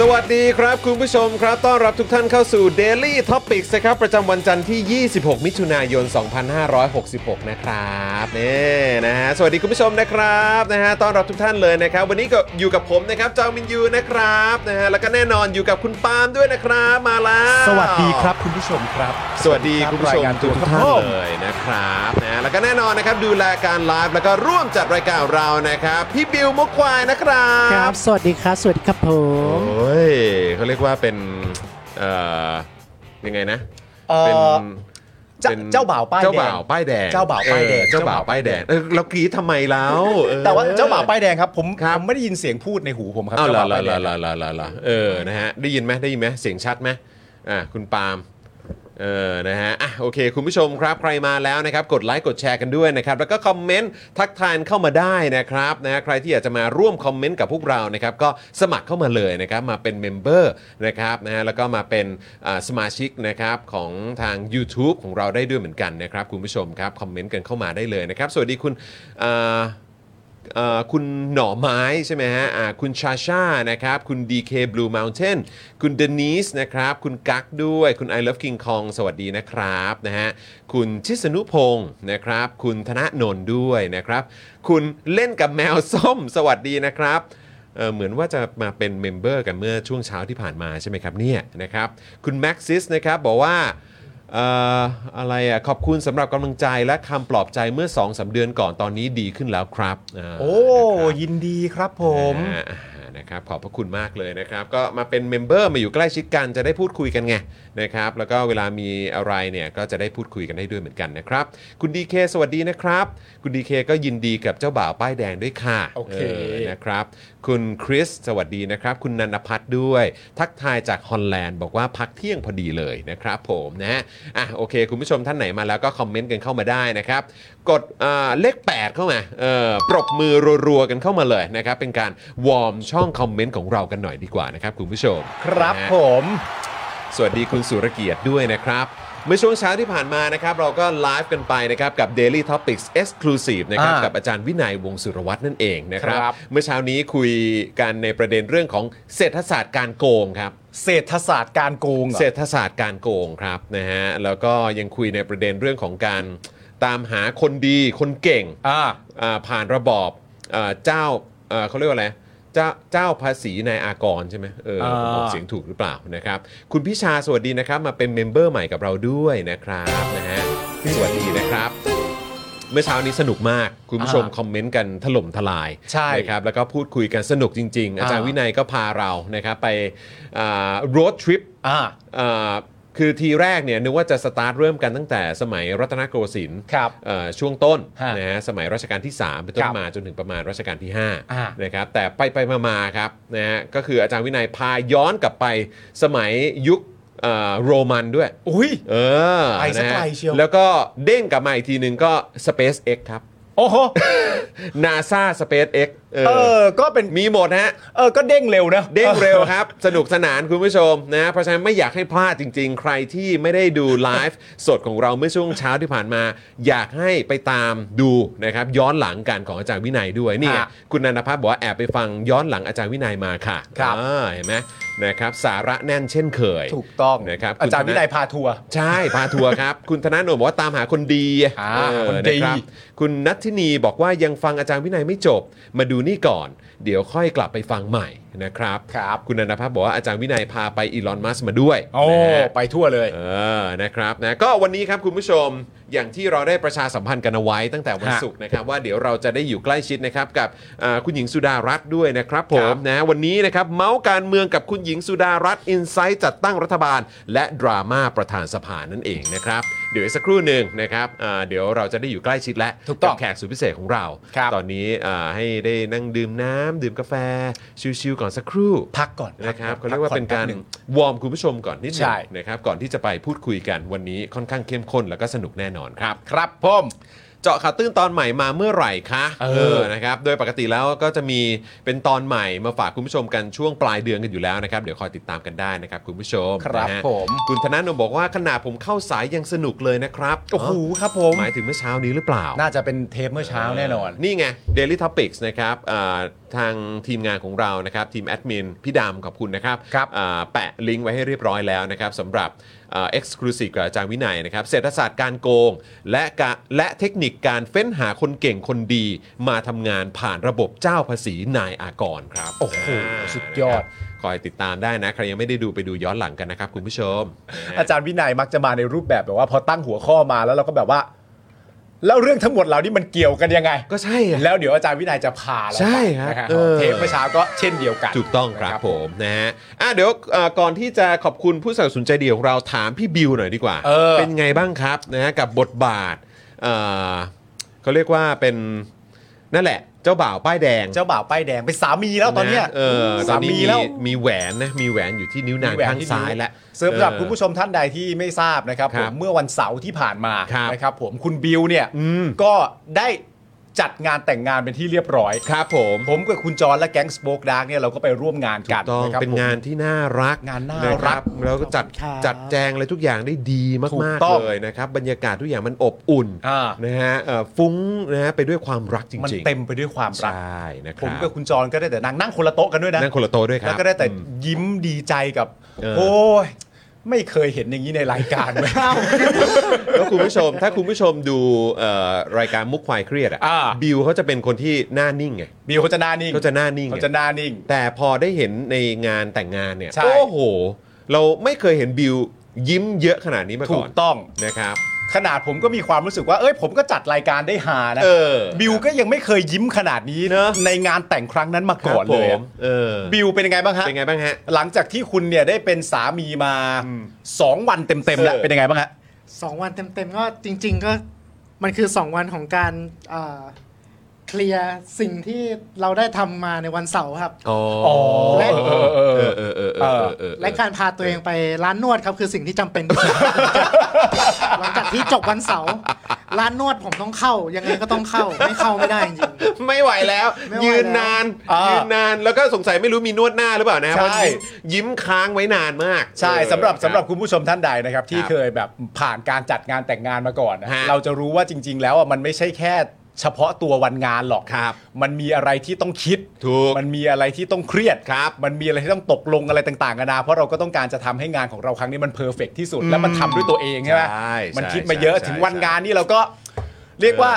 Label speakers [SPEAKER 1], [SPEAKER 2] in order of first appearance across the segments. [SPEAKER 1] สวัสดีครับคุณผู้ชมครับ ต้อนรับทุกท่านเข้าสู่ Daily Topics นะครับ ประจำวันจันทร์ที่ 26 มิถุนายน 2566 นะครับนี่นะฮะสวัสดีคุณผู้ชมนะครับนะฮะต้อนรับทุกท่านเลยนะครับ วันนี้ก็อยู่กับผมนะครับจอมินยูนะครับนะฮะแล้วก็แน่นอนอยู่กับคุณปาล์มด้วยนะครับมาแล้ว
[SPEAKER 2] สวัสดีครับคุณผู้ชมครับ
[SPEAKER 1] สวัสดีคุณผู้ชม
[SPEAKER 2] รายการ
[SPEAKER 1] ทุ
[SPEAKER 2] ทุ
[SPEAKER 1] ก
[SPEAKER 2] ก
[SPEAKER 1] ท่า
[SPEAKER 2] ท่าน น
[SPEAKER 1] เล
[SPEAKER 2] เลย
[SPEAKER 1] ยนะครับนะแล้วก็แน่นอนนะครับดูแลการไลฟ์แล้วก็ร่วมจัดรายการเรานะครับพี่บิวมุกควายนะครับ
[SPEAKER 3] ครับ สวัสดีครับ สวัสดีครับผม
[SPEAKER 1] โอ้ยเขาเรียกว่าเป็นเอ่อยังไงนะน
[SPEAKER 4] เจ้า
[SPEAKER 1] ป็น
[SPEAKER 4] เจ้าบ่าวป้ายแดง
[SPEAKER 1] เจ้าบ่าวป้ายแดง
[SPEAKER 4] เจ้าบ่าวป้ายแดง
[SPEAKER 1] เออเจ้าบ่าวป้ายแดงเออแล้วกรีดทำไมแล้วเออ
[SPEAKER 4] แต่ว่าเจ้าบ่าวป้ายแดงครับผม
[SPEAKER 1] ครับ
[SPEAKER 4] ผมไม่ได้ยินเสียงพูดในหูผมครับ
[SPEAKER 1] เอา
[SPEAKER 4] เจ้า
[SPEAKER 1] ละ
[SPEAKER 4] บ่าว
[SPEAKER 1] ละ
[SPEAKER 4] ป้ายแด
[SPEAKER 1] ละ
[SPEAKER 4] ง
[SPEAKER 1] ละละละละเออนะฮะได้ยินไหมได้ยินไหมเสียงชัดไหมอ่ะคุณปาล์มเออนะฮะอ่ะโอเค คุณผู้ชมครับใครมาแล้วนะครับ กดไลค์กดแชร์กันด้วยนะครับ แล้วก็คอมเมนต์ทักทายเข้ามาได้นะครับนะฮะใครที่อยากจะมาร่วมคอมเมนต์กับพวกเรานะครับ ก็สมัครเข้ามาเลยนะครับ มาเป็นเมมเบอร์นะครับนะฮะแล้วก็มาเป็นอ่าสมาชิกนะครับของทาง YouTube ของเราได้ด้วยเหมือนกันนะครับคุณผู้ชมครับคอมเมนต์กันเข้ามาได้เลยนะครับ สวัสดีคุณอ่า เอ่อคุณหน่อไม้ใช่ไหมฮะอ่าคุณชาชานะครับ คุณ DK Blue Mountain คุณเดนิสนะครับ คุณกั๊กด้วย คุณ I Love King Kong สวัสดีนะครับนะฮะ คุณชิสนุพงศ์นะครับ คุณธนนนท์ด้วยนะครับ คุณเล่นกับแมวส้ม สวัสดีนะครับ เอ่อเหมือนว่าจะมาเป็นเมมเบอร์กันเมื่อช่วงเช้าที่ผ่านมาใช่ไหมครับเนี่ยนะครับคุณแม็กซิสนะครับบอกว่าเอ่ออะไรอ่ะขอบคุณสำหรับกำลังใจและคำปลอบใจเมื่อ2อสาเดือนก่อนตอนนี้ดีขึ้นแล้วครับา
[SPEAKER 4] โอ้ยินดีครับผม
[SPEAKER 1] นะครับอ่านะครับขอบพระคุณมากเลยนะครับ ก็มาเป็นเมมเบอร์มาอยู่ใกล้ชิดกันจะได้พูดคุยกันไงนะครับแล้วก็เวลามีอะไรเนี่ยก็จะได้พูดคุยกันได้ด้วยเหมือนกันนะครับคุณดีเคสวัสดีนะครับ คุณดีเคก็ยินดีกับเจ้าบ่าวป้ายแดงด้วยค่ะ
[SPEAKER 4] โอเค
[SPEAKER 1] นะ นะครับคุณคริสสวัสดีนะครับ คุณนันพัฒน์ด้วย ทักทายจากฮอลแลนด์บอกว่าพักเที่ยงพอดีเลยนะครับผมนะฮะอ่ะโอเค คุณผู้ชมท่านไหนมาแล้วก็คอมเมนต์กันเข้ามาได้นะครับ กดอ่าเลข 8 เข้ามาเออปรบมือรัวๆกันเข้ามาเลยนะครับ เป็นการวอร์มช่องคอมเมนต์ของเรากันหน่อยดีกว่านะครับ คุณผู้ชม
[SPEAKER 4] ครับ
[SPEAKER 1] นะฮะ
[SPEAKER 4] ผม
[SPEAKER 1] สวัสดีคุณสุรเกียรติด้วยนะครับ เมื่อช่วงเช้าที่ผ่านมานะครับ เราก็ไลฟ์กันไปนะครับ กับ Daily Topics Exclusive นะครับ
[SPEAKER 4] อ่า
[SPEAKER 1] กับอาจารย์วินัยวงศ์สุรวัตรนั่นเองนะครับ
[SPEAKER 4] ครับ
[SPEAKER 1] เมื่อเช้านี้คุยกันในประเด็นเรื่องของเศรษฐศาสตร์การโกงครับ
[SPEAKER 4] เศรษฐศาสตร์การโกงเหรอ
[SPEAKER 1] เศรษฐศาสตร์การโกงครับนะฮะแล้วก็ยังคุยในประเด็นเรื่องของการตามหาคนดีคนเก่ง
[SPEAKER 4] อ่า
[SPEAKER 1] อ่าผ่านระบอบอ่าเจ้าอ่าเขาเรียกว่าอะไรเจ้าเจ้าภาษีนายอากรใช่ไหมเออ
[SPEAKER 4] อ่า
[SPEAKER 1] ผมออกเสียงถูกหรือเปล่านะครับ คุณพิชาสวัสดีนะครับ มาเป็นเมมเบอร์ใหม่กับเราด้วยนะครับนะฮะสวัสดีนะครับ เมื่อเช้านี้สนุกมากคุณผู้ชมคอมเมนต์กันถล่มทลาย
[SPEAKER 4] ใช่
[SPEAKER 1] นะครับแล้วก็พูดคุยกันสนุกจริง ๆ อาจารย์
[SPEAKER 4] อ่า
[SPEAKER 1] วินัยก็พาเรานะครับไปโรดทริป
[SPEAKER 4] อ่า
[SPEAKER 1] อ่าคือทีแรกเนี่ยนึกว่าจะสตาร์ทเริ่มกันตั้งแต่สมัยรัตนโกสินทร์
[SPEAKER 4] ครับ
[SPEAKER 1] เอ่อช่วงต้น
[SPEAKER 4] ฮะ
[SPEAKER 1] นะฮะสมัยรัชกาลที่ 3 เป็นต้
[SPEAKER 4] คน รับ
[SPEAKER 1] มาจนถึงประมาณรัชกาลที่
[SPEAKER 4] อ่า
[SPEAKER 1] 5นะครับแต่ไปไปมามาครับนะฮะก็คืออาจารย์วินัยพาย้อนกลับไปสมัยยุคเอ่อโรมันด้วย
[SPEAKER 4] อุ้ย
[SPEAKER 1] เออ
[SPEAKER 4] ไปซะ
[SPEAKER 1] นะฮะ
[SPEAKER 4] ไกลเชียว
[SPEAKER 1] แล้วก็เด้งกลับมาอีกทีหนึ่งก็ SpaceX ครับ
[SPEAKER 4] โอ้โห
[SPEAKER 1] นาซาสเปซเอ็ก
[SPEAKER 4] เออ ก็เป็น
[SPEAKER 1] มีหมดฮะ
[SPEAKER 4] เออ ก็เด้งเร็วนะ
[SPEAKER 1] เด้งเร็วครับ สนุกสนานคุณผู้ชมนะเพราะฉะนั้นไม่อยากให้พลาดจริง ๆ ใครที่ไม่ได้ดูไลฟ์สดของเราเมื่อช่วงเช้าที่ผ่านมา อยากให้ไปตามดูนะครับย้อนหลังการของอาจารย์วินัยด้วยนี่ไง
[SPEAKER 4] ครับ
[SPEAKER 1] คุณนันทพัฒน์บอกว่าแอบไปฟังย้อนหลังอาจารย์วินัยมาค่ะ
[SPEAKER 4] ครับ
[SPEAKER 1] อ่าเห็นไหมนะครับสาระแน่นเช่นเคย
[SPEAKER 4] ถูกต้อง
[SPEAKER 1] นะครับ
[SPEAKER 4] อาจารย์วินัยพาทัวร์
[SPEAKER 1] ใช่ พาทัวร์ครับ คุณธนาโนบอกว่าตามหาคนดี
[SPEAKER 4] อ่า
[SPEAKER 1] เออ
[SPEAKER 4] คนดี
[SPEAKER 1] นะครับคุณนัทธินีบอกว่ายังฟังอาจารย์วินัยไม่จบ มาดูนี่ก่อน เดี๋ยวค่อยกลับไปฟังใหม่นะครับ
[SPEAKER 4] ครับ
[SPEAKER 1] คุณนันทภาพบอกว่าอาจารย์วินัยพาไปอีลอนมัสมาด้วย
[SPEAKER 4] โอ้
[SPEAKER 1] นะฮะ
[SPEAKER 4] ไปทั่วเลย
[SPEAKER 1] เออนะครับนะก็วันนี้ครับคุณผู้ชมอย่างที่เราได้ประชาสัมพันธ์กันเอาไว้ตั้งแต่วัน
[SPEAKER 4] ฮะ
[SPEAKER 1] ศุกร์นะครับว่าเดี๋ยวเราจะได้อยู่ใกล้ชิดนะครับกับอ่าคุณหญิงสุดารัตน์ด้วยนะครับผม
[SPEAKER 4] ครับ
[SPEAKER 1] นะวันนี้นะครับเมาส์การเมืองกับคุณหญิงสุดารัตน์อินไซต์จัดตั้งรัฐบาล และดราม่าประธานสภานั่นเองนะครับเดี๋ยวอีกสักครู่หนึ่งนะครับอ่าเดี๋ยวเราจะได้อยู่ใกล้ชิดและ
[SPEAKER 4] ถูกต้อง
[SPEAKER 1] บแขกสุดพิเศษของเรา
[SPEAKER 4] ครับ
[SPEAKER 1] ตอนนี้อ่าให้ได้นั่งดื่มน้ำดื่มกาแฟชิลๆก่อนสักครู่
[SPEAKER 4] พักก่อน
[SPEAKER 1] นะครับ
[SPEAKER 4] พั
[SPEAKER 1] เขาเรียกว่า
[SPEAKER 4] พั
[SPEAKER 1] เป็นการ
[SPEAKER 4] แป๊บหง
[SPEAKER 1] วอร์มคุณผู้ชมก่อนนิดหนึ
[SPEAKER 4] ใช่
[SPEAKER 1] งนะครับก่อนที่จะไปพูดคุยกันวันนี้ค่อนข้างเข้มข้นแล้วก็สนุกแน่นอนครับ
[SPEAKER 4] ครับผม
[SPEAKER 1] เจาะข่าวตื้นตอนใหม่มาเมื่อไหร่คะ
[SPEAKER 4] เออ
[SPEAKER 1] นะครับโดยปกติแล้วก็จะมีเป็นตอนใหม่มาฝากคุณผู้ชมกันช่วงปลายเดือนกันอยู่แล้วนะครับเดี๋ยวคอยติดตามกันได้นะครับคุณผู้ชม
[SPEAKER 4] ครับ
[SPEAKER 1] นะฮะ
[SPEAKER 4] ผม
[SPEAKER 1] คุณธนาโนมบอกว่าขนาดผมเข้าสายยังสนุกเลยนะครับ
[SPEAKER 4] โอ้โหครับผม
[SPEAKER 1] หมายถึงเมื่อเช้านี้หรือเปล่า
[SPEAKER 4] น่าจะเป็นเทปเมื่อเช้าแน่นอน
[SPEAKER 1] นี่ไง Daily Topics นะครับอ่าทางทีมงานของเรานะครับทีมแอดมินพี่ดำขอบคุณนะครับ
[SPEAKER 4] ครับ
[SPEAKER 1] อ่าแปะลิงก์ไว้ให้เรียบร้อยแล้วนะครับสำหรับเอ็กซ์คลูซีฟกับอาจารย์วินัยนะครับเศรษฐศาสตร์การโกง และกะและเทคนิคการเฟ้นหาคนเก่งคนดี มาทำงานผ่านระบบเจ้าภาษีนายอากรครับ
[SPEAKER 4] โอ้โห
[SPEAKER 1] า
[SPEAKER 4] สุดยอด
[SPEAKER 1] นะครับคอยติดตามได้นะ ใครยังไม่ได้ดูไปดูย้อนหลังกันนะครับคุณผู้ชมนะ
[SPEAKER 4] อาจารย์วินัยมักจะมาในรูปแบบแบบว่าพอตั้งหัวข้อมาแล้วเราก็แบบว่า แล้วเรื่องทั้งหมดเหล่านี้มันเกี่ยวกันยังไง
[SPEAKER 1] ก็ใช่อะ
[SPEAKER 4] แล้วเดี๋ยวอาจารย์วินัยจะพาเรา
[SPEAKER 1] ใช่
[SPEAKER 4] ไป
[SPEAKER 1] ครับ
[SPEAKER 4] นะฮะ
[SPEAKER 1] เออ
[SPEAKER 4] เทปเมื่อเช้าก็เช่นเดียวกัน
[SPEAKER 1] ถูกต้องครับ
[SPEAKER 4] นะ
[SPEAKER 1] ผมนะฮะอ่ะเดี๋ยวเอ่อก่อนที่จะขอบคุณผู้สนับสนุนใจดีของเราถามพี่บิวหน่อยดีกว่า
[SPEAKER 4] เออ
[SPEAKER 1] นไงบ้างครับนะฮะกับบทบาทเอ่อเขาเรียกว่าเป็นนั่นแหละ เจ้าบ่าวป้ายแดง
[SPEAKER 4] เจ้าบ่าวป้ายแดงเป็นสามีแล้วตอนเนี้ย
[SPEAKER 1] ะเออตอ
[SPEAKER 4] สาน
[SPEAKER 1] นี้
[SPEAKER 4] มี
[SPEAKER 1] มี
[SPEAKER 4] แล้ว
[SPEAKER 1] มีแหวนนะมีแหวนอยู่ที่นิ้วนาง
[SPEAKER 4] มีแหวน
[SPEAKER 1] ข้าง
[SPEAKER 4] ที่นิ้ว
[SPEAKER 1] ซ้ายแล้ว
[SPEAKER 4] เสริมสำหรับคุณผู้ชมท่านใดที่ไม่ทราบนะครับ
[SPEAKER 1] ค
[SPEAKER 4] ผ
[SPEAKER 1] รับ
[SPEAKER 4] มเมื่อวันเสาร์ที่ผ่านมา
[SPEAKER 1] ครับ
[SPEAKER 4] นะครับผมคุณบิวเนี่ย
[SPEAKER 1] อืม
[SPEAKER 4] ก็ได้จัดงานแต่งงานเป็นที่เรียบร้อย
[SPEAKER 1] ครับผม
[SPEAKER 4] ผมกับคุณจอนและแก๊งสโปกดาร์กเนี่ยเราก็ไปร่วมงาน
[SPEAKER 1] ถู
[SPEAKER 4] กั
[SPEAKER 1] ก
[SPEAKER 4] น
[SPEAKER 1] ต้อง
[SPEAKER 4] นะครับ
[SPEAKER 1] เป็น
[SPEAKER 4] ผม
[SPEAKER 1] งานที่น่ารัก
[SPEAKER 4] งานน่า
[SPEAKER 1] ะค
[SPEAKER 4] รั
[SPEAKER 1] รับ
[SPEAKER 4] ก
[SPEAKER 1] แล้วก็จัด
[SPEAKER 3] ขอบคุณครับ
[SPEAKER 1] จัดแจงอะไรทุกอย่างได้ดี
[SPEAKER 4] ถูก
[SPEAKER 1] มาก
[SPEAKER 4] ต้
[SPEAKER 1] ๆ
[SPEAKER 4] อง
[SPEAKER 1] เลยนะครับบรรยากาศทุกอย่างมันอบอุ่น
[SPEAKER 4] อ่า
[SPEAKER 1] นะฮะเอ่อฟุ้งนะฮะไปด้วยความรักจริงๆ
[SPEAKER 4] มันเต็มไปด้วยความ
[SPEAKER 1] ใช
[SPEAKER 4] รัก่
[SPEAKER 1] นะค
[SPEAKER 4] ผม
[SPEAKER 1] รับ
[SPEAKER 4] กับคุณจอนก็ได้แต่นั่งนั่งคนละโต๊ะกันด้วยนะ
[SPEAKER 1] นั่งคนละโตะด้วยค
[SPEAKER 4] แล้
[SPEAKER 1] รั
[SPEAKER 4] ว
[SPEAKER 1] บ
[SPEAKER 4] ก็ได้แต่ยิ้มดีใจกับ
[SPEAKER 1] เออ
[SPEAKER 4] โอ้ยไม่เคยเห็นอย่างนี้ในรายการเลย
[SPEAKER 1] แล้วคุณผู้ชม ถ้าคุณผู้ชมดูเอ่อรายการมุกควายเครียดอ่ะ
[SPEAKER 4] อ่า
[SPEAKER 1] บิวเขาจะเป็นคนที่หน้านิ่งไง
[SPEAKER 4] บิวเขาจะหน้านิ่ง
[SPEAKER 1] เขาจะหน้านิ่งไง
[SPEAKER 4] เขาจะหน้านิ่ง
[SPEAKER 1] แต่พอได้เห็นในงานแต่งงานเนี่ย
[SPEAKER 4] ใช่
[SPEAKER 1] โอ้โห เราไม่เคยเห็นบิวยิ้มเยอะขนาดนี้มา
[SPEAKER 4] ถู
[SPEAKER 1] ก่อก น
[SPEAKER 4] ต้อง
[SPEAKER 1] นะครับ
[SPEAKER 4] ขนาดผมก็มีความรู้สึกว่า เอ้ยผมก็จัดรายการได้หานะ
[SPEAKER 1] เออ
[SPEAKER 4] บิวก็ยังไม่เคยยิ้มขนาดนี้
[SPEAKER 1] เนอะ
[SPEAKER 4] ในงานแต่งครั้งนั้นมาก่อนเลย
[SPEAKER 1] ครับผ
[SPEAKER 4] อะ
[SPEAKER 1] มเออ
[SPEAKER 4] บิวเป็นยังไงบ้างฮะ
[SPEAKER 1] เป็นไงบ้างฮะ
[SPEAKER 4] หลังจากที่คุณเนี่ยได้เป็นสามีมาสองวันเต็มๆแล้ว
[SPEAKER 1] เออ
[SPEAKER 4] เป็นยังไงบ้างฮะ
[SPEAKER 5] สองวันเต็มๆก็จริง ๆ ก็มันคือสองวันของการเอ่อเคลียร์สิ่งที่เราได้ทำมาในวันเสาร์ครับ
[SPEAKER 1] อ๋อ
[SPEAKER 4] อ๋อ
[SPEAKER 5] และ
[SPEAKER 4] เออเออเออ
[SPEAKER 1] เออเออเออเออเออ
[SPEAKER 5] และการพาตัวเองไปร้านนวดครับคือสิ่งที่จำเป็นที่สุ ด หลังจากที่จบวันเสาร์ร้านนวดผมต้องเข้า ยังไงก็ต้องเข้าไม่เข้าไม่ได้จริง
[SPEAKER 1] ไม่ไหวแล้ว
[SPEAKER 5] ไม่ไหวแล้ว
[SPEAKER 1] ยืนนาน
[SPEAKER 4] อ่ายื
[SPEAKER 1] ยืนนานแล้วก็สงสัยไม่รู้มีนวดหน้าหรือเปล่านะ
[SPEAKER 4] ใช่
[SPEAKER 1] เพราะยิ้มยิ้มค้างไว้นานมาก
[SPEAKER 4] ใช่
[SPEAKER 1] เออ
[SPEAKER 4] สำหรับ
[SPEAKER 1] ค
[SPEAKER 4] สำหรับคุณผู้ชมท่านใดนะครับ ที่
[SPEAKER 1] ครับ
[SPEAKER 4] เคยแบบผ่านการจัดงานแต่งงานมาก่อนนะ
[SPEAKER 1] ฮะ
[SPEAKER 4] เราจะรู้ว่าจริง ๆ แล้วอ่ะมันไม่ใช่แค่เฉพาะตัววันงานหรอก
[SPEAKER 1] ครับ
[SPEAKER 4] มันมีอะไรที่ต้องคิด
[SPEAKER 1] ถูก
[SPEAKER 4] มันมีอะไรที่ต้องเครียด
[SPEAKER 1] ครับ
[SPEAKER 4] มันมีอะไรที่ต้องตกลงอะไรต่างๆกันานาเพราะเราก็ต้องการจะทำให้งานของเราครั้งนี้มันเพอร์เฟกที่สุด แล้วมันทำด้วยตัวเองใช่ไหม
[SPEAKER 1] ใช่
[SPEAKER 4] มัน
[SPEAKER 1] ใช่
[SPEAKER 4] คิดมาเยอะ
[SPEAKER 1] ใช่
[SPEAKER 4] ถึง
[SPEAKER 1] ใช่
[SPEAKER 4] วันงานนี่เราก็เรียกว่า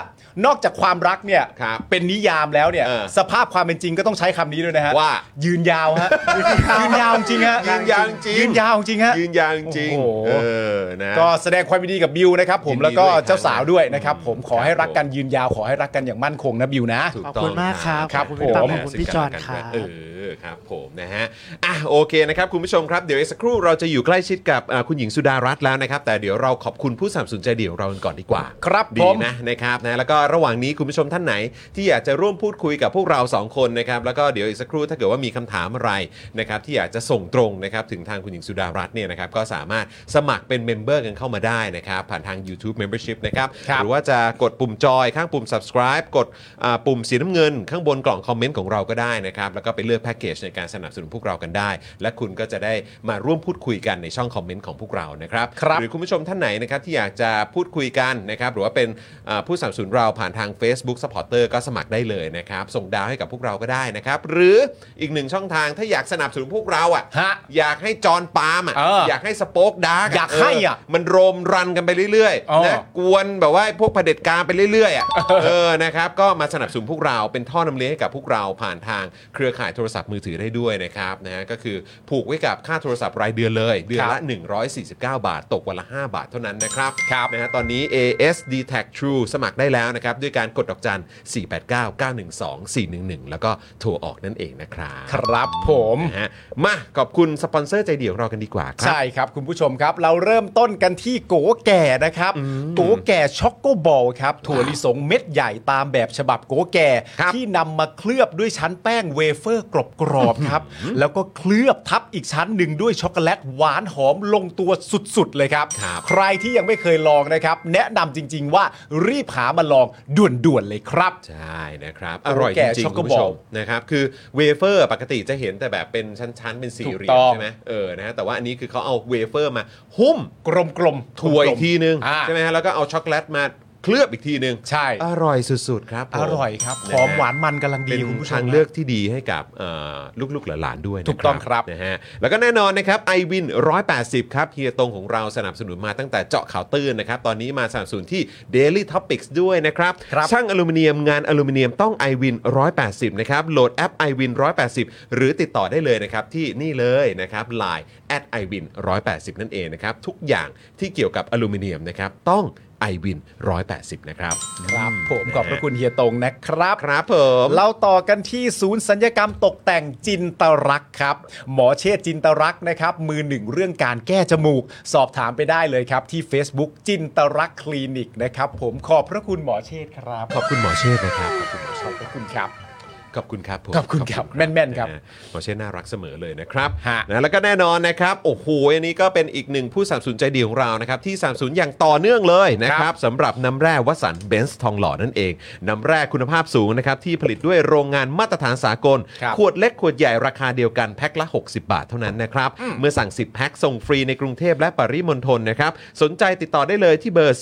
[SPEAKER 4] นอกจากความรักเนี่ย
[SPEAKER 1] ครับ
[SPEAKER 4] เป็นนิยามแล้วเนี่ย
[SPEAKER 1] เออ
[SPEAKER 4] สภาพความเป็นจริงก็ต้องใช้คำนี้ด้วยนะฮะ
[SPEAKER 1] ว่า
[SPEAKER 4] ยืนยาวฮะยืนยาวจริงฮะ
[SPEAKER 1] ยืนยาวจริง
[SPEAKER 4] ยืนยาวจริงฮะ
[SPEAKER 1] ยืนยาวจริง
[SPEAKER 4] โอ้โห
[SPEAKER 1] เออนะ
[SPEAKER 4] ก็แสดงความยินดีกับบิวนะครับผม
[SPEAKER 1] ยินดี
[SPEAKER 4] แล้วก็
[SPEAKER 1] ด้วย
[SPEAKER 4] เจ้าสาวด้วยนะครับ
[SPEAKER 1] ครับ
[SPEAKER 4] ผมขอให้
[SPEAKER 1] ครับ
[SPEAKER 4] รักกันยืนยาวขอให้รักกันอย่างมั่นคงนะบิวนะ
[SPEAKER 1] ถู
[SPEAKER 3] ขอบ
[SPEAKER 1] ต้ง
[SPEAKER 3] คุณมากครับ
[SPEAKER 1] ครับ
[SPEAKER 3] ขอบคุณ
[SPEAKER 1] ผ
[SPEAKER 3] พี่
[SPEAKER 1] ม
[SPEAKER 3] ปั๊บขอบคุณพี่จอน
[SPEAKER 1] และ
[SPEAKER 3] ครับ
[SPEAKER 1] เออครับผมนะฮะอ่ะโอเคนะครับคุณผู้ชมครับเดี๋ยวอีกสักครู่เราจะอยู่ใกล้ชิดกับอ่าคุณหญิงสุดารัตน์แล้วนะครับ แต่เดี๋ยวเราขอบคุณผู้สนับสนุนใจเดียวเรากันก่อนดีกว่า
[SPEAKER 4] ครับ
[SPEAKER 1] ดี
[SPEAKER 4] ผม
[SPEAKER 1] นะนะครับนะแล้วก็ ระหว่างนี้คุณผู้ชมท่านไหน ที่อยากจะร่วมพูดคุยกับพวกเราสองคนนะครับแล้วก็เดี๋ยวอีกสักครู่ถ้าเกิดว่ามีคำถามอะไรนะครับที่อยากจะส่งตรงนะครับถึงทางคุณหญิงสุดารัตน์เนี่ยนะครับก็สามารถสมัครเป็นเมมเบอร์กันเข้ามาได้นะครับผ่านทาง YouTube Membership นะครับ
[SPEAKER 4] ครับ
[SPEAKER 1] หรือว่าจะกดปุ่มจอยข้างปุ่ม subscribe กดอ่าปุ่มสีน้ำเงิน ข้างบนกล่องคอมเมนต์ของเราก็ได้นะครับแล้วก็ไปเลือกแพ็กเกจในการสนับสนุนพวกเรากันได้ และคุณก็จะได้มาร่วมพูดคุยกันในช่องคอมเมนต์ของพวกเรานะครับ
[SPEAKER 4] ครับ
[SPEAKER 1] หรือ หรือคุณผู้ชมท่านไหนนะครับที่อยากจะพูดคุยกันนะครับหรือว่าเป็นเอ่อผู้สนับสนุนเราผ่านทาง Facebook Supporter ก็สมัครได้เลยนะครับ ส่งดาวให้กับพวกเราก็ได้นะครับ หรืออีกหนึ่งช่องทางถ้าอยากสนับสนุนพวกเราอ่ะ
[SPEAKER 4] ฮะ
[SPEAKER 1] อยากให้จอร์นปาล์มอ่ะ
[SPEAKER 4] เอออย
[SPEAKER 1] ากให้สป็อกดาร์ก
[SPEAKER 4] อยากให้อ่ะ
[SPEAKER 1] มันโรมรันกันไปเรื่อย
[SPEAKER 4] อ๋อ
[SPEAKER 1] ๆนะกวนแบบว่าพวกเผด็จการไปเรื่อยๆอ่ะเออนะครับก็มาสนับสนุนพวกเราเป็นท่อนำเลี้ยงให้กับพวกเราผ่านทางเครือข่ายโทรศัพท์มือถือได้ด้วยนะครับนะฮะก็คือผูกไว้กับค่าโทรศัพท์รายเดือนเลยเดือนละ 149 บาท ตกวันละ 5 บาทเท่านั้นนะครับครับนะฮะตอนนี้ ASD Tag True สมัครได้แล้วนะครับ ด้วยการกดดอกจัน 489 912 411 แล้วก็โทรออกนั่นเองนะครับ
[SPEAKER 4] ครับผม
[SPEAKER 1] นะฮะมาขอบคุณสปอนเซอร์ใจเดียวเรากันดีกว่าครับ
[SPEAKER 4] ใช่ครับคุณผู้ชมครับ เราเริ่มต้นกันที่โกแก่นะครับ โกแก่ช็อกโกบอลครับถั่วลิสงเม็ดใหญ่ตามแบบฉบับโกแก่
[SPEAKER 1] ครับ
[SPEAKER 4] ที่นำมาเคลือบด้วยชั้นแป้งเวเฟอร์กรอบๆครับ แล้วก็เคลือบทับอีกชั้นหนึ่งด้วยช็อกโกแลตหวานหอมลงตัวสุดๆเลยครับ
[SPEAKER 1] ครับ
[SPEAKER 4] ใครที่ยังไม่เคยลองนะครับ แนะนำจริง ๆ ว่ารีบหามาลองด่วนๆเลยครับ
[SPEAKER 1] ใช่นะครับ
[SPEAKER 4] โอ้
[SPEAKER 1] อร่อยจ
[SPEAKER 4] แก่
[SPEAKER 1] ริง
[SPEAKER 4] ช็อก
[SPEAKER 1] ๆ
[SPEAKER 4] โก
[SPEAKER 1] คุณ
[SPEAKER 4] บ
[SPEAKER 1] ผู้ช
[SPEAKER 4] อล
[SPEAKER 1] มนะครับคือเวเฟอร์ปกติจะเห็นแต่แบบเป็นชั้นๆ เป็นสี่เหลี่ยม
[SPEAKER 4] ถูกต้อง
[SPEAKER 1] ใช่ไหมเออนะฮะแต่ว่าอันนี้คือเขาเอาเวเฟอร์มาหุ้ม
[SPEAKER 4] กลมๆกลมๆ
[SPEAKER 1] ถั่วอีกทีนึง
[SPEAKER 4] อ่า
[SPEAKER 1] ใช่ไหมฮะแล้วก็เอาช็อกโกแลตมาเคลือบอีกทีนึง
[SPEAKER 4] ใช่
[SPEAKER 1] อร่อยสุดๆครับผม
[SPEAKER 4] อร่อยครับ
[SPEAKER 1] ะ
[SPEAKER 4] ห
[SPEAKER 1] ฮะ
[SPEAKER 4] อมหวานมันกำลังดี
[SPEAKER 1] เป็น
[SPEAKER 4] คุณผู้ชม
[SPEAKER 1] ทาง
[SPEAKER 4] นะ
[SPEAKER 1] เลือกที่ดีให้กับเอ่อลูกๆหลานๆด้วยนะ
[SPEAKER 4] ถูกต้องครับ
[SPEAKER 1] นะฮะแล้วก็แน่นอนนะครับไอวิน180 ครับเฮียตรงของเราสนับสนุนมาตั้งแต่เจาะข่าวตื้นนะครับ ตอนนี้มาสนับสนุนที่ Daily Topics ด้วยนะครับ ช่างอลูมิเนียมงานอลูมิเนียมต้อง i w วิน180 นะครับ โหลดแอป i w วิน180 หรือติดต่อได้เลยนะครับ ที่นี่เลยนะครับ Line at i w วิน180 นั่นเองนะครับ ทุกอย่างที่เกี่ยวกับอลูมิเนียมนะครับต้อง i w วิน180 นะครับ
[SPEAKER 4] ครับผมขอบพระคุณเฮียตงนะครับ
[SPEAKER 1] ครับผม
[SPEAKER 4] เราต่อกันที่ศูนย์สัญญกรรมตกแต่งจินตรักษ์ครับ หมอเชษฐ์จินตรักษ์นะครับ มือหนึ่งเรื่องการแก้จมูก สอบถามไปได้เลยครับ ที่ Facebook จินตรักษ์คลินิกนะครับ ผมขอบพระคุณหมอเชษฐ์ครับ
[SPEAKER 1] ขอบคุณหมอเชษฐ์นะครับ ขอบคุณหมอเช
[SPEAKER 4] ขอ
[SPEAKER 1] ษ
[SPEAKER 4] บ
[SPEAKER 1] ฐ์
[SPEAKER 4] พระคุณครับ
[SPEAKER 1] ขอบคุณครับผม
[SPEAKER 4] ขอบคุณครับ
[SPEAKER 1] ขอ
[SPEAKER 4] แม่นๆครับ
[SPEAKER 1] ะฮะหมอเชษฐ์น่ารักเสมอเลยนะครับ
[SPEAKER 4] ฮะ
[SPEAKER 1] นะแล้วก็แน่นอนนะครับ โอ้โห อันนี้ก็เป็นอีกหนึ่งผู้สนับสนุนใจดีของเรานะครับ ที่สนับสนุนอย่างต่อเนื่องเลยนะครับสำหรับน้ำแร่วัสันเบนซ์ทองหล่อนั่นเอง น้ำแร่คุณภาพสูงนะครับ ที่ผลิตด้วยโรงงานมาตรฐานสากล
[SPEAKER 4] ครับ
[SPEAKER 1] ขวดเล็กขวดใหญ่ราคาเดียวกันแพ็คละ 60 บาทเท่านั้นนะครับ เมื่อสั่ง 10 แพ็คส่งฟรีในกรุงเทพและปริมณฑลนะครับ สนใจติดต่อได้เลยที่เบอร์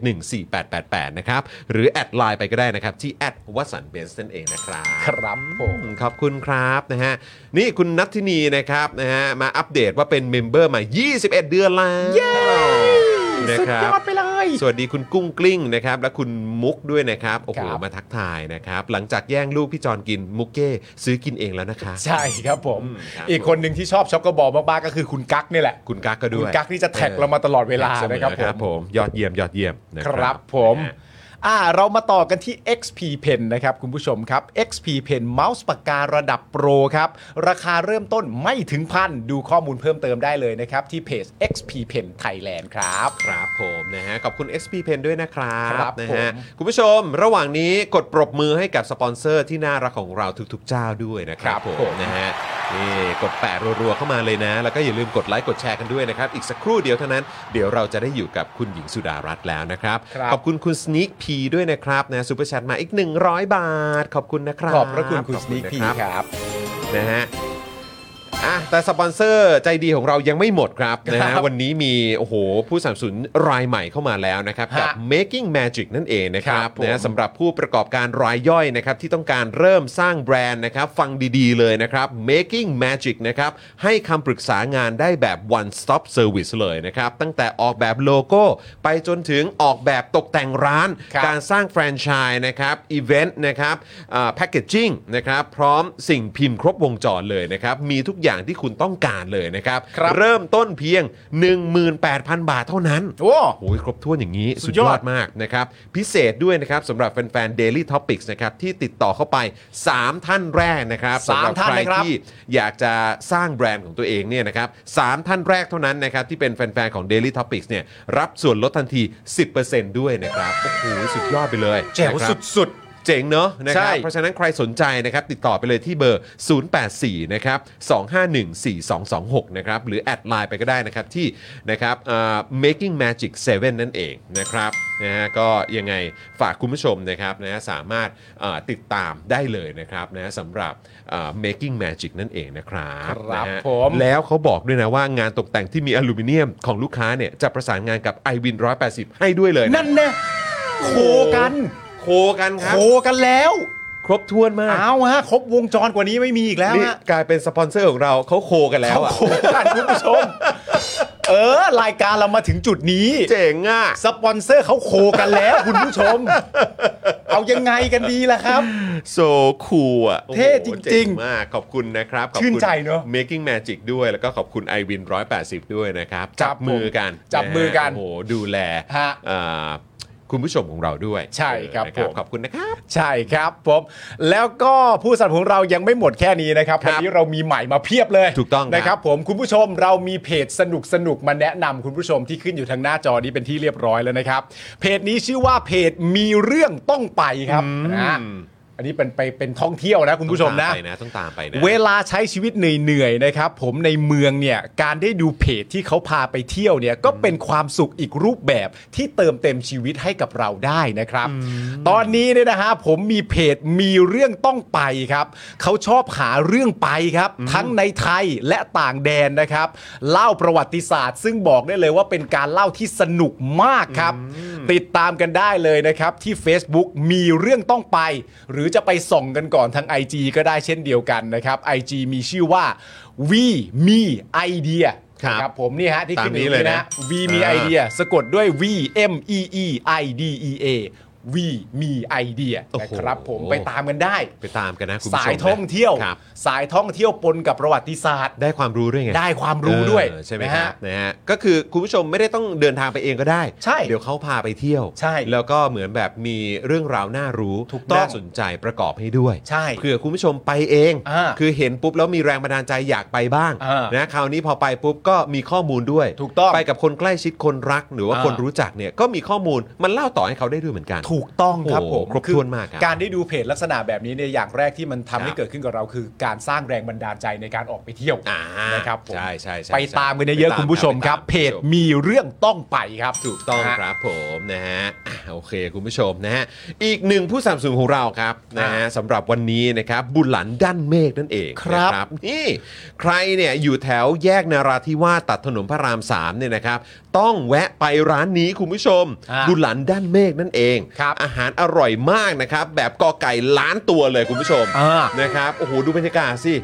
[SPEAKER 1] 0909714888 นะครับ หรือแอดไลน์ไปก็ได้นะครับ ที่แอดวัสันเบนส์นั่นเองนะครับ
[SPEAKER 4] ครับผม
[SPEAKER 1] ขอบคุณครับนะฮะนี่คุณนัทธินีนะครับนะฮะมาอัปเดตว่าเป็นเมมเบอร์มา 21 เดือนแล้วนะครับ สวัสดีคุณกุ้งกลิ้งนะครับ และคุณมุกด้วยนะครับโอ้โห
[SPEAKER 4] ครับ
[SPEAKER 1] มาทักทายนะครับ หลังจากแย่งลูกพี่จอนกินมุกเก้ซื้อกินเองแล้วนะคะ
[SPEAKER 4] ใช่ครับผม
[SPEAKER 1] อืมครับ
[SPEAKER 4] อีกคนหนึ่งที่ชอบช็อกโกบอลมากๆก็คือคุณกั๊กนี่แหละ
[SPEAKER 1] คุณกั๊กก็ด้วย
[SPEAKER 4] คุณกั๊กนี่จะแท็กเรามาตลอดเวลา
[SPEAKER 1] สมอ
[SPEAKER 4] นะครับผม
[SPEAKER 1] ผมยอดเยี่ยมยอดเยี่ยมนะ
[SPEAKER 4] ค
[SPEAKER 1] ค
[SPEAKER 4] รั
[SPEAKER 1] รับ
[SPEAKER 4] ผม อ่า เรามาต่อกันที่ XP Pen นะครับคุณผู้ชมครับ XP Pen เมาส์ปากการะดับโปรครับ ราคาเริ่มต้นไม่ถึงพัน ดูข้อมูลเพิ่มเติมได้เลยนะครับ ที่เพจ XP Pen Thailand ครับ
[SPEAKER 1] ครับผมนะฮะขอบคุณ XP Pen ด้วยนะครับ
[SPEAKER 4] ครับ
[SPEAKER 1] นะ
[SPEAKER 4] ผม
[SPEAKER 1] ฮะคุณผู้ชมระหว่างนี้กดปรบมือให้กับสปอนเซอร์ที่น่ารักของเราทุกๆเจ้าด้วยนะครับผมนะฮะนี่กดแปะรัวๆเข้ามาเลยนะ แล้วก็อย่าลืมกดไลค์กดแชร์กันด้วยนะครับ อีกสักครู่เดียวเท่านั้นเดี๋ยวเราจะได้อยู่กับคุณหญิงสุดารัตน์แล้วนะครับ
[SPEAKER 4] ครับ
[SPEAKER 1] ขอบคุณคุณ Sneak P ด้วยนะครับนะซูเปอร์แชทมาอีก 100 บาท ขอบคุณนะครับ
[SPEAKER 4] ขอบพระคุณคุณสนีกพีครับ
[SPEAKER 1] นะฮะอ่ะแต่สปอนเซอร์ใจดีของเรายังไม่หมดครับนะฮะวันนี้มี โอ้โห ผู้สนับสนุนรายใหม่เข้ามาแล้วนะครับ
[SPEAKER 4] ฮะ
[SPEAKER 1] กับ Making Magic นั่นเองนะครั
[SPEAKER 4] ครับ บผม
[SPEAKER 1] นะฮะสำหรับผู้ประกอบการรายย่อยนะครับ ที่ต้องการเริ่มสร้างแบรนด์นะครับ ฟังดีๆเลยนะครับ Making Magic นะครับ ให้คำปรึกษางานได้แบบ one stop service เลยนะครับ ตั้งแต่ออกแบบโลโก้ ไปจนถึงออกแบบตกแต่งร้าน
[SPEAKER 4] ครับ
[SPEAKER 1] การ สร้างแฟรนไชส์นะครับอีเวนต์นะครับแพ็กเกจจิ้งนะครับพร้อมสิ่งพิมพ์ครบวงจรเลยนะครับ มีทุกอย่าง อย่างที่คุณต้องการเลยนะครับ
[SPEAKER 4] ครับ
[SPEAKER 1] เริ่มต้นเพียง 18,000 บาทเท่านั้น
[SPEAKER 4] โอ้
[SPEAKER 1] โอ้ยครบถ้วนอย่างนี้
[SPEAKER 4] สุ
[SPEAKER 1] สุด
[SPEAKER 4] ด
[SPEAKER 1] ย
[SPEAKER 4] ย
[SPEAKER 1] อ
[SPEAKER 4] อด
[SPEAKER 1] ดมากนะครับ พิเศษด้วยนะครับสำหรับแฟนๆ Daily Topics นะครับที่ติดต่อเข้าไป 3 ท่านแรกนะครับ
[SPEAKER 4] สา
[SPEAKER 1] สำห
[SPEAKER 4] ม
[SPEAKER 1] รับ
[SPEAKER 4] ท่าน
[SPEAKER 1] ใคร
[SPEAKER 4] นะครับ
[SPEAKER 1] ที่อยากจะสร้างแบรนด์ของตัวเองเนี่ยนะครับสามท่านแรกเท่านั้นนะครับที่เป็นแฟนๆ ของ Daily Topics เนี่ยรับส่วนลดทันที 10%ด้วยนะครับโอ้โหสุดยอดไปเลย
[SPEAKER 4] แจ๋ว
[SPEAKER 1] นะครับ
[SPEAKER 4] สุด
[SPEAKER 1] เจ๋งเนอะนะค
[SPEAKER 4] ใช่
[SPEAKER 1] รับเพราะฉะนั้นใครสนใจนะครับติดต่อไปเลยที่เบอร์ 084 นะครับ 2514226 นะครับ หรือแอดไลน์ไปก็ได้นะครับ ที่นะครับเอ่อ making magic 7 นั่นเองนะครับนะฮะก็ยังไงฝากคุณผู้ชมนะครับนะฮะสามารถเอ่อติดตามได้เลยนะครับนะฮะสำหรับเอ่อ making magic นั่นเองนะครับ
[SPEAKER 4] ครับ
[SPEAKER 1] นะฮะ
[SPEAKER 4] ผม
[SPEAKER 1] แล้วเขาบอกด้วยนะว่างานตกแต่งที่มีอลูมิเนียมของลูกค้าเนี่ยจะประสานงานกับ i w i n 180 ให้ด้วยเลย
[SPEAKER 4] ๆ
[SPEAKER 1] นะ
[SPEAKER 4] นั่นแน่โคกัน
[SPEAKER 1] โคกันครับ
[SPEAKER 4] โคกันแล้ว
[SPEAKER 1] ครบถ้วนมาก
[SPEAKER 4] เอาฮะครบวงจรกว่านี้ไม่มีอีกแล้ว
[SPEAKER 1] นี่
[SPEAKER 4] ฮะ
[SPEAKER 1] กลายเป็นสปอนเซอร์ของเราเขาโคกันแล้ว
[SPEAKER 4] เขา
[SPEAKER 1] อะ
[SPEAKER 4] โคกันคุณผู้ช ม เออ รายการเรามาถึงจุดนี้
[SPEAKER 1] เจ๋งอ่ะ
[SPEAKER 4] สปอนเซอร์เขาโคกันแล้ว คุณผู้ชม เอายังไงกันดีล่ะครับ
[SPEAKER 1] โซคูลอ่ะโอ้โห
[SPEAKER 4] เท่จริงๆ
[SPEAKER 1] เจ๋มากขอบคุณนะครับขอบคุณ
[SPEAKER 4] ชื่นใจเนอะ
[SPEAKER 1] Making Magic ด้วยแล้วก็ขอบคุณ i w i n 180 ด้วยนะครับ
[SPEAKER 4] ครั
[SPEAKER 1] จั
[SPEAKER 4] บบ
[SPEAKER 1] มือกัน
[SPEAKER 4] จับมือกัน
[SPEAKER 1] โอ้โหดูแล
[SPEAKER 4] ฮะ
[SPEAKER 1] เอ่อคุณผู้ชมของเราด้วย
[SPEAKER 4] ใช่ครับ
[SPEAKER 1] เออนะ
[SPEAKER 4] ผม
[SPEAKER 1] ขอบคุณนะครับ
[SPEAKER 4] ใช่ครับผมแล้วก็ผู้สนับสนุนของเรายังไม่หมดแค่นี้นะครับ
[SPEAKER 1] ครับ
[SPEAKER 4] วันนี้เรามีใหม่มาเพียบเลย
[SPEAKER 1] ถูกต้องครับ
[SPEAKER 4] นะครับ ผมคุณผู้ชมเรามีเพจสนุกสนุกๆมาแนะนำคุณผู้ชมที่ขึ้นอยู่ทางหน้าจอนี้เป็นที่เรียบร้อยแล้วนะครับ เพจนี้ชื่อว่าเพจมีเรื่องต้องไปครับนะ
[SPEAKER 1] อืม
[SPEAKER 4] อันนี้เป็นไปเป็นท่องเที่ยวนะคุณผู้ชมนะ
[SPEAKER 1] ต้องตามไปนะต้องตามไปนะ
[SPEAKER 4] เวลาใช้ชีวิตเหนื่อยๆนะครับ ผมในเมืองเนี่ยการได้ดูเพจที่เขาพาไปเที่ยวเนี่ยก็เป็นความสุขอีกรูปแบบที่เติมเต็มชีวิตให้กับเราได้นะครับ ตอนนี้เนี่ยนะฮะผมมีเพจมีเรื่องต้องไปครับเขาชอบหาเรื่องไปครับ ทั้งในไทยและต่างแดนนะครับ เล่าประวัติศาสตร์ ซึ่งบอกได้เลยว่าเป็นการเล่าที่สนุกมากครับ ติดตามกันได้เลยนะครับที่ Facebook มีเรื่องต้องไป หรือจะไปส่องกันก่อนทาง IG ก็ได้เช่นเดียวกันนะครับ IG มีชื่อว่า we me idea
[SPEAKER 1] ครับ
[SPEAKER 4] ผมนี่ฮะที่ขึ้น
[SPEAKER 1] ตามนี้
[SPEAKER 4] อยู่
[SPEAKER 1] เลย
[SPEAKER 4] นี่
[SPEAKER 1] นะ
[SPEAKER 4] นะ we me
[SPEAKER 1] อ่า
[SPEAKER 4] idea สะกดด้วย v m e e i d e a we me idea
[SPEAKER 1] โอ้โห
[SPEAKER 4] นะครับผมไปตามกันได้
[SPEAKER 1] ไปตามกันนะคุณผู้ชม
[SPEAKER 4] สาย
[SPEAKER 1] นะ
[SPEAKER 4] ท่องเที่ยว
[SPEAKER 1] ครับ
[SPEAKER 4] สายท่องเที่ยวปนกับประวัติศาสตร์
[SPEAKER 1] ได้ความรู้ด้วยไง
[SPEAKER 4] ได้ความรู้ด้วย
[SPEAKER 1] เออใช่ไหม
[SPEAKER 4] นะ
[SPEAKER 1] ค
[SPEAKER 4] ฮะ
[SPEAKER 1] รับนะฮะก็คือคุณผู้ชมไม่ได้ต้องเดินทางไปเองก็ได้
[SPEAKER 4] ใช่
[SPEAKER 1] เดี๋ยวเขาพาไปเที่ยว
[SPEAKER 4] ใช่
[SPEAKER 1] แล้วก็เหมือนแบบมีเรื่องราวน่ารู้
[SPEAKER 4] ถูกต้อง
[SPEAKER 1] น่าสนใจประกอบให้ด้วย
[SPEAKER 4] ใช่
[SPEAKER 1] เผื่อคุณผู้ชมไปเอง
[SPEAKER 4] อ่า
[SPEAKER 1] คือเห็นปุ๊บแล้วมีแรงบันดาลใจอยากไปบ้าง
[SPEAKER 4] อ่าน
[SPEAKER 1] นะคราวนี้พอไปปุ๊บก็มีข้อมูลด้วย
[SPEAKER 4] ถูกต้อง
[SPEAKER 1] ไปกับคนใกล้ชิดคนรักหรือว่า
[SPEAKER 4] อ่า
[SPEAKER 1] คนรู้จักเนี่ยก็มีข้อมูลมันเล่าต่อให้เขาได้ด้วยเหมือนกัน
[SPEAKER 4] ถูกต้องครับ
[SPEAKER 1] โอ้
[SPEAKER 4] ผม
[SPEAKER 1] ครบถ้วนมากครับ
[SPEAKER 4] การได้ดูเพจลักษณะแบบนี้เนี่ยอย่างแรกที่มัน
[SPEAKER 1] ค
[SPEAKER 4] ทำ
[SPEAKER 1] รับ
[SPEAKER 4] ให้เกิดขึ้นกับเราคือ การสร้างแรงบันดาลใจในการออกไปเที่ยว
[SPEAKER 1] อ่า
[SPEAKER 4] นะครับผม
[SPEAKER 1] ใช่ใช่ใช่
[SPEAKER 4] ไปตามกันเยอะๆ
[SPEAKER 1] ไปต
[SPEAKER 4] คุณผู้ชมครับ
[SPEAKER 1] ไปตา
[SPEAKER 4] เพจ
[SPEAKER 1] คุณผู้ชม
[SPEAKER 4] มีเรื่องต้องไปครับ
[SPEAKER 1] ถูกต้อง
[SPEAKER 4] นะฮะ
[SPEAKER 1] ครับผมนะฮะอ่ะโอเคคุณผู้ชมนะฮะอีกหนึ่งผู้สนับสนุนของเราครับนะฮะสำหรับวันนี้นะครับบุญหลันด้านเมฆนั่นเอง
[SPEAKER 4] ครับ
[SPEAKER 1] นะนี่ใครเนี่ยอยู่แถวแยกนาราธิวาสตัดถนนพระราม3เนี่ยนะครับต้องแวะไปร้านนี้คุณผู้ชม
[SPEAKER 4] อ่ะ
[SPEAKER 1] บุญหลันด้านเมฆนั่นเอง
[SPEAKER 4] ครับ
[SPEAKER 1] อาหารอร่อยมากนะครับแบบกอไก่ล้านตัวเลยคุณผู้ชม
[SPEAKER 4] อ่า
[SPEAKER 1] นะครับโอ้โหดูบรรยากาศสิ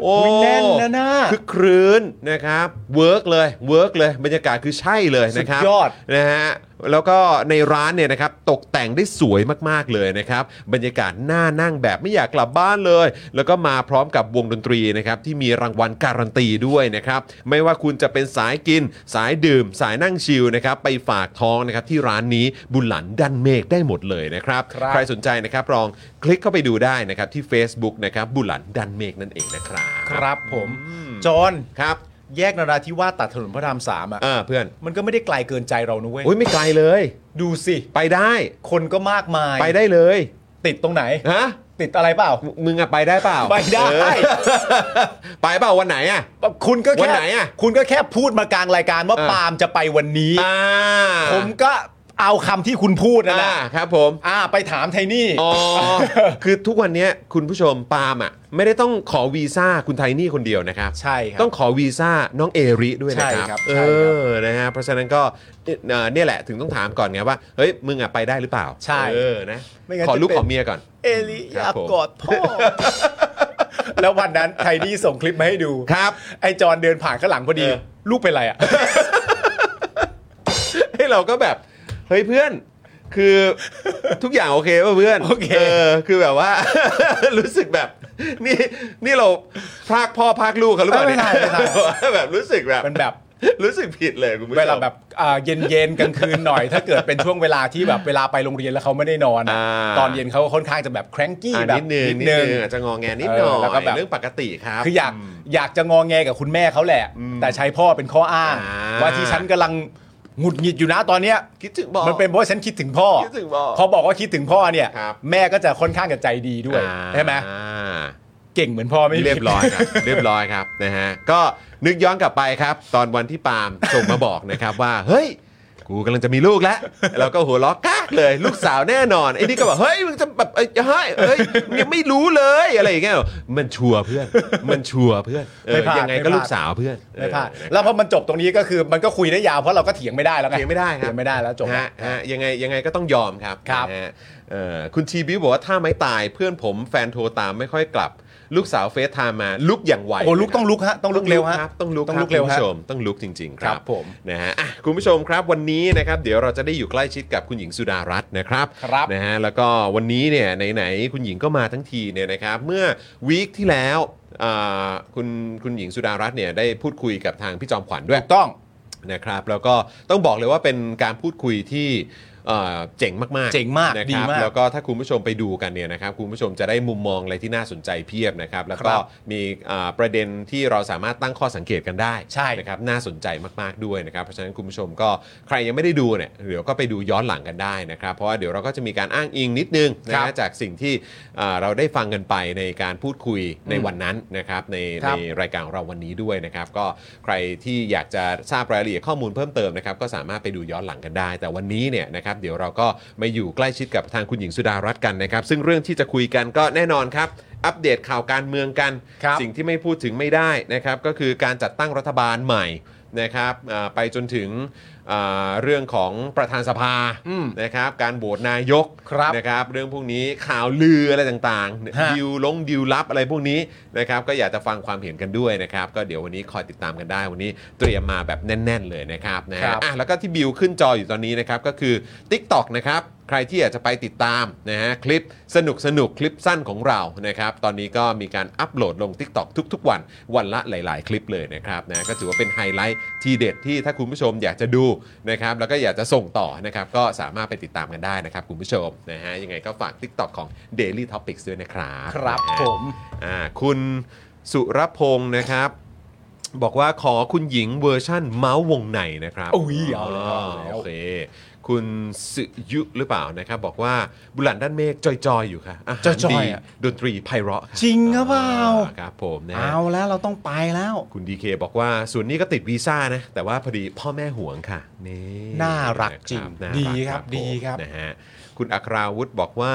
[SPEAKER 1] โอ้
[SPEAKER 4] อุ๊ยแน่นนะนะ
[SPEAKER 1] คึกครื้นนะครับเวิร์กเลยเวิร์กเลยบรรยากาศคือใช่เลยนะครับ
[SPEAKER 4] สุดยอด
[SPEAKER 1] นะฮะแล้วก็ในร้านเนี่ยนะครับตกแต่งได้สวยมากๆเลยนะครับบรรยากาศน่านั่งแบบไม่อยากกลับบ้านเลย แล้วก็มาพร้อมกับวงดนตรีนะครับที่มีรางวัลการันตีด้วยนะครับไม่ว่าคุณจะเป็นสายกิน สายดื่ม สายนั่งชิลนะครับไปฝากท้องนะครับที่ร้านนี้บุญหลันดันเมฆได้หมดเลยนะครับ
[SPEAKER 4] ครับ
[SPEAKER 1] ใครสนใจนะครับลองคลิกเข้าไปดูได้นะครับที่ Facebook นะครับบุญหลันดันเมฆนั่นเองนะครับ
[SPEAKER 4] ครับผมจอห์น
[SPEAKER 1] ครับ
[SPEAKER 4] แยกนราธิวาสตัดถนนพระรามสามอ่ะ
[SPEAKER 1] เออเพื่อน
[SPEAKER 4] มันก็ไม่ได้ไกลเกินใจเรานะเว้ย
[SPEAKER 1] อุ้ยไม่ไกลเลย
[SPEAKER 4] ดูสิ
[SPEAKER 1] ไปได้
[SPEAKER 4] คนก็มากมาย
[SPEAKER 1] ไปได้เลย
[SPEAKER 4] ติดตรงไหน
[SPEAKER 1] ฮะ
[SPEAKER 4] ติดอะไรเปล่า
[SPEAKER 1] มึงอะไปได้เปล่า
[SPEAKER 4] ไปได้
[SPEAKER 1] เออ ไปเปล่าวันไหนอะ
[SPEAKER 4] คุณก็
[SPEAKER 1] วัน
[SPEAKER 4] แค่
[SPEAKER 1] ไหนอะ
[SPEAKER 4] คุณก็แค่พูดมากลางรายการว่า
[SPEAKER 1] เออ
[SPEAKER 4] ปาล์มจะไปวันนี้
[SPEAKER 1] อ่า
[SPEAKER 4] ผมก็เอาคำที่คุณพูดนั่นแห
[SPEAKER 1] อ่า
[SPEAKER 4] ละ
[SPEAKER 1] ครับผม
[SPEAKER 4] อ่า ไปถามไทนี่
[SPEAKER 1] อ๋อ คือทุกวันเนี้ยคุณผู้ชมปาล์มอะไม่ได้ต้องขอวีซ่าคุณไทนี่คนเดียวนะครับ
[SPEAKER 4] ใช่ครับ
[SPEAKER 1] ต้องขอวีซ่าน้องเอริด้วยนะค
[SPEAKER 4] ใช่ครั
[SPEAKER 1] รับ เออนะฮะเพราะฉะนั้นก็เอ่อเนี่ยแหละถึงต้องถามก่อนไงว่าเฮ้ยมึงอะไปได้หรือเปล่า
[SPEAKER 4] ใช่
[SPEAKER 1] เออนะ
[SPEAKER 4] ไม่งั้น
[SPEAKER 1] ขอลูก
[SPEAKER 4] จะเป็น
[SPEAKER 1] ขอเมียก่อน
[SPEAKER 4] เอลิ
[SPEAKER 1] ค
[SPEAKER 4] อ
[SPEAKER 1] รั
[SPEAKER 4] ยา
[SPEAKER 1] บผ
[SPEAKER 4] ก
[SPEAKER 1] ม
[SPEAKER 4] กอดพ่อ แล้ววันนั้นไทนี่ส่งคลิปมาให้ดู
[SPEAKER 1] ครับ
[SPEAKER 4] ไอจอนเดินผ่านข้างหลังพอดี
[SPEAKER 1] เออ
[SPEAKER 4] ลูกเป็นไรอ่ะ
[SPEAKER 1] ให้เราก็แบบ เฮ้ยเพื่อน คือทุกอย่างโอเคป่ะเพื่อน
[SPEAKER 4] โอเค
[SPEAKER 1] อคือแบบว่า รู้สึกแบบ นี่นี่เราพรากพ่อพรากลูกเขาหรือเปล่าเนี่ย แบบรู้สึกแบบ
[SPEAKER 4] มันแบบ
[SPEAKER 1] รู้สึกผิดเลยคุณผู้ชม
[SPEAKER 4] เวลาแบบเย็นเย็นๆกลางคืนหน่อย ถ้าเกิดเป็นช่วงเวลาที่แบบเวลาไปโรงเรียนแล้วเขาไม่ได้นอนอะ
[SPEAKER 1] อ่า
[SPEAKER 4] ตอนเย็นเขาค่อนข้างจะแบบแคร้งกี้
[SPEAKER 1] อ่ะ
[SPEAKER 4] แบบ
[SPEAKER 1] นิดนึงนิดนึงอาจจะงอแงนิดหน่อ
[SPEAKER 4] เแล้วก็
[SPEAKER 1] ย
[SPEAKER 4] แบบ
[SPEAKER 1] เรื่องปกติครับ
[SPEAKER 4] คืออยากอยากจะงอแงกับคุณแม่เขาแหละ แต่ใช้พ่อเป็นข้ออ้าง
[SPEAKER 1] อ่า
[SPEAKER 4] ว่าที่ฉันกำลังหงุดหงิดอยู่นะตอนเนี้ย
[SPEAKER 1] คิดถึงบอก
[SPEAKER 4] มันเป็นเพราะฉันคิดถึงพ่อ
[SPEAKER 1] คิดถึงพ่อ
[SPEAKER 4] พอบอกว่าคิดถึงพ่อเนี่ย
[SPEAKER 1] ครับ
[SPEAKER 4] แม่ก็จะค่อนข้างจะใจดีด้วย
[SPEAKER 1] อ่า
[SPEAKER 4] ใช่ไหมเก่งเหมือนพ่อไม่ผิด
[SPEAKER 1] เรียบร้อย ครับ เรียบร้อยครับนะฮะก็นึกย้อนกลับไปครับ ตอนวันที่ปาล์มส่งมาบอกนะครับว่า เฮ้ย กูกำลังจะมีลูกแล้วเราก็หัวล้อกากเลย ลูกสาวแน่นอนไอ้นี่ก็บอกเฮ้ยมึงจะแบบเอ้ยเฮ้ยเฮ้ยยังไม่รู้เลยอะไรอย่างเงี้ยมันชัวร์เพื่อน มันชัวร์เพื่อนเอ
[SPEAKER 4] ไม่
[SPEAKER 1] อ
[SPEAKER 4] พลาด
[SPEAKER 1] ยังไงก็
[SPEAKER 4] ไม่พลาด
[SPEAKER 1] ลูกสาวเพื่อน
[SPEAKER 4] ไม่พลาด
[SPEAKER 1] เออ
[SPEAKER 4] แล้วพอมันจบตรงนี้ก็คือมันก็คุยได้ยาวเพราะเราก็เถียงไม่ได้แล้วไง
[SPEAKER 1] เถียงไม่ได้ครับ
[SPEAKER 4] เถียงไม่ได้แล้วจบ
[SPEAKER 1] ฮะฮะยังไงยังไงก็ต้องยอมครับ
[SPEAKER 4] ครับ
[SPEAKER 1] นะฮะเอ่อคุณชีบิวบอกว่าถ้าไม่ตายเพื่อนผมแฟนโทรตามไม่ค่อยกลับ ลูกสาวเฟซไทม์มาลุกอย่างไว
[SPEAKER 4] โอ้ลุก
[SPEAKER 1] นะค
[SPEAKER 4] ต้
[SPEAKER 1] รั
[SPEAKER 4] อบ งลุกฮะต้องลุกเร็วฮะ
[SPEAKER 1] ครับต้องลุก
[SPEAKER 4] ต้องลุก
[SPEAKER 1] ค
[SPEAKER 4] เร็
[SPEAKER 1] รับ
[SPEAKER 4] ว
[SPEAKER 1] คุณ
[SPEAKER 4] ฮะ
[SPEAKER 1] ผู้ชมต้องลุกจริง ๆ ครับ
[SPEAKER 4] ครับผม
[SPEAKER 1] นะฮะอ่ะคุณผู้ชมครับวันนี้นะครับเดี๋ยวเราจะได้อยู่ใกล้ชิดกับคุณหญิงสุดารัตน์นะครับ
[SPEAKER 4] ครับ
[SPEAKER 1] นะฮะแล้วก็วันนี้เนี่ยไหนๆคุณหญิงก็มาทั้งทีเนี่ยนะครับเมื่อวีคที่แล้วอ่าคุณคุณหญิงสุดารัตน์เนี่ยได้พูดคุยกับทางพี่จอมขวัญด้วย
[SPEAKER 4] ถูกต้อง
[SPEAKER 1] นะครับแล้วก็ต้องบอกเลยว่าเป็นการพูดคุยที่เอ่อเจ๋งมากๆ
[SPEAKER 4] เจ๋งมาก
[SPEAKER 1] นะ
[SPEAKER 4] ดี
[SPEAKER 1] ครับ
[SPEAKER 4] มาก
[SPEAKER 1] แล้วก็ถ้าคุณผู้ชมไปดูกันเนี่ยนะครับคุณผู้ชมจะได้มุมมองอะไรที่น่าสนใจเพียบนะครับ แล้วก็
[SPEAKER 4] ครับ
[SPEAKER 1] มีอ่าประเด็นที่เราสามารถตั้งข้อสังเกตกันได้
[SPEAKER 4] ใช่
[SPEAKER 1] นะครับน่าสนใจมากๆด้วยนะครับเพราะฉะนั้นคุณผู้ชมก็ใครยังไม่ได้ดูเนี่ยเดี๋ยวก็ไปดูย้อนหลังกันได้นะครับ เพราะว่าเดี๋ยวเราก็จะมีการอ้างอิงนิดนึงนะครับฮะจากสิ่งที่อ่าเราได้ฟังกันไปในการพูดคุยในวันนั้นนะครับใน
[SPEAKER 4] ค
[SPEAKER 1] ใน
[SPEAKER 4] รับ
[SPEAKER 1] รายการของเราวันนี้ด้วยนะครับก็ใครที่อยากจะทราบรายละเอียดข้อมูลเพิ่มเติมนะครับก็สามารถไปดูย้อนหลังกันได้ แต่วันนี้เนี่ยนะครับเดี๋ยวเราก็มาอยู่ใกล้ชิดกับทางคุณหญิงสุดารัตน์กันนะครับซึ่งเรื่องที่จะคุยกันก็แน่นอนครับ อัปเดตข่าวการเมืองกัน
[SPEAKER 4] ครับ
[SPEAKER 1] สิ่งที่ไม่พูดถึงไม่ได้นะครับก็คือการจัดตั้งรัฐบาลใหม่นะครับอ่าไปจนถึงอ่าเรื่องของประธานสภา
[SPEAKER 4] อืม
[SPEAKER 1] นะครับการโหวตนายก
[SPEAKER 4] ครับ
[SPEAKER 1] นะครับเรื่องพวกนี้ข่าวลืออะไรต่าง
[SPEAKER 4] ฮะ
[SPEAKER 1] ๆ ดิวลงดิวลับอะไรพวกนี้นะครับก็อยากจะฟังความเห็นกันด้วยนะครับก็เดี๋ยววันนี้คอยติดตามกันได้ วันนี้เตรียมมาแบบแน่น ๆ เลยนะครับนะฮะ
[SPEAKER 4] ครับ
[SPEAKER 1] อ่ะแล้วก็ที่บิวขึ้นจออยู่ตอนนี้นะครับก็คือ TikTok นะครับใครที่อยากจะไปติดตามนะฮะคลิปสนุกสนุกๆคลิปสั้นของเรานะครับตอนนี้ก็มีการอัปโหลดลง TikTok ทุก ๆ วันวันละหลาย ๆ คลิปเลยนะครับนะก็ถือว่าเป็นไฮไลท์ทีเด็ดที่ถ้าคุณผู้ชมอยากจะดูนะครับแล้วก็อยากจะส่งต่อนะครับก็สามารถไปติดตามกันได้นะครับคุณผู้ชมนะฮะยังไงก็ฝาก TikTok ของ Daily Topics ด้วยนะครับ
[SPEAKER 4] ครับ
[SPEAKER 1] นะฮะ
[SPEAKER 4] ผม
[SPEAKER 1] อ่าคุณสุรพงศ์นะครับ บอกว่าขอคุณหญิงเวอร์ชั่นเมาส์วงในนะครับ
[SPEAKER 4] อุ้ยเอาแล้วเอาแล้ว
[SPEAKER 1] โอเคคุณสุยุหรือเปล่านะครับ บอกว่าบุหลันด้านเมฆจอยๆอยู่ค่ะาหาร
[SPEAKER 4] จอยๆ
[SPEAKER 1] ดี
[SPEAKER 4] อะ
[SPEAKER 1] ดนตรีไพเราะค่ะ
[SPEAKER 4] จริงหรือเปล่า
[SPEAKER 1] อ่ครับผมนะฮะ
[SPEAKER 4] เอาแล้วเราต้องไปแล้ว
[SPEAKER 1] คุณดีเคบอกว่าส่วนนี้ก็ติดวีซ่านะ แต่ว่าพอดีพ่อแม่ห่วงค่ะนี่
[SPEAKER 4] น่ารักจริง
[SPEAKER 1] นะ
[SPEAKER 4] ดี
[SPEAKER 1] น่า
[SPEAKER 4] ครับดี
[SPEAKER 1] ผม
[SPEAKER 4] ครับ
[SPEAKER 1] นะฮะคุณอัคราวุธบอกว่า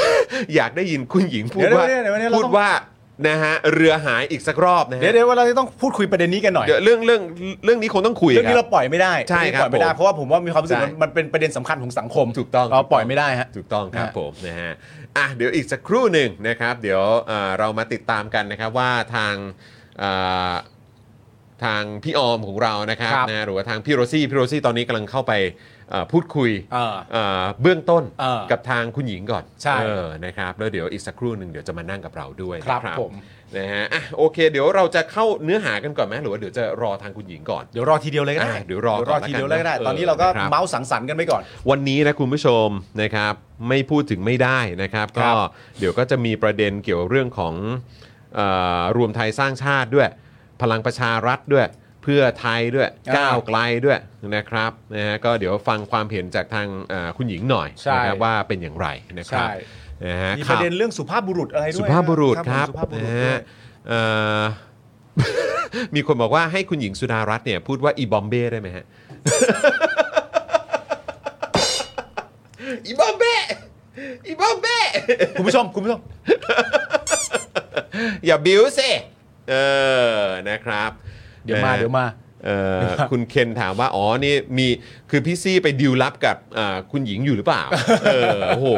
[SPEAKER 1] อยากได้ยินคุณหญิงพูด
[SPEAKER 4] เดี๋ยว
[SPEAKER 1] ว่า
[SPEAKER 4] เดี๋ยวเดี๋ยวเดี๋ยวเรา
[SPEAKER 1] พูด
[SPEAKER 4] ต้อง
[SPEAKER 1] ว่านะฮะเรือหายอีกสักรอบนะฮะ
[SPEAKER 4] เดี๋ยวเดี๋ยวเราจะต้องพูดคุยประเด็นนี้กันหน่อย
[SPEAKER 1] เดี๋ยวเรื่องเรื่องเรื่องนี้คงต้องคุย
[SPEAKER 4] เรื่องนี้
[SPEAKER 1] ค
[SPEAKER 4] เรา
[SPEAKER 1] บ
[SPEAKER 4] ปล่อยไม่ได้
[SPEAKER 1] ใช่ครับ
[SPEAKER 4] ปล่อยไม่ได้
[SPEAKER 1] ผม
[SPEAKER 4] เพราะว่าผมว่ามีความรู้สึก
[SPEAKER 1] ใช่
[SPEAKER 4] มันมันเป็นประเด็นสำคัญของสังคม
[SPEAKER 1] ถูกต้อง
[SPEAKER 4] เราปล่อยไม่ได้ฮะ
[SPEAKER 1] ถูกต้องครับ
[SPEAKER 4] ฮะ
[SPEAKER 1] ผมนะฮะอ่ะเดี๋ยวอีกสักครู่หนึ่งนะครับ เดี๋ยวเอ่อเรามาติดตามกันนะครับว่าทางเอ่อทางพี่ออมของเรานะครับ
[SPEAKER 4] ครับ
[SPEAKER 1] นะฮะหรือว่าทางพี่โรซี่พี่โรซี่ตอนนี้กำลังเข้าไปเอ่อพูดคุย
[SPEAKER 4] เออ
[SPEAKER 1] เอ่อเบื้องต้น
[SPEAKER 4] เออ
[SPEAKER 1] กับทางคุณหญิงก่อน
[SPEAKER 4] ใช่
[SPEAKER 1] เออนะครับแล้วเดี๋ยวอีกสักครู่หนึ่งเดี๋ยวจะมานั่งกับเราด้วยนะครับ
[SPEAKER 4] ผม
[SPEAKER 1] นะฮะอ่ะโอเค เดี๋ยวเราจะเข้าเนื้อหากันก่อนไหมหรือว่าเดี๋ยวจะรอทางคุณหญิงก่อน
[SPEAKER 4] เดี๋ยวรอทีเดียวเลยก็ได้
[SPEAKER 1] อ่ะเดี๋ยวรอก่อน
[SPEAKER 4] รอทีเดียวเลยก็ได้
[SPEAKER 1] แล้วกัน
[SPEAKER 4] ตอนนี้เราก็
[SPEAKER 1] เออนะครับ
[SPEAKER 4] เมาส์สังสรรค์กันไปก่อน
[SPEAKER 1] วันนี้นะคุณผู้ชมนะครับไม่พูดถึงไม่ได้นะครับ
[SPEAKER 4] ค
[SPEAKER 1] ก็
[SPEAKER 4] รับ
[SPEAKER 1] เดี๋ยวก็จะมีประเด็นเกี่ยวเรื่องของเออรวมไทยสร้างชาติด้วย พลังประชารัฐด้วย เพื่อไทยด้วย
[SPEAKER 4] อ่า
[SPEAKER 1] ก้าวไกลด้วยนะครับนะฮะก็เดี๋ยวฟังความเห็นจากทางเอ่อคุณหญิงหน่อย
[SPEAKER 4] ใช่
[SPEAKER 1] นะครับว่าเป็นอย่างไรนะครับ
[SPEAKER 4] ใช่
[SPEAKER 1] นะฮะ
[SPEAKER 4] มีป
[SPEAKER 1] ข่าว
[SPEAKER 4] ระเด็นเรื่องสุภาพบุรุษอะไรด้วย
[SPEAKER 1] สุภาพบุรุษครับ
[SPEAKER 4] ผมสุภาพบุรุษ
[SPEAKER 1] นะ
[SPEAKER 4] ด้ว
[SPEAKER 1] ฮะ
[SPEAKER 4] ย
[SPEAKER 1] เอ่อ มีคนบอกว่าให้คุณหญิงสุดารัตน์เนี่ยพูดว่าอีบอมเบ้ได้ไหมฮะ อีบอมเบ้อีบอมเบ้
[SPEAKER 4] คุณผู้ชมคุณผู้ชม
[SPEAKER 1] อย่าบิ้วสิเออนะครับ
[SPEAKER 4] เดี๋ยว
[SPEAKER 1] นะ
[SPEAKER 4] มา
[SPEAKER 1] ฮะ
[SPEAKER 4] เดี๋ยวมา
[SPEAKER 1] เออคุณเคนถามว่า อ๋อ นี่มีคือพี่ซี่ไปดิวลับกับอ่าคุณหญิงอยู่หรือเปล่า เออโอ้โห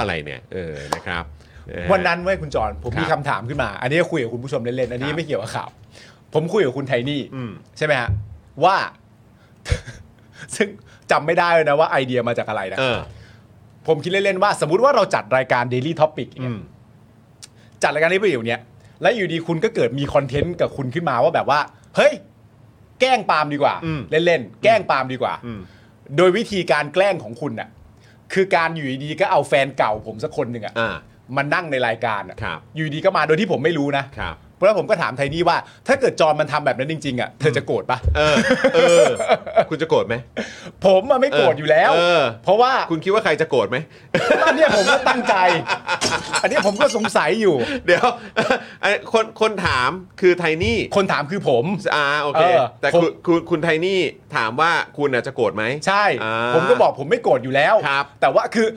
[SPEAKER 1] อะไรเนี่ย เออนะครับะฮะ
[SPEAKER 4] วันนั้นเว้ยคุณจอนผม
[SPEAKER 1] ครับ
[SPEAKER 4] มีคำถามขึ้นมา อันนี้คุยกับคุณผู้ชมเล่นๆอันนี้
[SPEAKER 1] ครับ
[SPEAKER 4] ไม่เกี่ยวกับข่าวผมคุยกับคุณไทนี่
[SPEAKER 1] อืม
[SPEAKER 4] ใช่ไหมฮะ ว่า ซึ่งจำไม่ได้เลยนะว่าไอเดียมาจากอะไรนะ
[SPEAKER 1] เออ
[SPEAKER 4] ผมคิดเล่นๆว่า สมมติว่าเราจัดรายการ Daily Topic เนี่ยจัดรายการนี้ไปอยู่เนี่ยแล้วอยู่ดีคุณก็เกิดมีคอนเทนต์กับคุณขึ้นมาว่าแบบว่า เฮ้ย แกล้งปาล์มดีกว่า
[SPEAKER 1] อืม
[SPEAKER 4] เล่นๆแกล้งปาล์มดีกว่า โดยวิธีการแกล้งของคุณน่ะคือการอยู่ดีๆก็เอาแฟนเก่าผมสักคนหนึ่งอะ
[SPEAKER 1] อ่า
[SPEAKER 4] มานั่งในรายการอะ
[SPEAKER 1] ครับ
[SPEAKER 4] อยู่ดีก็มาโดยที่ผมไม่รู้นะครับ เพราะฉะนั้นผมก็ถามไทนี่ว่า ถ้าเกิดจอห์นมันทำแบบนั้นจริงๆอะเธอจะโกรธปะ
[SPEAKER 1] เออ เออ คุณจะโกรธไหม
[SPEAKER 4] ผมอะไม่โกรธอยู่แล้ว
[SPEAKER 1] เออ
[SPEAKER 4] เพราะว่า
[SPEAKER 1] คุณคิดว่าใครจะโกรธไหม
[SPEAKER 4] อันเนี้ยผมก็ตั้งใจ อันเนี้ยผมก็สงสัยอยู่
[SPEAKER 1] เดี๋ยว ไอ้คนคนถามคือไทนี่
[SPEAKER 4] คนถามคือผม
[SPEAKER 1] อ่าโอเค
[SPEAKER 4] เออ
[SPEAKER 1] แต่
[SPEAKER 4] ผม
[SPEAKER 1] คุณคุณคุณไทนี่ถามว่าคุณน่ะจะโกรธไหม
[SPEAKER 4] ใช่
[SPEAKER 1] อ่า
[SPEAKER 4] ผมก็บอกผมไม่โกรธอยู่แล้ว
[SPEAKER 1] ครับ
[SPEAKER 4] แต่ว่าคือ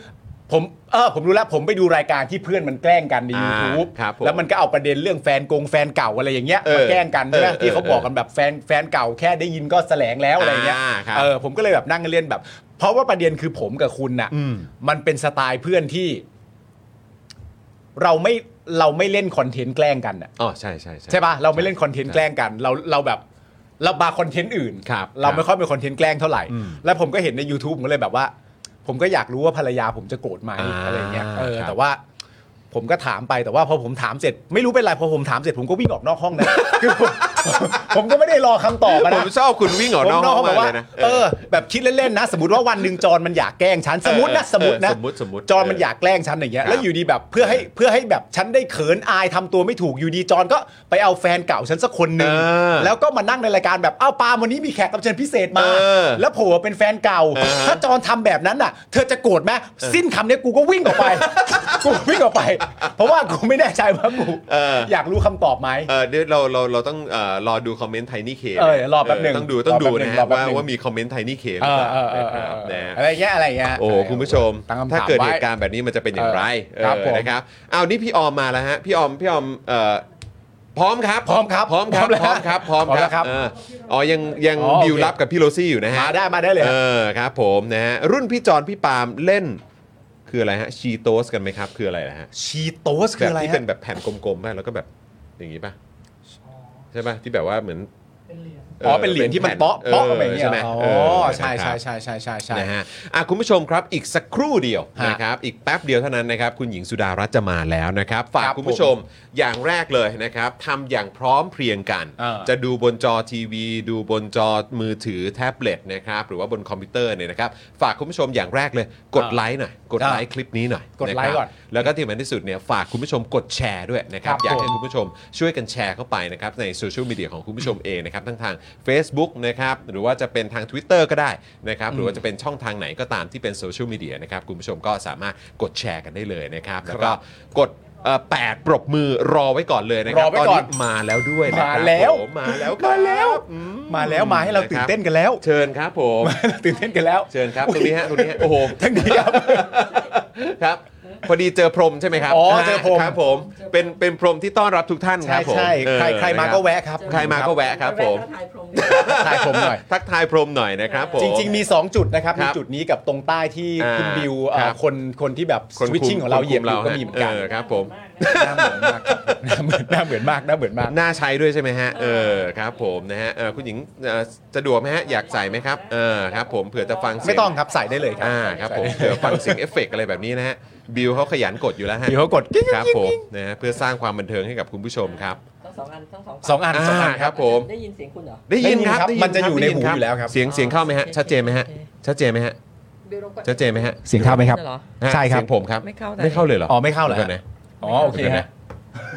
[SPEAKER 4] ผมเออผมรู้แล้วผมไปดูรายการที่เพื่อนมันแกล้งกันใน
[SPEAKER 1] อ่า
[SPEAKER 4] YouTube
[SPEAKER 1] ครับผม
[SPEAKER 4] แล้วมันก็เอาประเด็นเรื่องแฟนกงแฟนเก่าอะไรอย่างเงี้ย
[SPEAKER 1] เออ
[SPEAKER 4] มาแกล้งกันใช่ไหม
[SPEAKER 1] เออ
[SPEAKER 4] ที่เขา
[SPEAKER 1] เออ
[SPEAKER 4] บอกกันแบบแฟนแฟนเก่าแค่ได้ยินก็แสลงแล้วอะไรเงี้ย
[SPEAKER 1] อ่าครับ
[SPEAKER 4] เออผมก็เลยแบบนั่งเล่นแบบ เพราะว่าประเด็นคือผมกับคุณน่ะ มันเป็นสไตล์เพื่อนที่ เราไม่เราไม่เล่นคอนเทนต์แกล้งกันน่ะ
[SPEAKER 1] อ๋อใช่ใช่ใช่
[SPEAKER 4] ใช่ปะเราไม่เล่นคอนเทนต์
[SPEAKER 1] ใช่
[SPEAKER 4] แกล้งกัน เราเราแบบเราบาคอนเทนต์อื่น
[SPEAKER 1] ครับ
[SPEAKER 4] เรา
[SPEAKER 1] ครั
[SPEAKER 4] ไม่
[SPEAKER 1] บ
[SPEAKER 4] ค่อยเป็นคอนเทนต์แกล้งเท่าไหร่
[SPEAKER 1] อืม
[SPEAKER 4] แล้วผมก็เห็นใน YouTube ผมก็เลยแบบว่า ผมก็อยากรู้ว่าภรรยาผมจะโกรธไหม
[SPEAKER 1] อ่า
[SPEAKER 4] อะไรเงี้ยเออ
[SPEAKER 1] ครับ
[SPEAKER 4] แต่ว่า ผมก็ถามไปแต่ว่าพอผมถามเสร็จ ไม่รู้เป็นไรพอผมถามเสร็จผมก็วิ่งออกนอกห้องนะ คือผมผมก็ไม่ได้รอคำตอบอะ
[SPEAKER 1] ผ
[SPEAKER 4] นะ
[SPEAKER 1] มชอบคุณวิ่งออกนอกห้อง
[SPEAKER 4] ผม
[SPEAKER 1] มาก
[SPEAKER 4] บว่า
[SPEAKER 1] เลยนะ
[SPEAKER 4] เออแบบคิดเล่นๆนะ สมมติว่าวันหนึ่งจอนมันอยากแกล้งฉันสมมตินะ
[SPEAKER 1] เออ
[SPEAKER 4] สมมตินะ
[SPEAKER 1] สมมุติสมมุติ
[SPEAKER 4] จอนมันอยากแกล้งฉันอย่างเงี้
[SPEAKER 1] ค
[SPEAKER 4] ย
[SPEAKER 1] รับ
[SPEAKER 4] แล้วอยู่ดีแบบเพื่อให้เพื่อให้แบบฉันได้เขินอายทำตัวไม่ถูกอยู่ดีจอนก็ไปเอาแฟนเก่าฉันสักคนหนึ่ง
[SPEAKER 1] เออ
[SPEAKER 4] แล้วก็มานั่งในรายการแบบอ้าวปาล์มวันนี้มีแขกรับเชิญพิเศษมา
[SPEAKER 1] เออ
[SPEAKER 4] แล้วโผล่มาเป็นแฟนเก่า
[SPEAKER 1] เออฮะ
[SPEAKER 4] ถ้าจอนทำแบบนั้นน่ะ เธอจะโกรธไหมสิ้นคำเนี้ยกูก็วิ่งออกไป กูวิ่งออกไป เพราะว่ากูไม่แน่ใจว่ากู
[SPEAKER 1] เอออ
[SPEAKER 4] อยากรู้คำตอบไหม
[SPEAKER 1] เออเดี๋ยวเราเราเราต้องเอ่อรอดูคอมเมนต์ไทนี่เค
[SPEAKER 4] เออรอแป๊บหนึ่ง
[SPEAKER 1] ต้องดูต้องดู
[SPEAKER 4] รอแป๊บหนึ่
[SPEAKER 1] นะ
[SPEAKER 4] ง
[SPEAKER 1] ฮะ
[SPEAKER 4] รอแป๊บ
[SPEAKER 1] ว่า
[SPEAKER 4] หนึ่ง
[SPEAKER 1] ว่ามีคอมเมนต์ไทนี่เคห
[SPEAKER 4] เอ
[SPEAKER 1] รือ
[SPEAKER 4] อ
[SPEAKER 1] เปล่า
[SPEAKER 4] เออเอ
[SPEAKER 1] นะ
[SPEAKER 4] อเอ
[SPEAKER 1] ครับ
[SPEAKER 4] อ
[SPEAKER 1] นะฮะ
[SPEAKER 4] อะไรเงี้ยอะไรเงี้ย
[SPEAKER 1] โอ้โหคุณผู้ชม
[SPEAKER 4] ตั้งคำถาม
[SPEAKER 1] ถ้าเกิด
[SPEAKER 4] ไว้
[SPEAKER 1] เหตุการณ์แบบนี้มันจะเป็นอย่างไรเออ
[SPEAKER 4] ครับผม
[SPEAKER 1] นะครับอ้าวนี่พี่ออมมาแล้วฮะพี่ออมพี่ออมเอ่อพร้อมครับ
[SPEAKER 4] พร้อมครับ
[SPEAKER 1] พร้อมครับ
[SPEAKER 4] พร้อมแล้ว
[SPEAKER 1] พร้อมครับพร้อม
[SPEAKER 4] พร้อมแล้ว
[SPEAKER 1] ค
[SPEAKER 4] ครั
[SPEAKER 1] รับบ เอออ๋อยังยัง
[SPEAKER 4] อ๋อโอเค
[SPEAKER 1] ดิวลับกับพี่โรซี่อยู่นะฮะ
[SPEAKER 4] มาได้มาได้เลยฮะ
[SPEAKER 1] เออครับผมนะฮะรุ่นพี่จอนพี่ปาล์มเล่นคืออะไรฮะชีโตสกันไหมครับคืออะไรนะฮะ
[SPEAKER 4] ชีโตสคื
[SPEAKER 1] แบ
[SPEAKER 4] อบ อะไร
[SPEAKER 1] ที่
[SPEAKER 4] ฮะ
[SPEAKER 1] เป็นแบบแผ่นกลมๆป่ะแล้วก็แบบอย่างงี้ป่ะใช่ป่ะที่แบบว่าเหมือน
[SPEAKER 4] อ๋อเป็นเหรียญที่มันเปาะเปาะอะไรเงี้ย
[SPEAKER 1] ใช่ไหม
[SPEAKER 4] อ๋อ
[SPEAKER 1] เ
[SPEAKER 4] ใช่
[SPEAKER 1] นะครับ
[SPEAKER 4] ใช่ใช่ใช่ใช่ใช่
[SPEAKER 1] นะฮะอ่ะคุณผู้ชมครับ อีกสักครู่เดียว
[SPEAKER 4] ฮะ
[SPEAKER 1] นะครับ อีกแป๊บเดียวเท่านั้นนะครับ คุณหญิงสุดารัตน์จะมาแล้วนะครับ ฝาก
[SPEAKER 4] ครับ
[SPEAKER 1] คุณผู้ชมอย่างแรกเลยนะครับทำอย่างพร้อมเพรียงกัน
[SPEAKER 4] เออ
[SPEAKER 1] จะดูบนจอทีวี ดูบนจอมือถือแท็บเล็ตนะครับ หรือว่าบนคอมพิวเตอร์เนี่ยนะครับ ฝากคุณผู้ชมอย่างแรกเลย กด
[SPEAKER 4] เออ
[SPEAKER 1] ไลค์หน่อย กดไลค์คลิปนี้หน่อย
[SPEAKER 4] กดไล
[SPEAKER 1] ะครั
[SPEAKER 4] ค์
[SPEAKER 1] บ
[SPEAKER 4] ก่อน
[SPEAKER 1] แล้วก็ที่สำคัญที่สุดเนี่ยฝากคุณผู้ชมกดแชร์ด้วยนะครับ
[SPEAKER 4] ครับ
[SPEAKER 1] อยากให้
[SPEAKER 4] ผม
[SPEAKER 1] คุณผู้ชมช่วยกันแชร์เข้าไปนะครับในโซเชียลมีเดียของคุณผู้ชมเองนะครับทั้งทาง Facebook นะครับหรือว่าจะเป็นทาง Twitter ก็ได้นะครับหรือว่าจะเป็นช่องทางไหนก็ตามที่เป็นโซเชียลมีเดียนะครับคุณผู้ชมก็สามารถกดแชร์กันได้เลยนะครับ แล้วก็กดเอ่อแปดปรบมือรอไว้ก่อนเลยนะครั
[SPEAKER 4] รอไว้ก่อน
[SPEAKER 1] ตมาแล้วด้วยนะ
[SPEAKER 4] มา
[SPEAKER 1] ครับ
[SPEAKER 4] แล้ว
[SPEAKER 1] ผมมาแล้ว
[SPEAKER 4] มาแล้ว
[SPEAKER 1] ครับอื
[SPEAKER 4] มาแล้วมาให้เราตื่นเต้นกันแล้ว
[SPEAKER 1] เชิญครับผม
[SPEAKER 4] ตื่นเต้นกันแล้ว
[SPEAKER 1] เชิญครับตรงนี้ฮะตรงนี้ฮะโอ้โห
[SPEAKER 4] ทั้งนี้ครับ
[SPEAKER 1] ครับพอดีเจอพรหมใช่ไหมครับ
[SPEAKER 4] อ๋อเจอพรหม
[SPEAKER 1] ครับผมเป็นเป็นพรหมที่ต้อนรับทุกท่านค
[SPEAKER 4] ใช่
[SPEAKER 1] รับผม
[SPEAKER 4] ใช่
[SPEAKER 1] เออ
[SPEAKER 4] ใครใครมา
[SPEAKER 1] นะบ
[SPEAKER 4] ก็แวะครับ
[SPEAKER 1] ใครมาก็แวะครับผม
[SPEAKER 6] แวะแล้วถ่ายพรม
[SPEAKER 4] ถ่ายผมหน่อย
[SPEAKER 1] ทักทายพรหมหน่อยนะครับผม
[SPEAKER 4] จริง ๆ มี 2 จุดนะครับ
[SPEAKER 1] ครั
[SPEAKER 4] มี
[SPEAKER 1] บ
[SPEAKER 4] จุดนี้กับตรงใต้ที่
[SPEAKER 1] อ่า
[SPEAKER 4] คุณบิวเอ่อ
[SPEAKER 1] ครับ
[SPEAKER 4] คนคนที่แบบส
[SPEAKER 1] คนคุม
[SPEAKER 4] วิตชิ่งของเรา
[SPEAKER 1] คนคุ
[SPEAKER 4] เหยียบอยู่ก็
[SPEAKER 1] ฮะ
[SPEAKER 4] มีเหมือนกัน
[SPEAKER 1] ครับผม
[SPEAKER 4] หน้าเหมือนมากครับหน้าเหมือนมากหน้าเหมือนมาก
[SPEAKER 1] น่าใช้ด้วยใช่ไหมฮะเออครับผมนะฮะเออคุณหญิงเอ่อสะดวกไหมฮะอยากใส่ไหมครับเออครับผมเผื่อจะฟังเสีย
[SPEAKER 4] ไม่ต้องครับใส่ได้เลยครับ
[SPEAKER 1] อ่าครับผมเผื่อฟังเสียงเอฟเฟกต์อะไรแบบนี้นะฮะบิวเขาขยันกดอยู่แล้วฮะ
[SPEAKER 4] เดี๋ยวเขากดกิ๊ก
[SPEAKER 1] ครับผมนะฮะเพื่อสร้างความบันเทิงให้กับคุณผู้ชมครับ
[SPEAKER 6] ต้องสองอันต้องสองฝั่
[SPEAKER 4] สองอันสองอั
[SPEAKER 1] อ่า
[SPEAKER 4] นค
[SPEAKER 1] ครั
[SPEAKER 4] รับ
[SPEAKER 1] บ ผม
[SPEAKER 6] ได้ยินเสียงคุณเหรอ
[SPEAKER 1] ได้ยินครับ
[SPEAKER 4] ได้ยิ
[SPEAKER 1] ได้
[SPEAKER 4] นครับมันจะอยู่ในหู
[SPEAKER 1] ได้
[SPEAKER 4] อยู่แล้วครับ
[SPEAKER 1] เสียงเสียงเข้าไหมฮะชัดเจนไหมฮะ
[SPEAKER 6] โอเค
[SPEAKER 1] ชัดเจนไหมฮะ
[SPEAKER 6] บิวลงกด
[SPEAKER 1] ชัดเจนไหมฮะ
[SPEAKER 4] เสียงเข้าไหมครับ
[SPEAKER 6] นั่นเหรอ
[SPEAKER 1] ฮะ
[SPEAKER 4] ใช่ครับ
[SPEAKER 1] เสียงผมครับ
[SPEAKER 6] ไม่เข้าแต่
[SPEAKER 1] ไม่เข้าเลยเหรอ
[SPEAKER 4] อ๋
[SPEAKER 1] อ๋
[SPEAKER 4] อไม่เข้าเหรอ
[SPEAKER 1] ดี๋ยวก่อนนะ
[SPEAKER 4] อ๋อโอเคฮะ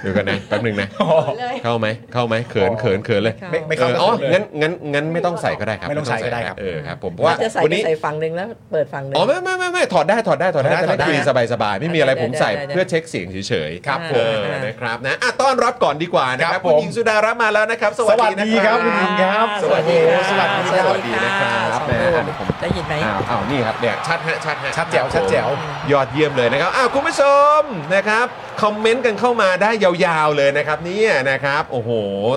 [SPEAKER 1] เดี๋ยวกันนะแป๊บหนึงนะ
[SPEAKER 4] อ๋อ
[SPEAKER 6] เปิดเลย
[SPEAKER 1] เข้าไหมเข้าไหมเขินเขินเขินเลย
[SPEAKER 4] ไม่ไม่เข้า
[SPEAKER 1] อออ๋อ
[SPEAKER 4] เลย
[SPEAKER 1] งั้นงั้นงั้นไม่ต้องใส่ก็ได้ครับ
[SPEAKER 4] ไม่ต้องใส่ก็ได้ครับ
[SPEAKER 1] เออครับผมเพราะว่า
[SPEAKER 6] ว่าจะใส่
[SPEAKER 1] วัน
[SPEAKER 6] ก็
[SPEAKER 1] นี้
[SPEAKER 6] ใส่ฝั่งหนึ่งแล้วเปิดฝั่งหนึ่ง
[SPEAKER 1] อ๋อไม่ไม่ไม่ไม่ถอดได้ถอดได้ถอดได้
[SPEAKER 4] ถอด
[SPEAKER 1] จะ
[SPEAKER 4] ได้
[SPEAKER 1] ได้คุย
[SPEAKER 4] ถอ
[SPEAKER 1] ส
[SPEAKER 4] ดได้
[SPEAKER 1] บายสบายไม่มีอะไร
[SPEAKER 6] ได้ได้
[SPEAKER 1] ผมใส่
[SPEAKER 6] ได้ได้
[SPEAKER 1] เพื่อเช็คเสียงเฉยๆ
[SPEAKER 6] ครับ
[SPEAKER 1] เออ
[SPEAKER 6] ผม
[SPEAKER 1] นะครับนะอ่ะต้อนรับก่อนดีกว่านะค
[SPEAKER 4] ค
[SPEAKER 1] รั
[SPEAKER 4] รั
[SPEAKER 1] บบ คุณ
[SPEAKER 4] ผม
[SPEAKER 1] หญิงสุดารัตน์มาแล้วนะครับ สวัสดีนะ
[SPEAKER 4] ค
[SPEAKER 1] ค
[SPEAKER 4] รั
[SPEAKER 1] รั
[SPEAKER 4] บบ คุณหญิงครับ
[SPEAKER 1] สวัสดีครับ
[SPEAKER 4] สวัสดีค
[SPEAKER 6] ส
[SPEAKER 4] รับ
[SPEAKER 6] วัสดีนะครับ
[SPEAKER 1] สวัสดีครับ
[SPEAKER 6] ได้ยินไหม
[SPEAKER 1] อ้าวอ้าวนี่ครับเนี่ยชัดฮะชัดฮะ
[SPEAKER 4] ชัดแจ๋วชัดแจ๋ว
[SPEAKER 1] ยอดเยี่ยมเลยนะครับอ้าวคุณผู้ชมนะครับคอมเมนต์กันเข้ามาได้ยาวๆเลยนะครับเนี่ยนะครับโอ้โห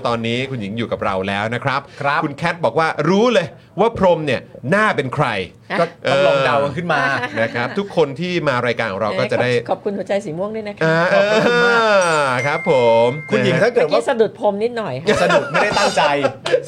[SPEAKER 1] ตอนนี้คุณหญิงอยู่กับเราแล้วนะครับ
[SPEAKER 4] ครับ
[SPEAKER 1] ณแคทบอกว่ารู้เลยว่าพรหมเนี่ยหน้าเป็นใคร
[SPEAKER 6] อ่ะ
[SPEAKER 1] ก็
[SPEAKER 4] ต้องลองเดากันขึ้นมา
[SPEAKER 1] นะครับทุกคนที่มารายการของเราก็จะได้
[SPEAKER 6] ขอบคุณหัวใจสีม่วงด้วยนะคะ
[SPEAKER 1] อ่า
[SPEAKER 4] ขอบคุณมาก
[SPEAKER 1] ครับผม
[SPEAKER 4] คุณหญิง
[SPEAKER 1] นะฮะ
[SPEAKER 4] ถ้าเกิด
[SPEAKER 6] เมื่อ
[SPEAKER 4] ว่า
[SPEAKER 6] กี้สะดุดพรมนิดหน่อยค่ะ
[SPEAKER 4] สะดุดไม่ได้ตั้งใจ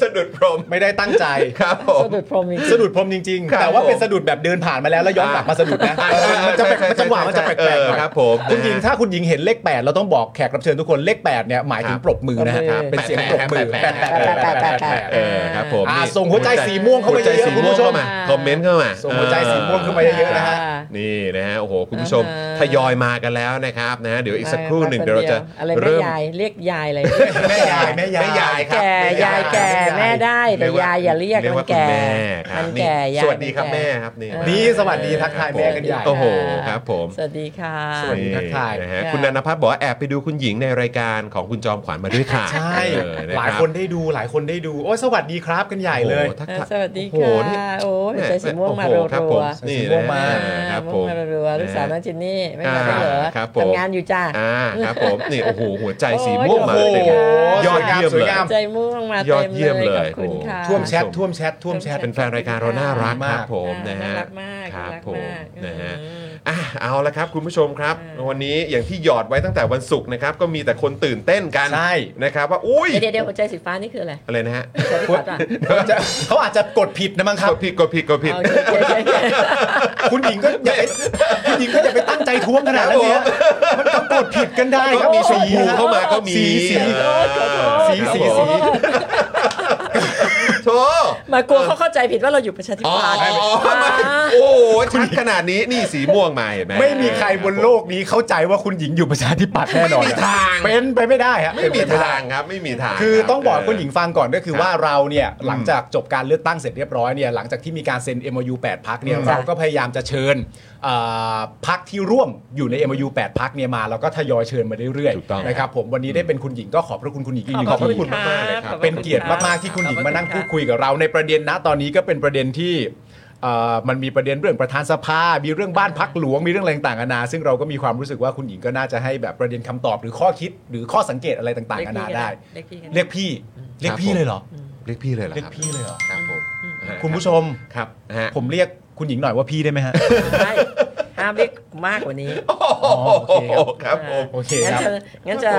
[SPEAKER 1] สะดุดพรหม
[SPEAKER 4] ไม่ได้ตั้งใจ
[SPEAKER 1] ครับผม
[SPEAKER 6] สะดุดพรมจริงๆ
[SPEAKER 4] สะดุดพรมจริง
[SPEAKER 1] ครับ
[SPEAKER 4] แต่ว่าเป็น
[SPEAKER 1] ผม
[SPEAKER 4] สะดุดแบบเดินผ่านมาแล้วแล้วย้อนกลับมาสะดุดนะเออมันจะแปลกมันจังหวะมันจะแปลก
[SPEAKER 1] เออ
[SPEAKER 4] ๆหน่อย
[SPEAKER 1] ครับผม
[SPEAKER 4] คุณหญิงถ้าคุณหญิงเห็นเลข 8 เราต้องบอกแขกรับเชิญทุกคนเลข 8 เนี่ยหมายถึงปรบมือนะฮะ
[SPEAKER 6] ครับ
[SPEAKER 4] เป็นเสียงปรบมือ
[SPEAKER 1] แปดแปดแปดแปด
[SPEAKER 7] แปดแปด
[SPEAKER 1] เออครับผม
[SPEAKER 4] อ่า
[SPEAKER 1] นี่
[SPEAKER 4] ส่งหัวใจสีม่วงเข้า
[SPEAKER 1] หั
[SPEAKER 4] ไป
[SPEAKER 1] ว
[SPEAKER 4] เย
[SPEAKER 1] ใจ
[SPEAKER 4] อะ
[SPEAKER 1] สี
[SPEAKER 4] ๆคุณ
[SPEAKER 1] ม่วง
[SPEAKER 4] ผู้ช
[SPEAKER 1] เข้าม มาคอมเมนต์เข้ามา
[SPEAKER 4] ส่งหัวใจสีม่วงเข้ามาเยอะๆนะฮะ
[SPEAKER 6] ค่
[SPEAKER 1] นี่นะฮะโอ้โหคุณผู้ชม
[SPEAKER 6] อ่าฮะ
[SPEAKER 1] ทยอยมากันแล้วนะครับนะฮะเดี๋ยวอีกสักครู่หนึ่งเดี๋ยวเราจะ
[SPEAKER 6] อะไรแม่
[SPEAKER 1] เริ่ม
[SPEAKER 6] ยายเรียกยายอะไร
[SPEAKER 4] แม่ยายแม่ยาย
[SPEAKER 1] แม่ยายครับ
[SPEAKER 6] แก่
[SPEAKER 1] แม่
[SPEAKER 6] ยายแก่แม่ได้แต่
[SPEAKER 1] เว่
[SPEAKER 6] ยายอย่าเรียก
[SPEAKER 1] เรียก
[SPEAKER 6] มั
[SPEAKER 1] ว่าน คุณ
[SPEAKER 6] แก่
[SPEAKER 1] แม่ครับ
[SPEAKER 6] มั
[SPEAKER 1] นี่
[SPEAKER 6] นแก่ยาย
[SPEAKER 1] สวัสดีครับ
[SPEAKER 6] น
[SPEAKER 1] แม่
[SPEAKER 6] แก่
[SPEAKER 1] ครับนี่
[SPEAKER 6] เออ
[SPEAKER 4] นี่สวัสดีทักทายแม่กันใหญ่
[SPEAKER 1] โอ้โหครับผม
[SPEAKER 6] สวัสดีค่ะ
[SPEAKER 4] สวัสดี ทักทาย
[SPEAKER 1] นี่นะฮะ
[SPEAKER 6] ค่ะ
[SPEAKER 1] คุณนันพัฒน์บอกว่าแอบไปดูคุณหญิงในรายการของคุณจอมขวัญมาด้วยค่ะ
[SPEAKER 4] ใช่
[SPEAKER 1] เออรับ
[SPEAKER 4] หลายคนได้ดูหลายคนได้ดู โอ้ยสวัสดีครับกันใหญ่เลย
[SPEAKER 1] โอ้โหทัก
[SPEAKER 6] อ่า
[SPEAKER 1] ทาย
[SPEAKER 6] สวัสดี
[SPEAKER 1] โอ้โห
[SPEAKER 6] ค่ะ
[SPEAKER 1] นี่
[SPEAKER 6] โอ้ยหัวใจสีม่วงมา
[SPEAKER 1] โอ้
[SPEAKER 6] รั
[SPEAKER 1] โห
[SPEAKER 6] ว
[SPEAKER 1] ครับผ
[SPEAKER 6] รั
[SPEAKER 1] ม
[SPEAKER 6] ว
[SPEAKER 1] นี่นะฮะ
[SPEAKER 4] อ่า
[SPEAKER 1] ครับ
[SPEAKER 6] ม่
[SPEAKER 1] ผ
[SPEAKER 6] วง
[SPEAKER 1] ม
[SPEAKER 6] มารัวๆลูกสาวน้องจินนี่ไม่มาได้เหรอ
[SPEAKER 1] อ่าครับผม
[SPEAKER 6] ทำงานอยู่จ้า
[SPEAKER 1] อ่าครับผมนี่โอ้โหหัวใจสี
[SPEAKER 6] โอ้ย
[SPEAKER 1] ม่วงมา
[SPEAKER 4] โอ้โห
[SPEAKER 1] เต็มยอดเยี่ยม
[SPEAKER 4] สวย
[SPEAKER 1] เลย
[SPEAKER 4] งาม
[SPEAKER 6] ใจม่วงมาเต็ม
[SPEAKER 1] ยอดเยี่ยม
[SPEAKER 6] เล
[SPEAKER 1] เลยย
[SPEAKER 6] ขอบคุณ
[SPEAKER 1] โอ้โห
[SPEAKER 6] ค่ะ
[SPEAKER 4] ท่วมแชทท่วมแชทท่วมแชท
[SPEAKER 1] เป็นแฟนรายการเราน่ารักครับผม
[SPEAKER 6] อ่า
[SPEAKER 1] นะฮะ
[SPEAKER 6] น่ารักมาก
[SPEAKER 1] ครับ
[SPEAKER 6] น่ารัก
[SPEAKER 1] ผม
[SPEAKER 6] มาก
[SPEAKER 1] นะฮะ
[SPEAKER 6] อืม
[SPEAKER 1] อ่ะเอาละครับคุณผู้ชมครับ
[SPEAKER 6] อืม
[SPEAKER 1] วันนี้อย่างที่หยอดไว้ตั้งแต่วันศุกร์นะครับ ก็มีแต่คนตื่นเต้นกัน
[SPEAKER 4] ใช่
[SPEAKER 1] นะครับว่าอุ้ย
[SPEAKER 6] เดี๋ยวเดี๋ยวหัวใจสีฟ้านี่คืออะไร
[SPEAKER 1] อะไรนะฮะ
[SPEAKER 6] หัวใจพี่ขวัญอ่ะ
[SPEAKER 4] เขาจะเขาอาจจะกดผิดนะมั้งครั
[SPEAKER 1] ก
[SPEAKER 4] บ
[SPEAKER 1] ดผิดกดผิดกดผิด
[SPEAKER 6] เอาโอเคโอเคโอเค
[SPEAKER 4] คุณหญิงก็อย่าไปคุณหญิงก็อย่าไปตั้งใจท้วงขนาดนั้นเนี่ยมันก็กดผิดกันได้ครับมีสี
[SPEAKER 1] ก็มีชมพู
[SPEAKER 4] นะครับ
[SPEAKER 1] เข้ามาก็มี
[SPEAKER 4] สีสี
[SPEAKER 1] เออ
[SPEAKER 4] สีสีสี
[SPEAKER 1] โธ่
[SPEAKER 6] มากลัวเขาเข้าใจผิดว่าเราอยู่ประชาธิ
[SPEAKER 1] อ๋อ
[SPEAKER 6] ปัตย์
[SPEAKER 1] อ๋อไม่
[SPEAKER 6] อ่า
[SPEAKER 1] โอ้โหชัดขนาดนี้นี่สีม่วงมาเห็นไหม
[SPEAKER 4] ไม่มีใครบนโลกนี้เข้าใจว่าคุณหญิงอยู่ประชาธิปัตย์แน่นอน
[SPEAKER 1] ไม่มีทาง
[SPEAKER 4] เป็นไปไม่ได้ฮะ
[SPEAKER 1] ไม่มี
[SPEAKER 4] เป็นปด้
[SPEAKER 1] ทางครับ ไม่มีทาง
[SPEAKER 4] คือต้องบอกคุณหญิง
[SPEAKER 1] เ
[SPEAKER 4] ฟังก่อนก็คือ
[SPEAKER 1] ครับ
[SPEAKER 4] ว่าเราเนี่ยหลังจากจบการเลือกตั้งเสร็จเรียบร้อยเนี่ยหลังจากที่มีการเซ็น MOU 8พักเนี่ย
[SPEAKER 6] อืม
[SPEAKER 4] เราก็พยายามจะเชิญเอ่อพักที่ร่วมอยู่ใน MOU 8พักเนี่ยมาแล้วก็ทยอยเชิญมาเรื่อย
[SPEAKER 1] ถูกต้อง
[SPEAKER 4] ๆนะครับผมวันนี้ได้เป็นคุณหญิงก็ขอบพระคุณคุณหญิงอีกหนึ่ง
[SPEAKER 1] ขอบพระ
[SPEAKER 4] ที
[SPEAKER 1] คุณมากๆเลยครับ
[SPEAKER 6] ขอบพระคุณ
[SPEAKER 4] เป็นเกียรติมากๆที่คุณหญิงมานั่งพูดคุยกับเราในประเด็นนะตอนนี้ก็เป็นประเด็นที่เอ่อมันมีประเด็นเรื่องประธานสภา มีเรื่องบ้านพักหลวงมีเรื่องอะไรต่างๆนานาซึ่งเราก็มีความรู้สึกว่าคุณหญิงก็น่าจะให้แบบประเด็นคำตอบหรือข้อคิดหรือข้อสังเกตอะไรต่างๆนานาได้
[SPEAKER 6] เรียกพี่กัน
[SPEAKER 4] เรียกพี่เรียกพี่เลยเหรอ
[SPEAKER 1] เรียกพี่เลยเหรอ
[SPEAKER 4] เรีย
[SPEAKER 1] ค
[SPEAKER 4] ก
[SPEAKER 1] รับ
[SPEAKER 4] พี่เลยเหรอ
[SPEAKER 1] ครับผมฮะ
[SPEAKER 4] คุณผู้ชม
[SPEAKER 1] ครับฮะ
[SPEAKER 4] ผมเรียกคุณหญิงหน่อยว่าพี่ได้ไหมฮะ
[SPEAKER 6] ไม่ห้ามเรียกมากกว่านี้
[SPEAKER 4] อ๋อโอเคค
[SPEAKER 1] ครั
[SPEAKER 4] รับ
[SPEAKER 1] บผม
[SPEAKER 4] โอเค
[SPEAKER 6] งั้น
[SPEAKER 4] ครับ
[SPEAKER 6] จะงั้นจะ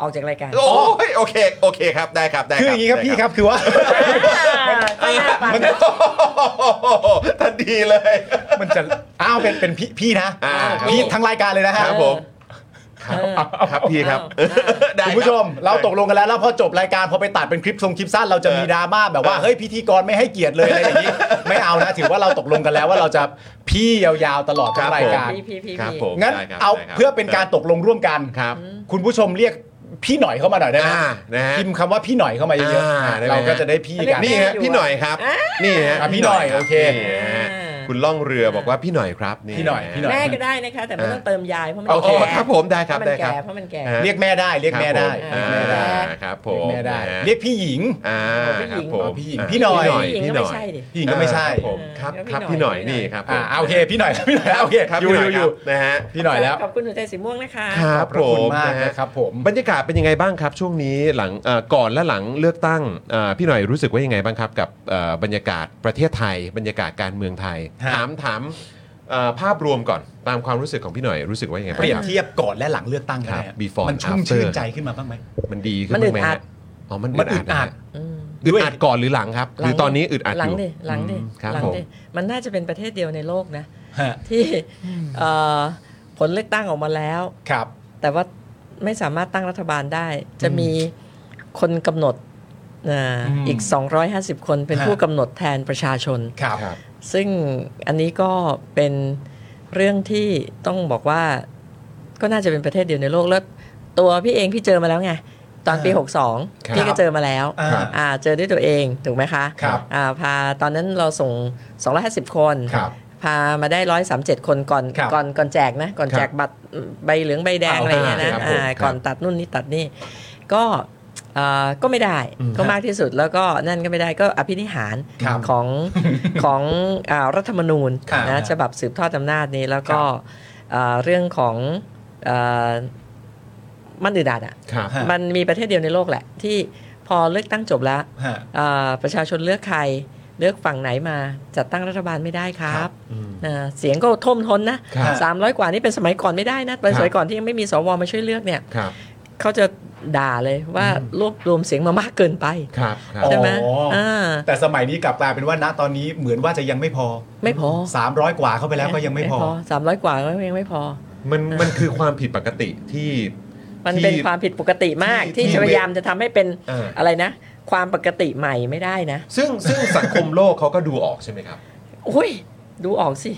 [SPEAKER 6] ออกจากรายการ
[SPEAKER 1] โอ้ยโอเคโอเคครับได้ครับได้
[SPEAKER 4] คืออย่างนี้ครับ
[SPEAKER 1] ได้
[SPEAKER 4] พี่ครับคือว่า
[SPEAKER 6] ก็น่าฟัง
[SPEAKER 1] มันโอ้โหทันทีเลย
[SPEAKER 4] มันจะอ้าวเป็นเป็นพี่พี่นะ
[SPEAKER 1] อ่าครับ
[SPEAKER 4] พี่ทั้งรายการเลยนะฮะ
[SPEAKER 1] ครับผม
[SPEAKER 6] เออ
[SPEAKER 1] ครับพี่ครับ
[SPEAKER 6] เออ
[SPEAKER 1] ได้รับ
[SPEAKER 4] คุณผู้ชม เราตกลงกันแล้วแล้วพอจบรายการพอไปตัดเป็นคลิปทรงคลิปสั้นเราจะมีดราม่าแบบว่าเฮ้ยพิธีกรไม่ให้เกียรติเลยอะไรอย่างนี้ ไม่เอานะถือว่าเราตกลงกันแล้วว่าเราจะพี่ยาวๆตลอด
[SPEAKER 1] ค
[SPEAKER 4] ทั้
[SPEAKER 1] รั
[SPEAKER 4] ง
[SPEAKER 1] บ
[SPEAKER 4] รายการ
[SPEAKER 1] ผม
[SPEAKER 6] พี่พี่พี่
[SPEAKER 1] ครับ
[SPEAKER 6] พี่
[SPEAKER 1] ผม
[SPEAKER 4] งั้น
[SPEAKER 1] ได้ครับ
[SPEAKER 4] เอา
[SPEAKER 1] ได้คบ
[SPEAKER 4] เพื่อเป็นการตกลงร่วมกัน
[SPEAKER 1] ครับ
[SPEAKER 4] คุณผู้ชมเรียกพี่หน่อยเข้ามาหน่อยได้ไหม
[SPEAKER 1] อ่านะฮะ
[SPEAKER 4] พิมพ์คำว่าพี่หน่อยเข้ามาเยอะ
[SPEAKER 1] อ่าได้ไหม
[SPEAKER 4] ๆเราก็
[SPEAKER 1] ฮะ
[SPEAKER 4] จะได้พี่กัน
[SPEAKER 1] นี่ฮะพี่หน่อยครับ นี่ฮะ
[SPEAKER 4] อ่ะพี่หน่อย
[SPEAKER 1] รับ
[SPEAKER 4] โอเค
[SPEAKER 1] นี่ฮะ
[SPEAKER 6] อ่า
[SPEAKER 1] คุณล่องเรือบอกว่าพี่หน่อยครับ
[SPEAKER 4] พี่หน่อยพี่หน่อย
[SPEAKER 6] แม่ก็ได้นะคะ แต่ไม่ต้องเติมยายเพราะมัน
[SPEAKER 1] โอเค
[SPEAKER 6] แก่
[SPEAKER 1] ครับผมได้ครับ
[SPEAKER 6] เพาะ
[SPEAKER 1] ได้
[SPEAKER 6] มัน
[SPEAKER 1] ครั
[SPEAKER 6] แก่
[SPEAKER 1] บ
[SPEAKER 6] เพราะมันแก่
[SPEAKER 1] ฮะ
[SPEAKER 4] เรียกแม่ได้เรียกแม่ได้
[SPEAKER 1] ครับ
[SPEAKER 4] เรียก
[SPEAKER 1] ผมอ่าครับผม
[SPEAKER 4] แม่ได้เรียกแม่ได้
[SPEAKER 1] นะฮะ
[SPEAKER 4] เรียกพี่หญิง
[SPEAKER 1] อ่าครับผม
[SPEAKER 4] พี่หญิงพี่หน่อย
[SPEAKER 6] พี่หญิงก็ไม่ใช่ดิ
[SPEAKER 4] พี่หญิงก็ไม่ใช่
[SPEAKER 1] ครับผมครับครับพี่หน่อยนี่ครับผม
[SPEAKER 4] อ่าโอเคพี่หน่อย พี่หน่อยโอเค
[SPEAKER 1] ครับ
[SPEAKER 4] อ
[SPEAKER 1] พี่
[SPEAKER 4] ยู่
[SPEAKER 1] หน่อย
[SPEAKER 4] อยู่
[SPEAKER 1] ค
[SPEAKER 4] อ
[SPEAKER 1] รับ
[SPEAKER 4] ยู่
[SPEAKER 1] นะฮะ
[SPEAKER 4] พี่หน่อยแล้ว
[SPEAKER 6] ขอบคุณหัวใจสีม่วงนะคะ
[SPEAKER 4] ขอบพระคุณมากนะครับผม
[SPEAKER 1] บรรยากาศเป็นยังไงบ้างครับ ช่วงนี้หลังเอ่อก่อนและหลังเลือกตั้งเอ่อพี่หน่อยรู้สึกว่ายังไงบ้างครับ กับเอ่อบรรยากาศประเทศไทย บรรยากาศการเมืองไทย
[SPEAKER 4] ฮะ
[SPEAKER 1] ถามถามเอ่อภาพรวมก่อนตามความรู้สึกของพี่หน่อยรู้สึกว่ายังไงบ้าง
[SPEAKER 4] เปรียบ
[SPEAKER 1] ครับ
[SPEAKER 4] เทียบก่อนและหลังเลือกตั้งกัน
[SPEAKER 1] ครับ
[SPEAKER 4] นะฮะ
[SPEAKER 1] before
[SPEAKER 4] มันชุ่ม
[SPEAKER 1] after
[SPEAKER 4] ชื่นใจขึ้นมาบ้างไหม
[SPEAKER 1] มันดีขึ้น
[SPEAKER 6] มันอึ
[SPEAKER 1] บ้าง
[SPEAKER 6] ด
[SPEAKER 1] ไหม
[SPEAKER 6] อั
[SPEAKER 1] ฮะ
[SPEAKER 6] ด
[SPEAKER 1] อ๋อมัน
[SPEAKER 4] มันอึ
[SPEAKER 1] อึ
[SPEAKER 4] ด
[SPEAKER 1] ด
[SPEAKER 4] อั
[SPEAKER 1] อั
[SPEAKER 4] ด
[SPEAKER 1] ด
[SPEAKER 6] อืม
[SPEAKER 1] อึดอัดก่อนหรือหลังครับ หรือตอนนี้อึดอัด
[SPEAKER 6] หลั
[SPEAKER 1] อง ยู่
[SPEAKER 6] ดิหลังดิ
[SPEAKER 1] อืมครับ
[SPEAKER 6] หลั
[SPEAKER 1] ผม
[SPEAKER 6] ดิมันน่าจะเป็นประเทศเดียวในโลกนะ
[SPEAKER 4] ฮะ
[SPEAKER 6] ที่เอ่อผลเลือกตั้งออกมาแล้ว
[SPEAKER 4] ครับ
[SPEAKER 6] แต่ว่าไม่สามารถตั้งรัฐบาลได้ จะมีคนกำหนดอ่า
[SPEAKER 4] อืม
[SPEAKER 6] อีก 250 คนเป็น
[SPEAKER 4] ฮะ
[SPEAKER 6] ผู้กำหนดแทนประชาชน
[SPEAKER 4] ครับ
[SPEAKER 6] ซึ่งอันนี้ก็เป็นเรื่องที่ต้องบอกว่าก็น่าจะเป็นประเทศเดียวในโลกแล้วตัวพี่เองพี่เจอมาแล้วไง ตอนปี
[SPEAKER 4] อ่า
[SPEAKER 6] 62 พี่ก็เจอมาแล้ว
[SPEAKER 4] อ่า
[SPEAKER 6] อ่าเจอด้วยตัวเองถูกไหมคะ
[SPEAKER 4] ครับ
[SPEAKER 6] อ่าพาตอนนั้นเราส่ง 250 คน
[SPEAKER 4] ครับ
[SPEAKER 6] พามาได้ร้อยสามเจ็ดคนก่อน
[SPEAKER 4] ครับ
[SPEAKER 6] ก่อนก่อนแจกนะ ก่อน
[SPEAKER 4] ครับ
[SPEAKER 6] แจกบัตรใบเหลืองใบแดง
[SPEAKER 4] อ่า
[SPEAKER 6] อะไรอย่างเงี้ย
[SPEAKER 4] โอเค
[SPEAKER 6] นะครับ
[SPEAKER 4] ผม
[SPEAKER 6] อ่า
[SPEAKER 1] ครับ
[SPEAKER 6] ก่อนตัดนู่นนี่ตัดนี่ก็เอ่อก็ไม่ได้
[SPEAKER 1] อืม
[SPEAKER 6] ก็มากที่สุดแล้วก็นั่นก็ไม่ได้ก็อภินิหาร
[SPEAKER 4] ครับ
[SPEAKER 6] ของของอ่ารัฐธรรมนูญ
[SPEAKER 4] ครับ
[SPEAKER 6] นะฉบับสืบทอดอำนาจนี้แล้วก็เอ่อเรื่องของเอ่อมันอึดอัดอ่ะ
[SPEAKER 1] ครับ
[SPEAKER 4] ฮะ
[SPEAKER 6] มันมีประเทศเดียวในโลกแหละ ที่พอเลือกตั้งจบแล้ว
[SPEAKER 4] ฮะ
[SPEAKER 6] อ่าประชาชนเลือกใครเลือกฝั่งไหนมาจัดตั้งรัฐบาลไม่ได้ครั
[SPEAKER 4] ครับ บ
[SPEAKER 6] อ่าเสียงก็ท่วมท้นนะครับ สามร้อยกว่านี่เป็นสมัยก่อนไม่ได้นะเป็นสมัยก่อนที่ยังไม่มีสวมาช่วยเลือกเนี่ย
[SPEAKER 1] ครับ
[SPEAKER 6] เขาจะด่าเลยว่ารวบรวมเสียงมามากเกินไป
[SPEAKER 1] ครับครับ
[SPEAKER 6] ใช่ไหม
[SPEAKER 4] อ๋ออ่
[SPEAKER 6] อ่า
[SPEAKER 4] แต่สมัยนี้กลับกลายเป็นว่าณตอนนี้เหมือนว่าจะยังไม่พอ
[SPEAKER 6] ไม่พอ
[SPEAKER 4] 300 กว่าเข้าไปแล้วก็ยังไม่พอ
[SPEAKER 6] สามร้อยกว่าก็ยังไม่พอ
[SPEAKER 1] มันมันคือความผิดปกติที่
[SPEAKER 6] มันเป็น
[SPEAKER 1] ที่
[SPEAKER 6] ความผิดปกติมาก
[SPEAKER 1] ที่
[SPEAKER 6] ที่
[SPEAKER 1] ที่
[SPEAKER 6] พยายามจะทำให้เป็น
[SPEAKER 1] เอออ
[SPEAKER 6] อะไรนะ ความปกติใหม่ไม่ได้นะ
[SPEAKER 1] ซึ่งซึ่งสังคมโลกเขาก็ดูออกใช่ไหมครับ
[SPEAKER 6] อุ้ยดูออกสิ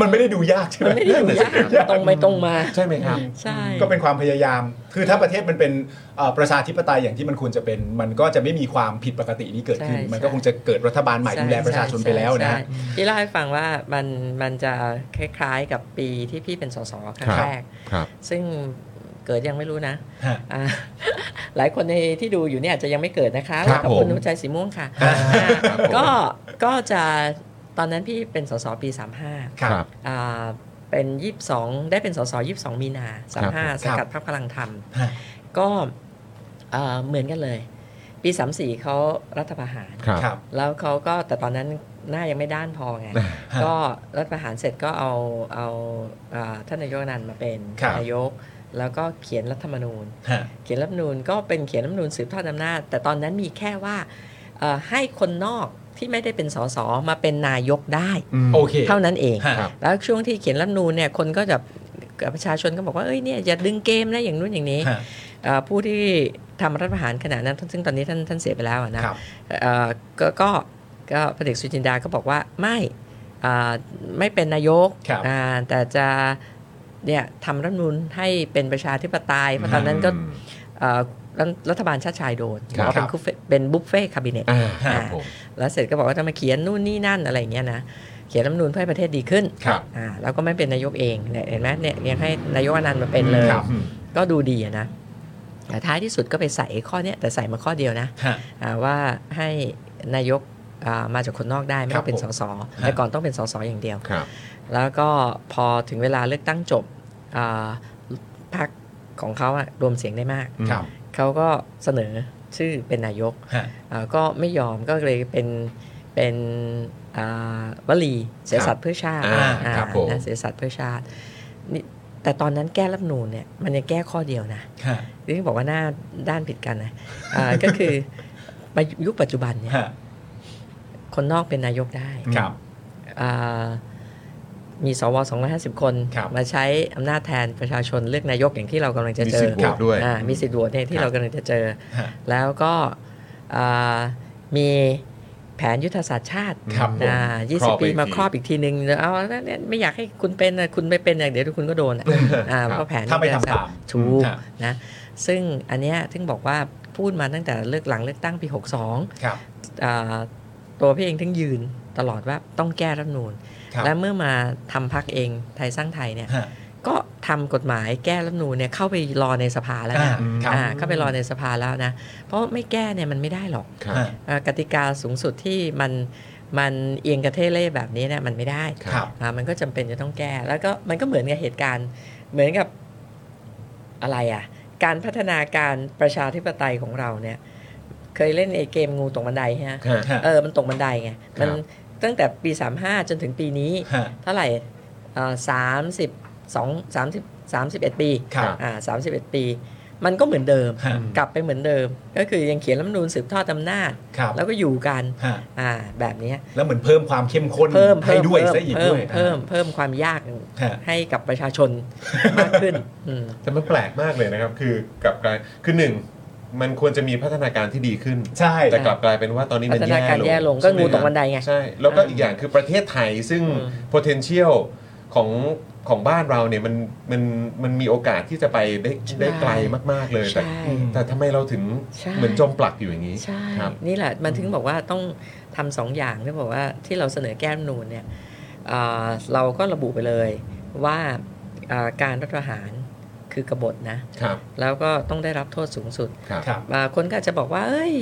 [SPEAKER 4] มันไม่ได้ดูยากใช่ไหม
[SPEAKER 6] มันไม่ได้ดูยากมันตรงไปตรงมา
[SPEAKER 1] ใช่ไหมครับ
[SPEAKER 6] ใช่
[SPEAKER 4] ก็เป็นความพยายาม คือถ้าประเทศมันเป็นเอ่อประชาธิปไตยอย่างที่มันควรจะเป็น มันก็จะไม่มีความผิดปกตินี้เกิดขึ้น มันก็คงจะเกิดรัฐบาลใหม่ดูแลประชาชนไปแล้วนะฮะ
[SPEAKER 6] ใช่ใช่ที่เล่าให้ฟังว่ามันมันจะคล้ายๆกับปีที่พี่เป็นสสครั้
[SPEAKER 1] ครั
[SPEAKER 6] ง
[SPEAKER 1] บ
[SPEAKER 6] แรก
[SPEAKER 1] ครับ
[SPEAKER 6] ซึ่งเกิดยังไม่รู้นะ
[SPEAKER 4] ฮะ
[SPEAKER 6] อ่า หลายคนในที่ดูอยู่เนี่ยอาจจะยังไม่เกิดนะคะ
[SPEAKER 1] ครับ
[SPEAKER 6] ขอบคุณ
[SPEAKER 1] ผม
[SPEAKER 6] หัวใจสีม่วงค่ะ
[SPEAKER 1] ครับ
[SPEAKER 6] อ่า
[SPEAKER 1] ครับผม
[SPEAKER 6] ก็ก็จะตอนนั้นพี่เป็นสสปี 35
[SPEAKER 1] ครับ
[SPEAKER 6] อ่าเป็น 22 ได้เป็นสส22 มีนา35
[SPEAKER 4] ค
[SPEAKER 6] ส
[SPEAKER 4] รับ
[SPEAKER 6] กัดพรรคพลังธรรม ก็อ่าเหมือนกันเลย ปี 34เขารัฐประหาร
[SPEAKER 1] ครับ
[SPEAKER 4] ครับ
[SPEAKER 6] แล้วเขาก็แต่ตอนนั้นหน้ายังไม่ด้านพอไง ก็รัฐประหารเสร็จก็เอาเอาอ่าท่านนายกอนันต์มาเป็น
[SPEAKER 4] ครับ
[SPEAKER 6] นายก แล้วก็เขียนรัฐธรรมนูญ
[SPEAKER 4] ฮะ
[SPEAKER 6] เขียนรัฐธรรมนูญก็เป็นเขียนรัฐธรรมนูญสืบทอดอำนาจ แต่ตอนนั้นมีแค่ว่าเอ่อให้คนนอกที่ไม่ได้เป็นสสมาเป็นนายกได้
[SPEAKER 4] โอเค
[SPEAKER 6] เท่านั้นเอง
[SPEAKER 4] ฮะ
[SPEAKER 1] ครับ
[SPEAKER 6] แล้วช่วงที่เขียนรัฐธรรมนูนเนี่ยคนก็จะประชาชนก็บอกว่าเอ้ยเนี่ยอย่าดึงเกมนะอย่างนู้นอย่างนี้
[SPEAKER 4] ฮะ
[SPEAKER 6] เอ่อผู้ที่ทำรัฐประหารขณะนั้นซึ่งตอนนี้ท่านท่านเสียไปแล้วอะนะครับ เอ่อก็ก็ก็พลเอกสุจินดาก็บอกว่าไม่อ่าไม่เป็นนายก
[SPEAKER 4] ครับ
[SPEAKER 6] อ่าแต่จะเนี่ยทำรัฐธรรมนูนให้เป็นประชาธิปไตยเพราะตอนนั้นก็เอ่อรัฐรัฐบาลชาติชายโดน
[SPEAKER 1] ครับ
[SPEAKER 6] เพราะเป็นคุฟเฟ่เป็นบุฟเฟ่คาบิเนต
[SPEAKER 1] อ่าครับผม
[SPEAKER 6] แล้วเสร็จก็บอกว่าจะมาเขียนนู่นนี่นั่นอะไรอย่างเงี้ยนะ เขียนรัฐธรรมนูญเพื่อให้ประเทศดีขึ้น
[SPEAKER 1] ครับ
[SPEAKER 6] อ่าแล้วก็ไม่เป็นนายกเองเนี่ยเห็นไหมเนี่ยยังให้นายกอนันต์มาเป็นเลย
[SPEAKER 4] ครับ
[SPEAKER 6] ก็ดูดีอะนะแต่ท้ายที่สุดก็ไปใส่ข้อเนี้ยแต่ใส่มาข้อเดียวนะ
[SPEAKER 4] ฮะ
[SPEAKER 6] อ่าว่าให้นายกอ่ามาจากคนนอกได้ไม่ต้องเป็น
[SPEAKER 4] ค
[SPEAKER 6] ส
[SPEAKER 4] รับผม
[SPEAKER 6] สแต่ก่อนต้องเป็นสสอย่างเดียว
[SPEAKER 1] ครับ
[SPEAKER 6] แล้วก็พอถึงเวลาเลือกตั้งจบอ่าพรรคของเขาอะรวมเสียงได้มาก
[SPEAKER 4] ครับ
[SPEAKER 6] เขาก็เสนอชื่อเป็นนายก
[SPEAKER 4] ฮะ
[SPEAKER 6] อ่าก็ไม่ยอมก็เลยเป็นเป็นอ่าวลีเสียสัตว์เพื่อชาติ
[SPEAKER 1] อ่า
[SPEAKER 6] อ่า
[SPEAKER 1] ครับผม
[SPEAKER 6] นะเสียสัตว์เพื่อชาตินี่แต่ตอนนั้นแก้รัฐธรรมนูนเนี่ยมันยังแก้ข้อเดียวนะ
[SPEAKER 4] ฮะ
[SPEAKER 6] ที่บอกว่าหน้าด้านผิดกันนะอ่า ก็คือ มายุคปัจจุบันเนี่ย
[SPEAKER 4] ฮะ
[SPEAKER 6] คนนอกเป็นนายกได้
[SPEAKER 4] ครับ
[SPEAKER 6] อ่ามีสว250 คน
[SPEAKER 4] ครับ
[SPEAKER 6] มาใช้อำนาจแทนประชาชนเลือกนายกอย่างที่เรากำลังจะ
[SPEAKER 1] มี
[SPEAKER 6] เจ
[SPEAKER 1] สิท
[SPEAKER 6] อ
[SPEAKER 1] ธิ์โหวตด้วย
[SPEAKER 6] อ่ามีสิทธิ์โหวตเนี่ยที่เรากำลังจะเจอ
[SPEAKER 4] ฮะ
[SPEAKER 6] แล้วก็อ่ามีแผนยุทธศาสตร์ชาติ
[SPEAKER 4] ครับผม
[SPEAKER 6] อ่า
[SPEAKER 1] ครอบ
[SPEAKER 6] 20 ปี
[SPEAKER 1] ไปอีก
[SPEAKER 6] มา
[SPEAKER 1] ที
[SPEAKER 6] ครอบอีกทีนึงเอาแล้วเนี่ยไม่อยากให้คุณเป็นนะคุณไปเป็นนะเดี๋ยวคุณก็โดนอ่ะอ่า
[SPEAKER 1] ครับ
[SPEAKER 6] เพราะแผน
[SPEAKER 4] ถ้าไม่ทำตาม
[SPEAKER 6] ถูก
[SPEAKER 4] ฮะ
[SPEAKER 6] นะซึ่งอันเนี้ยถึงบอกว่าพูดมาตั้งแต่เลือกหลังเลือกตั้งปี 62
[SPEAKER 4] ครับ
[SPEAKER 6] อ่าตัวพี่เองถึงยืนตลอดว่าต้องแก้รัฐธรรมนูญ
[SPEAKER 4] ครับ
[SPEAKER 6] และเมื่อมาทำพักเองไทยสร้างไทยเนี่ย
[SPEAKER 4] ฮะ
[SPEAKER 6] ก็ทำกฎหมายแก้รัฐธรรมนูญเนี่ยเข้าไปรอในสภาแล้ว
[SPEAKER 4] อ่า
[SPEAKER 6] นะ
[SPEAKER 4] ครับ
[SPEAKER 6] อ่าเข้าไปรอในสภาแล้วนะ เพราะไม่แก้เนี่ยมันไม่ได้หรอก
[SPEAKER 1] ครับ
[SPEAKER 4] ฮะ
[SPEAKER 6] เอ่อกติกาสูงสุดที่มันมันเอียงกระเทเล่แบบนี้เนี่ยมันไม่ได้
[SPEAKER 4] ครับ
[SPEAKER 6] อ่ามันก็จำเป็นจะต้องแก้ แล้วก็มันก็เหมือนกับเหตุการณ์ เหมือนกับอะไรอ่ะ การพัฒนาการประชาธิปไตยของเราเนี่ย เคยเล่นไอเกมงูตกบันไดฮะ
[SPEAKER 1] ฮะ
[SPEAKER 4] ฮะ
[SPEAKER 6] เออมันตกบันไดไง มัน
[SPEAKER 1] ครับ
[SPEAKER 6] ตั้งแต่ปี 35 จนถึงปีนี้
[SPEAKER 4] ฮะ
[SPEAKER 6] เท่าไหร่สามสิบสองสามสิบสามสิบเอ็ดปี
[SPEAKER 4] ครับ
[SPEAKER 6] อ่าสามสิบเอ็ดปี มันก็เหมือนเดิม
[SPEAKER 4] ฮะ
[SPEAKER 6] กลับไปเหมือนเดิม ก็คือยังเขียนรัฐธรรมนูญสืบทอดอำนาจ
[SPEAKER 4] ครับ
[SPEAKER 6] แล้วก็อยู่กัน
[SPEAKER 4] ฮะ
[SPEAKER 6] อ่าแบบเนี้ย
[SPEAKER 4] แล้วเหมือนเพิ่มความเข้มข้น
[SPEAKER 6] เพิ่ม
[SPEAKER 4] ให้
[SPEAKER 6] เพิ่ม
[SPEAKER 4] ด้วย
[SPEAKER 6] เพิ่ม
[SPEAKER 4] ซะอีก
[SPEAKER 6] เพิ่
[SPEAKER 4] ด้
[SPEAKER 6] ม
[SPEAKER 4] วย
[SPEAKER 6] เพิ่มเพิ่มความยาก
[SPEAKER 4] ฮะ
[SPEAKER 6] ให้กับประชาชนมากขึ้นอืม
[SPEAKER 1] แต่มันแปลกมากเลยนะครับ คือกลับกลายคือหนึ่งมันควรจะมีพัฒนาการที่ดีขึ้น
[SPEAKER 4] ใช่
[SPEAKER 1] แต่กลับกลายเป็นว่าตอนนี้มัน
[SPEAKER 6] พัฒนาการแย่ลงก็งูตกบันไดไง
[SPEAKER 1] ใช่แล้วก็อีกอย่างคือประเทศไทยซึ่ง
[SPEAKER 6] อืม
[SPEAKER 1] potential ของของบ้านเราเนี่ยมันมันมันมีโอกาสที่จะไปได้
[SPEAKER 6] ใช่
[SPEAKER 1] ได้ไกลมากๆเลยแต่
[SPEAKER 6] ใช่
[SPEAKER 1] แต่ทำไมเราถึง
[SPEAKER 6] ใช่
[SPEAKER 1] เหมือนจมปลักอยู่อย่างนี้
[SPEAKER 6] ใช่
[SPEAKER 1] ครับ
[SPEAKER 6] นี่แหละมันถึงบอกว่าต้องทำสองอย่างที่บอกว่าที่เราเสนอแก้รัฐธรรมนูนเนี่ยอ่าเราก็ระบุไปเลยว่าอ่าการรัฐประหารคือกบฏนะ
[SPEAKER 1] ครับ
[SPEAKER 6] แล้วก็ต้องได้รับโทษสูงสุด
[SPEAKER 1] ครับ
[SPEAKER 4] ครับ
[SPEAKER 6] บางคนก็อาจจะบอกว่า เอ้ย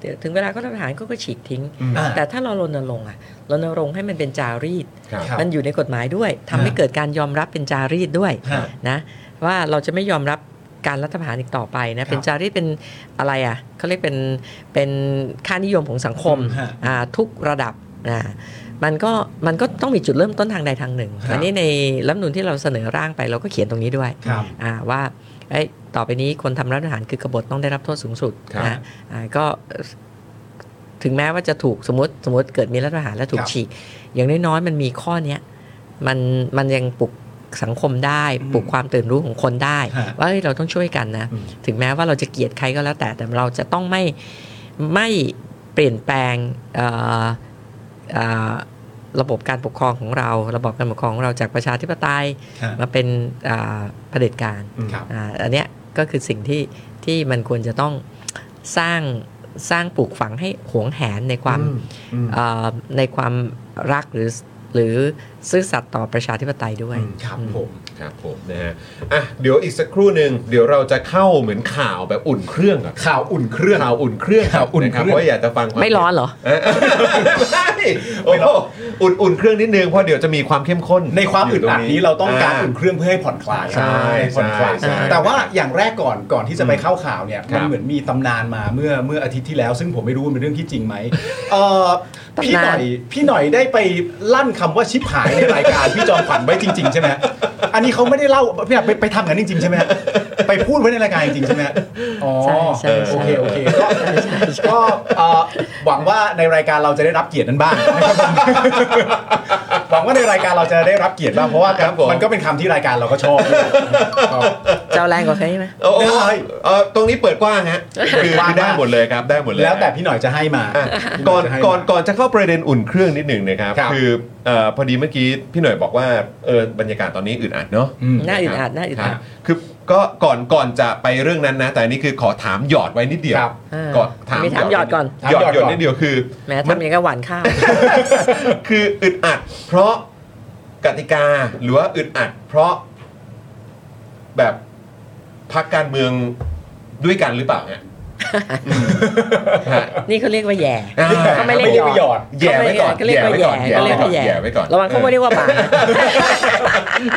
[SPEAKER 6] เดี๋ยวถึงเวลาก็รัฐประหารก็ก็ฉีกทิ้ง
[SPEAKER 4] อ่า
[SPEAKER 6] แต่ถ้าเรารณรงค์อะรณรงค์ให้มันเป็นจารีต
[SPEAKER 1] ครับ
[SPEAKER 4] ครับ
[SPEAKER 6] มันอยู่ในกฎหมายด้วยทำให้เกิดการยอมรับเป็นจารีตด้วย
[SPEAKER 4] ฮะ
[SPEAKER 6] นะว่าเราจะไม่ยอมรับการรัฐประหารอีกต่อไป
[SPEAKER 4] ครับ
[SPEAKER 6] นะเป็นจารีตเป็นอะไรอ่ะเขาเรียกเป็นเป็นค่านิยมของสังคม
[SPEAKER 4] อืมฮะ
[SPEAKER 6] อ่าทุกระดับนะมันก็มันก็ต้องมีจุดเริ่มต้นทางใดทางหนึ่ง
[SPEAKER 4] ครับ
[SPEAKER 6] อันนี้ในรัฐธรรมนูนที่เราเสนอร่างไปเราก็เขียนตรงนี้ด้วย
[SPEAKER 4] ครับ
[SPEAKER 6] อ่าว่า เอ้ยต่อไปนี้คนทำร้านอาหารคือกบฏต้องได้รับโทษสูงสุด
[SPEAKER 1] ครับ
[SPEAKER 6] นะอ่าก็ถึงแม้ว่าจะถูกสมมติสมมติเกิดมีรัฐประหารและถู
[SPEAKER 4] ค
[SPEAKER 6] ก
[SPEAKER 4] รับ
[SPEAKER 6] ฉีก อย่างน้อยๆมันมีข้อเนี้ยมันมันยังปลุกสังคมได้ปลุกความตื่นรู้ของคนได้
[SPEAKER 4] ฮะ
[SPEAKER 6] ว่าเฮ้ยเราต้องช่วยกันนะ
[SPEAKER 4] อืม
[SPEAKER 6] ถึงแม้ว่าเราจะเกลียดใครก็แล้วแต่แต่เราจะต้องไม่ไม่เปลี่ยนแปลงเอ่อเอ่อระบบการปกครองของเรา ระบบการปกครองของเราจากประชาธิปไตย มาเป็นอ่าเผด็จการ
[SPEAKER 4] ครับ
[SPEAKER 6] อ่าอันเนี้ยก็คือสิ่งที่ที่มันควรจะต้องสร้างสร้างปลูกฝังให้หวงแหนในความ
[SPEAKER 4] อืม
[SPEAKER 6] เอ่อในความรักหรือหรือซื่อสัตย์ต่อประชาธิปไตยด้วย
[SPEAKER 4] ครับผม
[SPEAKER 1] ครับผมนะฮะอ่ะเดี๋ยวอีกสักครู่หนึ่งเดี๋ยวเราจะเข้าเหมือนข่าวแบบอุ่นเครื่องก่อน
[SPEAKER 4] ข่าวอุ่นเครื่อง
[SPEAKER 1] ข่าวอุ่นเครื่อง
[SPEAKER 4] ข่าวอุ่น
[SPEAKER 1] ครับ
[SPEAKER 4] เครื่อง
[SPEAKER 1] เพราะอยากจะฟังควา
[SPEAKER 6] ไม่ร้อนเหรอ
[SPEAKER 1] เอ๊ะไม่โอ้โหอุ่นอุ่นเครื่องนิดนึงเพราะเดี๋ยวจะมีความเข้มข้น
[SPEAKER 4] ในความอึดอัดนี้เราต้องการ
[SPEAKER 1] ะ
[SPEAKER 4] อุ่นเครื่องเพื่อให้ผ่อนคลาย
[SPEAKER 1] ใช่
[SPEAKER 4] ผ่อนคลาย
[SPEAKER 1] ใช่ใช่
[SPEAKER 4] แต่ว่าอย่างแรกก่อนก่อนที่จะไปเข้าข่าวเนี่ย
[SPEAKER 1] ครั
[SPEAKER 4] มั
[SPEAKER 1] บ
[SPEAKER 4] นเหมือนมีตำนานมาเมื่อเมื่ออาทิตย์ที่แล้ว ซึ่งผมไม่รู้ว่าเป็นเรื่องที่จริงไหมเอ่อ
[SPEAKER 6] ตำ
[SPEAKER 4] พี่
[SPEAKER 6] นาน
[SPEAKER 4] หน่อยพี่หน่อยได้ไปลั่นคำว่าชิปหายในรายการ พี่จอมขวัญไว้จริง ๆ ใช่ไหมอันนี้เขาไม่ได้เล่าพี่หน่อยไปไปทำกันจริงๆใช่ไหม ฮะไปพูดไว้ในรายการจริงๆใช่ไหมฮะอ๋อ
[SPEAKER 6] ใช่ใช่
[SPEAKER 4] โอ
[SPEAKER 6] ใช่
[SPEAKER 4] เคโอเคก็ก็เอ่อหวังว่าในรายการเราจะได้รับเกียรตินั้นบ้างนะครับผม หวังว่าในรายการเราจะได้รับเกียรติบ้างเพราะว่า
[SPEAKER 1] ครับผม
[SPEAKER 4] มันก็เป็นคำที่รายการเราก็ชอบครับ
[SPEAKER 6] เจ้าแรงกว่าใครไหม
[SPEAKER 1] โอ้โห
[SPEAKER 4] ได้
[SPEAKER 1] เอ่อตรงนี้เปิดกว้างฮะคือได้หมดเลยครับได้หมดเลย
[SPEAKER 4] แล้วแต่พี่หน่อยจะให้มา
[SPEAKER 1] อ่ะก่อนก่อนก่อนจะเข้าประเด็นอุ่นเครื่องนิดหนึ่งนะครับ
[SPEAKER 4] ครับ
[SPEAKER 1] อเออพอดีเมื่อกี้พี่หน่อยบอกว่าเออบรรยากาศตอนนี้อึดอัดเนาะ
[SPEAKER 4] อืม
[SPEAKER 6] น่าอึดอัด
[SPEAKER 1] ะครับ
[SPEAKER 6] น่าอึดอัด
[SPEAKER 1] ครับคือก็ก่อนก่อนจะไปเรื่องนั้นนะ แต่อันนี้คือขอถามหยอดไว้นิดเดียว
[SPEAKER 4] ครับ
[SPEAKER 6] อ่า
[SPEAKER 1] ก่อนถาม
[SPEAKER 6] มีถามหยอดก่อน
[SPEAKER 1] หยอด
[SPEAKER 4] ถา
[SPEAKER 1] ห
[SPEAKER 4] ม
[SPEAKER 1] ยอด
[SPEAKER 4] หยอดก่อน
[SPEAKER 1] นิดเดียวคือ
[SPEAKER 6] แม้
[SPEAKER 1] มัน
[SPEAKER 6] ทำอย่างกับหวานข้าว
[SPEAKER 1] คืออึดอัด เพราะกติกาหรือว่าอึดอัด เพราะแบบพักการเมืองด้วยกันหรือเปล่า ฮะ อืมฮะ
[SPEAKER 6] นี่เขาเรียกว่าแย่
[SPEAKER 1] อ่า
[SPEAKER 6] เขาไม่เรีย
[SPEAKER 4] เขา
[SPEAKER 6] ก
[SPEAKER 4] ไม่เรียกว่าหยอด
[SPEAKER 1] แย่ไว้ก่อน
[SPEAKER 6] เขาไม่เรียกว่าแ
[SPEAKER 1] แย่
[SPEAKER 6] ย่เขา
[SPEAKER 1] ไว้
[SPEAKER 6] เรี
[SPEAKER 1] ก่อ
[SPEAKER 6] ยก
[SPEAKER 1] น
[SPEAKER 6] ว่าแย่
[SPEAKER 1] แย่ไว้ก่อน
[SPEAKER 6] ระวังเขาไม่เรียกว่าบาปนะ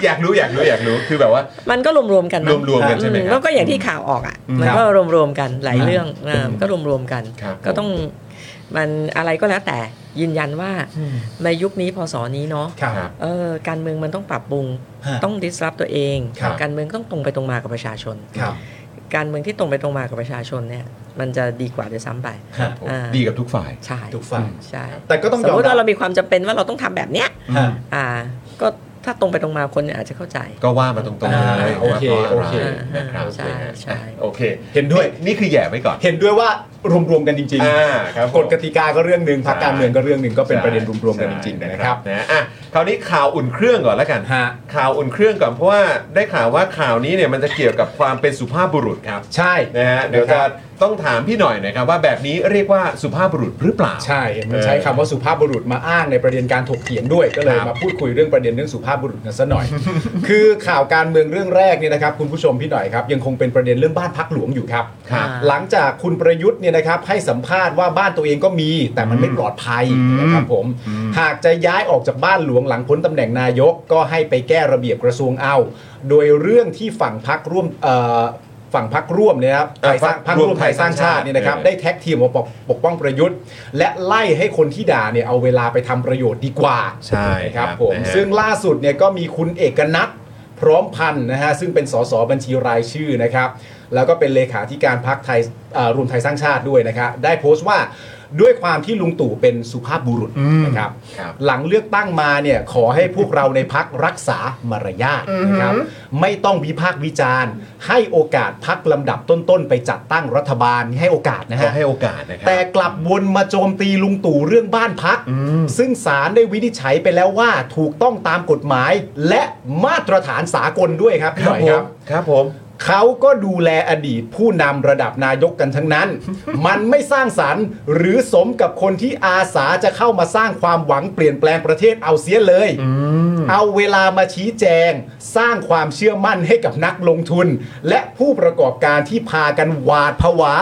[SPEAKER 1] อยากรู้อยากรู้อยากรู้คือแบบว่า
[SPEAKER 6] มันก็รวมๆกันง
[SPEAKER 1] รวมๆกันใช่ไหมครับ
[SPEAKER 6] อืแล้วก็อย่างที่ข่าวออกอ่ะมันก็รวมๆกันหลายเรื่องอ่าก็รวมๆกัน
[SPEAKER 1] ครับ
[SPEAKER 6] ก็ต้องมันอะไรก็แล้วแต่ยืนยันว่าในยุคนี้พศนี้เนาะ
[SPEAKER 4] ครับ
[SPEAKER 1] ครับ
[SPEAKER 6] เออการเมืองมันต้องปรับปรุง
[SPEAKER 4] ฮะ
[SPEAKER 6] ต้อง disrupt ตัวเอง
[SPEAKER 4] ครับ
[SPEAKER 6] การเมืองต้องตรงไปตรงมากับประชาชน
[SPEAKER 4] ครับ
[SPEAKER 6] การเมืองที่ตรงไปตรงมากับประชาชนเนี่ยมันจะดีกว่าด้วยซ้ำไป
[SPEAKER 1] ครับผม
[SPEAKER 6] อ่า
[SPEAKER 1] ดีกับทุกฝ่าย
[SPEAKER 6] ใช่
[SPEAKER 4] ทุกฝ่าย
[SPEAKER 6] ใช่
[SPEAKER 4] แต่ก็ต้อง
[SPEAKER 6] สม
[SPEAKER 4] ยอม
[SPEAKER 6] มติ
[SPEAKER 4] รั
[SPEAKER 6] ว่าเรา
[SPEAKER 4] บ
[SPEAKER 6] มีความจำเป็นว่าเราต้องทำแบบเนี้ย
[SPEAKER 4] ฮะ
[SPEAKER 6] อ่าก็ถ้าตรงไปตรงมาคนเนี่ยอาจจะเข้าใจ
[SPEAKER 1] ก็ว่ามาตรงๆเลย
[SPEAKER 4] อ่าโอเค
[SPEAKER 1] ว่าพราะะไร
[SPEAKER 4] โอเค
[SPEAKER 1] นะครับ
[SPEAKER 6] ใช่ใช่
[SPEAKER 1] อ่ะโอเค
[SPEAKER 4] เห็นด้วย
[SPEAKER 1] นี่คือแย่ไว้ก่อน
[SPEAKER 4] เห็นด้วยว่ารวมๆกันจริง
[SPEAKER 1] อ่าครับผม
[SPEAKER 4] กฎกติกาก็เรื่องหนึ่งพรรคการเมืองก็เรื่องหนึ่งก็เป็นประเด็นรวมๆกันจริงๆนะครับ
[SPEAKER 1] นะอ่ะคราวนี้ข่าวอุ่นเครื่องก่อนแล้วกัน
[SPEAKER 4] ฮะ
[SPEAKER 1] ข่าวอุ่นเครื่องก่อนเพราะว่าได้ข่าวว่าข่าวนี้เนี่ยมันจะเกี่ยวกับความเป็นสุภาพบุรุษครับ
[SPEAKER 4] ใช่
[SPEAKER 1] นะฮะเดี๋ยว
[SPEAKER 4] นะค
[SPEAKER 1] จะ
[SPEAKER 4] รับ
[SPEAKER 1] ต้องถามพี่หน่อยนะครับว่าแบบนี้เรียกว่าสุภาพบุรุษหรือเปล่า
[SPEAKER 4] ใช่เห็นมันใช้คำว่าสุภาพบุรุษมาอ้างในประเด็นการถกเถียงด้วย ก็เลย
[SPEAKER 1] ครับ
[SPEAKER 4] มาพูดคุยเรื่องประเด็นเรื่องสุภาพบุรุษกันซะหน่อย คือข่าวการเมืองเรื่องแรกเนี่ยนะครับคุณผู้ชมพี่หน่อยครับยังคงเป็นประเด็นเรื่องบ้านพักหลวงอยู่ครับ
[SPEAKER 1] ครับ
[SPEAKER 4] หลังจากคุณประยุทธ์เนี่ยนะครับให้สัมภาษณ์ว่าบ้านตัวเองก็มี แต่มันไม่ปลอดภัยนะครับผมหากจะย้ายออกจากบ้านหลวงหลังพ้นตำแหน่งนายกก็ให้ไปแก้ระเบียบกระทรวงเอา โดยเรื่องที่ฝั่งพักร่วมเอ่อฝั่งพักร่วมเนยนะครับ
[SPEAKER 1] เอ่อ
[SPEAKER 4] ไทยสร้างพักร่วมไทยสร้างชาติเนี่ยนะครับ
[SPEAKER 1] เออ
[SPEAKER 4] ได้ ได้แท็กทีมมาปกปกป้องประยุทธ์ และไล่ให้คนที่ด่าเนี่ยเอาเวลาไปทำประโยชน์ดีกว่า
[SPEAKER 1] ใช่
[SPEAKER 4] นะครับ
[SPEAKER 1] ครับ
[SPEAKER 4] ผม
[SPEAKER 1] นะฮะ
[SPEAKER 4] ซึ่งล่าสุดเนี่ยก็มีคุณเอกนัทพร้อมพันธ์นะฮะซึ่งเป็นสสบัญชีรายชื่อนะครับแล้วก็เป็นเลขาธิการพักไทยเอ่อรวมไทยสร้างชาติด้วยนะครับได้โพสต์ว่าด้วยความที่ลุงตู่เป็นสุภาพบุรุษนะครับ
[SPEAKER 1] ครับ
[SPEAKER 4] หลังเลือกตั้งมาเนี่ยขอให้พวกเราในพักรักษามารยาทนะครับไม่ต้องวิพากษ์วิจารณ์ ให้โอกาสพักลำดับต้นๆ ไปจัดตั้งรัฐบาลให้โอกาสนะ
[SPEAKER 1] ขอ
[SPEAKER 4] ฮะ
[SPEAKER 1] ให้โอกาสนะครั
[SPEAKER 4] แต่กลับวนมาโจมตีลุงตู่เรื่องบ้านพัก ซึ่งศาลได้วินิจฉัยไปแล้วว่าถูกต้องตามกฎหมาย และมาตรฐานสากลด้วยครับพี่หน่อยครับ
[SPEAKER 1] ครับผม
[SPEAKER 4] เขาก็ดูแลอดีตผู้นำระดับนายกกันทั้งนั้น มันไม่สร้างสรรค์ หรือสมกับคนที่อาสาจะเข้ามาสร้างความหวังเปลี่ยนแปลงประเทศเอาเสียเลย เอาเวลามาชี้แจง สร้างความเชื่อมั่นให้กับนักลงทุน และผู้ประกอบการที่พากันหวาดผวา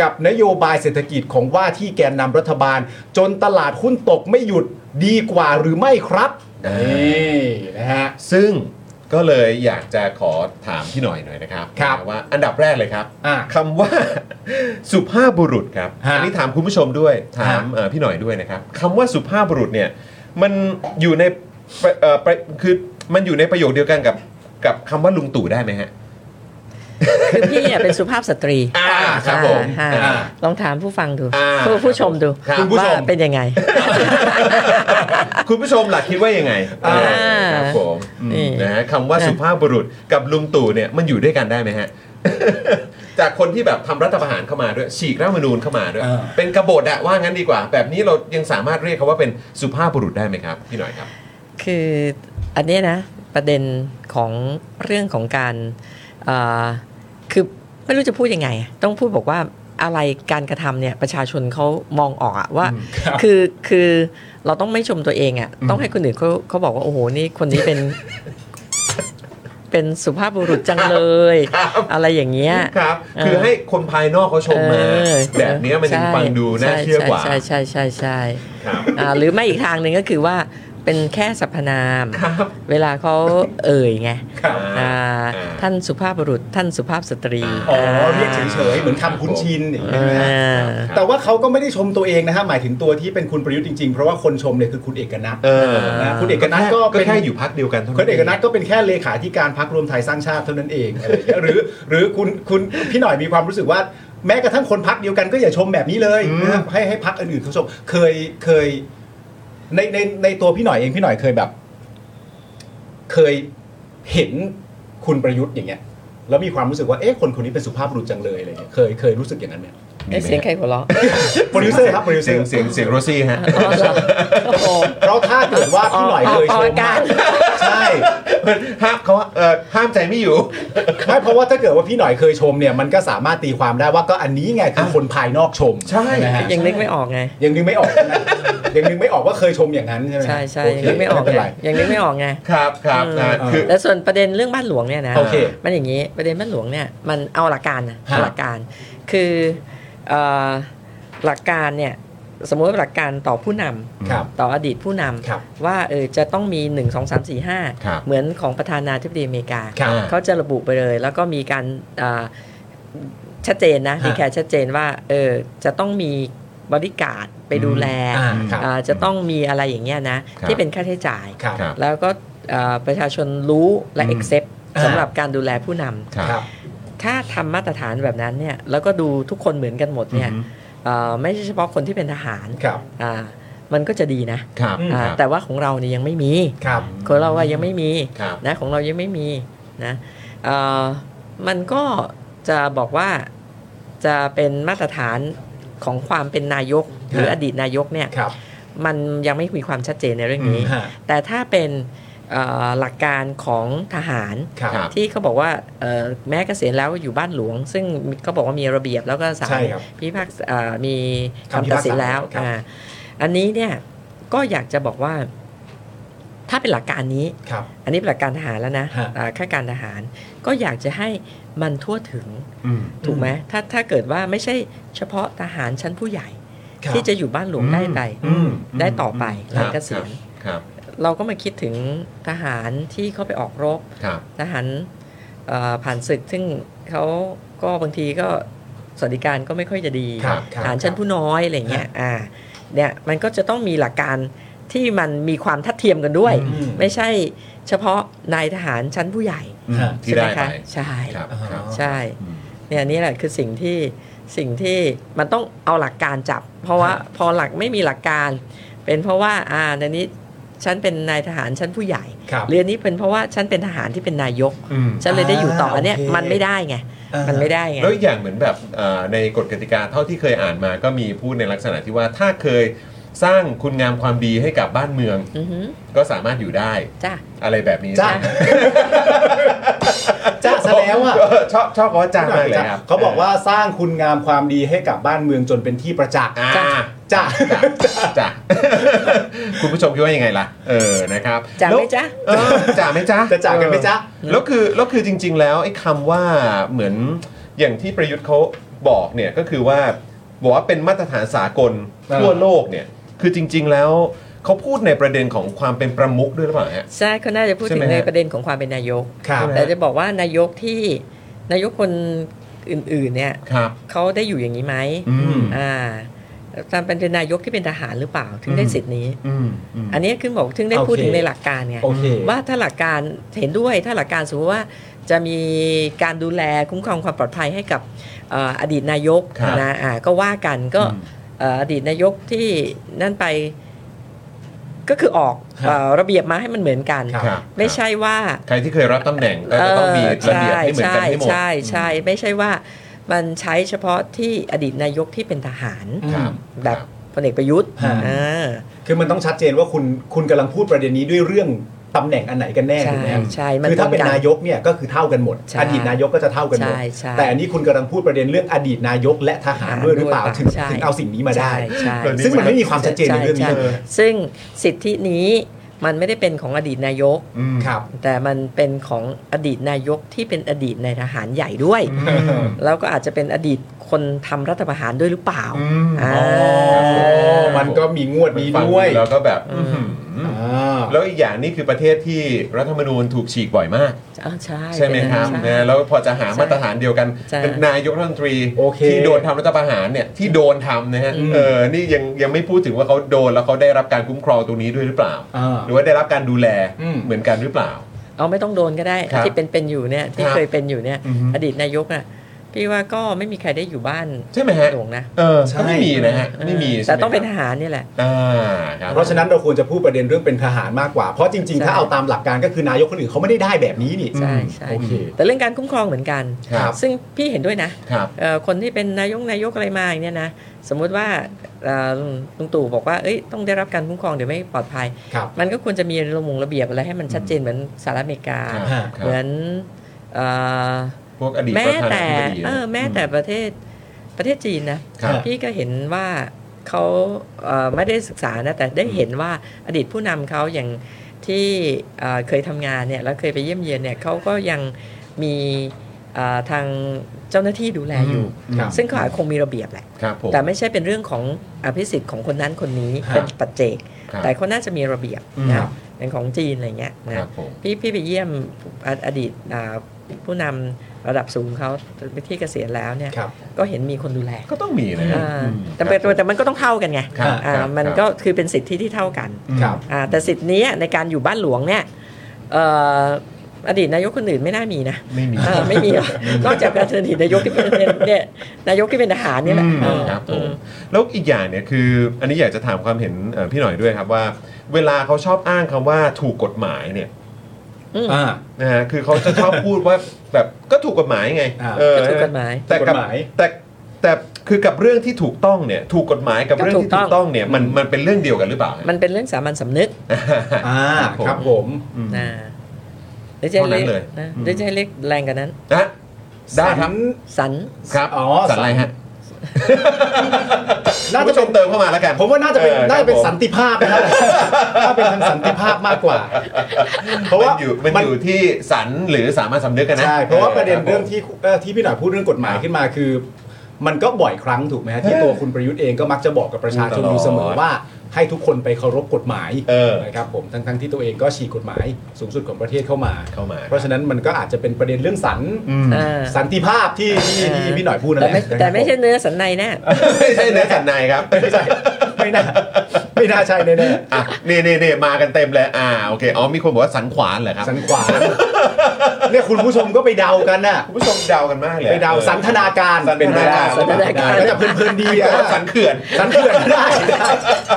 [SPEAKER 4] กับนโยบายเศรษฐกิจของว่าที่แกนนำรัฐบาล จนตลาดหุ้นตกไม่หยุดดีกว่าหรือไม่ครับ
[SPEAKER 1] อ่า
[SPEAKER 4] นี่นะฮะ
[SPEAKER 1] ซึ่งก็เลยอยากจะขอถามพี่หน่อยหน่อยนะครับ
[SPEAKER 4] ครับ
[SPEAKER 1] ว่าอันดับแรกเลยครับ
[SPEAKER 4] อ่า
[SPEAKER 1] คำว่า สุภาพบุรุษครับ
[SPEAKER 4] ฮะ
[SPEAKER 1] อันี้ถามคุณผู้ชมด้วยถาม
[SPEAKER 4] ฮะ
[SPEAKER 1] เอ่อพี่หน่อยด้วยนะครับคำว่าสุภาพบุรุษเนี่ยมันอยู่ในเอ่อประคือมันอยู่ในประโยคเดียวกันกับกับคำว่าลุงตู่ได้ไหมฮะ
[SPEAKER 6] คือพี่เนี่ยเป็นสุภาพสตรี
[SPEAKER 1] อ่าครับผม
[SPEAKER 6] อ่า
[SPEAKER 1] อ่า
[SPEAKER 6] ลองถามผู้ฟังดู
[SPEAKER 1] อ่า
[SPEAKER 6] ผู้ผู้ชมดู
[SPEAKER 1] ครับคุณผู้ชม
[SPEAKER 6] ว่าเป็นยังไง
[SPEAKER 1] คุณผู้ชมหลักคิดว่ายังไง
[SPEAKER 6] อ่า
[SPEAKER 1] ครับผม
[SPEAKER 6] นี่
[SPEAKER 1] นะฮะคำว่าสุภาพบุรุษกับลุงตู่เนี่ยมันอยู่ด้วยกันได้ไหมฮะ จากคนที่แบบทำรัฐประหารเข้ามาด้วยฉีกรัฐธรรมนูญเข้ามาด้วย
[SPEAKER 8] อ่า
[SPEAKER 1] เป็นกบฏอะว่างั้นดีกว่า แบบนี้เรายังสามารถเรียกเขาว่าเป็นสุภาพบุรุษได้ไหมครับพี่หน่อยครับ
[SPEAKER 6] คืออันเนี้ยนะประเด็นของเรื่องของการเอ่อคือไม่รู้จะพูดยังไง ต้องพูดบอกว่าอะไรการกระทำเนี่ยประชาชนเขามองออกอะว่าคือคือเราต้องไม่ชมตัวเองอะต้องให้คนอื่นเขาเขาบอกว่าโอ้โหนี่คนนี้เป็น เป็นสุภาพบุรุษจังเลย
[SPEAKER 1] ครับ
[SPEAKER 6] อะไรอย่างเงี้ย
[SPEAKER 1] ครับ
[SPEAKER 6] เออ
[SPEAKER 1] คือให้คนภายนอกเขาชมมา
[SPEAKER 6] เออ
[SPEAKER 1] แบบนี้มันยัง
[SPEAKER 6] ใช่
[SPEAKER 1] ฟังดูน่า
[SPEAKER 6] ใ
[SPEAKER 1] เชื่อกว่า
[SPEAKER 6] ใช่ใช่ใช่ใช่
[SPEAKER 1] ครับ
[SPEAKER 6] อ่าหรือไม่อีกทางหนึ่งก็คือว่าเป็นแค่สรรพนาม
[SPEAKER 1] ครับ
[SPEAKER 6] เวลาเขาเอ่ยไง
[SPEAKER 1] ครับ
[SPEAKER 6] อ่าท่านสุภาพบุรุษท่านสุภาพสตรี
[SPEAKER 8] อ๋อ
[SPEAKER 6] อ่า
[SPEAKER 8] เรียกเฉยๆเหมือนคำคุ้นชินอย่างเงี้ย
[SPEAKER 6] อ่า
[SPEAKER 8] นะฮะแต่ว่าเขาก็ไม่ได้ชมตัวเองนะฮะหมายถึงตัวที่เป็นคุณประยุทธ์จริงๆ เพราะว่าคนชมเนี่ยคือคุณเอกนัท
[SPEAKER 1] เออ
[SPEAKER 8] นะคุณเอกนัทก็
[SPEAKER 1] ก็
[SPEAKER 8] เป็น
[SPEAKER 1] แค่อยู่พักเดียวกันเท่านั้น
[SPEAKER 8] คุณเอกนัทก็เป็นแค่เลขาธิการพักรวมไทยสร้างชาติเท่านั้นเองอะไรอย่างเงี้ยหรือหรือคุณคุณพี่หน่อยมีความรู้สึกว่า แม้กระทั่งคนพักเดียวกันก็อย่าชมแบบนี้เลยนะครับให้ให้พักอื่นๆเขาชมเคยเคย ในในในตัวพี่หน่อยเองพี่หน่อยเคยแบบ เคยเห็นคุณประยุทธ์อย่างเงี้ย แล้วมีความรู้สึกว่าเอ๊ะคนคนนี้เป็นสุภาพบุรุษจังเลยอะไรเงี้ยเคยเคยรู้สึกอย่างนั้นไหม
[SPEAKER 6] เอ๊ะเสียงใครหัวเราะ
[SPEAKER 8] โปรดิวเซอร์ครับโปรดิวเซอ
[SPEAKER 1] เสียง
[SPEAKER 8] ร์
[SPEAKER 1] เสียงเสียงโรซี่ฮะ
[SPEAKER 6] อ๋อเหรอโอ้โห
[SPEAKER 8] เพราะถ้าเกิดว่าพี่หน่อยเคยช
[SPEAKER 6] ออก
[SPEAKER 8] ม
[SPEAKER 6] อากาศ
[SPEAKER 8] ใช่
[SPEAKER 1] ห้ามเขาเอ่อห้ามใจไม่อยู่
[SPEAKER 8] ไม่เพราะว่าถ้าเกิดว่าพี่หน่อยเคยชมเนี่ยมันก็สามารถตีความได้ว่าก็อันนี้ไงคือคนภายนอกชม
[SPEAKER 1] ใช่
[SPEAKER 8] ไหมฮะ
[SPEAKER 6] ยังนึกไม่ออกไง
[SPEAKER 8] ยังนึกไม่ออกใช่ไหมยังนึกไม่ออกว่าเคยชมอย่างนั้นใช่ไหม
[SPEAKER 6] ใช่ใช่
[SPEAKER 8] โเค
[SPEAKER 6] ยังนึกไม่ออก
[SPEAKER 8] เป็น
[SPEAKER 6] ไง
[SPEAKER 8] ไร
[SPEAKER 6] ยังนึกไม่ออกไง
[SPEAKER 1] ครับครับนะคือ
[SPEAKER 6] แต่ส่วนประเด็นเรื่องบ้านหลวงเนี่ยนะ
[SPEAKER 8] โอเค
[SPEAKER 6] มันอย่างนี้ประเด็นบ้านหลวงเนี่ยมันเอาหลักการนะ
[SPEAKER 8] ฮะ
[SPEAKER 6] เอาหลักการคือเอ่อหลักการเนี่ยสมมติว่าหลักการต่อผู้นำ
[SPEAKER 8] ครับ
[SPEAKER 6] ต่ออดีตผู้นำ
[SPEAKER 8] ครับ
[SPEAKER 6] ว่าเออจะต้องมี 1 2 3 4
[SPEAKER 1] ครับ
[SPEAKER 6] 5 เหมือนของประธานาธิบดีอเมริกา
[SPEAKER 8] ครับ
[SPEAKER 6] เขาจะระบุไปเลย แล้วก็มีการอ่าชัดเจนนะ
[SPEAKER 8] ฮะ
[SPEAKER 6] มีแคร์ชัดเจนว่าเออจะต้องมีบริการดไปดูแล
[SPEAKER 8] อ่าครับ
[SPEAKER 6] อ่าจะต้องมีอะไรอย่างเงี้ยนะ
[SPEAKER 1] ครับ
[SPEAKER 6] ที่เป็นค่าใช้จ่าย
[SPEAKER 8] ครับ
[SPEAKER 1] ครับ
[SPEAKER 6] แล้วก็อ่าประชาชนรู้และ
[SPEAKER 8] อืม
[SPEAKER 6] accept
[SPEAKER 8] อ่า
[SPEAKER 6] สำหรับการดูแลผู้น
[SPEAKER 1] ค
[SPEAKER 8] ค
[SPEAKER 1] รั
[SPEAKER 8] รับ บ
[SPEAKER 6] ำถ้าทำมาตรฐานแบบนั้นเนี่ยแล้วก็ดูทุกคนเหมือนกันหมดเนี่ยเอ่อไม่ใช่เฉพาะคนที่เป็นทหาร
[SPEAKER 8] ครับ
[SPEAKER 6] อ่ามันก็จะดีนะครับ อ่าแต่ว่าของเราเนี่ยยังไม่มี
[SPEAKER 8] ครับ
[SPEAKER 6] ของเราอะยังไม่มี
[SPEAKER 1] ครับ
[SPEAKER 6] นะของเรายังไม่มีนะเอ่อมันก็จะบอกว่าจะเป็นมาตรฐานของความเป็นนายก หรือ
[SPEAKER 8] ฮะ
[SPEAKER 6] อดีตนายกเนี่ย
[SPEAKER 8] ครับ
[SPEAKER 6] มันยังไม่มีความชัดเจนในเรื่องนี้
[SPEAKER 8] ฮะ
[SPEAKER 6] แต่ถ้าเป็นเอ่อหลักการของทหาร
[SPEAKER 8] ครับ
[SPEAKER 1] ครับ
[SPEAKER 6] ที่เขาบอกว่าเอ่อแม้เกษียณแล้วอยู่บ้านหลวง ซึ่งเขาบอกว่ามีระเบียบแล้วก็ศา
[SPEAKER 8] ใช่
[SPEAKER 6] ล
[SPEAKER 8] ครับ
[SPEAKER 6] พิพากษาเอ่อมี
[SPEAKER 8] คำพิ
[SPEAKER 6] คำตัด
[SPEAKER 8] พากษา
[SPEAKER 6] สินแล้ว
[SPEAKER 8] ครับ
[SPEAKER 6] อ่าอันนี้เนี่ยก็อยากจะบอกว่า ถ้าเป็นหลักการนี้
[SPEAKER 8] ครับ
[SPEAKER 6] อันนี้เป็นหลักการทหารแล้วนะ
[SPEAKER 8] ฮะ
[SPEAKER 6] อ่าข้าราชการทหาร ก็อยากจะให้มันทั่วถึงถูกไหมถ้าถ้าเกิดว่าไม่ใช่เฉพาะทหารชั้นผู้ใหญ่
[SPEAKER 8] ครับ
[SPEAKER 6] ที่จะอยู่บ้านหลวงได้ไป
[SPEAKER 8] อืม
[SPEAKER 6] ได้ต่อไปหลัง
[SPEAKER 1] ครับ
[SPEAKER 6] เกษียณ
[SPEAKER 1] ครับ
[SPEAKER 6] เราก็มาคิดถึงทหารที่เขาไปออกรบ
[SPEAKER 1] ครับ
[SPEAKER 6] ทหารเอ่อผ่านศึก ซึ่งเขาก็บางทีก็สวัสดิการก็ไม่ค่อยจะดี
[SPEAKER 8] ครับครับ
[SPEAKER 6] ทหารชั้นผู้น้อยอะไรอย่างเงี้ยอ่าเนี่ยมันก็จะต้องมีหลักการที่มันมีความทัดเทียมกันด้วย
[SPEAKER 8] อืม
[SPEAKER 6] ไม่ใช่เฉพาะนายทหารชั้นผู้ใหญ่
[SPEAKER 8] ฮะ
[SPEAKER 1] ที่
[SPEAKER 6] ใช่ไหม
[SPEAKER 1] ได้ไป
[SPEAKER 6] คะใช่
[SPEAKER 1] ครับครับ
[SPEAKER 6] ใช่
[SPEAKER 1] อืม
[SPEAKER 6] เนี่ยนี่แหละคือสิ่งที่สิ่งที่มันต้องเอาหลักการจับ เพราะว่าพอหลักไม่มีหลักการ เป็นเพราะว่าอ่าในนี้ฉันเป็นนายทหารชั้นผู้ใหญ่
[SPEAKER 8] ครับ
[SPEAKER 6] หรืออันนี้เป็นเพราะว่าฉันเป็นทหารที่เป็นนายก
[SPEAKER 1] อืม
[SPEAKER 6] ฉันเลยได้อยู่ต่ออันเนี้ย
[SPEAKER 8] โอเค
[SPEAKER 6] มันไม่ได้ไงมันไม่ได้ไง
[SPEAKER 1] แล้วอีกอย่างเหมือนแบบเอ่อในกฎกติกาเท่าที่เคยอ่านมาก็มีพูดในลักษณะที่ว่าถ้าเคยสร้างคุณงามความดีให้กับบ้านเมือง
[SPEAKER 6] อือหือ
[SPEAKER 1] ก็สามารถอยู่ได้
[SPEAKER 6] จ้ะ
[SPEAKER 1] อะไรแบบนี้
[SPEAKER 8] จ้ะ จ้าซะแล้วอ่ะ
[SPEAKER 1] เชอบชอบคำว่าจ้ามากเลยครับ
[SPEAKER 8] เขาบอกว่าสร้างคุณงามความดีให้กับบ้านเมืองจนเป็นที่ประจักษ์
[SPEAKER 1] อ่า
[SPEAKER 6] จ้ะ
[SPEAKER 8] จ้า
[SPEAKER 1] จ้ะ คุณผู้ชมคิดว่ายังไงล่ะ เออ นะครับ
[SPEAKER 6] จ้ะ
[SPEAKER 1] แล้ว
[SPEAKER 6] ไหมจ๊ะ
[SPEAKER 1] เออจ่าไหมจ๊ะ
[SPEAKER 8] จะจ่ากันไหมจ๊ะ
[SPEAKER 1] เออแล้วคือ แล้วคือจริง ๆ แล้วไอ้คำว่าเหมือนอย่างที่ประยุทธ์เขาบอกเนี่ยก็คือว่าบอกว่าเป็นมาตรฐานสากลทั่วโลกเนี่ย คือจริง ๆ แล้วเขาพูดในประเด็นของความเป็นประมุขด้วยหรือเปล่าฮะ
[SPEAKER 6] ใช่เขาน่าจะพูด
[SPEAKER 1] ใช่
[SPEAKER 6] ถึ
[SPEAKER 1] ไหม
[SPEAKER 6] งใน
[SPEAKER 1] ฮะ
[SPEAKER 6] ประเด็นของความเป็นนายก
[SPEAKER 8] ครับ
[SPEAKER 6] แต่จะบอกว่านายกที่นายกคนอื่นๆเนี่ย
[SPEAKER 1] ครับ
[SPEAKER 6] เขาได้อยู่อย่างนี้ไหม
[SPEAKER 1] อืม
[SPEAKER 6] อ่าตามเป็นนายกที่เป็นทหารหรือเปล่า ถึงได้สิทธิ์นี้
[SPEAKER 1] อืม
[SPEAKER 6] อันนี้ขึ้นบอกถึงได้พูด
[SPEAKER 8] โอเค
[SPEAKER 6] ถึงในหลักการไง
[SPEAKER 8] โอเค
[SPEAKER 6] ว่าถ้าหลักการเห็นด้วยถ้าหลักการสมมติว่า จะมีการดูแลคุ้มครองความปลอดภัยให้กับเอ่ออดีตนายก
[SPEAKER 1] ครับ
[SPEAKER 6] นะอ่าก็ว่ากันก็เอ่ออดีตนายกที่นั่นไปก็คือออกเอ่อระเบียบมาให้มันเหมือนกัน
[SPEAKER 1] ครับ
[SPEAKER 6] ไม่ใช่ว่า
[SPEAKER 1] ใครที่เคยรับตำแหน่งก็จะต้องมีระเบียบให้เหมือนกันให้หมด
[SPEAKER 6] ใช่ใช่ใช่ไม่ใช่ว่ามันใช้เฉพาะที่อดีตนายกที่เป็นทหาร
[SPEAKER 1] ครับ
[SPEAKER 6] แบบ
[SPEAKER 1] ครับ
[SPEAKER 6] พลเอกประยุทธ์
[SPEAKER 4] ฮะ
[SPEAKER 6] อ่า
[SPEAKER 4] คือมันต้องชัดเจนว่าคุณคุณกำลังพูดประเด็นนี้ด้วยเรื่องตำแหน่งอันไหนกันแน่
[SPEAKER 6] ใช่
[SPEAKER 4] ถูกไหม
[SPEAKER 6] ใช่มั
[SPEAKER 4] คือถ้าเป็น
[SPEAKER 6] ตรงกั
[SPEAKER 4] นายกเนี่ยก็คือเท่ากันหมด
[SPEAKER 6] ใช่
[SPEAKER 4] อดีตนายกก็จะเท่ากันหมด
[SPEAKER 6] ใช่ใช่
[SPEAKER 4] แต่อันนี้คุณกำลังพูดประเด็นเรื่องอดีตนายกและทหารด้วยหรือเปล่า
[SPEAKER 6] ด้วย
[SPEAKER 4] ถึง
[SPEAKER 6] ใช่
[SPEAKER 4] ถึงเอาสิ่งนี้มาได้
[SPEAKER 6] ใช่ใช่
[SPEAKER 4] ซึ่งมันไม่มีความชัดเจนในเรื่องนี้
[SPEAKER 6] ใช่
[SPEAKER 4] เลย
[SPEAKER 6] ใช่ซึ่งสิทธินี้มันไม่ได้เป็นของอดีตนายก
[SPEAKER 4] ครับ
[SPEAKER 6] แต่มันเป็นของอดีตนายกที่เป็นอดีตในายทหารใหญ่ด้วย แล้วก็อาจจะเป็นอดีตคนทำรัฐประหารด้วยหรือเปล่าอ่า
[SPEAKER 4] อ๋อ มันก็มีงวดนี้
[SPEAKER 1] ฟัง
[SPEAKER 4] ด้วย
[SPEAKER 1] แล้วก็แบบ
[SPEAKER 6] อืม
[SPEAKER 1] อืม
[SPEAKER 4] อ่า
[SPEAKER 1] แล้วอีกอย่างนี่คือประเทศที่รัฐธรรมนูญถูกฉีกบ่อยมาก
[SPEAKER 6] อ่าใช่
[SPEAKER 1] ใช่ไหมครับ
[SPEAKER 6] ใช่
[SPEAKER 1] นะแล้วพอจะหามาตรฐานเดียวกัน
[SPEAKER 6] ใช่
[SPEAKER 1] เป็นนายกรัฐมนตรี
[SPEAKER 4] โอเค
[SPEAKER 1] ที่โดนทำรัฐประหารเนี่ยที่โดนทำนะฮะ
[SPEAKER 4] อืม
[SPEAKER 1] เออนี่ยังยังไม่พูดถึงว่าเขาโดนแล้วเขาได้รับการคุ้มครองตรงนี้ด้วยหรือเปล่า
[SPEAKER 4] อ่า
[SPEAKER 1] หรือว่าได้รับการดูแล
[SPEAKER 4] อืม
[SPEAKER 1] เหมือนกันหรือเปล่า
[SPEAKER 6] เอาไม่ต้องโดนก็ได้
[SPEAKER 1] ครับ
[SPEAKER 6] ที่เป็นเป็นอยู่เนี่ยที่
[SPEAKER 1] ครับ
[SPEAKER 6] เคยเป็นอยู่เนี่ย
[SPEAKER 1] อือฮึ
[SPEAKER 6] อดีตนายกอ่ะพี่ว่าก็ไม่มีใครได้อยู่บ้าน
[SPEAKER 1] ใช่ไหมฮะ
[SPEAKER 6] หลวงนะ
[SPEAKER 1] เออ
[SPEAKER 4] ใช่
[SPEAKER 1] ก็ไม่มีนะฮะไม่มี
[SPEAKER 6] แต่ต้องเป็น
[SPEAKER 1] ใช่
[SPEAKER 6] ท
[SPEAKER 1] ไหมครับ
[SPEAKER 6] หารเนี่ยแหละ
[SPEAKER 1] อ่าครับ
[SPEAKER 4] เพราะฉะนั้นเราควรจะพูดประเด็นเรื่องเป็นทหารมากกว่า เพราะจริง
[SPEAKER 6] ใช่
[SPEAKER 4] ๆ ถ้าเอาตามหลักการก็คือนายกคนอื่นเขาไม่ได้ได้แบบนี้นี่
[SPEAKER 6] ใช่ใช่
[SPEAKER 4] โอเค
[SPEAKER 6] แต่เรื่องการคุ้มครองเหมือนกัน
[SPEAKER 1] ครับ
[SPEAKER 6] ซึ่งพี่เห็นด้วยนะครับ เอ่อคนที่เป็นนายกนายกอะไรมาอย่างเนี่ยนะสมมุติว่าเอ่อลุงตู่บอกว่าเอ้ยต้องได้รับการคุ้มครองเดี๋ยวไม่ปลอดภัย
[SPEAKER 4] ครับ
[SPEAKER 6] มันก็ควรจะมีระมงระเบียบอะไรให้มันชัดเจนเหมือนสหรัฐอเมริกา
[SPEAKER 1] ครับ
[SPEAKER 6] เหมือนเอ่อ
[SPEAKER 1] พวกอดีต
[SPEAKER 6] แม้
[SPEAKER 1] ประธานา
[SPEAKER 6] แต่
[SPEAKER 1] ธิบดีนะ
[SPEAKER 6] เออแม้แต่ประเทศประเทศจีนนะ
[SPEAKER 1] ครับ
[SPEAKER 6] พี่ก็เห็นว่าเขาเอ่อไม่ได้ศึกษานะ แต่ได้เห็นว่าอดีตผู้นำเขาอย่างที่เอ่อเคยทำงานเนี่ยแล้วเคยไปเยี่ยมเยียนเนี่ยเขาก็ยังมีเอ่อทางเจ้าหน้าที่ดูแลอยู่
[SPEAKER 4] ครับ
[SPEAKER 6] ซึ่งเขาอาจคงมีระเบียบแหละ
[SPEAKER 1] ครับผม
[SPEAKER 6] แต่ไม่ใช่เป็นเรื่องของอภิสิทธิ์ของคนนั้นคนนี้
[SPEAKER 4] ครับ
[SPEAKER 6] เป็นปัจเจก
[SPEAKER 1] ครับ
[SPEAKER 6] แต่เขาน่าจะมีระเบียบ
[SPEAKER 4] ครั
[SPEAKER 6] นะ
[SPEAKER 4] บ
[SPEAKER 6] เป็นของจีนอะไรเงี้ยนะ
[SPEAKER 1] ครับผม
[SPEAKER 6] พี่พี่ไปเยี่ยมออดีตอ่าผู้นำระดับสูงเขาที่เกษียณแล้วเนี่ย
[SPEAKER 4] ครับ
[SPEAKER 6] ก็เห็นมีคนดูแล
[SPEAKER 1] ก็ต้องมีนะฮะ
[SPEAKER 6] อ่า
[SPEAKER 1] อืม
[SPEAKER 6] แต่เป็น
[SPEAKER 1] ครับ
[SPEAKER 6] แต่มันก็ต้องเท่ากันไง
[SPEAKER 1] ครับ
[SPEAKER 6] อ่า
[SPEAKER 1] ครับ
[SPEAKER 6] มันก็คือเป็นสิทธิที่เท่ากัน
[SPEAKER 4] ครับ
[SPEAKER 6] อ่าแต่สิทธินี้ในการอยู่บ้านหลวงเนี่ยเอ่ออดีตนายกคนอื่นไม่น่ามีนะ
[SPEAKER 1] ไม่มี
[SPEAKER 6] เอ อไม่มีหรอกนอกจากการอดีตนายกที่เป็นเนี่ยนายกที่เป็นทหารเนี่ยแหละ
[SPEAKER 1] อืมครับผมแล้วอีกอย่างเนี่ยคืออันนี้อยากจะถามความเห็นเอ่อพี่หน่อยด้วยครับว่า เวลาเขาชอบอ้างคำว่าถูกกฎหมายเนี่ย
[SPEAKER 6] อืม
[SPEAKER 4] อ่า
[SPEAKER 1] นะฮะคือเขาจะชอบพูดว่าแบบก็ถูกกฎหมายไง
[SPEAKER 4] อ่า
[SPEAKER 1] เออ
[SPEAKER 6] ก็ถูกกฎหมาย
[SPEAKER 1] แต่กับ
[SPEAKER 4] กฎหมาย
[SPEAKER 1] แต่แต่คือกับเรื่องที่ถูกต้องเนี่ยถูกกฎหมายกับ
[SPEAKER 6] ก็
[SPEAKER 1] เรื่อง
[SPEAKER 6] ถู
[SPEAKER 1] ที่
[SPEAKER 6] ก
[SPEAKER 1] ถู
[SPEAKER 6] ต้อง
[SPEAKER 1] กต้องเนี่ยมันมันเป็นเรื่องเดียวกันหรือเปล่า ฮะ
[SPEAKER 6] มันเป็นเรื่องสามัญสำนึก
[SPEAKER 4] อ่าครับผม
[SPEAKER 1] อืม
[SPEAKER 6] นะหรือจะ
[SPEAKER 1] เท่านั้
[SPEAKER 6] เรีย
[SPEAKER 1] น
[SPEAKER 6] ก
[SPEAKER 1] เลย
[SPEAKER 6] นะ
[SPEAKER 1] อืม
[SPEAKER 6] หรือจะเรียกแรงกว่านั้น
[SPEAKER 1] นะได้ครับ
[SPEAKER 6] สัน
[SPEAKER 1] ครับ
[SPEAKER 4] อ๋อ
[SPEAKER 1] สันอะไรฮะ
[SPEAKER 4] น่า
[SPEAKER 1] คุณ
[SPEAKER 4] จะ
[SPEAKER 1] ผู้ช
[SPEAKER 4] เป็น
[SPEAKER 1] มเติมเข้ามาแล้วกัน
[SPEAKER 4] ผมว่าน่าจะเป็น
[SPEAKER 1] ออ
[SPEAKER 4] น่าจะเป็น
[SPEAKER 1] ครับผม
[SPEAKER 4] สันติภาพ นะครับ น่าเป็นทางสันติภาพมากกว่า เพราะว่า
[SPEAKER 1] มันอยู่มัน
[SPEAKER 4] มัน
[SPEAKER 1] อยู่ที่สันหรือสามัญสำนึกกันนะ
[SPEAKER 4] ใช่ เพราะว่าประเด็นเรื่องที่เอ่อที่พี่หน่อยพูดเรื่องกฎหมายขึ้นมาคือ มันก็บ่อยครั้งถูกไหมฮะที่ตัวคุณประยุทธ์เองก็มักจะบอกกับประชาชนอยู่เสมอว่า ให้ทุกคนไปเคารพกฎหมาย
[SPEAKER 1] เออ
[SPEAKER 4] นะครับผมทั้งทั้งๆที่ตัวเองก็ฉีกกฎหมายสูงสุดของประเทศเข้ามา
[SPEAKER 1] เข้ามา
[SPEAKER 4] เพราะฉะนั้นมันก็อาจจะเป็นประเด็นเรื่องสัน
[SPEAKER 6] อ่า
[SPEAKER 4] สันติภาพที่ที่ที่พี่หน่อยพูดนั่นแห
[SPEAKER 6] แต่
[SPEAKER 4] ละนะครับ
[SPEAKER 6] ไม่แต่ไม่ใช่
[SPEAKER 4] ผ
[SPEAKER 6] เนื้อสันในแน่
[SPEAKER 1] ไม่ใช่เนื้อสันในครับ
[SPEAKER 4] ไม่ใช่ไม่น่าไม่น่าใช่แน่
[SPEAKER 1] อ่ะนี่นี่นี่มากันเต็มเลยอ่าโอเคอ๋อมีคนบอกว่าสันขวานเหรอครับ
[SPEAKER 4] ๆสันขวาเนี่ยคุณผู้ชมก็ไปเดากันน่ะ
[SPEAKER 1] คุณผู้ชมเดากันมากเลย
[SPEAKER 4] ไปเดาสันทนาการ
[SPEAKER 1] สัน
[SPEAKER 4] เป็นไปได้
[SPEAKER 1] สันทนาการ
[SPEAKER 4] ก็จะเพลินๆดีอะ
[SPEAKER 1] สันเขื่อน
[SPEAKER 4] สันเขื่อนก็ได้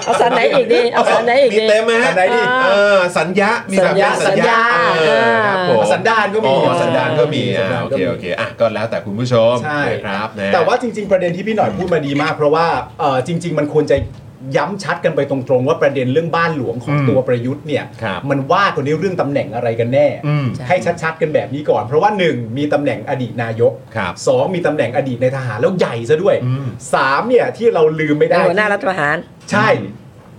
[SPEAKER 6] เอาสันไหนอีกดีเอาสันไหนอีก
[SPEAKER 1] มี
[SPEAKER 6] ดี
[SPEAKER 1] เต็มไหมฮะ
[SPEAKER 4] สันไหนดี
[SPEAKER 1] เออสัญญามีแบบ
[SPEAKER 6] สัญญา
[SPEAKER 1] เออครับผม
[SPEAKER 4] สันดานก็มี
[SPEAKER 1] อ๋อสันดานก็มี
[SPEAKER 4] สัน
[SPEAKER 1] อ่า
[SPEAKER 4] ดาน
[SPEAKER 1] โอ
[SPEAKER 4] ก็
[SPEAKER 1] เค
[SPEAKER 4] มี
[SPEAKER 1] โอเคอ่ะก็แล้วแต่คุณผู้ชม
[SPEAKER 4] ใช่
[SPEAKER 1] นะครับนะ
[SPEAKER 4] แต่ว่าจริง ๆ ประเด็นที่พี่หน่อยพูดมาดีมาก เพราะว่าเอ่อจริง ๆ มันควรจะย้ำชัดกันไปตรงๆ ว่าประเด็นเรื่องบ้านหลวงของตัวประยุทธ์เนี่ย
[SPEAKER 1] ครับ
[SPEAKER 4] มันว่าคนนี้เรื่องตำแหน่งอะไรกันแน่
[SPEAKER 1] อืม
[SPEAKER 6] ใช่
[SPEAKER 4] ให้ชัดๆ กันแบบนี้ก่อน เพราะว่า 1 มีตำแหน่งอดีตนายก
[SPEAKER 1] ครับ
[SPEAKER 4] สองมีตำแหน่งอดีตในทหารแล้วใหญ่ซะด้วย
[SPEAKER 1] อืม
[SPEAKER 4] สามเนี่ยที่เราลืมไม่
[SPEAKER 6] เป็น
[SPEAKER 4] ได้
[SPEAKER 6] หัวหน้ารัฐประหาร
[SPEAKER 4] ใช่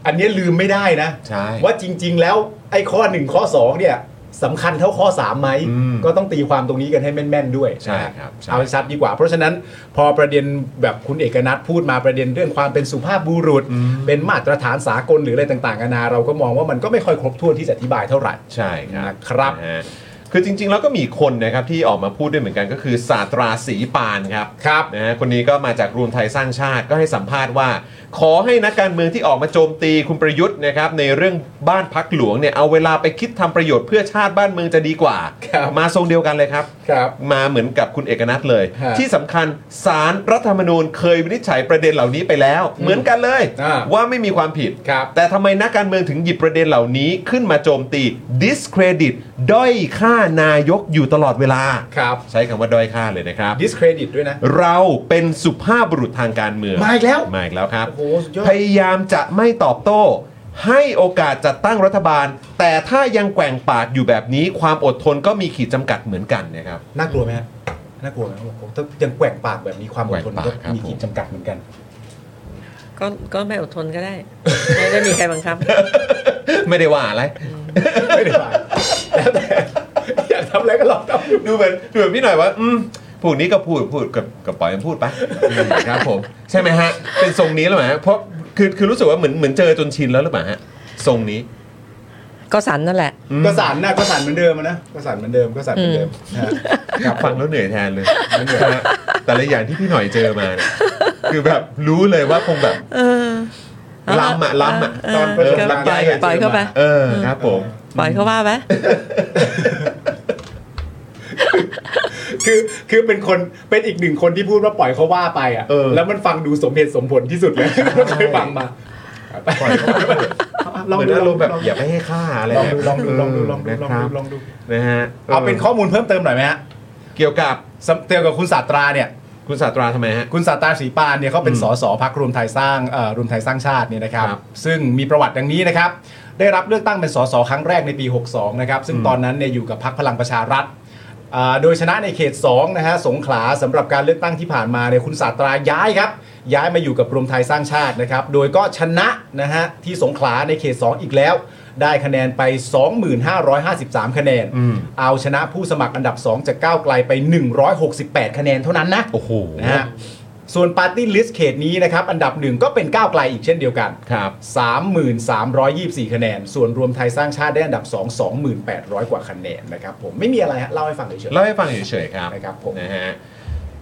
[SPEAKER 4] อันเนี้ยลืมไม่ได้นะ
[SPEAKER 1] ใช่
[SPEAKER 4] ว่าจริง ๆ แล้วไอ้ข้อ 1 ข้อ 2 เนี่ยสำคัญเท่าข้อ 3 ไหม
[SPEAKER 1] อืม
[SPEAKER 4] ก็ต้องตีความตรงนี้กันให้แม่น ๆ ด้วย
[SPEAKER 1] ใช่ครับใช่
[SPEAKER 4] เอาให้ชัดดีกว่า เพราะฉะนั้นพอประเด็นแบบคุณเอกนัทพูดมาประเด็นเรื่องความเป็นสุภาพบุรุษ เป็นมาตรฐานสากลหรืออะไรต่างๆนานาเราก็มองว่ามันก็ไม่ค่อยครบถ้วนที่จะอธิบายเท่าไหร่
[SPEAKER 1] ใช่ครับ
[SPEAKER 4] นะครับ
[SPEAKER 1] นะฮะ คือจริง ๆ แล้วก็มีคนนะครับที่ออกมาพูดด้วยเหมือนกันก็คือศาสตราศรีปานครับ
[SPEAKER 4] ครับ
[SPEAKER 1] นะฮะคนนี้ก็มาจากรวมไทยสร้างชาติก็ให้สัมภาษณ์ว่า ขอให้นักการเมืองที่ออกมาโจมตีคุณประยุทธ์นะครับในเรื่องบ้านพักหลวงเนี่ยเอาเวลาไปคิดทำประโยชน์เพื่อชาติบ้านเมืองจะดีกว่า
[SPEAKER 4] ครับ
[SPEAKER 1] มาทรงเดียวกันเลยครับ
[SPEAKER 4] ครับ
[SPEAKER 1] มาเหมือนกับคุณเอกนัทเลย
[SPEAKER 4] ฮะ
[SPEAKER 1] ที่สำคัญสารรัฐธรรมนูญเคยวินิจฉัยประเด็นเหล่านี้ไปแล้ว เหมือนกันเลย
[SPEAKER 4] อ่า
[SPEAKER 1] ว่าไม่มีความผิด
[SPEAKER 4] ครับ
[SPEAKER 1] แต่ทำไมนักการเมืองถึงหยิบประเด็นเหล่านี้ขึ้นมาโจมตี discredit ด้อยค่านายกอยู่ตลอดเวลา
[SPEAKER 4] ครับ
[SPEAKER 1] ใช้คำว่าด้อยค่าเลยนะครับ
[SPEAKER 4] discredit ด้วยนะ
[SPEAKER 1] เราเป็นสุภาพบุรุษทางการเมือง
[SPEAKER 4] มาอีกแล้ว
[SPEAKER 1] มาอีกแล้วครับ
[SPEAKER 4] โอ้โหสุดยอด
[SPEAKER 1] พยายามจะไม่ตอบโต้ ให้โอกาสจัดตั้งรัฐบาล แต่ถ้ายังแกว่งปากอยู่แบบนี้ ความอดทนก็มีขีดจำกัดเหมือนกันนะครับ
[SPEAKER 4] น่ากลัวไหมฮะน่ากลัวไหมผมถ้ายังแกว่งปากแบบนี้ความอดทน
[SPEAKER 1] แกว่
[SPEAKER 4] ก็
[SPEAKER 1] งปากครับ
[SPEAKER 4] มีขีดจำกัดเหมือนกัน
[SPEAKER 6] ก็ก็ไม่อดทนก็ได้ ไม่ได้มีใครบัง คับ
[SPEAKER 1] ไม่ได้ว่าอะไร
[SPEAKER 4] ไม่ได้ว่า แล้วแต่อยากทำอะไรก็ลองทำ
[SPEAKER 1] ดูเหมือนดูเหมือนพี่หน่อยว่า อืมพวกนี้ก็พูดพูดกับกับปล่อยมันพูดไปอืมครับผม ใช่ไหมฮะ เป็นทรงนี้หรือเปล่าฮะเพราะคือคือรู้สึกว่าเหมือนเหมือนเจอจนชินแล้วหรือเปล่าฮะทรงนี้
[SPEAKER 6] ก็สันนั่นแหละ
[SPEAKER 4] ก็สันนะก็สันเหมือนเดิมอะนะก็สันเหมือนเดิมก็สันเหมือนเดิมนะฮะ
[SPEAKER 1] กลับฟังแล้วเหนื่อยแทนเลย นะแต่ละอย่างที่พี่หน่อยเจอมาเนี่ยคือแบบรู้เลยว่าคงแบบ
[SPEAKER 6] เออ
[SPEAKER 1] ล้ำอะล้ำอะ
[SPEAKER 6] เอ
[SPEAKER 1] ต
[SPEAKER 6] อ
[SPEAKER 1] อน
[SPEAKER 6] เอ
[SPEAKER 1] เอ
[SPEAKER 6] อ
[SPEAKER 1] อลำไยอะ
[SPEAKER 6] ปล่อยเข้าไป
[SPEAKER 1] เออครับผม
[SPEAKER 6] ปล่อยเขาว่าไป
[SPEAKER 4] คือคือเป็นคนเป็นอีกหนึ่งคนที่พูดว่าปล่อยเขาว่าไปอ่ะแล้วมันฟังดูสมเหตุสมผลที่สุดเลย เคยฟังมา
[SPEAKER 1] ปล่อยเข้าไปเหมือนอารมณ์แบบอย่าไปให้ค่าอะไร
[SPEAKER 4] ลอง
[SPEAKER 1] แบบ
[SPEAKER 4] ดูลองดูลองดูลองดูลอง
[SPEAKER 1] นะครั
[SPEAKER 4] ดู
[SPEAKER 1] บ
[SPEAKER 4] ลองดู
[SPEAKER 1] นะฮะ
[SPEAKER 4] เอาเป็นข้อมูลเพิ่มเติมหน่อยไหมฮะ
[SPEAKER 1] เกี่ยวกับ
[SPEAKER 4] สำเกี่ยวกับคุณศาสตราเนี่ย
[SPEAKER 1] คุณศาสตราทำไมฮะ
[SPEAKER 4] คุณสาตาศรีปานเนี่ยเขาเป็น
[SPEAKER 1] อืม
[SPEAKER 4] สสพักรวมไทยสร้างเอ่อรวมไทยสร้างชาติเนี่ยนะครับ
[SPEAKER 1] ครับ
[SPEAKER 4] ซึ่งมีประวัติดังนี้นะครับ ได้รับเลือกตั้งเป็นสสครั้งแรกในปี 62 นะครับ ซึ่งตอนนั้นเนี่ยอยู่กับพักพลังประชารัฐอ่าโดยชนะในเขต 2 นะฮะสงขลาสำหรับการเลือกตั้งที่ผ่านมาเนี่ยคุณสาตราย้ายครับ ย้ายมาอยู่กับรวมไทยสร้างชาตินะครับ โดยก็ชนะนะฮะที่สงขลาในเขต 2 อีกแล้ว ได้คะแนนไป 2553 คะแนน
[SPEAKER 1] อืม
[SPEAKER 4] เอาชนะผู้สมัครอันดับ 2 จากก้าวไกลไป 168 คะแนนเท่านั้นนะ
[SPEAKER 1] โอ้โห
[SPEAKER 4] นะฮะส่วนปาร์ตี้ลิสต์เขตนี้นะครับ อันดับหนึ่งก็เป็นก้าวไกลอีกเช่นเดียวกัน
[SPEAKER 1] ครับ
[SPEAKER 4] 3,324 คะแนน ส่วนรวมไทยสร้างชาติได้อันดับ 2 2,800 กว่าคะแนนนะครับผมไม่มีอะไรฮะเล่าให้ฟังเฉยๆ
[SPEAKER 1] เล่าให้ฟังเฉยๆครับ
[SPEAKER 4] นะครับผม
[SPEAKER 1] นะฮะ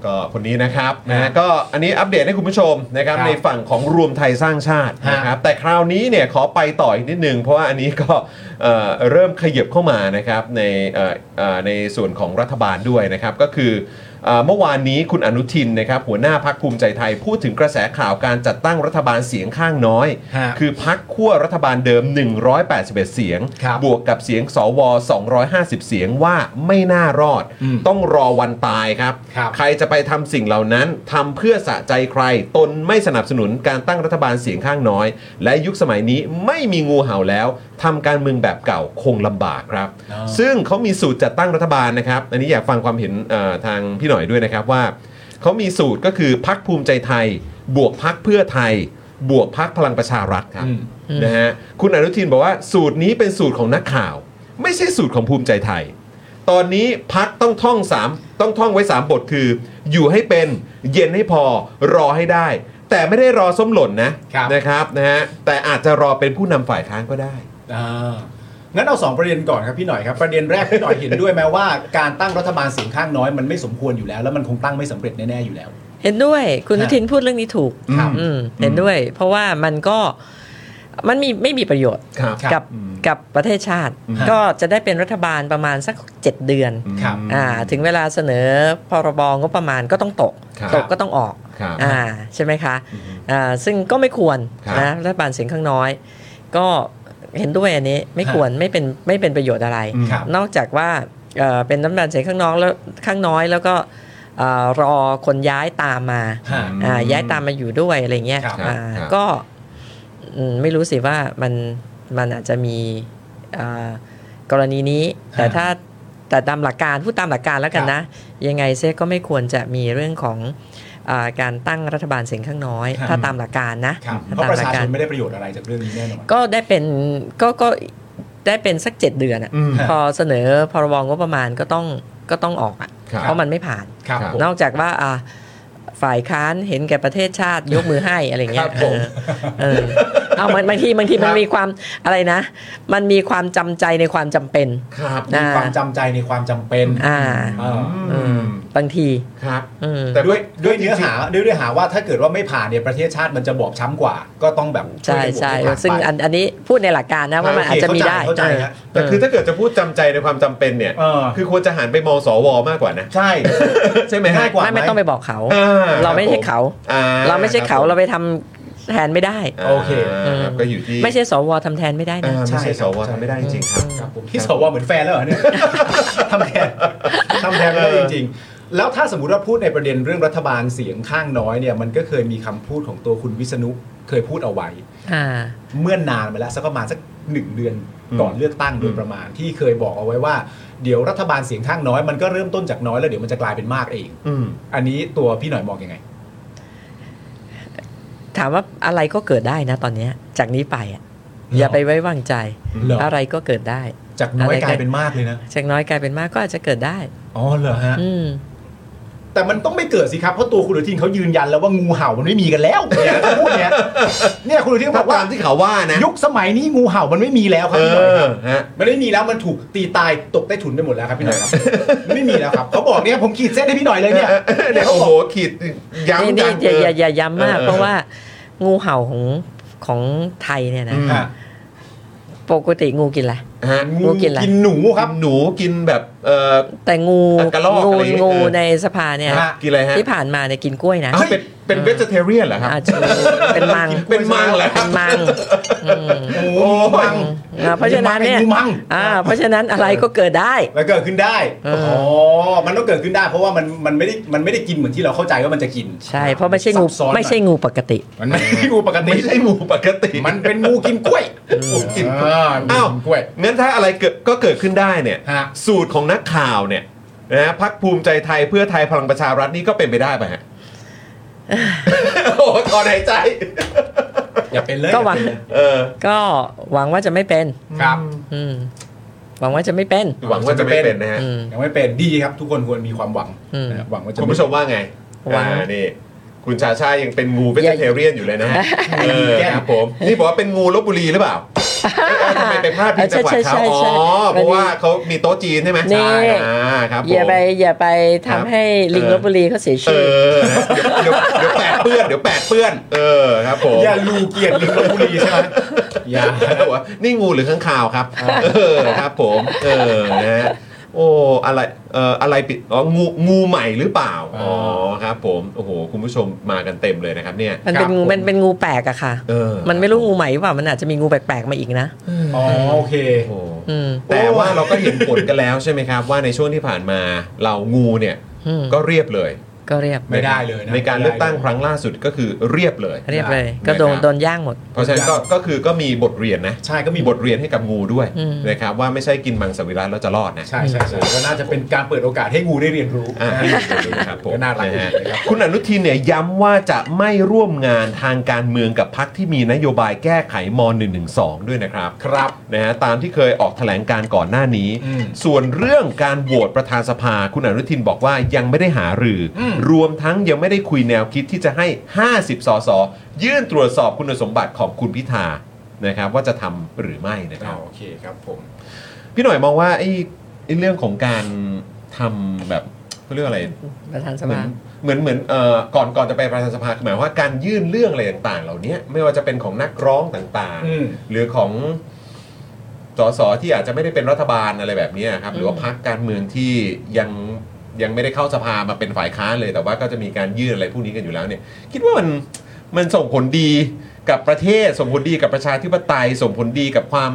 [SPEAKER 1] ก็คนนี้นะครับ
[SPEAKER 4] ครับ
[SPEAKER 1] นะฮะก็อันนี้อัปเดตให้คุณผู้ชมนะครับ
[SPEAKER 4] ครับ
[SPEAKER 1] ในฝั่งของรวมไทยสร้างชาติ
[SPEAKER 4] ฮะ
[SPEAKER 1] นะครับแต่คราวนี้เนี่ยขอไปต่ออีกนิดนึง เพราะว่าอันนี้ก็เอ่อเริ่มขยับเข้ามานะครับในเอ่อเอ่อในส่วนของรัฐบาลด้วยนะครับก็คือเอ่อเมื่อวานนี้คุณอนุทินนะครับหัวหน้าพักภูมิใจไทย พูดถึงกระแสข่าวการจัดตั้งรัฐบาลเสียงข้างน้อย
[SPEAKER 4] ฮะ
[SPEAKER 1] คือพักขั้วรัฐบาลเดิม 181 เสียง
[SPEAKER 4] ครับ
[SPEAKER 1] บวกกับเสียงสว250 เสียงว่าไม่น่ารอด
[SPEAKER 4] อืม
[SPEAKER 1] ต้องรอวันตายครับ
[SPEAKER 4] ครับ
[SPEAKER 1] ใครจะไปทำสิ่งเหล่านั้นทำเพื่อสะใจใคร ตนไม่สนับสนุนการตั้งรัฐบาลเสียงข้างน้อย และยุคสมัยนี้ไม่มีงูเห่าแล้วทำการเมืองแบบเก่าคงลำบากครับ ซึ่งเขามีสูตรจัดตั้งรัฐบาลนะครับ อันนี้อยากฟังความเห็นเอ่อทางพี่หน่อยด้วยนะครับว่า เขามีสูตรก็คือพักภูมิใจไทย บวกพักเพื่อไทย บวกพักพลังประชารัฐครับ
[SPEAKER 4] อืม
[SPEAKER 1] นะฮะคุณอนุทินบอกว่าสูตรนี้เป็นสูตรของนักข่าว ไม่ใช่สูตรของภูมิใจไทย ตอนนี้พักต้องท่องสามต้องท่องไว้ 3 บทคือ อยู่ให้เป็นเย็นให้พอรอให้ได้ แต่ไม่ได้รอส้มหล่นนะครับ นะครับนะฮะแต่อาจจะรอเป็นผู้นำฝ่ายค้านก็ได้
[SPEAKER 4] อ่างั้นเอาสองประเด็นก่อนครับพี่หน่อยครับประเด็นแรกพี่หน่อยเห็นด้วยไหมว่าการตั้งรัฐบาลเสียงข้างน้อยมันไม่สมควรอยู่แล้วแล้วมันคงตั้งไม่สำเร็จแน่ๆอยู่แล้ว
[SPEAKER 6] เห็นด้วย คุณอนุทินพูดเรื่องนี้ถูก
[SPEAKER 4] ครับ
[SPEAKER 6] อืมเห็นด้วย เพราะว่ามันก็มันมีไม่มีประโยชน์
[SPEAKER 1] ครับ
[SPEAKER 4] ครับ
[SPEAKER 6] กับกับประเทศชาติ
[SPEAKER 4] อืม
[SPEAKER 6] ก็จะได้เป็นรัฐบาลประมาณสัก 7 เดือน
[SPEAKER 4] ครับ
[SPEAKER 6] อ่าถึงเวลาเสนอพรบงบประมาณก็ต้องตก
[SPEAKER 1] ครับ
[SPEAKER 6] ตกก็ต้องออก
[SPEAKER 1] ครับ
[SPEAKER 6] อ่าใช่ไหมคะอ่าซึ่งก็ไม่ควร
[SPEAKER 1] ครับ
[SPEAKER 6] นะรัฐบาลเสียงข้างน้อย ก็เห็นด้วยอันนี้ไม่
[SPEAKER 4] ฮะ
[SPEAKER 6] ควรไม่เป็นไม่เป็นประโยชน์อะไร
[SPEAKER 4] ครับ
[SPEAKER 6] นอกจากว่าเอ่อเป็นน้ำตาลเสียงข้างน้องแล้วข้างน้อยแล้วก็เอ่อรอคนย้ายตามมา
[SPEAKER 4] ฮะ
[SPEAKER 6] อ่าย้ายตามมาอยู่ด้วยอะไรเงี้ย
[SPEAKER 4] ครับ
[SPEAKER 6] อ่า
[SPEAKER 1] ครับ
[SPEAKER 6] ก็อืมไม่รู้สิว่ามันมันอาจจะมีอ่ากรณีนี้ แต่
[SPEAKER 4] ฮะ
[SPEAKER 6] ถ้าแต่ตามหลักการพูดตามหลักการแล้วกันนะ ยังไงเซก็ไม่ควรจะมีเรื่องของอาการตั้งรัฐบาลเสียงข้างน้อย
[SPEAKER 4] ครับ
[SPEAKER 6] ถ้าตามหลักการนะครับ ถ้
[SPEAKER 4] เพราะ
[SPEAKER 6] ตม
[SPEAKER 4] ประ
[SPEAKER 6] หลั
[SPEAKER 4] ชากช
[SPEAKER 6] ก
[SPEAKER 4] นไม่ได้ประโยชน์อะไรจากเรื่องนี้แน่นอน
[SPEAKER 6] ก็ได้เป็นก็ก็ได้เป็นสักเจ็ดเดือนอะ
[SPEAKER 1] อืม
[SPEAKER 6] พอเสนอพรบงบประมาณก็ต้องก็ต้องออกอะ
[SPEAKER 1] ครับ
[SPEAKER 6] เพราะมันไม่ผ่าน
[SPEAKER 4] ครับผม
[SPEAKER 6] นอกจากว่าอ่าฝ่ายค้านเห็นแก่ประเทศชาติยกมือให้อะไรเงี้
[SPEAKER 1] ครั
[SPEAKER 6] ย
[SPEAKER 1] บผม
[SPEAKER 6] เออเออ เอามันบางทีบางทีมันมีความอะไรนะ มันมีความจำใจในความจำเป็น
[SPEAKER 1] ครับ
[SPEAKER 4] มีความจำใจในความจำเป็น
[SPEAKER 6] อ่า
[SPEAKER 4] อ่า
[SPEAKER 1] อืม
[SPEAKER 6] บางที
[SPEAKER 1] ครับ
[SPEAKER 6] อืม
[SPEAKER 4] แต่ด้วยด้วยเนื้อหาด้วยเนื้อหาว่าถ้าเกิดว่าไม่ผ่านเนี่ยประเทศชาติมันจะบอบช้ำกว่า ก็ต้องแบบ
[SPEAKER 6] ใช่ใช่
[SPEAKER 4] วยกันบวกห้ผ่านไป
[SPEAKER 6] ซึ่งอันอันนี้พูดในหลักการนะว่ามันอาจจะมีได้
[SPEAKER 4] เข้าใจเข้าใจฮะ
[SPEAKER 6] เอ
[SPEAKER 1] แต่
[SPEAKER 6] อ
[SPEAKER 1] คือถ้าเกิดจะพูดจำใจในความจำเป็นเนี่ย
[SPEAKER 4] เออ
[SPEAKER 1] คือควรจะหันไปมองสวมากกว่านะ
[SPEAKER 4] ใช่
[SPEAKER 1] ใช่ไหมฮะ
[SPEAKER 4] ง่ายกว่า
[SPEAKER 6] ไม่ไม่ต้องไปบอกเขา
[SPEAKER 1] อ่
[SPEAKER 6] เราไม่ใช่เขา
[SPEAKER 1] อ่
[SPEAKER 6] เราไม่ใช่เขา
[SPEAKER 1] คบ
[SPEAKER 6] เราไปทำแทนไม่ได้
[SPEAKER 1] า
[SPEAKER 4] โอเค
[SPEAKER 1] ครับก็อยู่ที่
[SPEAKER 6] ไม่ใช่สวทำแทนไม่ได้
[SPEAKER 1] อ่า
[SPEAKER 6] นะ
[SPEAKER 1] ไม่ใช่สวทำไม่ได้จริงๆครับ
[SPEAKER 4] ครับผมที่สวเหมือนแฟนแล้วเหรอเนี่ยทำแทนทำแทนไม่ได้จริง ๆ แล้วถ้าสมมติว่าพูดในประเด็นเรื่องรัฐบาลเสียงข้างน้อยเนี่ยมันก็เคยมีคำพูดของตัวคุณวิษณุเคยพูดเอาไว้
[SPEAKER 6] อ่า
[SPEAKER 4] เมื่อนานมาแล้วสักประมาณสักหนึ่งเดือนก่อนเลือกตั้งโดยประมาณที่เคยบอกเอาไว้ว่าเดี๋ยวรัฐบาลเสียงข้างน้อยมันก็เริ่มต้นจากน้อยแล้วเดี๋ยวมันจะกลายเป็นมากเอง
[SPEAKER 1] อืม
[SPEAKER 4] อันนี้ตัวพี่หน่อยมองยังไง
[SPEAKER 6] ถามว่าอะไรก็เกิดได้นะตอนเนี้ยจากนี้ไปอ่ะอย่าไปไว้วางใจ
[SPEAKER 4] เหรอ
[SPEAKER 6] อะไรก็เกิดได้
[SPEAKER 4] จากน้อยกลายเป็นมากเลยนะ
[SPEAKER 6] จากน้อยกลายเป็นมากก็อาจจะเกิดได้
[SPEAKER 4] อ๋อเหรอฮะ
[SPEAKER 6] อืม
[SPEAKER 4] แต่มันต้องไม่เกิดสิครับ เพราะตัวคุณอนุทินเขายืนยันแล้วว่างูเห่ามันไม่มีกันแล้วเนี่ยเขาพูด เนี่ยเนี่ยคุณอนุทิน
[SPEAKER 1] ถ้า
[SPEAKER 4] บอกว่า
[SPEAKER 1] ตามที่เขาว่านะ
[SPEAKER 4] ยุคสมัยนี้งูเห่ามันไม่มีแล้วครั
[SPEAKER 1] เอบ
[SPEAKER 4] พี่หน่อยค
[SPEAKER 1] อ
[SPEAKER 4] รับ
[SPEAKER 1] ฮะ
[SPEAKER 4] มันไม่มีแล้วมันถูกตีตายตกใต้ถุนไปหมดแล้วครับพี่หน่อยครับมันไม่มีแล้วครับเขาบอกเนี่ยผมขีดเส้นให้พี่หน่อยเลยเนี่ย
[SPEAKER 1] เนี่ยโอ้โหขีด
[SPEAKER 6] นี่
[SPEAKER 1] ย้ำจั
[SPEAKER 6] นี่
[SPEAKER 1] ง
[SPEAKER 6] อย่าอย่าอย่าย้ำมาก
[SPEAKER 1] เออ
[SPEAKER 6] เพราะว่างูเห่าของของไทยเนี่ยนะ
[SPEAKER 4] ฮะ
[SPEAKER 6] ปกติงูกินอะไร
[SPEAKER 1] ฮะ
[SPEAKER 6] งูกินอะไร
[SPEAKER 4] กินหนูค
[SPEAKER 1] ครั
[SPEAKER 4] รั
[SPEAKER 1] บบ หนูกินแบบเออ
[SPEAKER 6] แต่งู
[SPEAKER 1] กระรอก
[SPEAKER 6] งู
[SPEAKER 1] อะไรอย่างเงี้ย
[SPEAKER 6] งู
[SPEAKER 1] เออ
[SPEAKER 6] ในสภาเนี่ย
[SPEAKER 4] ฮะ
[SPEAKER 1] กินอะไรฮะ
[SPEAKER 6] ที่ผ่านมาเนี่ยกินกล้วยนะ
[SPEAKER 1] อ้าวเป็นเป็นเวจเทเรียนเหรอครับ
[SPEAKER 6] อาจจะเป็นมัง
[SPEAKER 1] เป็นมังเหรอครับ
[SPEAKER 6] เป็นมังอืม
[SPEAKER 4] หนูมัง
[SPEAKER 6] อ่าเพราะฉะนั้นเนี่ย
[SPEAKER 4] งูมัง
[SPEAKER 6] อ่าเพราะฉะนั้นอะไรก็เกิดได้
[SPEAKER 4] แล้วเกิดขึ้นได้
[SPEAKER 6] เอ
[SPEAKER 4] อ๋
[SPEAKER 6] ออ๋
[SPEAKER 4] อมันต้องเกิดขึ้นได้ เพราะว่ามันมันไม่ได้มันไม่ได้กินเหมือนที่เราเข้าใจว่ามันจะกิน
[SPEAKER 6] ใช่ เพราะไม่ใช่งู
[SPEAKER 4] ซับซ้อน
[SPEAKER 6] ไม่ใช่งูปกติ
[SPEAKER 4] มันไม่ใช่งูปกติ
[SPEAKER 1] ไม่ใช่หมูปกติ
[SPEAKER 4] มันเป็นงูกินกล้วยงูกินกล้วย
[SPEAKER 1] อ้าว
[SPEAKER 4] งูกินกล้วย
[SPEAKER 1] งั้นถ้าอะไรเกิดก็เกิดขึ้นได้เนี่ย
[SPEAKER 4] ฮะ
[SPEAKER 1] สูตรของนักข่าวเนี่ยนะฮะพักภูมิใจไทยเพื่อไทยพลังประชารัฐนี่ก็เป็นไปได้ ป่ะฮะโอ้โหถอนหายใจ
[SPEAKER 4] อย่าเป็นเลย
[SPEAKER 6] ก็หวัง
[SPEAKER 1] เออ
[SPEAKER 6] ก็หวังว่าจะไม่เป็น
[SPEAKER 4] ครับ
[SPEAKER 6] อืม หวังว่าจะไม่เป็น
[SPEAKER 1] หวังว่าจะไม่เป็นนะฮะ
[SPEAKER 6] อืม
[SPEAKER 4] ยังไม่เป็นดีครับ ทุกคนควรมีความหวัง
[SPEAKER 6] อืม
[SPEAKER 4] นะหวังว่าจะ
[SPEAKER 1] คุณผู้ชมว่าไง
[SPEAKER 6] หวัง
[SPEAKER 1] อ่านี่ คุณชาชายังเป็นงูเวจเทเรียนอยู่เลยนะฮะเออครับผม นี่บอกว่าเป็นงูลบบุรีหรือเปล่า เอ้ยทำไมไปพลาดพิงจังหวัดเขา
[SPEAKER 6] ใช่
[SPEAKER 1] อ๋
[SPEAKER 6] ใช่ใช่
[SPEAKER 1] อ เพราะว่าเขามีโต๊ะจีนใช่ไหม
[SPEAKER 6] นี่
[SPEAKER 1] ใช่อ่าครับผม
[SPEAKER 6] อย่าไปอย่าไป
[SPEAKER 1] ครั
[SPEAKER 6] ทำ
[SPEAKER 1] บ
[SPEAKER 6] ให้ลิง
[SPEAKER 1] เออ
[SPEAKER 6] ลบบุรีเขาเสีย
[SPEAKER 1] เอ
[SPEAKER 6] ชื่อ
[SPEAKER 1] อเดี๋ยวเดี๋ยวแปดเปื้อน เดี๋ยวแปดเปื้อน เออครับผม
[SPEAKER 4] อย่าลูเกียรติลิงลพบุรีใช่ไหมอย่า
[SPEAKER 1] บอกว่านี่งูหรือข้างคาวครับ เออครับผม เออนะฮะโอ้อะไรเอ่ออะไรปิดอ๋องูงูใหม่หรือเปล่า
[SPEAKER 4] อ่า
[SPEAKER 1] อ๋อครับผมโอ้โหคุณผู้ชมมากันเต็มเลยนะครับเนี่ย
[SPEAKER 6] มันเป็นงูมันเป็นงูแปลกอะค่ะ
[SPEAKER 1] เออ
[SPEAKER 6] มันไม่รู้งูใหม่หรือเปล่ามันอาจจะมีงูแปลกๆมาอีกนะ
[SPEAKER 4] อ๋อโอเค
[SPEAKER 1] โอ้โห
[SPEAKER 6] อืม
[SPEAKER 1] แต่ว่าเราก็เห็นผลกันแล้วใช่ไหมครับ ว่าในช่วงที่ผ่านมาเรางูเนี่ย
[SPEAKER 6] อืม
[SPEAKER 1] ก็เรียบเลย
[SPEAKER 6] ก็เรียบ
[SPEAKER 4] ไม่ได้เลยนะ
[SPEAKER 1] ในการเลือกตั้ง
[SPEAKER 4] ไม่ได้เลย
[SPEAKER 1] ครั้งล่าสุดก็คือเรียบเลย
[SPEAKER 6] เรียบเลย ก็โดน
[SPEAKER 1] นะครับ
[SPEAKER 6] โดนย่างหมด
[SPEAKER 1] เพราะฉะนั้นก็ก็คือก็มีบทเรียนนะ
[SPEAKER 4] ใช่ก็มี
[SPEAKER 1] มี
[SPEAKER 4] บบ ท
[SPEAKER 1] ทเรียนให้กับงูด้วย
[SPEAKER 6] อืม
[SPEAKER 1] นะครับว่าไม่ใช่กินมังสวิรัตแล้วจะรอดนะ
[SPEAKER 4] ใช่ใช่ใช่ก็น่าจะเป็นการเปิดโอกาสให้งูได้เรียนรู้
[SPEAKER 1] อ่ะ
[SPEAKER 4] นะ
[SPEAKER 1] ให้
[SPEAKER 4] ฮะ
[SPEAKER 1] ดูครับผม
[SPEAKER 4] ก็น่ารัก
[SPEAKER 1] ะฮะ
[SPEAKER 4] ดีนะครับ
[SPEAKER 1] คุณอนุทินเนี่ยย้ำว่าจะไม่ร่วมงานทางการเมืองกับพรรคที่มีนโยบายแก้ไขม .112 ด้วยนะครับ
[SPEAKER 4] ครับ
[SPEAKER 1] นะฮะตามที่เคยออกแถลงการก่อนหน้านี้
[SPEAKER 4] อืม
[SPEAKER 1] ส่วนเรื่องการโหวตประธานสภาคุณอนุทินบอกว่ายังไม่ได้หารือ
[SPEAKER 4] ม
[SPEAKER 1] รวมทั้งยังไม่ได้คุยแนวคิดที่จะให้ 50สสยื่นตรวจสอบคุณสมบัติของคุณพิธานะครับว่าจะทำหรือไม่นะครับ
[SPEAKER 4] โอเคครับผม
[SPEAKER 1] พี่หน่อยมองว่าไอ้ไอ้เรื่องของการทำแบบเขาเรียกอะไร
[SPEAKER 6] ประธานส
[SPEAKER 1] เหมือ
[SPEAKER 6] ภาน
[SPEAKER 1] เหมือนเหมือนเอ่อก่อนก่อนจะไปประธานสภาคือหมายว่าการยื่นเรื่องอะไรต่างๆ เหล่านี้ไม่ว่าจะเป็นของนักร้องต่างๆ
[SPEAKER 4] อืม
[SPEAKER 1] หรือของสสที่อาจจะไม่ได้เป็นรัฐบาลอะไรแบบนี้ครับ หรือว่าพักการเมืองที่ยังยังไม่ได้เข้าสภามาเป็นฝ่ายค้านเลย แต่ว่าก็จะมีการยื่นอะไรพวกนี้กันอยู่แล้วเนี่ย คิดว่ามันมันส่งผลดีกับประเทศส่งผลดีกับประชาธิปไตย ส่งผลดีกับความ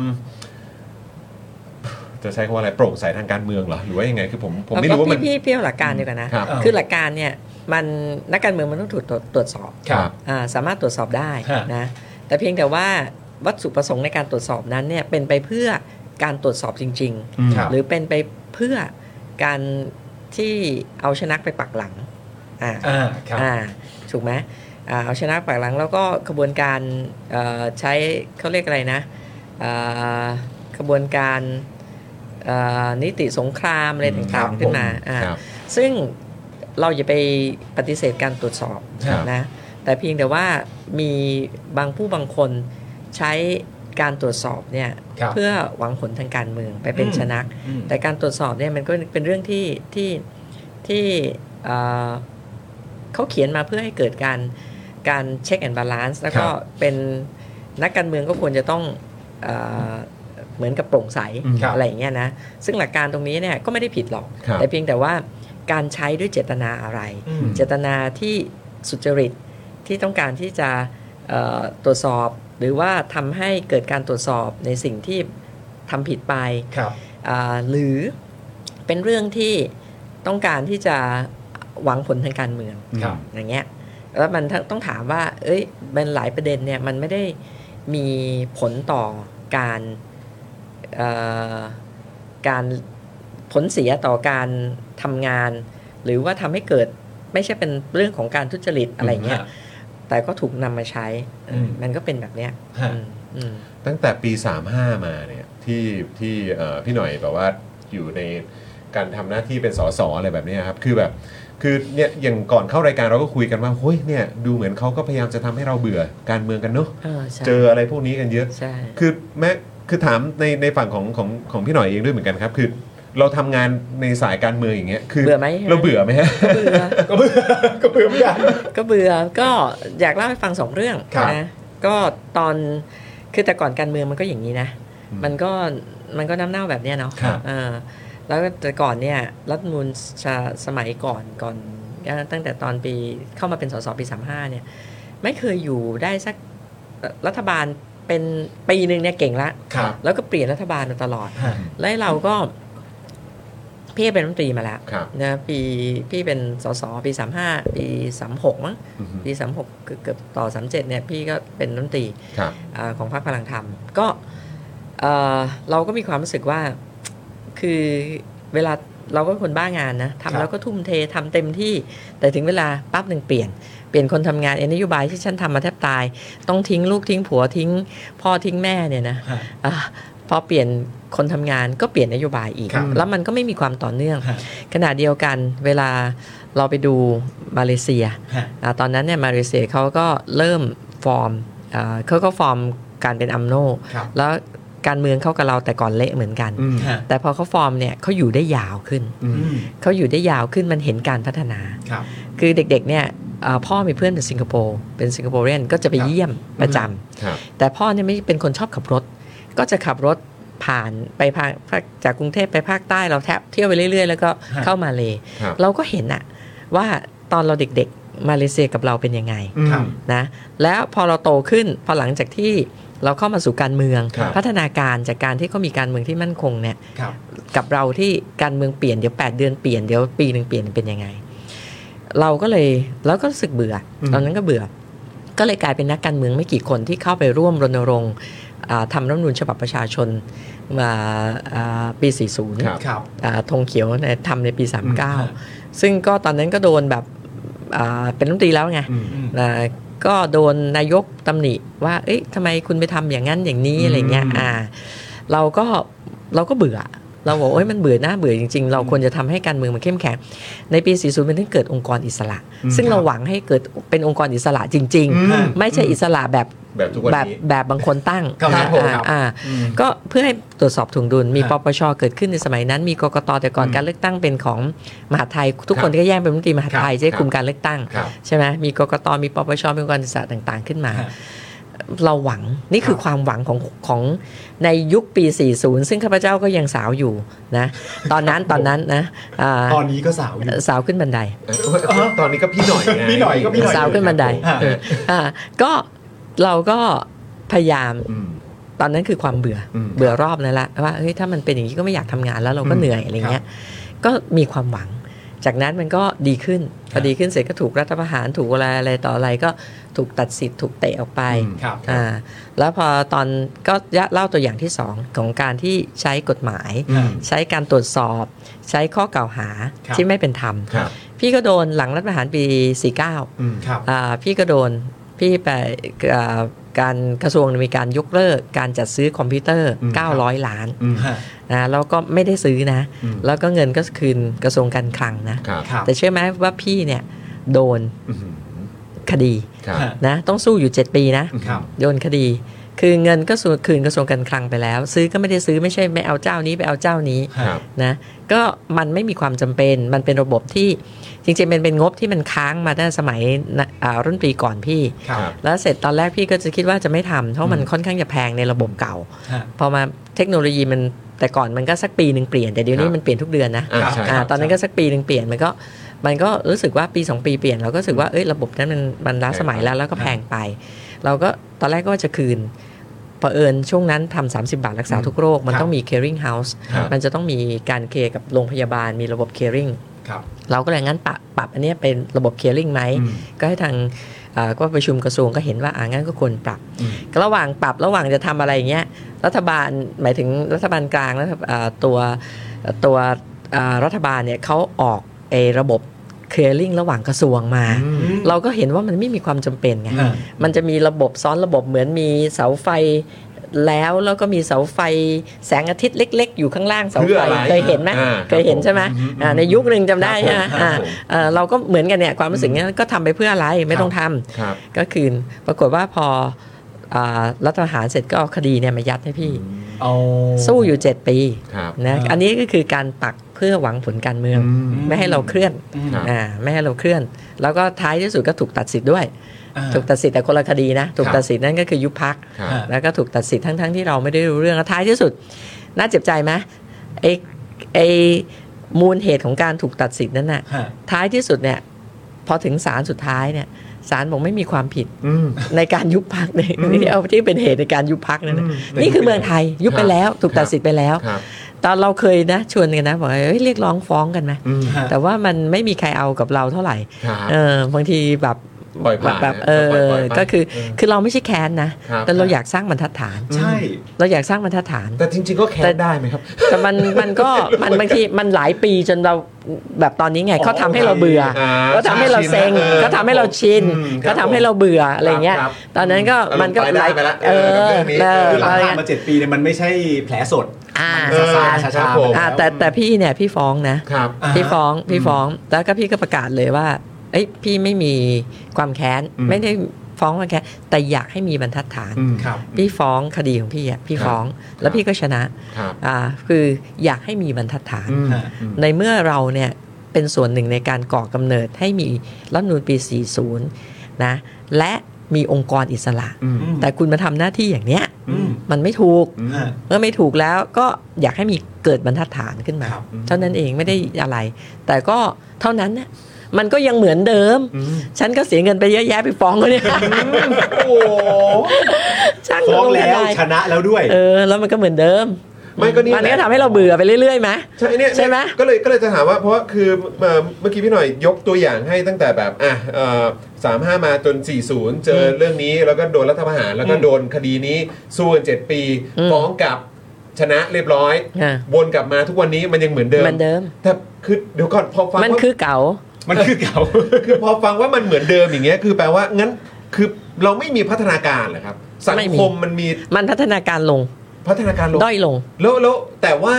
[SPEAKER 1] จะใช้คำว่าอะไรโปร่งใสทางการเมืองเหรอหรือว่ายังไงคือผมผมไม่รู้ว่ามัน
[SPEAKER 6] พี่พี่พี่เอาหลักการดีกว่านะครับ คือหลักการเนี่ยมันนักการเมืองมันต้องถูกตรวจตรวจสอบ
[SPEAKER 1] ครับ
[SPEAKER 6] อ่าสามารถตรวจสอบได้
[SPEAKER 4] ฮะ
[SPEAKER 6] นะแต่เพียงแต่ว่าวัตถุประสงค์ในการตรวจสอบนั้นเนี่ยเป็นไปเพื่อการตรวจสอบจริง
[SPEAKER 4] ครับ
[SPEAKER 6] ๆ หรือเป็นไปเพื่อการที่เอาชนะไปปักหลังอ่า
[SPEAKER 4] อ่าครับ
[SPEAKER 6] อ่าถูกไหมอ่าเอาชนะปักหลังแล้วก็กระบวนการเอ่อใช้เขาเรียกอะไรนะเอ่อกระบวนการเอ่อนิติสงครามอะไร
[SPEAKER 4] ครั
[SPEAKER 6] ต่าง
[SPEAKER 4] บ
[SPEAKER 6] ๆขึ้นมาอ่า
[SPEAKER 1] ครับ
[SPEAKER 6] ซึ่งเราอย่าไปปฏิเสธการตรวจสอบ
[SPEAKER 1] ครับ
[SPEAKER 6] นะแต่เพียงแต่ว่ามีบางผู้บางคน ใช้การตรวจสอบเนี่ย
[SPEAKER 4] ครับ
[SPEAKER 6] เพื่อหวังผลทางการเมืองไปเป็น
[SPEAKER 4] อืม
[SPEAKER 6] ชนะ
[SPEAKER 4] อืม
[SPEAKER 6] แต่การตรวจสอบเนี่ยมันก็เป็นเรื่องที่ที่ที่เอ่อเขาเขียนมาเพื่อให้เกิดการการเช็คแอนด์บาลานซ์แล้วก็
[SPEAKER 4] ครับ
[SPEAKER 6] เป็นนักการเมืองก็ควรจะต้องเออเหมือนกับโปร่งใส
[SPEAKER 4] ครับ
[SPEAKER 6] อะไรอย่างเงี้ยนะซึ่งหลักการตรงนี้เนี่ยก็ไม่ได้ผิดหรอก
[SPEAKER 4] ครับ
[SPEAKER 6] แต่เพียงแต่ว่าการใช้ด้วยเจตนาอะไร
[SPEAKER 4] อืม
[SPEAKER 6] เจตนาที่สุจริตที่ต้องการที่จะเอ่อตรวจสอบ หรือว่าทำให้เกิดการตรวจสอบในสิ่งที่ทำผิดไป
[SPEAKER 4] ครับ
[SPEAKER 6] อ่าหรือเป็นเรื่องที่ต้องการที่จะหวังผลทางการเมือง
[SPEAKER 4] ครับ
[SPEAKER 6] อย่างเงี้ยแล้วมันต้องถามว่า เอ้ยมันหลายประเด็นเนี่ยมันไม่ได้มีผลต่อการเอ่อการผลเสียต่อการทำงาน หรือว่าทำให้เกิดไม่ใช่เป็นเรื่องของการทุจริตอะไรเงี้ยแต่ก็ถูกนำมาใช้เออ
[SPEAKER 4] ม
[SPEAKER 6] มันก็เป็นแบบเนี้ย
[SPEAKER 4] ฮะ
[SPEAKER 6] อืมอืม
[SPEAKER 1] ตั้งแต่ปี 35 มาเนี่ยที่ที่เอ่อพี่หน่อยแบบว่าอยู่ในการทำหน้าที่เป็นสสอะไรแบบเนี้ยครับคือแบบคือเนี่ยอย่างก่อนเข้ารายการเราก็คุยกันว่าเฮ้ยเนี่ยดูเหมือนเขาก็พยายามจะทำให้เราเบื่อการเมืองกันเนอะ
[SPEAKER 6] เออใช่
[SPEAKER 1] เจออะไรพวกนี้กันเยอะ
[SPEAKER 6] ใช่
[SPEAKER 1] คือแม้คือถามในในฝั่งของของของพี่หน่อยเองด้วยเหมือนกันครับ คือ เราทำงานในสายการเมืองอย่างเงี้ยคือ
[SPEAKER 6] เบื่อไหม
[SPEAKER 1] เราเบื่อไหมฮะ
[SPEAKER 6] เบื่อ
[SPEAKER 4] ก็เบื่อก็เบื่อเหมือนกัน
[SPEAKER 6] ก็เบื่อก็อยากเล่าให้ฟังสองเรื่อง
[SPEAKER 4] ครับ
[SPEAKER 6] นะก็ตอนคือแต่ก่อนการเมืองมันก็อย่างนี้นะ
[SPEAKER 1] อืม
[SPEAKER 6] มันก็มันก็น้ำเน่าแบบเนี้ยเนาะ
[SPEAKER 1] ครับ
[SPEAKER 6] เออแล้วก็แต่ก่อนเนี่ยรัฐธรรมนูลฉะสมัยก่อนก่อนตั้งแต่ตอนปีเข้ามาเป็นสสปี 35เนี่ยไม่เคยอยู่ได้สักเอ่อรัฐบาลเป็นปีหนึ่งเนี่ยเก่งละ
[SPEAKER 4] ครับ
[SPEAKER 6] แล้วก็เปลี่ยนรัฐบาลมาตลอด
[SPEAKER 4] ฮะ
[SPEAKER 6] และเราก็พี่เป็นรัฐมนตรีมาแล้ว
[SPEAKER 1] ครับ
[SPEAKER 6] นะปีพี่เป็นสสปี 35 ปี 36มั้ง
[SPEAKER 1] อือฮึ
[SPEAKER 6] ปี 36เกือบๆต่อ 37เนี่ยพี่ก็เป็นรัฐมนตรี
[SPEAKER 1] ครับ
[SPEAKER 6] เอ่อของพรรคพลังธรรม ก็เอ่อเราก็มีความรู้สึกว่า คือเวลาเราก็เป็นคนบ้างานนะ
[SPEAKER 4] ครับ
[SPEAKER 6] ทำแล้วก็ทุ่มเททำเต็มที่ แต่ถึงเวลาปั๊บหนึ่งเปลี่ยน เปลี่ยนคนทำงานเอ็นนโยบายที่ฉันทำมาแทบตาย ต้องทิ้งลูกทิ้งผัวทิ้ง พ่อทิ้งแม่เนี่ยนะ
[SPEAKER 4] ฮะ
[SPEAKER 6] อ่ะพอเปลี่ยนคนทำงานก็เปลี่ยนนโยบายอีก
[SPEAKER 4] ครับ
[SPEAKER 6] แล้วมันก็ไม่มีความต่อเนื่อง
[SPEAKER 4] ฮะ
[SPEAKER 6] ขณะเดียวกันเวลาเราไปดูมาเลเซีย
[SPEAKER 4] ฮะ
[SPEAKER 6] อ่ะตอนนั้นเนี่ยมาเลเซียเขาก็เริ่มฟอร์มเอ่อเขาก็ฟอร์มการเป็นอัมโน
[SPEAKER 4] ครับ
[SPEAKER 6] แล้วการเมืองเข้ากับเราแต่ก่อนเละเหมือนกัน
[SPEAKER 4] ฮะ
[SPEAKER 6] แต่พอเขาฟอร์มเนี่ยเขาอยู่ได้ยาวขึ้น
[SPEAKER 4] อืม
[SPEAKER 6] เขาอยู่ได้ยาวขึ้นมันเห็นการพัฒนา
[SPEAKER 4] ครับ
[SPEAKER 6] คือเด็กๆเนี่ยเอ่อพ่อมีเพื่อนเป็นสิงคโปร์เป็นสิงคโปรเรียนก็จะไป
[SPEAKER 4] ครับ
[SPEAKER 6] เยี่ยมประจำ
[SPEAKER 1] ครับ
[SPEAKER 6] แต่พ่อเนี่ยไม่เป็นคนชอบขับรถ ก็จะขับรถผ่านไปภาคจากกรุงเทพไปภาคใต้เราแทบเที่ยวไปเรื่อยๆ แล้วก็
[SPEAKER 4] ฮะ
[SPEAKER 6] เข้ามาเลย
[SPEAKER 1] ครับ
[SPEAKER 6] เราก็เห็นอะว่าตอนเราเด็กๆ มาเลเซียกับเราเป็นยังไง
[SPEAKER 4] ครับ
[SPEAKER 6] นะแล้วพอเราโตขึ้นพอหลังจากที่เราเข้ามาสู่การเมือง
[SPEAKER 1] ครับ
[SPEAKER 6] พัฒนาการจากการที่เขามีการเมืองที่มั่นคงเนี่ย
[SPEAKER 4] ครับ
[SPEAKER 6] กับเราที่การเมืองเปลี่ยนเดี๋ยว 8 เดือนเปลี่ยนเดี๋ยวปีหนึ่งเปลี่ยนเป็นยังไง เราก็เลยแล้วก็รู้สึกเบื่ออตอนนั้นก็เบื่อ ก็เลยกลายเป็นนักการเมืองไม่กี่คนที่เข้าไปร่วมรณรงค์อ่าทำรัฐธรรมนูญฉบับประชาชนมาอ่าปี 40
[SPEAKER 1] ครับ
[SPEAKER 4] ครับ
[SPEAKER 6] อ่าธงเขียวในทำในปี
[SPEAKER 4] ครับ
[SPEAKER 6] 39 ซึ่งก็ตอนนั้นก็โดนแบบอ่าเป็นรัฐมนตรีแล้วไง
[SPEAKER 4] อืม
[SPEAKER 6] อ่าก็โดนนายกตำหนิว่าเอ๊ะทำไมคุณไปทำอย่างนั้นอย่างนี้อะไรเงี้ย
[SPEAKER 4] อืม
[SPEAKER 6] อ่าเราก็เราก็เบื่อ เราบอกว่าเอ้ยมันเบื่อหน้าเบื่อจริง ๆ เราควรจะทำให้การเมืองมันเข้มแข็ง ในปี 40 มันถึงเกิดองค์กรอิสระ ซึ่งเราหวังให้เกิดเป็นองค์กรอิสระจริง ๆ ไม่ใช่อิสระแบบ
[SPEAKER 1] แบบทุกวัน
[SPEAKER 6] แบบ
[SPEAKER 1] นี้
[SPEAKER 6] แบบบางคนตั้ง
[SPEAKER 4] ครับ
[SPEAKER 6] นะ
[SPEAKER 4] ผม
[SPEAKER 6] อ่า
[SPEAKER 4] ครับ
[SPEAKER 6] อ่า
[SPEAKER 4] อืม
[SPEAKER 6] ก็เพื่อให้ตรวจสอบถ่วงดุลมี
[SPEAKER 4] ฮะ
[SPEAKER 6] ปปชเกิดขึ้นในสมัยนั้น มีกกตแต่ก่อน
[SPEAKER 4] อืม
[SPEAKER 6] การเลือกตั้งเป็นของมหาดไทย ทุก
[SPEAKER 4] ครับ
[SPEAKER 6] คนก็แย่งเป็นรัฐมนตรีมหาดไทยจะได้
[SPEAKER 1] ครับ
[SPEAKER 6] คุมการเลือกตั้ง
[SPEAKER 1] ครับ
[SPEAKER 6] ใช่ไหมมีกกตมีปปชมีองค์กรอิสระต่างๆ ขึ้นมา
[SPEAKER 4] ฮะ
[SPEAKER 6] เราหวังนี่คื
[SPEAKER 4] ค
[SPEAKER 6] อ
[SPEAKER 4] รับ
[SPEAKER 6] ความหวังของของในยุคปี 40 ซึ่งข้าพเจ้าก็ยังสาวอยู่นะตอนนั้นตอนนั้นนะอ่า
[SPEAKER 4] ตอนนี้ก็สาวอยู่
[SPEAKER 6] สาวขึ้นบันได
[SPEAKER 1] เอ้ยตอนนี้ก็พี่หน่อยไง
[SPEAKER 4] พี่หน่อยก็พี่หน่อย
[SPEAKER 6] สาวขึ้นบันได
[SPEAKER 4] ฮะ
[SPEAKER 6] อ่าก็เราก็พยายาม
[SPEAKER 1] อืม
[SPEAKER 6] ตอนนั้นคือความเบื่ออ
[SPEAKER 1] ม
[SPEAKER 6] เบื่อรอบนั่นละว่าเฮ้ยถ้ามันเป็นอย่างนี้ก็ไม่อยากทำงานแล้วเราก็
[SPEAKER 4] อืม
[SPEAKER 6] เหนื่อยอะไรเงี้ยก็มีความหวัง จากนั้นมันก็ดีขึ้นพ
[SPEAKER 4] ครั
[SPEAKER 6] อบ ดีขึ้นเสร็จก็ถูกรัฐประหารถูกอะไรอะไรต่ออะไรก็ถูกตัดสิทธิ์ถูกเตะออกไป
[SPEAKER 4] ครับ
[SPEAKER 6] อ่าแล้วพอตอนก็เล่าตัวอย่างที่สองของการที่ใช้กฎหมาย ใช้การตรวจสอบ ใช้ข้อกล่าวหา
[SPEAKER 4] ครับ
[SPEAKER 6] ที่ไม่เป็นธรรม
[SPEAKER 1] ครับ
[SPEAKER 6] พี่ก็โดนหลังรัฐประหารปี 49
[SPEAKER 4] อืมครับ
[SPEAKER 6] อ่าพี่ก็โดนพี่ไปอ่าการกระทรวงมีการยกเลิก การจัดซื้อคอมพิวเตอร์
[SPEAKER 4] อืมครับ
[SPEAKER 6] 900 ล้าน
[SPEAKER 4] ฮะ
[SPEAKER 6] นะแล้วก็ไม่ได้ซื้อนะ
[SPEAKER 1] อืม
[SPEAKER 6] แล้วก็เงินก็คืนกระทรวงการคลังนะ
[SPEAKER 1] ครับ
[SPEAKER 4] ครับ
[SPEAKER 6] แต่เชื่อไหมว่าพี่เนี่ยโดน
[SPEAKER 1] อืม
[SPEAKER 6] คดี
[SPEAKER 1] ครับ
[SPEAKER 4] ฮะ
[SPEAKER 6] นะต้องสู้อยู่ 7 ปีนะ
[SPEAKER 4] ครับ
[SPEAKER 6] โดนคดี ค คือเงินก็ส่วนคืนกระทรวงการคลังไปแล้ว ซื้อก็ไม่ได้ซื้อไม่ใช่ไม่เอาเจ้านี้ไปเอาเจ้านี้
[SPEAKER 1] ครับ
[SPEAKER 6] นะก็มันไม่มีความจำเป็นมันเป็นระบบที่จริงๆเป็นเป็นงบที่มันค้างมาตั้งแต่สมัยนะอ่ารุ่นปีก่อนพี่
[SPEAKER 4] ครับ
[SPEAKER 6] แล้วเสร็จตอนแรกพี่ก็จะคิดว่าจะไม่ทำเพราะมันค่อนข้างจะแพงในระบบเก่า
[SPEAKER 4] ฮะ
[SPEAKER 6] พอมาเทคโนโลยีมันแต่ก่อนมันก็สักปีหนึ่งเปลี่ยนแต่เดี๋ยวนี้
[SPEAKER 1] ครับ
[SPEAKER 6] มันเปลี่ยนทุกเดือนนะ
[SPEAKER 1] อ่าใช่
[SPEAKER 6] อ่า
[SPEAKER 1] ครับ
[SPEAKER 6] ตอนนั้นก็สักปีหนึ่งเปลี่ยนมันก็มันก็รู้สึกว่าปี 2 ปีเปลี่ยนเราก็รู้สึกว่าเอ้ยระบบนั้นมันมันล้าสมัยแล้วแล้วก็แพงไป เราก็ตอนแรกก็ว่าจะคืนเผอิญช่วงนั้นทำ30 บาทรักษาทุกโรค มัน
[SPEAKER 4] ครับ
[SPEAKER 6] ต้องมี caring house
[SPEAKER 4] ครับ
[SPEAKER 6] มันจะต้องมีการเคลียร์กับโรงพยาบาลมีระบบ caring
[SPEAKER 4] ครับ
[SPEAKER 6] เราก็เลยงั้นปรับปรับอันเนี้ยเป็นระบบ caring ไหม
[SPEAKER 4] อืม
[SPEAKER 6] ก็ให้ทางเอ่อก็ประชุมกระทรวงก็เห็นว่าอ่างั้นก็ควรปรับ
[SPEAKER 4] อืม
[SPEAKER 6] ระหว่างปรับระหว่างจะทำอะไรอย่างเงี้ยรัฐบาลหมายถึงรัฐบาลกลางแล้วตัวตัวเอ่อรัฐบาลเนี่ยเขาออกไอ้ระบบเคลียร์ลิงระหว่างกระทรวงมา เราก็เห็นว่ามันไม่มีความจำเป็นไง
[SPEAKER 4] อ่า
[SPEAKER 6] มันจะมีระบบซ้อนระบบเหมือนมีเสาไฟแล้วแล้วก็มีเสาไฟแสงอาทิตย์เล็ก ๆ อยู่ข้างล่างเสา
[SPEAKER 1] เพื่อ
[SPEAKER 6] ไฟ
[SPEAKER 1] อะไร
[SPEAKER 6] เคยเห็นไหม
[SPEAKER 1] อ่าครับ
[SPEAKER 6] เคยเห็นใช่ไหมอ่าในยุคหนึ่งจำได้ใช่ไหม
[SPEAKER 1] ครับผม
[SPEAKER 6] อ่าเอ่อเราก็เหมือนกันเนี่ยความรู้สึกเนี้ยก็ทำไปเพื่ออะไรไม่ต้องทำ
[SPEAKER 1] ครับ
[SPEAKER 6] ก็คืนปรากฏว่าพออารัฐประหารเสร็จก็เอาคดีเนี่ยมายัดให้พี่
[SPEAKER 4] เอา
[SPEAKER 6] สู้อยู่ 7 ปี
[SPEAKER 1] ครับ
[SPEAKER 6] นะอันนี้ก็คือการปักเพื่อหวังผลการเมือง ไม่ให้เราเคลื่อน
[SPEAKER 1] ครับ
[SPEAKER 6] อ่าไม่ให้เราเคลื่อน แล้วก็ท้ายที่สุดก็ถูกตัดสิทธิ์ด้วย
[SPEAKER 4] อ่า
[SPEAKER 6] ถูกตัดสิทธิ์แต่คนละคดีนะ ถูก
[SPEAKER 4] ครับ
[SPEAKER 6] ตัดสิทธิ์นั่นก็คือยุบพัก
[SPEAKER 1] ครับ
[SPEAKER 4] อ่า
[SPEAKER 6] แล้วก็ถูกตัดสิทธิ์ทั้งๆที่เราไม่ได้รู้เรื่องแล้วท้ายที่สุด น่าเจ็บใจไหมไอไอมูลเหตุของการถูกตัดสิทธิ์นั้นน่ะ
[SPEAKER 4] ฮะ
[SPEAKER 6] ท้ายที่สุดเนี่ยพอถึงศาลสุดท้ายเนี่ยศาลบอกไม่มีความผิดในการยุบพักในที่เอาที่เป็นเหตุในการยุบพักนั่นน่ะนี่คือเมืองไทยยุบไปแล้ว ถูกตัดสิทธิ์ไปแล้ว
[SPEAKER 1] ครับ
[SPEAKER 6] ตอนเราเคยนะชวนกันนะบอกว่าเอ้ยเรียกร้องฟ้องกันไหม
[SPEAKER 4] ฮะ
[SPEAKER 6] แต่ว่ามันไม่มีใครเอากับเราเท่าไหร่
[SPEAKER 1] ครับ
[SPEAKER 6] เออบางทีแบบ
[SPEAKER 1] ปล่อยผ่าน
[SPEAKER 6] แบบ
[SPEAKER 1] นะ
[SPEAKER 6] เออ
[SPEAKER 1] ปล่อยปล่อยไป
[SPEAKER 6] ก็คือ
[SPEAKER 1] เออ
[SPEAKER 6] คือเราไม่ใช่แค้นนะครับ แต่เราอยากสร้างบรรทัดฐาน
[SPEAKER 4] ใช่
[SPEAKER 6] เราอยากสร้างบรรทัดฐาน
[SPEAKER 1] แต่จริงๆก็แค
[SPEAKER 6] แต่
[SPEAKER 1] ร์ได้ไหมครับ
[SPEAKER 6] แต่มันมัน ก็มันบางทีมันหลายปีจนเราแบบตอนนี้ไง
[SPEAKER 1] อ๋อ
[SPEAKER 6] เขาทำให้เราเบื่อ
[SPEAKER 1] โอเคอ่า
[SPEAKER 6] เขาทำให้เราเซ็ง
[SPEAKER 1] ชินแล้วเออ
[SPEAKER 6] เขาทำให้เราชิน
[SPEAKER 1] อืมครับ
[SPEAKER 6] เขาทำให้เราเบื่ออะไรเงี้ย
[SPEAKER 1] ครับ
[SPEAKER 6] ตอนนั้นก็
[SPEAKER 1] อารมณ์
[SPEAKER 6] มันก็
[SPEAKER 1] ไปได้ไปละ
[SPEAKER 6] เออ
[SPEAKER 1] เออกับเรื่องนี้
[SPEAKER 6] เออ
[SPEAKER 4] คือหลัง
[SPEAKER 6] อะ
[SPEAKER 4] ผ่าน
[SPEAKER 6] ไรเงี้ย
[SPEAKER 4] มาเจ็ดปีเนี่ยมันไม่ใช่แผลสด
[SPEAKER 6] อ่า
[SPEAKER 4] เออ
[SPEAKER 1] ช้าๆผม
[SPEAKER 6] อ่าแต่แต่พี่เนี่ยพี่ฟ้องนะครับ
[SPEAKER 4] อ่าฮะ
[SPEAKER 6] พี่ฟ้องพี่ฟ้องแล้วก็พี่ก็ประกาศเลยว่าเอ้ยพี่ไม่มีความแค้น
[SPEAKER 1] อืม
[SPEAKER 6] ไม่ได้ฟ้องความแค้นแต่อยากให้มีบรรทัดฐาน
[SPEAKER 4] ครับ
[SPEAKER 6] พี่ฟ้องคดีของพี่อ่ะพี่ฟ้องแล้วพี่ก็ชนะครับ อ่าคืออยากให้มีบรรทัดฐาน
[SPEAKER 1] อืม
[SPEAKER 6] ในเมื่อเราเนี่ยเป็นส่วนหนึ่งในการก่อกำเนิดให้มีรัฐธรรมนูลปี 40 นะ และมีองค์กรอิสระ
[SPEAKER 1] อืม
[SPEAKER 6] แต่คุณมาทำหน้าที่อย่างเนี้ย
[SPEAKER 4] อืม
[SPEAKER 6] มันไม่ถูก
[SPEAKER 1] อืม
[SPEAKER 4] ฮะ
[SPEAKER 6] เมื่อไม่ถูกแล้วก็อยากให้มีเกิดบรรทัดฐานขึ้นมา
[SPEAKER 4] ครับ
[SPEAKER 6] เท่านั้นเองไม่ได้อะไร แต่ก็เท่านั้นนะมันก็ยังเหมือนเดิม ฉันก็เสียเงินไปเยอะแยะไปฟ้องเขาเนี่ย
[SPEAKER 4] โอ้โห
[SPEAKER 6] ช่าง
[SPEAKER 4] ฟ้อง
[SPEAKER 6] มัน
[SPEAKER 4] แล้วช
[SPEAKER 6] ไม่เป็นไร
[SPEAKER 4] นะแล้วด้วย
[SPEAKER 6] เออ แล้วมันก็เหมือนเดิม
[SPEAKER 1] ไม่ก็นี่
[SPEAKER 6] มัน
[SPEAKER 1] แห
[SPEAKER 6] ก็
[SPEAKER 1] ละ
[SPEAKER 6] ทำให้เราเบื่อไปเรื่อยๆไหม
[SPEAKER 1] ใช่เนี่ย
[SPEAKER 6] ใช่ไหม
[SPEAKER 1] ก็เลยก็เลยจะถามว่าเพราะว่าคือเอ่อเมื่อกี้พี่หน่อยยกตัวอย่างให้ตั้งแต่แบบอ่ะสามห้ามาจน 40 เจอเรื่องนี้แล้วก็โดนรัฐประหารแล้วก็
[SPEAKER 4] อืม
[SPEAKER 1] โดนคดีนี้สู้กันเจ็ดปี
[SPEAKER 6] อืม
[SPEAKER 1] ฟ้องกลับชนะเรียบร้อย
[SPEAKER 6] อ่ะ
[SPEAKER 1] วนกลับมาทุกวันนี้มันยังเหมือนเดิม
[SPEAKER 6] เหมือนเดิม
[SPEAKER 1] แต่คือเดี๋ยวก่อนพอฟัง
[SPEAKER 6] มัน
[SPEAKER 1] ว่า
[SPEAKER 6] คือเก่า
[SPEAKER 4] มันคือเก่า
[SPEAKER 1] คือพอฟังว่ามันเหมือนเดิมอย่างเงี้ยคือแปลว่างั้นคือเราไม่มีพัฒนาการเหรอครับ สัง
[SPEAKER 6] ไม่มี
[SPEAKER 1] คมมันมี
[SPEAKER 6] มันพัฒนาการลง
[SPEAKER 1] พัฒนาการลง
[SPEAKER 6] ด้อยลง
[SPEAKER 1] แล้วแล้วแต่ว่า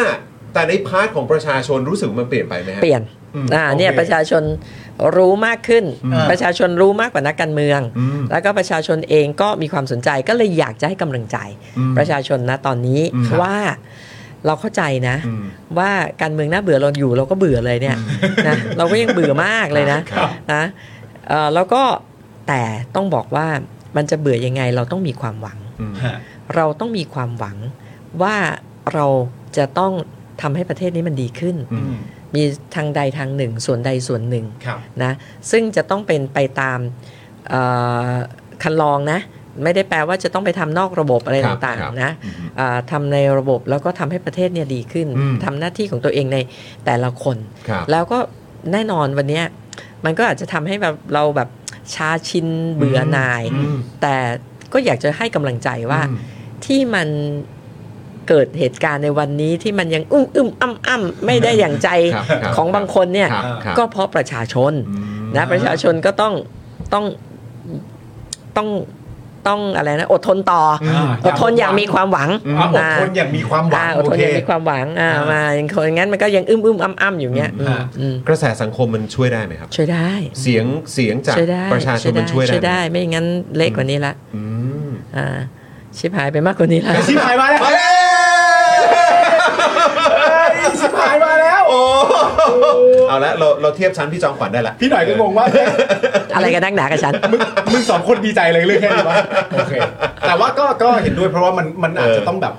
[SPEAKER 1] แต่ในพาร์ทของประชาชนรู้สึกมันเปลี่ยนไปไหมฮะ
[SPEAKER 6] เปลี่ยน
[SPEAKER 1] อืม
[SPEAKER 6] อ่า
[SPEAKER 1] โอเค
[SPEAKER 6] เนี่ยประชาชนรู้มากขึ้น ประชาชนรู้มากกว่านักการเมือง
[SPEAKER 1] อืม
[SPEAKER 6] แล้วก็ประชาชนเองก็มีความสนใจก็เลยอยากจะให้กำลังใจ ประชาชนนะตอนนี้
[SPEAKER 1] อืมครับ
[SPEAKER 6] ว่าเราเข้าใจนะ
[SPEAKER 1] อืม
[SPEAKER 6] ว่าการเมืองน่าเบื่อเราอยู่เราก็เบื่อเลยเนี่ยนะเราก็ยังเบื่อมากเลยนะครับ นะเอ่อแล้วก็แต่ต้องบอกว่ามันจะเบื่อยังไงเราต้องมีความหวัง
[SPEAKER 1] อืม
[SPEAKER 6] เราต้องมีความหวังว่าเราจะต้องทำให้ประเทศนี้มันดีขึ้น
[SPEAKER 1] อืม
[SPEAKER 6] มีทางใดทางหนึ่ง ส่วนใดส่วนหนึ่ง
[SPEAKER 4] ครับ
[SPEAKER 6] นะซึ่งจะต้องเป็นไปตามเอ่อคันลองนะ ไม่ได้แปลว่าจะต้องไปทำนอกระบบอะไร
[SPEAKER 1] ครับ
[SPEAKER 6] ต่าง
[SPEAKER 1] ครับ
[SPEAKER 6] ๆนะเอ่อทำในระบบแล้วก็ทำให้ประเทศเนี่ยดีขึ้น
[SPEAKER 1] อืม
[SPEAKER 6] ทำหน้าที่ของตัวเองในแต่ละคน
[SPEAKER 1] ครับ
[SPEAKER 6] แล้วก็แน่นอนวันเนี้ยมันก็อาจจะทำให้แบบเราแบบชาชินเบื่อหน่าย
[SPEAKER 1] อืม
[SPEAKER 6] แต่ก็อยากจะให้กำลังใจว่า
[SPEAKER 1] อืม
[SPEAKER 6] ที่มันเกิดเหตุการณ์ในวันนี้ที่มันยังอึ้มอึมอ้ำอ้ำไม่ได้อย่างใจ
[SPEAKER 1] ครับครับ
[SPEAKER 6] ของบางคนเนี่ย
[SPEAKER 1] ครับครับ
[SPEAKER 6] ก็เพราะประชาชน
[SPEAKER 1] อืม
[SPEAKER 6] นะประชาชนก็ต้องต้องต้องต้องอะไรนะอดทนต่ออ
[SPEAKER 4] ม
[SPEAKER 6] อดทนอย่างมีความหวัง
[SPEAKER 4] อ่ะอด
[SPEAKER 6] า
[SPEAKER 4] ทนอย่างมีความหวัง
[SPEAKER 6] อ่าอด
[SPEAKER 4] โอ
[SPEAKER 6] ทน
[SPEAKER 4] เค
[SPEAKER 6] อย่างมีความหวังอ่า
[SPEAKER 4] อ่าม
[SPEAKER 6] มาอย่างคนงั้นมันก็ยังอึ้มอึมอ้ำอ้ำอยู่เงี้ย
[SPEAKER 4] อืม
[SPEAKER 6] อืมอืม
[SPEAKER 1] กระแสสังคมมันช่วยได้ไหมครับ
[SPEAKER 6] ช่วยได้
[SPEAKER 1] เสียงเสียงจาก
[SPEAKER 6] ช่วยได้
[SPEAKER 1] ประชาชนมันช่วย
[SPEAKER 6] ช่วย
[SPEAKER 1] ได้
[SPEAKER 6] ได้ ไม่งั้นเล็กกว่านี้ละ
[SPEAKER 1] อืม
[SPEAKER 6] อ่า ชิบหายไปมากกว่านี้แล้ว
[SPEAKER 4] ชิบหายมาแล้ว
[SPEAKER 1] เฮ้ย
[SPEAKER 4] ชิบหายมาแล้ว
[SPEAKER 1] โอ้เอาละเราเราเทียบชั้นพี่จอมขวัญได้ละ
[SPEAKER 4] พี่หน่อยก็งงว่าเอ๊ะ
[SPEAKER 6] อะไรกันนักหนากับฉัน
[SPEAKER 4] มึงมึงสองคนดีใจอะไรเรื่องแค่นี้วะโอเค แต่ว่าก็ก็เห็นด้วยเพราะว่ามันมันอาจจะต้องแบบ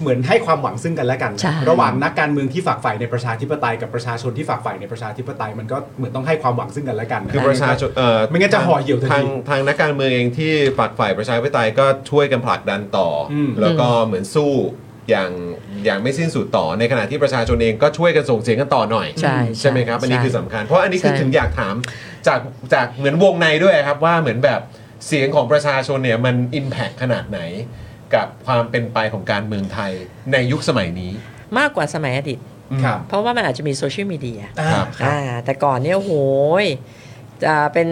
[SPEAKER 4] เหมือนให้ความหวังซึ่งกันและกัน
[SPEAKER 6] ใช่
[SPEAKER 4] ระหว่างนักการเมืองที่ฝากฝ่ายในประชาธิปไตยกับประชาชนที่ฝากฝ่ายในประชาธิปไตยมันก็เหมือนต้องให้ความหวังซึ่งกันและกัน
[SPEAKER 1] คือประชาชนเอ่อ
[SPEAKER 4] ไม่งั้นจะห่อเหี่ยวทันที
[SPEAKER 1] ทางทางนักการเมืองเองที่ฝักฝ่ายประชาธิปไตยก็ช่วยกันผลักดันต่ออ
[SPEAKER 4] ม
[SPEAKER 1] แล้วก็เหมือนสู้อย่างอย่างไม่สิ้นสุดต่อในขณะที่ประชาชนเองก็ช่วยกันส่งเสียงกันต่อหน่อย
[SPEAKER 6] ใช่
[SPEAKER 1] ใช่ไหมครับ อันนี้
[SPEAKER 6] ใช่
[SPEAKER 1] คือสำคัญ เพราะอันนี้คือ
[SPEAKER 6] ใช่
[SPEAKER 1] ถึงอยากถามจากจากเหมือนวงในด้วยครับว่าเหมือนแบบเสียงของประชาชนเนี่ยมัน Impact ขนาดไหน กับความเป็นไปของการเมืองไทยในยุคสมัยนี้
[SPEAKER 6] มากกว่าสมัยอดีต
[SPEAKER 4] ครับ
[SPEAKER 6] เพราะว่ามันอาจจะมีโซเชียลมีเดีย
[SPEAKER 1] ครับ
[SPEAKER 6] อ่าแต่ก่อนเนี่ยโอ้โหยจะเป็น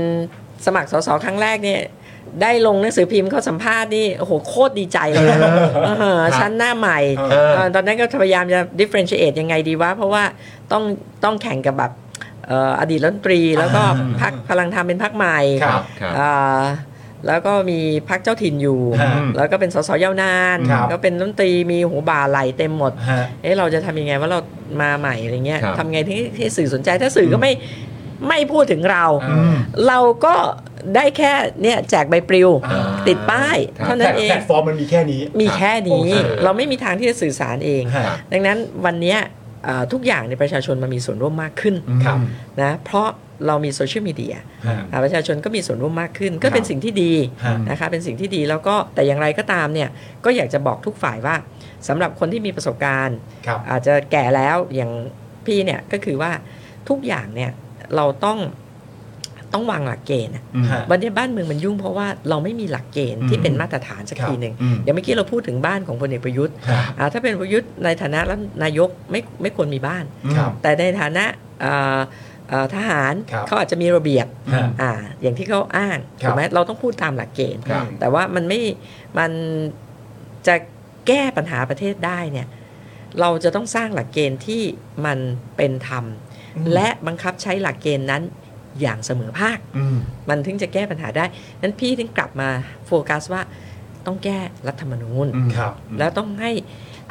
[SPEAKER 6] สมัครสสครั้งแรกเนี่ย ได้ลงหนังสือพิมพ์เขาสัมภาษณ์นี่โอ้โหโคตรดีใจเลยนะเออชั้นหน้าใหม่
[SPEAKER 1] เออ
[SPEAKER 6] เออตอนนั้นก็พยายามจะ differentiate ยังไงดีวะ เพราะว่าต้องต้องแข่งกับแบบเอ่ออดีตรัฐมนตรี แล้วก็พักพลังธรรมเป็นพักใหม่
[SPEAKER 1] ครับครับ
[SPEAKER 6] อ่าแล้วก็มีพักเจ้าถิ่นอยู่
[SPEAKER 4] ฮะ
[SPEAKER 6] แล้วก็เป็นสสยาวนาน
[SPEAKER 4] ครับ
[SPEAKER 6] ก็เป็นรัฐมนตรีมีโหัวบ่าไหลเต็มหมด
[SPEAKER 4] ฮะ
[SPEAKER 6] เอ๊ะเราจะทำยังไงว่าเรามาใหม่อะไรเงี้ย
[SPEAKER 1] ครับ
[SPEAKER 6] ทำไงที่ที่สื่อสนใจถ้าสื่อก็ไม่ไม่พูดถึงเรา
[SPEAKER 4] อืม
[SPEAKER 6] เราก็ได้แค่เนี่ยแจกใบปลิว ติดป้าย
[SPEAKER 1] ครับ
[SPEAKER 6] เท่า
[SPEAKER 4] แต่
[SPEAKER 6] นั้นเอ
[SPEAKER 4] แพล
[SPEAKER 6] ง
[SPEAKER 4] ตฟอร์มมันมีแค่นี้
[SPEAKER 6] มีแค่นี้
[SPEAKER 4] โอเค
[SPEAKER 6] เราไม่มีทางที่จะสื่อสารเอง
[SPEAKER 4] ฮะ
[SPEAKER 6] ดังนั้นวันเนี้ยเอ่อทุกอย่างในประชาชนมันมีส่วนร่วมมากขึ้น
[SPEAKER 4] ครับ
[SPEAKER 6] นะเพราะเรามีโซเชียลมีเดีย
[SPEAKER 4] ฮะ
[SPEAKER 6] อ่าประชาชนก็มีส่วนร่วมมากขึ้น ก็เป็นสิ่งที่ดี
[SPEAKER 4] ฮะ
[SPEAKER 6] นะคะเป็นสิ่งที่ดีแล้วก็แต่อย่างไรก็ตามเนี่ยก็อยากจะบอกทุกฝ่ายว่าสำหรับคนที่มีประสบการณ์
[SPEAKER 4] ครับ
[SPEAKER 6] อาจจะแก่แล้วอย่างพี่เนี่ยก็คือว่าทุกอย่างเนี่ยเราต้องต้องวางหลักเกณฑ์อะ
[SPEAKER 4] ฮะ
[SPEAKER 6] วันนี้บ้านเมืองมันยุ่งเพราะว่าเราไม่มีหลักเกณฑ์ที่เป็นมาตรฐานสัก
[SPEAKER 4] ครับ
[SPEAKER 6] ทีหนึ่งอย่างเมื่อกี้เราพูดถึงบ้านของพลเอกประยุทธ์
[SPEAKER 4] ครับ
[SPEAKER 6] อ่าถ้าเป็นประยุทธ์ในฐานะรัฐนายกไม่ไม่ควรมีบ้าน
[SPEAKER 4] ครับ
[SPEAKER 6] แต่ในฐานะเอ่อเอ่อทหาร
[SPEAKER 4] ครับ
[SPEAKER 6] เขาอาจจะมีระเบียบ
[SPEAKER 4] ฮะ
[SPEAKER 6] อ่าอย่างที่เขาอ้าง
[SPEAKER 4] ครับ
[SPEAKER 6] ถูกไหมเราต้องพูดตามหลักเกณฑ์
[SPEAKER 4] ครับ
[SPEAKER 6] แต่ว่ามันไม่มันจะแก้ปัญหาประเทศได้เนี่ยเราจะต้องสร้างหลักเกณฑ์ที่มันเป็นธรรม และบังคับใช้หลักเกณฑ์นั้นอย่างเสมอภาค มันถึงจะแก้ปัญหาได้นั้นพี่ถึงกลับมาโฟกัสว่าต้องแก้รัฐธรรมนูญ
[SPEAKER 4] ครับ
[SPEAKER 6] แล้วต้องให้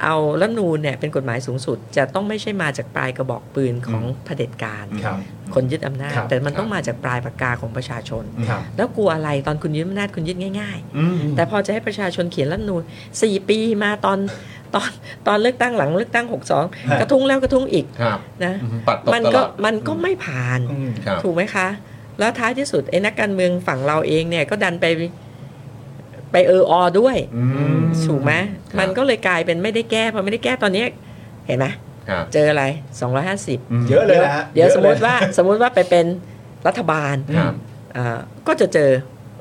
[SPEAKER 6] เอารัฐธรรมนูญเนี่ยเป็นกฎหมายสูงสุด จะต้องไม่ใช่มาจากปลายกระบอกปืนของเผด็จการ
[SPEAKER 4] ครับ
[SPEAKER 6] คนยึดอำนาจ
[SPEAKER 4] ครับ
[SPEAKER 6] แต่มันต้องมาจากปลายปากกาของประชาชน
[SPEAKER 4] ครับ
[SPEAKER 6] แล้วกลัวอะไรตอนคุณยึดอำนาจคุณยึดง่าย ๆ แต่พอจะให้ประชาชนเขียนรัฐธรรมนูนสี่ปีมาตอน ตอนตอนเลือกตั้งหลังเลือกตั้ง
[SPEAKER 4] ฮะ
[SPEAKER 6] 62 กระทุ้งแล้วกระทุ้งอีก
[SPEAKER 1] ครับ
[SPEAKER 6] นะ
[SPEAKER 1] ปัดตก
[SPEAKER 6] มัน
[SPEAKER 1] ตล
[SPEAKER 6] ก็
[SPEAKER 1] อด
[SPEAKER 6] มันก็ไม่ผ่าน
[SPEAKER 4] อืม
[SPEAKER 1] ครับ
[SPEAKER 6] ถูกไหมคะ แล้วท้ายที่สุดไอ้นักการเมืองฝั่งเราเองเนี่ยก็ดันไปไปเอออด้วย
[SPEAKER 1] อืม
[SPEAKER 6] ถูกไหม
[SPEAKER 1] ครับ
[SPEAKER 6] มันก็เลยกลายเป็นไม่ได้แก้พอไม่ได้แก้ตอนนี้เห็นไหม
[SPEAKER 1] ครับ
[SPEAKER 6] เจออะไร 250
[SPEAKER 4] เยอะเลยนะฮะ
[SPEAKER 6] เดี๋ยวสมม
[SPEAKER 4] ย
[SPEAKER 6] ติ
[SPEAKER 4] อะล
[SPEAKER 6] ว่าสมมติว่าไปเป็นรัฐบาล
[SPEAKER 1] ครับ
[SPEAKER 6] อ่าก็จะเจอ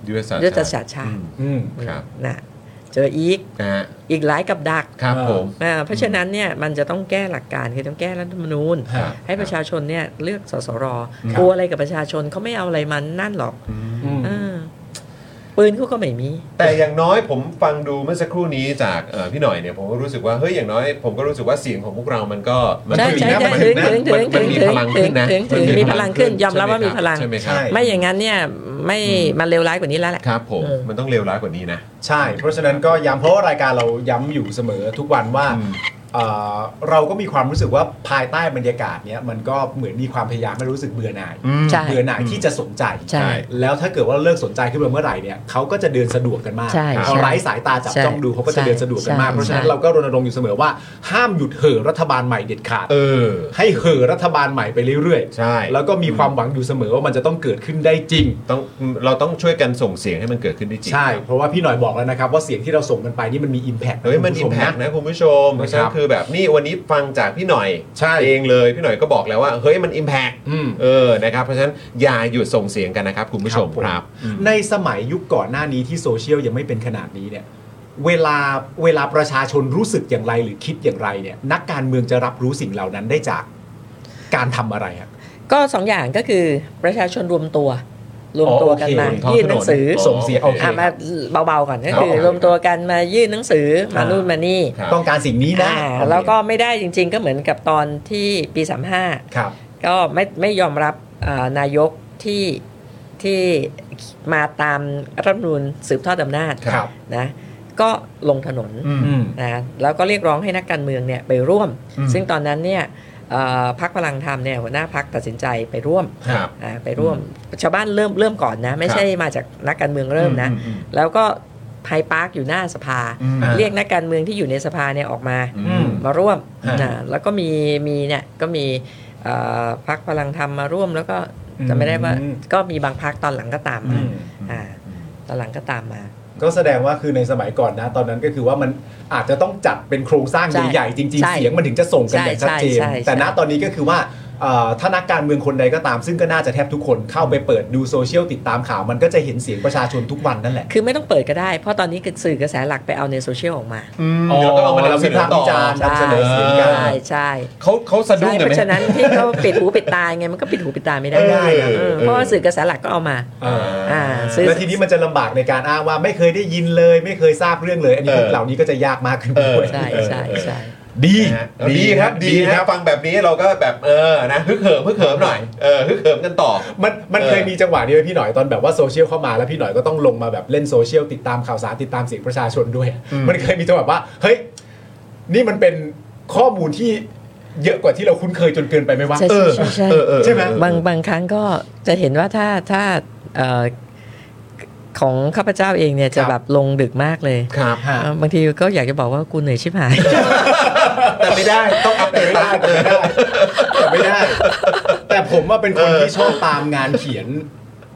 [SPEAKER 1] ยุทธศาสตร์
[SPEAKER 6] ยุทธศาสตร์ชา
[SPEAKER 1] อื
[SPEAKER 6] ติ
[SPEAKER 1] ม
[SPEAKER 4] อืม
[SPEAKER 1] ครับ
[SPEAKER 6] นะเจออีก
[SPEAKER 1] นะฮะ
[SPEAKER 6] อีกหลายกับดัก
[SPEAKER 1] ครับผม
[SPEAKER 6] อ่าเพราะฉะนั้นเนี่ยมันจะต้องแก้หลักการคือต้องแก้รัฐธรรมนูญ
[SPEAKER 1] ครับ
[SPEAKER 6] ให้ประชาชนเนี่ยเลือกสสร
[SPEAKER 4] ครับ
[SPEAKER 6] กลัวอะไรกับประชาชนเขาไม่เอาอะไรมันนั่นหรอก
[SPEAKER 4] อืม
[SPEAKER 6] เออปืนเขาก็ไม่มี
[SPEAKER 1] แต่อย่างน้อยผมฟังดูเมื่อสักครู่นี้จากเอ่อพี่หน่อยเนี่ยผมก็รู้สึกว่าเฮ้ยอย่างน้อยผมก็รู้สึกว่าเสียงของพวกเรามันก็มั
[SPEAKER 6] ใช่
[SPEAKER 1] ก็มี
[SPEAKER 6] ใช่
[SPEAKER 1] นะ
[SPEAKER 6] ใช่
[SPEAKER 1] มัน
[SPEAKER 6] ถึง
[SPEAKER 1] นะ
[SPEAKER 6] ถึง
[SPEAKER 1] มัน
[SPEAKER 6] ถึง
[SPEAKER 1] มันมี
[SPEAKER 6] ถึง
[SPEAKER 1] พลังขึ้นนะ
[SPEAKER 6] ถึงถึง
[SPEAKER 1] น
[SPEAKER 6] มีพลังขึ้นยอมรับว่ามีพลัง
[SPEAKER 1] ใช่ไหมครับ
[SPEAKER 4] ใช่
[SPEAKER 6] ไม่อย่างนั้นเนี่ยไม่มันเลวร้ายกว่านี้แล้วแหละ
[SPEAKER 1] ครับผม
[SPEAKER 6] เออ
[SPEAKER 1] มันต้องเลวร้ายกว่านี้นะ
[SPEAKER 4] ใช่ เพราะฉะนั้นก็ย้ำเพราะว่ารายการเราย้ำอยู่เสมอทุกวันว่า
[SPEAKER 1] อืม
[SPEAKER 4] เอ่อเราก็มีความรู้สึกว่าภายใต้บรรยากาศเนี้ยมันก็เหมือนมีความพยายามไม่รู้สึกเบื่อหน่าย
[SPEAKER 6] ใช่
[SPEAKER 4] เบื่อหน่ายที่จะสนใจ
[SPEAKER 6] ใช่
[SPEAKER 4] แล้วถ้าเกิดว่าเลิกสนใจขึ้นมาเมื่อไหร่เนี่ยเขาก็จะเดินสะดวกกันมาก
[SPEAKER 6] ใช่
[SPEAKER 4] พอไร้สายตาจับ
[SPEAKER 6] ใช่
[SPEAKER 4] จ้องดูเขาก็จะเดินสะดวกกันมาก
[SPEAKER 6] ใช่
[SPEAKER 4] เพราะฉะนั้น
[SPEAKER 6] ใช่
[SPEAKER 4] เราก็รณรงค์อยู่เสมอว่า ห้ามหยุดเห่อรัฐบาลใหม่เด็ดขาด
[SPEAKER 1] เออ
[SPEAKER 4] ให้เห่อรัฐบาลใหม่ไปเรื่อยๆ
[SPEAKER 1] ใช่
[SPEAKER 4] แล้วก็มีความหวังอยู่เสมอว่ามันจะต้องเกิดขึ้นได้จริง
[SPEAKER 1] ต้องเราต้องช่วยกันส่งเสียงให้มันเกิดขึ้นได้จริง
[SPEAKER 4] ใช่ เพราะว่าพี่หน่อยบอกแล้วนะครับ ว่าเสียงที่เราส่งกันไปนี่มันมี impact ะ
[SPEAKER 1] เฮ้ยมันอิ
[SPEAKER 4] คุณผู้ช
[SPEAKER 1] มแพก
[SPEAKER 4] นะ
[SPEAKER 1] นะคุณผู้ชมเพราะฉะนั้
[SPEAKER 4] ครั
[SPEAKER 1] น
[SPEAKER 4] บ
[SPEAKER 1] คือแบบนี่วันนี้ฟังจากพี่หน่อย
[SPEAKER 4] ใช่
[SPEAKER 1] เองเลยพี่หน่อยก็บอกแล้วว่าเฮ้ยมันอิมแพก
[SPEAKER 4] อืม
[SPEAKER 1] เออนะครับเพราะฉะนั้นอย่าหยุดส่งเสียงกันนะครับคุณผู้ชมครับ
[SPEAKER 4] ในสมัยยุคก่อนหน้านี้ที่โซเชียลยังไม่เป็นขนาดนี้เนี่ย เวลาเวลาประชาชนรู้สึกอย่างไรหรือคิดอย่างไรเนี่ย นักการเมืองจะรับรู้สิ่งเหล่านั้นได้จากการทำอะไรครับ
[SPEAKER 6] ก็สองอย่างก็คือประชาชนรวมตัว รวมตัวกันมา
[SPEAKER 4] อ๋อโอเค
[SPEAKER 6] ยื่นหนังสือ
[SPEAKER 1] ท้องถนน
[SPEAKER 4] ส่งเสียงโอเค
[SPEAKER 6] อ่ะมาเบาๆก่อนก็คือ
[SPEAKER 1] โอเค
[SPEAKER 6] รวมตัวกันมายื่นหนังสือมา
[SPEAKER 4] อ่านู่
[SPEAKER 6] นู่นมานี่
[SPEAKER 1] ครับ
[SPEAKER 4] ต้องการสิ่งนี้นะ
[SPEAKER 6] อ่าแล้วก็ไม่ได้จริงๆ ก็เหมือนกับตอนที่ปี
[SPEAKER 4] ครับ
[SPEAKER 6] 35 ก็ไม่ไม่ยอมรับอ่านายกที่ที่มาตามรัฐธรรมนูญสืบทอดอำนาจ
[SPEAKER 4] ครับ
[SPEAKER 6] นะ ก็ลงถนน
[SPEAKER 4] อืม
[SPEAKER 6] นะแล้วก็เรียกร้องให้นักการเมืองเนี่ยไปร่วม ซึ่งตอนนั้นเนี่ยเอ่อพักพลังธรรมเนี่ยหัวหน้าพักตัดสินใจไปร่วม
[SPEAKER 1] ครับ
[SPEAKER 6] อ่าไปร่วมชาวบ้านเริ่มเริ่มก่อนนะไม่ใช่มาจากนักการเมืองเริ่มนะ แล้วก็ไฮพาร์คอยู่หน้าสภา
[SPEAKER 4] อืม
[SPEAKER 6] เรียกนักการเมืองที่อยู่ในสภาเนี่ยออกมา
[SPEAKER 4] อืม
[SPEAKER 6] มาร่วม
[SPEAKER 4] ฮะ
[SPEAKER 6] นะแล้วก็มีมีเนี่ยก็มีเอ่อพักพลังธรรมมาร่วมแล้วก็จะไม่ได้ว่า
[SPEAKER 4] อืม
[SPEAKER 6] ก็มีบางพักตอนหลังก็ตาม
[SPEAKER 4] อื
[SPEAKER 6] มาม อ่าตอนหลังก็ตามมา
[SPEAKER 4] ก็แสดงว่าคือในสมัยก่อนนะ ตอนนั้นก็คือว่ามันอาจจะต้องจัดเป็นโครงสร้าง
[SPEAKER 6] ใช่
[SPEAKER 4] ใหญ่ๆจริง
[SPEAKER 6] ใช่
[SPEAKER 4] ๆ เสียงมันถึงจะส่งกันอย่างชัดเจน
[SPEAKER 6] ใช่ใช่ใช่
[SPEAKER 4] แต่ณตอนนี้ก็คือว่าเอ่อถ้านักการเมืองคนใดก็ตาม ซึ่งก็น่าจะแทบทุกคนเข้าไปเปิดดูโซเชียลติดตามข่าว มันก็จะเห็นเสียงประชาชนทุกวันนั่นแหละ
[SPEAKER 6] คือไม่ต้องเปิดก็ได้ เพราะตอนนี้คือสื่อกระแสหลักไปเอาในโซเชียลออกมา
[SPEAKER 1] อ๋อแล้วก็เอามา
[SPEAKER 4] เรา
[SPEAKER 1] นำเส
[SPEAKER 4] วิ
[SPEAKER 1] นอ
[SPEAKER 4] พากษ์
[SPEAKER 1] ต่
[SPEAKER 4] วิ
[SPEAKER 1] อ
[SPEAKER 4] จารณ์นำเสนอเสียงกัน
[SPEAKER 6] ใช่ใช่
[SPEAKER 1] เขาเขาสะดุ้
[SPEAKER 6] ใช่
[SPEAKER 1] งกันไห
[SPEAKER 6] เพ
[SPEAKER 1] ม
[SPEAKER 6] ราะฉะนั้นที่เขาปิดหูปิดตาไงมันก็ปิดหูปิดตาไม่ได้
[SPEAKER 1] เออ
[SPEAKER 6] ได้นะเออ
[SPEAKER 1] เออ
[SPEAKER 6] เพราะว่าสื่อกระแสหลักก็เอามา
[SPEAKER 4] อ่า
[SPEAKER 6] อ่าซื้อ
[SPEAKER 4] แล้วทีนี้มันจะลำบากในการอ้างว่าไม่เคยได้ยินเลย ไม่เคยทราบเรื่องเลย อันนี้
[SPEAKER 1] เออ
[SPEAKER 4] พวกเหล่านี้ก็จะยากมากขึ้น
[SPEAKER 1] เออ
[SPEAKER 4] ด้วย
[SPEAKER 6] ใช่ใช่ใช่
[SPEAKER 4] ดี
[SPEAKER 1] นะฮะดีครับดีครับฟังแบบนี้เราก็แบบเออนะฮึกเหิมฮึกเหิมหน่อยเออฮึกเหิมกันต่อ
[SPEAKER 4] มันมัน
[SPEAKER 1] เออ
[SPEAKER 4] เคยมีจังหวะนี้ไหมพี่หน่อยตอนแบบว่าโซเชียลเข้ามาแล้วพี่หน่อยก็ต้องลงมาแบบเล่นโซเชียลติดตามข่าวสารติดตามเสียงประชาชนด้วย มันเคยมีจังหวะว่าเฮ้ยนี่มันเป็นข้อมูลที่เยอะกว่าที่เราคุ้นเคยจนเกินไปไหมวะ
[SPEAKER 6] ใช่
[SPEAKER 4] เออ
[SPEAKER 6] ใช่ใช่ใช่
[SPEAKER 1] เออเออ
[SPEAKER 4] ใช่ไหม
[SPEAKER 1] เออ
[SPEAKER 6] บางบางครั้งก็จะเห็นว่าถ้าถ้าเอ่อของข้าพเจ้าเองเนี่ย
[SPEAKER 4] ค
[SPEAKER 6] จะ
[SPEAKER 4] รับ
[SPEAKER 6] แบบลงดึกมากเลย
[SPEAKER 1] ครับ
[SPEAKER 4] ฮะ
[SPEAKER 6] เอ่อบางทีก็อยากจะบอกว่ากูเหนื่อยชิบหาย
[SPEAKER 1] แต่ไม่ได้ต้องอัปเดตตามเออ
[SPEAKER 4] แต่ไม่ได้ แต่ผมว่าเป็นคน
[SPEAKER 1] เออ
[SPEAKER 4] ที่ชอบตามงานเขียน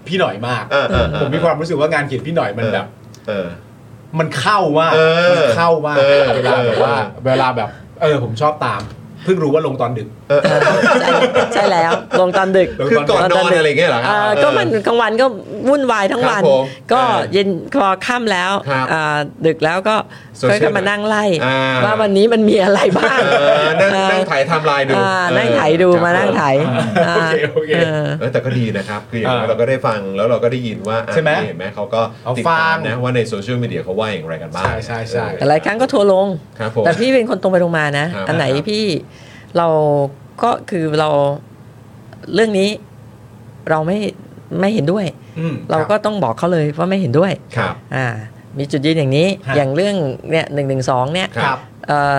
[SPEAKER 4] พี่หน่อยมาก
[SPEAKER 1] เออเออเออ
[SPEAKER 4] ผมมีความรู้สึกว่างานเขียนพี่หน่อยมันแบบ
[SPEAKER 1] เออ
[SPEAKER 4] มันเข้าว่า
[SPEAKER 1] เออ
[SPEAKER 4] มันเข้าว่า
[SPEAKER 1] เออ
[SPEAKER 4] เวลาแบบว่า
[SPEAKER 1] เออ
[SPEAKER 4] เวลาแบบ เออ ผมชอบตาม เพิ่งรู้ว่าลงตอนดึก
[SPEAKER 6] ใช่ใช่แล้วลงตอนดึก
[SPEAKER 1] คือก่อนนอนอะไรอย่างเงี้ยเหรอครั
[SPEAKER 6] เอ่
[SPEAKER 1] บ
[SPEAKER 6] อก็มันกลางวันก็วุ่นวายทั้งวัน
[SPEAKER 1] ครับผม
[SPEAKER 6] ก็
[SPEAKER 1] เออ
[SPEAKER 6] เย็นพอค่ำแล้ว
[SPEAKER 1] ครับ
[SPEAKER 6] เอ่อดึกแล้วก็
[SPEAKER 1] โซเชียล
[SPEAKER 6] ก็มานั่งไล่
[SPEAKER 1] อ่า
[SPEAKER 6] ว่าวันนี้มันมีอะไรบ้าง
[SPEAKER 1] เออนั่ง
[SPEAKER 6] เอ่อ
[SPEAKER 1] นั่งถ่ายไทม์ไลน์ดู
[SPEAKER 6] อ่านั่งไถดู
[SPEAKER 1] ครับ
[SPEAKER 6] มานั่งไถ
[SPEAKER 4] โอเคโอเค
[SPEAKER 6] เออ
[SPEAKER 1] เออแต่ก็ดีนะครับคืออย่างน้อย
[SPEAKER 4] อ่า
[SPEAKER 1] เราก็ได้ฟังแล้วเราก็ได้ยินว่าอ่ะ
[SPEAKER 4] ใช่ไหม
[SPEAKER 1] นี่เห็นไหมเขาก็
[SPEAKER 4] เอา
[SPEAKER 1] ติด
[SPEAKER 4] ฟั
[SPEAKER 1] ตาม
[SPEAKER 4] ง
[SPEAKER 1] นะว่าในโซเชียลมีเดียเขาว่าอย่างไรกันบ้าง
[SPEAKER 4] ใช่ใช่ใช่
[SPEAKER 1] เออ
[SPEAKER 6] แต่หลายครั้งก็ทัวร์ลง
[SPEAKER 1] ครับผม
[SPEAKER 6] แต่พี่เป็นคนตรงไปตรงมานะ
[SPEAKER 1] ครับ
[SPEAKER 6] อันไหนพี่เราก็คือเราเรื่องนี้เราไม่ไม่เห็นด้วย
[SPEAKER 4] อืม
[SPEAKER 6] เรา
[SPEAKER 4] คบ
[SPEAKER 6] ก็ต้องบอกเขาเลยว่าไม่เห็นด้วย
[SPEAKER 1] ครับ
[SPEAKER 6] อ่า มีจุดยืนอย่างนี้
[SPEAKER 4] ฮะ
[SPEAKER 6] อย่างเรื่องเนี่ยหนึ่งหนึ่งสองเนี่ย
[SPEAKER 1] ครับ
[SPEAKER 6] เอ่อ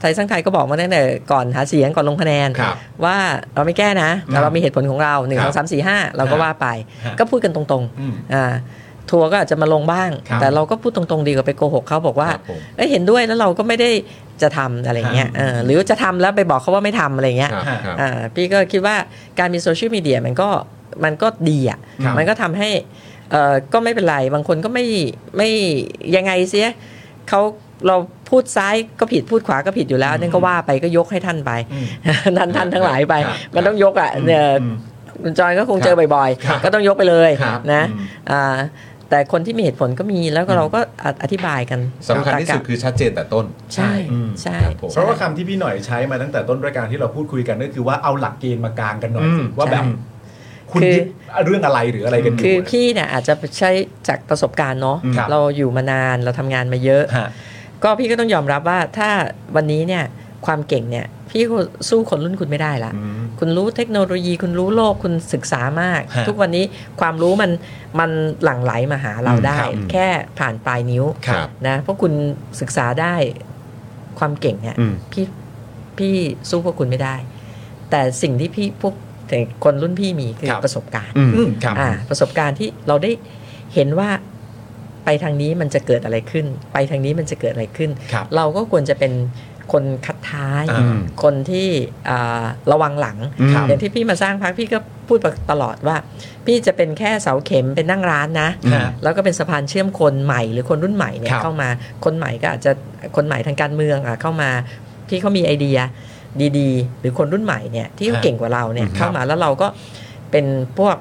[SPEAKER 6] ไทยสร้างไทยก็บอกมาตั้งแต่ก่อนหาเสียงก่อนลงคะแนน
[SPEAKER 1] ครับ
[SPEAKER 6] ว่าเราไม่แก้นะ แต่เรามีเหตุผลของเราหนึ่ง
[SPEAKER 1] ค
[SPEAKER 6] ส
[SPEAKER 1] รั
[SPEAKER 6] อบงสามสี่ห้าเราก็ว่าไป
[SPEAKER 4] ฮะ
[SPEAKER 6] ก็พูดกันตรง
[SPEAKER 4] อืม
[SPEAKER 6] ๆอ่าทัวร์ก็อาจจะมาลงบ้าง
[SPEAKER 4] ครับ
[SPEAKER 6] แต่เราก็พูดตรงๆดีกว่าไปโกหกเขาบอกว่า
[SPEAKER 1] ครับผม
[SPEAKER 6] เอ้ยเห็นด้วยแล้วเราก็ไม่ได้จะทำอะไรเงี้ย
[SPEAKER 4] ครับ
[SPEAKER 6] เออหรือจะทำแล้วไปบอกเขาว่าไม่ทำอะไรเงี้ย
[SPEAKER 1] ครับครับ
[SPEAKER 6] อ่าพี่ก็คิดว่าการมีโซเชียลมีเดียมันก็มันก็ดีอ่ะ
[SPEAKER 4] ครับ
[SPEAKER 6] มันก็ทำให้เอ่อก็ไม่เป็นไร บางคนก็ไม่ไม่ยังไงเสียเขาเราพูดซ้ายก็ผิดพูดขวาก็ผิดอยู่แล้วนั่นก็ว่าไปก็ยกให้ท่านไป
[SPEAKER 4] อืม
[SPEAKER 6] ท่ านท่านทั้งหลายไป
[SPEAKER 1] ครับ
[SPEAKER 6] มันต้องยกอ่ะเนี่ยคุณจอยก็คงเจอบ่อย
[SPEAKER 1] ครับ
[SPEAKER 6] ๆ ก็ต้องยกไปเลย
[SPEAKER 1] ครับ
[SPEAKER 6] นะ
[SPEAKER 1] อืม
[SPEAKER 6] อ่าแต่คนที่มีเหตุผลก็มีแล้วก็เราก็ออธิบายกัน
[SPEAKER 1] สำคัญที่สุดคือชัดเจนแต่ต้น
[SPEAKER 6] ใช่ใช่
[SPEAKER 1] ครับผม
[SPEAKER 4] เพราะว่าคำที่พี่หน่อยใช้มาตั้งแต่ต้นรายการที่เราพูดคุยกันก็คือว่าเอาหลักเกณฑ์มากางกันหน่อยสิว่าแบบ คุณยึดเรื่องอะไรหรืออะไรกันอยู่
[SPEAKER 6] คือพี่เนี่ยอาจจะใช้จากประสบการณ์เนาะ
[SPEAKER 4] ครับ
[SPEAKER 6] เราอยู่มานานเราทำงานมาเยอะ
[SPEAKER 4] ฮะ
[SPEAKER 6] ก็พี่ก็ต้องยอมรับว่าถ้าวันนี้เนี่ยความเก่งเนี่ยพี่ก็สู้คนรุ่นคุณไม่ได้ละคุณรู้เทคโนโลยี คุณรู้โลกคุณศึกษามาก
[SPEAKER 4] ฮะ
[SPEAKER 6] ทุกวันนี้ความรู้มันมันหลั่งไหลมาหาเราได้
[SPEAKER 4] ครับ
[SPEAKER 6] แค่ผ่านปลายนิ้ว
[SPEAKER 1] ครับ
[SPEAKER 6] นะเพราะคุณศึกษาได้ความเก่งเนี่ยพี่พี่สู้พวกคุณไม่ได้ แต่สิ่งที่พี่พวกแต่คนรุ่นพี่มีคือ
[SPEAKER 4] ครับ
[SPEAKER 6] ประสบการณ์
[SPEAKER 4] อืมครับ
[SPEAKER 6] อ่าประสบการณ์ที่เราได้เห็นว่าไปทางนี้มันจะเกิดอะไรขึ้น ไปทางนี้มันจะเกิดอะไรขึ้น
[SPEAKER 4] ครับ
[SPEAKER 6] เราก็ควรจะเป็นคนคัดท้าย
[SPEAKER 4] อืม
[SPEAKER 6] คนที่อ่าระวังหลัง
[SPEAKER 4] ครับ
[SPEAKER 6] อย่างที่พี่มาสร้างพักพี่ก็พูดมาตลอดว่า พี่จะเป็นแค่เสาเข็มเป็นนั่งร้านนะ
[SPEAKER 4] ฮะ
[SPEAKER 6] แล้วก็เป็นสะพานเชื่อมคนใหม่หรือคนรุ่นใหม่เนี่
[SPEAKER 4] ค
[SPEAKER 6] ย
[SPEAKER 4] รับ
[SPEAKER 6] เข้ามาคนใหม่ก็อาจจะคนใหม่ทางการเมืองอ่ะเข้ามาที่เขามีไอเดียดีๆ หรือคนรุ่นใหม่เนี่ยที่เขา
[SPEAKER 4] ฮะ
[SPEAKER 6] เก่งกว่าเราเนี่ย
[SPEAKER 4] ครับ
[SPEAKER 6] เข้ามาแล้วเราก็เป็นพวก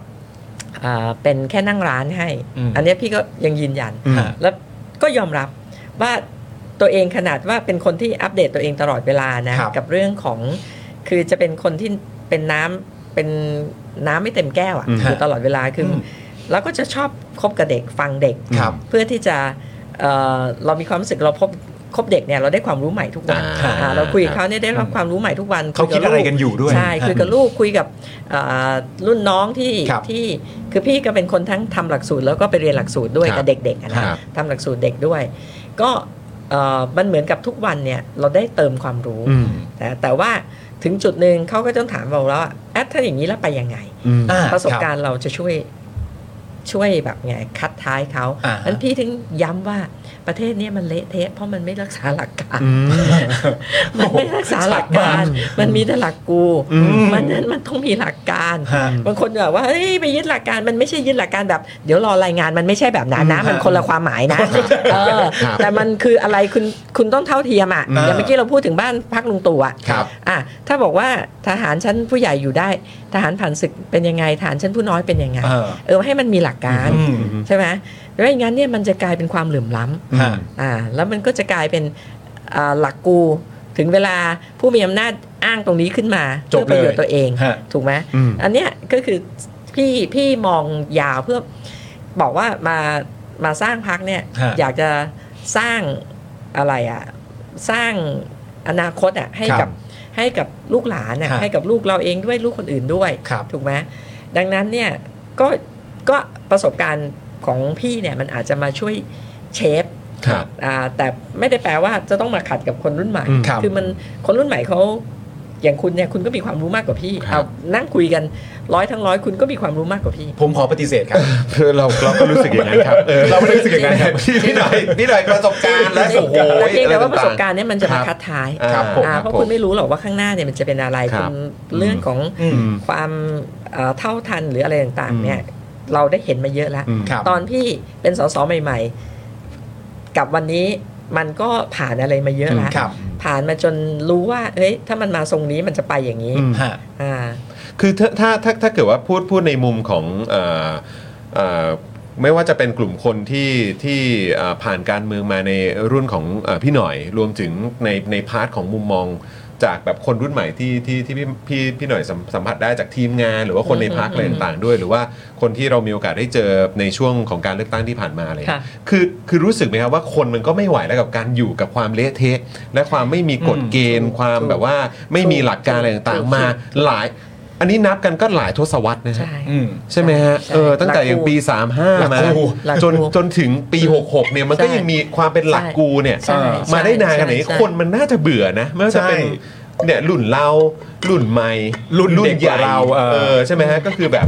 [SPEAKER 6] อ่าเป็นแค่นั่งร้านให้
[SPEAKER 4] อืม
[SPEAKER 6] อันเนี้ยพี่ก็ยังยืนยัน
[SPEAKER 4] ฮะ
[SPEAKER 6] แล้วก็ยอมรับว่าตัวเองขนาดว่าเป็นคนที่อัปเดตตัวเองตลอดเวลานะครับ กับเรื่องของคือจะเป็นคนที่เป็นน้ำเป็นน้ำไม่เต็มแก้วอ่ะอยู่ตลอดเวลาคืออ แล้วก็จะชอบคบกับเด็กฟังเด็ก
[SPEAKER 4] ครับ
[SPEAKER 6] เพื่อที่จะเอ่อเรามีความรู้สึกเราพบคบเด็กเนี่ยเราได้ความรู้ใหม่ทุกวัน
[SPEAKER 1] อ่า
[SPEAKER 6] อ่าเราคุยกับเขาเนี่ยได้รับความรู้ใหม่ทุกวัน
[SPEAKER 4] เขาคิดอะไรกันอยู่ด้วย
[SPEAKER 6] ใช่คุยกับลูกคุยกับเอ่อรุ่นน้องที่
[SPEAKER 4] ครับ
[SPEAKER 6] ที่คือพี่ก็เป็นคนทั้งทำหลักสูตรแล้วก็ไปเรียนหลักสูตรด้วย
[SPEAKER 1] ครับ
[SPEAKER 6] กับเด็กๆอะนะครับ ทำหลักสูตรเด็กด้วย ก็เอ่อมันเหมือนกับทุกวันเนี่ยเราได้เติมความรู้
[SPEAKER 4] อืม
[SPEAKER 6] แต่แต่ว่าถึงจุดหนึ่งเขาก็ต้องถามเราแล้วว่าแอดถ้าอย่างนี้แล้วไปยังไง
[SPEAKER 4] อืมอ่
[SPEAKER 6] ประสบการณ์เราจะช่วยช่วยแบบไงคัดท้ายเขา
[SPEAKER 4] อ่าฮะ
[SPEAKER 6] นพี่ถึงย้ำว่าประเทศเนี้ยมันเละเทะเพราะมันไม่รักษาหลักการ
[SPEAKER 4] อืม
[SPEAKER 6] มันไม่รักษาหลักการ มันมีแต่หลักกู
[SPEAKER 4] อืม
[SPEAKER 6] มันนั้นมันต้องมีหลักการ
[SPEAKER 4] ฮะ
[SPEAKER 6] บางคนแบบว่าเฮ้ยไปยึดหลักการมันไม่ใช่ยึดหลักการแบบ เดี๋ยวรอรายงานมันไม่ใช่แบบนั้นนะ
[SPEAKER 4] อืม
[SPEAKER 6] มันคนละความหมายนะเออ
[SPEAKER 1] ครับ
[SPEAKER 6] แต่มันคืออะไรคุณคุณต้องเท่าเทียมอ่ะ
[SPEAKER 4] อ่า
[SPEAKER 6] อย่างเมื่อกี้เราพูดถึงบ้านพักลุงตู่อ่ะ
[SPEAKER 1] ครับ
[SPEAKER 6] อ่ะถ้าบอกว่าทหารชั้นผู้ใหญ่อยู่ได้ ทหารผ่านศึกเป็นยังไงทหารชั้นผู้น้อยเป็นยังไง
[SPEAKER 4] เออ
[SPEAKER 6] เออให้มันมีหลักการ
[SPEAKER 4] อืม
[SPEAKER 6] ใช่ไหมแล้วอย่างนั้นเนี่ยมันจะกลายเป็นความเหลื่อมล้ำ
[SPEAKER 4] ฮะ
[SPEAKER 6] อ่าแล้วมันก็จะกลายเป็นอ่าหลักกูถึงเวลาผู้มีอำนาจอ้างตรงนี้ขึ้นมา
[SPEAKER 4] จบ
[SPEAKER 6] เพื่อประโยชน์
[SPEAKER 4] เลย
[SPEAKER 6] ตัวเอง
[SPEAKER 4] ฮะ
[SPEAKER 6] ถูกไหม
[SPEAKER 4] อืม
[SPEAKER 6] อันเนี้ยก็คือพี่พี่มองยาวเพื่อบอกว่ามามาสร้างพักเนี่ย
[SPEAKER 4] ฮะ
[SPEAKER 6] อยากจะสร้างอะไรอะสร้างอนาคตอะให้
[SPEAKER 4] ครับ
[SPEAKER 6] กับให้กับลูกหลานอะ
[SPEAKER 4] ฮะ
[SPEAKER 6] ให้กับลูกเราเองด้วยลูกคนอื่นด้วย
[SPEAKER 4] ครับ
[SPEAKER 6] ถูกไหมดังนั้นเนี่ยก็ก็ประสบการณ์ของพี่เนี่ยมันอาจจะมาช่วยเชฟ
[SPEAKER 1] ครับ
[SPEAKER 6] อ่าแต่ไม่ได้แปลว่าจะต้องมาขัดกับคนรุ่นใหม่
[SPEAKER 4] อืมครับ
[SPEAKER 6] อมันคนรุ่นใหม่เขาอย่างคุณเนี่ยคุณก็มีความรู้มากกว่าพี่
[SPEAKER 4] ครั
[SPEAKER 6] เอา
[SPEAKER 4] บ
[SPEAKER 6] นั่งคุยกันร้อยทั้งร้อยคุณก็มีความรู้มากกว่าพี่
[SPEAKER 4] ผมขอปฏิเส ธครับ
[SPEAKER 1] เราเราก็รู้สึกอย่างนั้นครับ
[SPEAKER 4] เราไม่ได้รู้สึกอย่างนั้น ครับ
[SPEAKER 1] พี่หน่อยพี่หน่อยประสบการณ์และ
[SPEAKER 6] จริ
[SPEAKER 1] โอ้
[SPEAKER 6] ง
[SPEAKER 1] โห
[SPEAKER 6] ๆแต่เพียงแต่ว่าประสบ
[SPEAKER 1] อไต่งๆ
[SPEAKER 6] การณ์เนี่ยมันจะ
[SPEAKER 1] ค
[SPEAKER 6] มา
[SPEAKER 1] รับ
[SPEAKER 6] คัดท้าย
[SPEAKER 4] ครับผม
[SPEAKER 6] อ่า
[SPEAKER 1] อ่า
[SPEAKER 6] เพราะคุณไม่รู้หรอกว่าข้างหน้าเนี่ยมันจะเป็นอะไร
[SPEAKER 1] ครับ
[SPEAKER 6] ณเรื่องของ
[SPEAKER 4] อืม
[SPEAKER 6] ความเอ่อเท่าทันหรืออะไรต่างๆเนี่ยเราได้เห็นมาเยอะแล้ว
[SPEAKER 4] ครับ
[SPEAKER 6] ตอนพี่เป็นสสใหม่ ๆ กับวันนี้มันก็ผ่านอะไรมาเยอะแล้ว
[SPEAKER 4] ครับ
[SPEAKER 6] ผ่านมาจนรู้ว่าเฮ้ยถ้ามันมาทรงนี้มันจะไปอย่างนี้
[SPEAKER 4] ฮะ
[SPEAKER 6] อ่า
[SPEAKER 1] คือถ้าถ้าถ้าถ้าเกิดว่าพูดพูดในมุมของเอ่อเอ่อไม่ว่าจะเป็นกลุ่มคนที่ที่เอ่อผ่านการเมืองมาในรุ่นของเอ่อพี่หน่อย รวมถึงในในพาร์ทของมุมมองจากแบบคนรุ่นใหม่ที่ที่ที่พี่พี่พี่หน่อยสัมสัมผัสได้จากทีมงาน หรือว่าคนในพักอะไรต่างๆด้วย หรือว่าคนที่เรามีโอกาสได้เจอในช่วงของการเลือกตั้งที่ผ่านมาอะไรอย่างเลย
[SPEAKER 6] ค่ะ
[SPEAKER 1] คือคือรู้สึกไหมครับว่าคนมันก็ไม่ไหวแล้วกับการอยู่กับความเละเทะ และความไม่มีกฎเกณฑ์ความแบบว่าไม่มีหลักการอะไรต่างๆมาหลาย อันนี้นับกันก็หลายทศวรรษนะฮะ
[SPEAKER 6] ใช่
[SPEAKER 4] อืม
[SPEAKER 1] ใช่ไหมฮะ
[SPEAKER 6] ใช่
[SPEAKER 1] เออตั้งแต่อย่างปี
[SPEAKER 4] หลัก
[SPEAKER 1] 35 มา
[SPEAKER 4] กู
[SPEAKER 6] หลักกู
[SPEAKER 1] จนจนถึงปี 66เนี่ยมันก็
[SPEAKER 6] ใช่
[SPEAKER 1] ยังมีความเป็นหลักกูเนี่ย
[SPEAKER 6] ใช่
[SPEAKER 4] เออ
[SPEAKER 6] ใช่
[SPEAKER 1] มาได้นานขนาดนี้
[SPEAKER 6] ใช่
[SPEAKER 1] คนมันน่าจะเบื่อนะไม่ว่าจะเป็น
[SPEAKER 4] ใช่
[SPEAKER 1] เนี่ยรุ่นเรารุ่นใหม่
[SPEAKER 4] รุ่นเด็กกว่าเราเออ
[SPEAKER 1] เออใช่ไหมฮะก็คือแบบ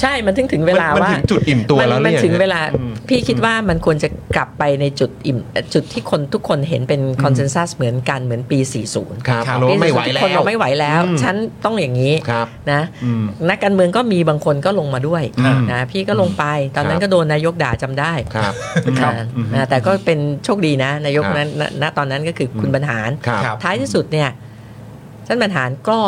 [SPEAKER 6] ใช่มันถึงถึงเวลา
[SPEAKER 1] มัน
[SPEAKER 6] ว่าม
[SPEAKER 1] ถึงจุดอิ่มตัว
[SPEAKER 6] มั
[SPEAKER 1] แล้วห
[SPEAKER 6] มั
[SPEAKER 1] รือยัง
[SPEAKER 6] ถึงเวลา
[SPEAKER 1] อืม
[SPEAKER 6] พี่คิดว่ามันควรจะกลับไปในจุดอิ่มเอ่อจุดที่คนทุกคนเห็นเป็นคอนเซนแซสเหมือนกันเหมือนปี 40
[SPEAKER 1] ครับ
[SPEAKER 4] ครับ
[SPEAKER 1] เรา
[SPEAKER 6] ปี
[SPEAKER 1] ไม่ไหว
[SPEAKER 6] 40ทุก
[SPEAKER 1] แล้
[SPEAKER 6] คน
[SPEAKER 1] ว
[SPEAKER 6] เราไม่ไหวแล้ว
[SPEAKER 1] อืม
[SPEAKER 6] ฉันต้องอย่างนี้
[SPEAKER 1] ครับ
[SPEAKER 6] นะ
[SPEAKER 1] อืม
[SPEAKER 6] นักการเมืองก็มีบางคนก็ลงมาด้วย
[SPEAKER 1] อืม
[SPEAKER 6] นะพี่ก็ลงไปตอนนั้
[SPEAKER 1] ครับ
[SPEAKER 6] นก็โดนนายกด่าจำได้
[SPEAKER 1] ครับ
[SPEAKER 4] ครับ
[SPEAKER 6] อ่านะแต่ก็เป็นโชคดีนะ นายก
[SPEAKER 1] ครับ
[SPEAKER 6] นั้นณณตอนนั้นก็คืออ
[SPEAKER 1] ม
[SPEAKER 6] คุณบรรหาร
[SPEAKER 1] ครับ
[SPEAKER 6] ท้ายที่สุดเนี่ยท่านบรรหารก็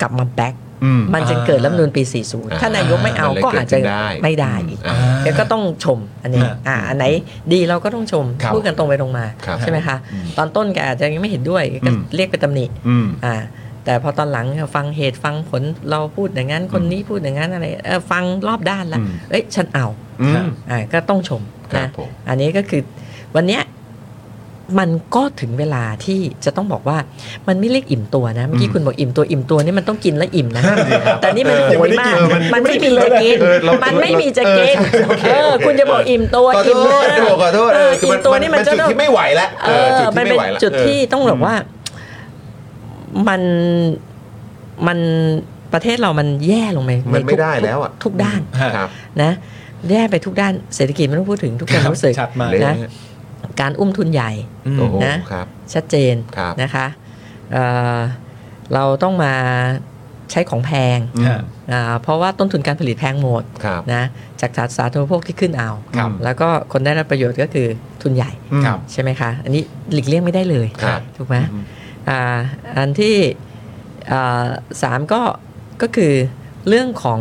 [SPEAKER 6] กลับมาแบ็ก
[SPEAKER 1] อืม
[SPEAKER 6] มันจึงเกิดรัฐธรรมนูนปี
[SPEAKER 1] อ่า
[SPEAKER 6] 40 ถ้านายกไม่เอา
[SPEAKER 1] มันเลย
[SPEAKER 6] ก็อาจจะ
[SPEAKER 1] เกิดขึ้นได้
[SPEAKER 6] ไม่ได้อีก
[SPEAKER 1] อ่า
[SPEAKER 6] แล้วก็ต้องชมอันนี้
[SPEAKER 4] ฮะ
[SPEAKER 6] อ่าอันไหนดีเราก็ต้องชม
[SPEAKER 4] ครับ
[SPEAKER 6] พูดกันตรงไปตรงมา
[SPEAKER 1] ครับ
[SPEAKER 6] ใช่ไหมคะ ตอนต้นแกอาจจะยังไม่เห็นด้วยก็
[SPEAKER 1] อืม
[SPEAKER 6] เรียกไปตำหนิ
[SPEAKER 1] อืม
[SPEAKER 6] อ่าแต่พอตอนหลังฟังเหตุฟังผลเราพูดอย่างนั้นคนนี้พูดอย่างนั้นอะไรเออฟังรอบด้านละ
[SPEAKER 1] อืม
[SPEAKER 6] เอ้ยฉันเอา
[SPEAKER 1] อืม
[SPEAKER 6] อ่าก็ต้องชม
[SPEAKER 1] ครับ
[SPEAKER 6] นะ
[SPEAKER 1] ผม
[SPEAKER 6] อันนี้ก็คือวันเนี้ยมันก็ถึงเวลาที่จะต้องบอกว่ามันไม่เรียกอิ่มตัวนะเมื่อกี้คุณบอกอิ่มตัวอิ่มตัวนี่มันต้องกินแล้วอิ่มนะแต่นี่มัน
[SPEAKER 1] เออ
[SPEAKER 6] ถึง
[SPEAKER 1] ยังไม่ได้
[SPEAKER 6] มา
[SPEAKER 1] กินเล
[SPEAKER 6] ก
[SPEAKER 1] ย
[SPEAKER 6] มันไม่มีจะกิน
[SPEAKER 1] เออเรา
[SPEAKER 6] มันไม่มีจะกินเออคุณจะบอกอิ่มตัว
[SPEAKER 1] ขอโทษ
[SPEAKER 6] อิ่มตัว
[SPEAKER 1] ขอโทษขอโทษ
[SPEAKER 6] เอ
[SPEAKER 1] เอ
[SPEAKER 6] อ
[SPEAKER 1] อคือ
[SPEAKER 6] อิ่
[SPEAKER 1] มั
[SPEAKER 6] ม
[SPEAKER 1] น
[SPEAKER 6] ตัว
[SPEAKER 1] มัน
[SPEAKER 6] นี่มัน
[SPEAKER 1] มัน
[SPEAKER 6] จะ
[SPEAKER 1] จุด
[SPEAKER 6] ต้อง
[SPEAKER 1] ที่ไม่ไหวละ
[SPEAKER 6] เอ
[SPEAKER 1] เออ
[SPEAKER 6] อ
[SPEAKER 1] จุดที่
[SPEAKER 6] มัน
[SPEAKER 1] ไม่
[SPEAKER 6] เป็น
[SPEAKER 1] ไหวละ
[SPEAKER 6] จุดที่
[SPEAKER 1] เออ
[SPEAKER 6] ต้องบอกว่ามันมันประเทศเรามันแย่ลงไปใ
[SPEAKER 1] มันไม่
[SPEAKER 6] ทุก
[SPEAKER 1] ได้แล้วอะ
[SPEAKER 6] ทุกด้าน
[SPEAKER 4] ฮะ
[SPEAKER 1] ครับ
[SPEAKER 6] นะแย่ไปทุกด้านเศรษฐกิจไม่ต้องพูดถึงทุกคนรู้สึก
[SPEAKER 4] ชัดมาก
[SPEAKER 1] เละ
[SPEAKER 6] นะ การอุ้มทุนใหญ่
[SPEAKER 4] อืม
[SPEAKER 1] โอ้โห
[SPEAKER 6] นะ
[SPEAKER 1] ครับ
[SPEAKER 6] ชัดเจน
[SPEAKER 1] ครับ
[SPEAKER 6] นะคะเอ่อเราต้องมาใช้ของแพง
[SPEAKER 1] อืม
[SPEAKER 4] ฮะ
[SPEAKER 6] อ่าเพราะว่าต้นทุนการผลิตแพงหมด
[SPEAKER 1] ครับ
[SPEAKER 6] นะจากสาธารณูปโภคที่ขึ้นเอา
[SPEAKER 1] ครับ
[SPEAKER 6] แล้วก็คนได้รับประโยชน์ก็คือทุนใหญ่
[SPEAKER 4] ครับ
[SPEAKER 6] ใช่ไหมคะ อันนี้หลีกเลี่ยงไม่ได้เลย
[SPEAKER 1] ครับ
[SPEAKER 6] ถูกไหมอ่าอันที่อ่าสามก็ก็คือเรื่องของ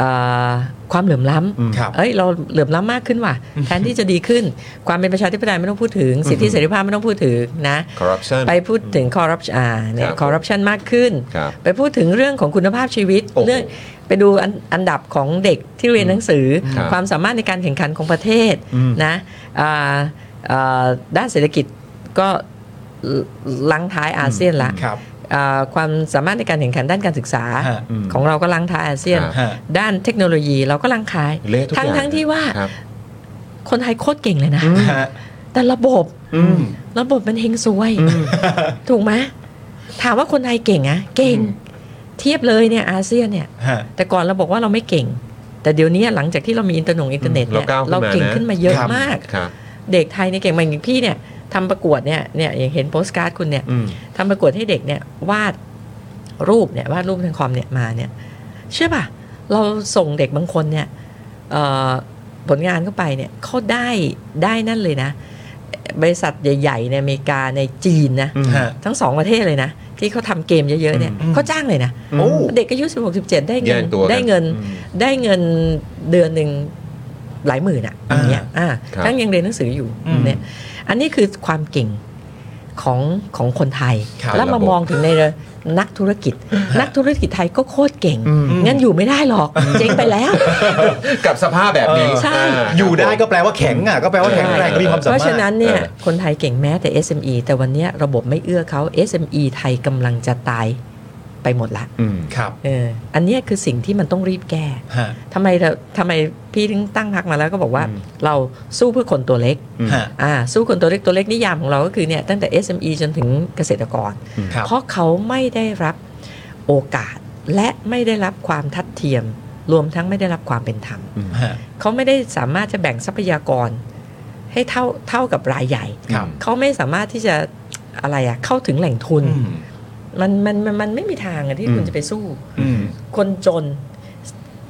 [SPEAKER 6] อาความเหลื่อมล้ำ
[SPEAKER 4] ครับ
[SPEAKER 6] เอ้ยเราเหลื่อมล้ำมากขึ้นว่ะ แทนที่จะดีขึ้น ความเป็นประชาธิปไตยไม่ต้องพูดถึง สิทธิเสรีภาพไม่ต้องพูดถึงนะ
[SPEAKER 1] corruption
[SPEAKER 6] ไปพูดถึงคอร์รัปชันเนี่ย
[SPEAKER 1] ครับผม
[SPEAKER 6] คอร์รัปชันมากขึ้น
[SPEAKER 1] ครับ
[SPEAKER 6] ไปพูดถึงเรื่องของคุณภาพชีวิต
[SPEAKER 1] โอ้โห
[SPEAKER 6] เรื่องไปดูอันอันดับของเด็กที่เรียนหนังสือ
[SPEAKER 1] ครับ
[SPEAKER 6] ความสามารถในการแข่งขันของประเทศ
[SPEAKER 1] อืม
[SPEAKER 6] นะอ่าอ่าด้านเศรษฐกิจก็ลังท้ายอาเซียนละ
[SPEAKER 4] ครับ
[SPEAKER 6] อ่าความสามารถในการแข่งขันด้านการศึกษา
[SPEAKER 4] ฮะ
[SPEAKER 6] ของเราก็ลังท้ายอาเซียน
[SPEAKER 1] ครับ
[SPEAKER 4] ฮะ
[SPEAKER 6] ด้านเทคโนโลยีเราก็ลังคาย
[SPEAKER 1] เละทุกอ
[SPEAKER 6] ทั้ง
[SPEAKER 1] ย่าง
[SPEAKER 6] ทั้งที่ว่า
[SPEAKER 1] ครับ
[SPEAKER 6] คนไทยโคตรเก่งเลยนะ
[SPEAKER 4] ฮะ
[SPEAKER 6] แต่ระบบระบบมันเฮงซวย ถูกไหมถามว่าคนไทยเก่งอะเก่ง เทียบเลยเนี่ยอาเซียนเนี่ย
[SPEAKER 4] ฮะ
[SPEAKER 6] แต่ก่อนเราบอกว่าเราไม่เก่ง แต่เดี๋ยวนี้หลังจากที่เรามีอินเทอร์เน็ตอินเทอร์เน็ตเนี่ย
[SPEAKER 1] เราก้าวขึ้นมานะ
[SPEAKER 6] เก่งขึ้นมาเยอะ
[SPEAKER 4] ครับ
[SPEAKER 6] มาก
[SPEAKER 1] ครับ
[SPEAKER 6] เด็กไทยเนี่ยเก่งมากอย่างพี่เนี่ยทำประกวดเนี่ยเนี่ยอย่างเห็นโปสการ์ดคุณเนี่ย
[SPEAKER 4] อืม
[SPEAKER 6] ทำประกวดให้เด็กเนี่ยวาดรูปเนี่ยวาดรูปทางคอมเนี่ยมาเนี่ยเชื่อป่ะเราส่งเด็กบางคนเนี่ยเอ่อผลงานเข้าไปเนี่ยเขาได้ได้นั่นเลยนะ บริษัทใหญ่ๆในอเมริกาในจีนนะ
[SPEAKER 4] ฮะ
[SPEAKER 6] ทั้งสองประเทศเลยนะ ที่เขาทำเกมเยอะๆเนี่ย
[SPEAKER 4] อืม
[SPEAKER 6] เขาจ้างเลยนะ
[SPEAKER 4] โอ้
[SPEAKER 6] เด็กอายุ16 17 ได้เงิน
[SPEAKER 1] แย่งตัวกัน
[SPEAKER 6] ได้เงิน
[SPEAKER 4] อืม
[SPEAKER 6] ได้เงินเดือนหนึ่งหลายหมื่นอะอย่างเงี้ยอ่า
[SPEAKER 1] ครับ
[SPEAKER 6] ทั้งยังเรียนหนังสืออยู่
[SPEAKER 4] อืม
[SPEAKER 6] เนี่ยอันนี้คือความเก่งของของคนไทย
[SPEAKER 4] ครับ
[SPEAKER 6] แล้วมามองถึงในนักธุรกิจ นักธุรกิจไทยก็โคตรเก่ง งั้นอยู่ไม่ได้หรอก เจ๊งไปแล้ว
[SPEAKER 1] กับสภาพแบบนี้
[SPEAKER 6] ใช่
[SPEAKER 1] า
[SPEAKER 4] อยู่ได้ก็แปลว่าแข็งอ่ะก็แปลว่าแข็งแรงมีความสา
[SPEAKER 6] เพ
[SPEAKER 4] มารถ
[SPEAKER 6] ราะฉะนั้นเนี่ย
[SPEAKER 1] เออ
[SPEAKER 6] คนไทยเก่งแม้แต่ SME แต่วันเนี้ยระบบไม่เอื้อเขา SME ไทยกำลังจะตายไปหมดละ
[SPEAKER 1] อืม
[SPEAKER 4] ครับ
[SPEAKER 6] เอออันเนี้ยคือสิ่งที่มันต้องรีบแก้
[SPEAKER 4] ฮะ
[SPEAKER 6] ทำไมเราทำไมพี่ถึงตั้งพักมาแล้วก็บอกว่า
[SPEAKER 1] อืม
[SPEAKER 6] เราสู้เพื่อคนตัวเล็ก
[SPEAKER 4] ฮะ
[SPEAKER 6] อ่าสู้คนตัวเล็กตัวเล็กนิยามของเราก็คือเนี่ยตั้งแต่ SME จนถึงเกษตรกร
[SPEAKER 4] ครับ
[SPEAKER 6] เพราะเขาไม่ได้รับโอกาสและไม่ได้รับความทัดเทียม รวมทั้งไม่ได้รับความเป็นธรรม
[SPEAKER 4] ฮะ
[SPEAKER 6] เขาไม่ได้สามารถจะแบ่งทรัพยากร ให้เท่าเท่ากับรายใหญ่
[SPEAKER 4] ครับ
[SPEAKER 6] เขาไม่สามารถที่จะอะไรอะเข้าถึงแหล่งทุน
[SPEAKER 4] อืม
[SPEAKER 6] มันมันมันมันไม่มีทางอะที่
[SPEAKER 1] อืม
[SPEAKER 6] คุณจะไปสู้
[SPEAKER 4] อืม
[SPEAKER 6] คนจน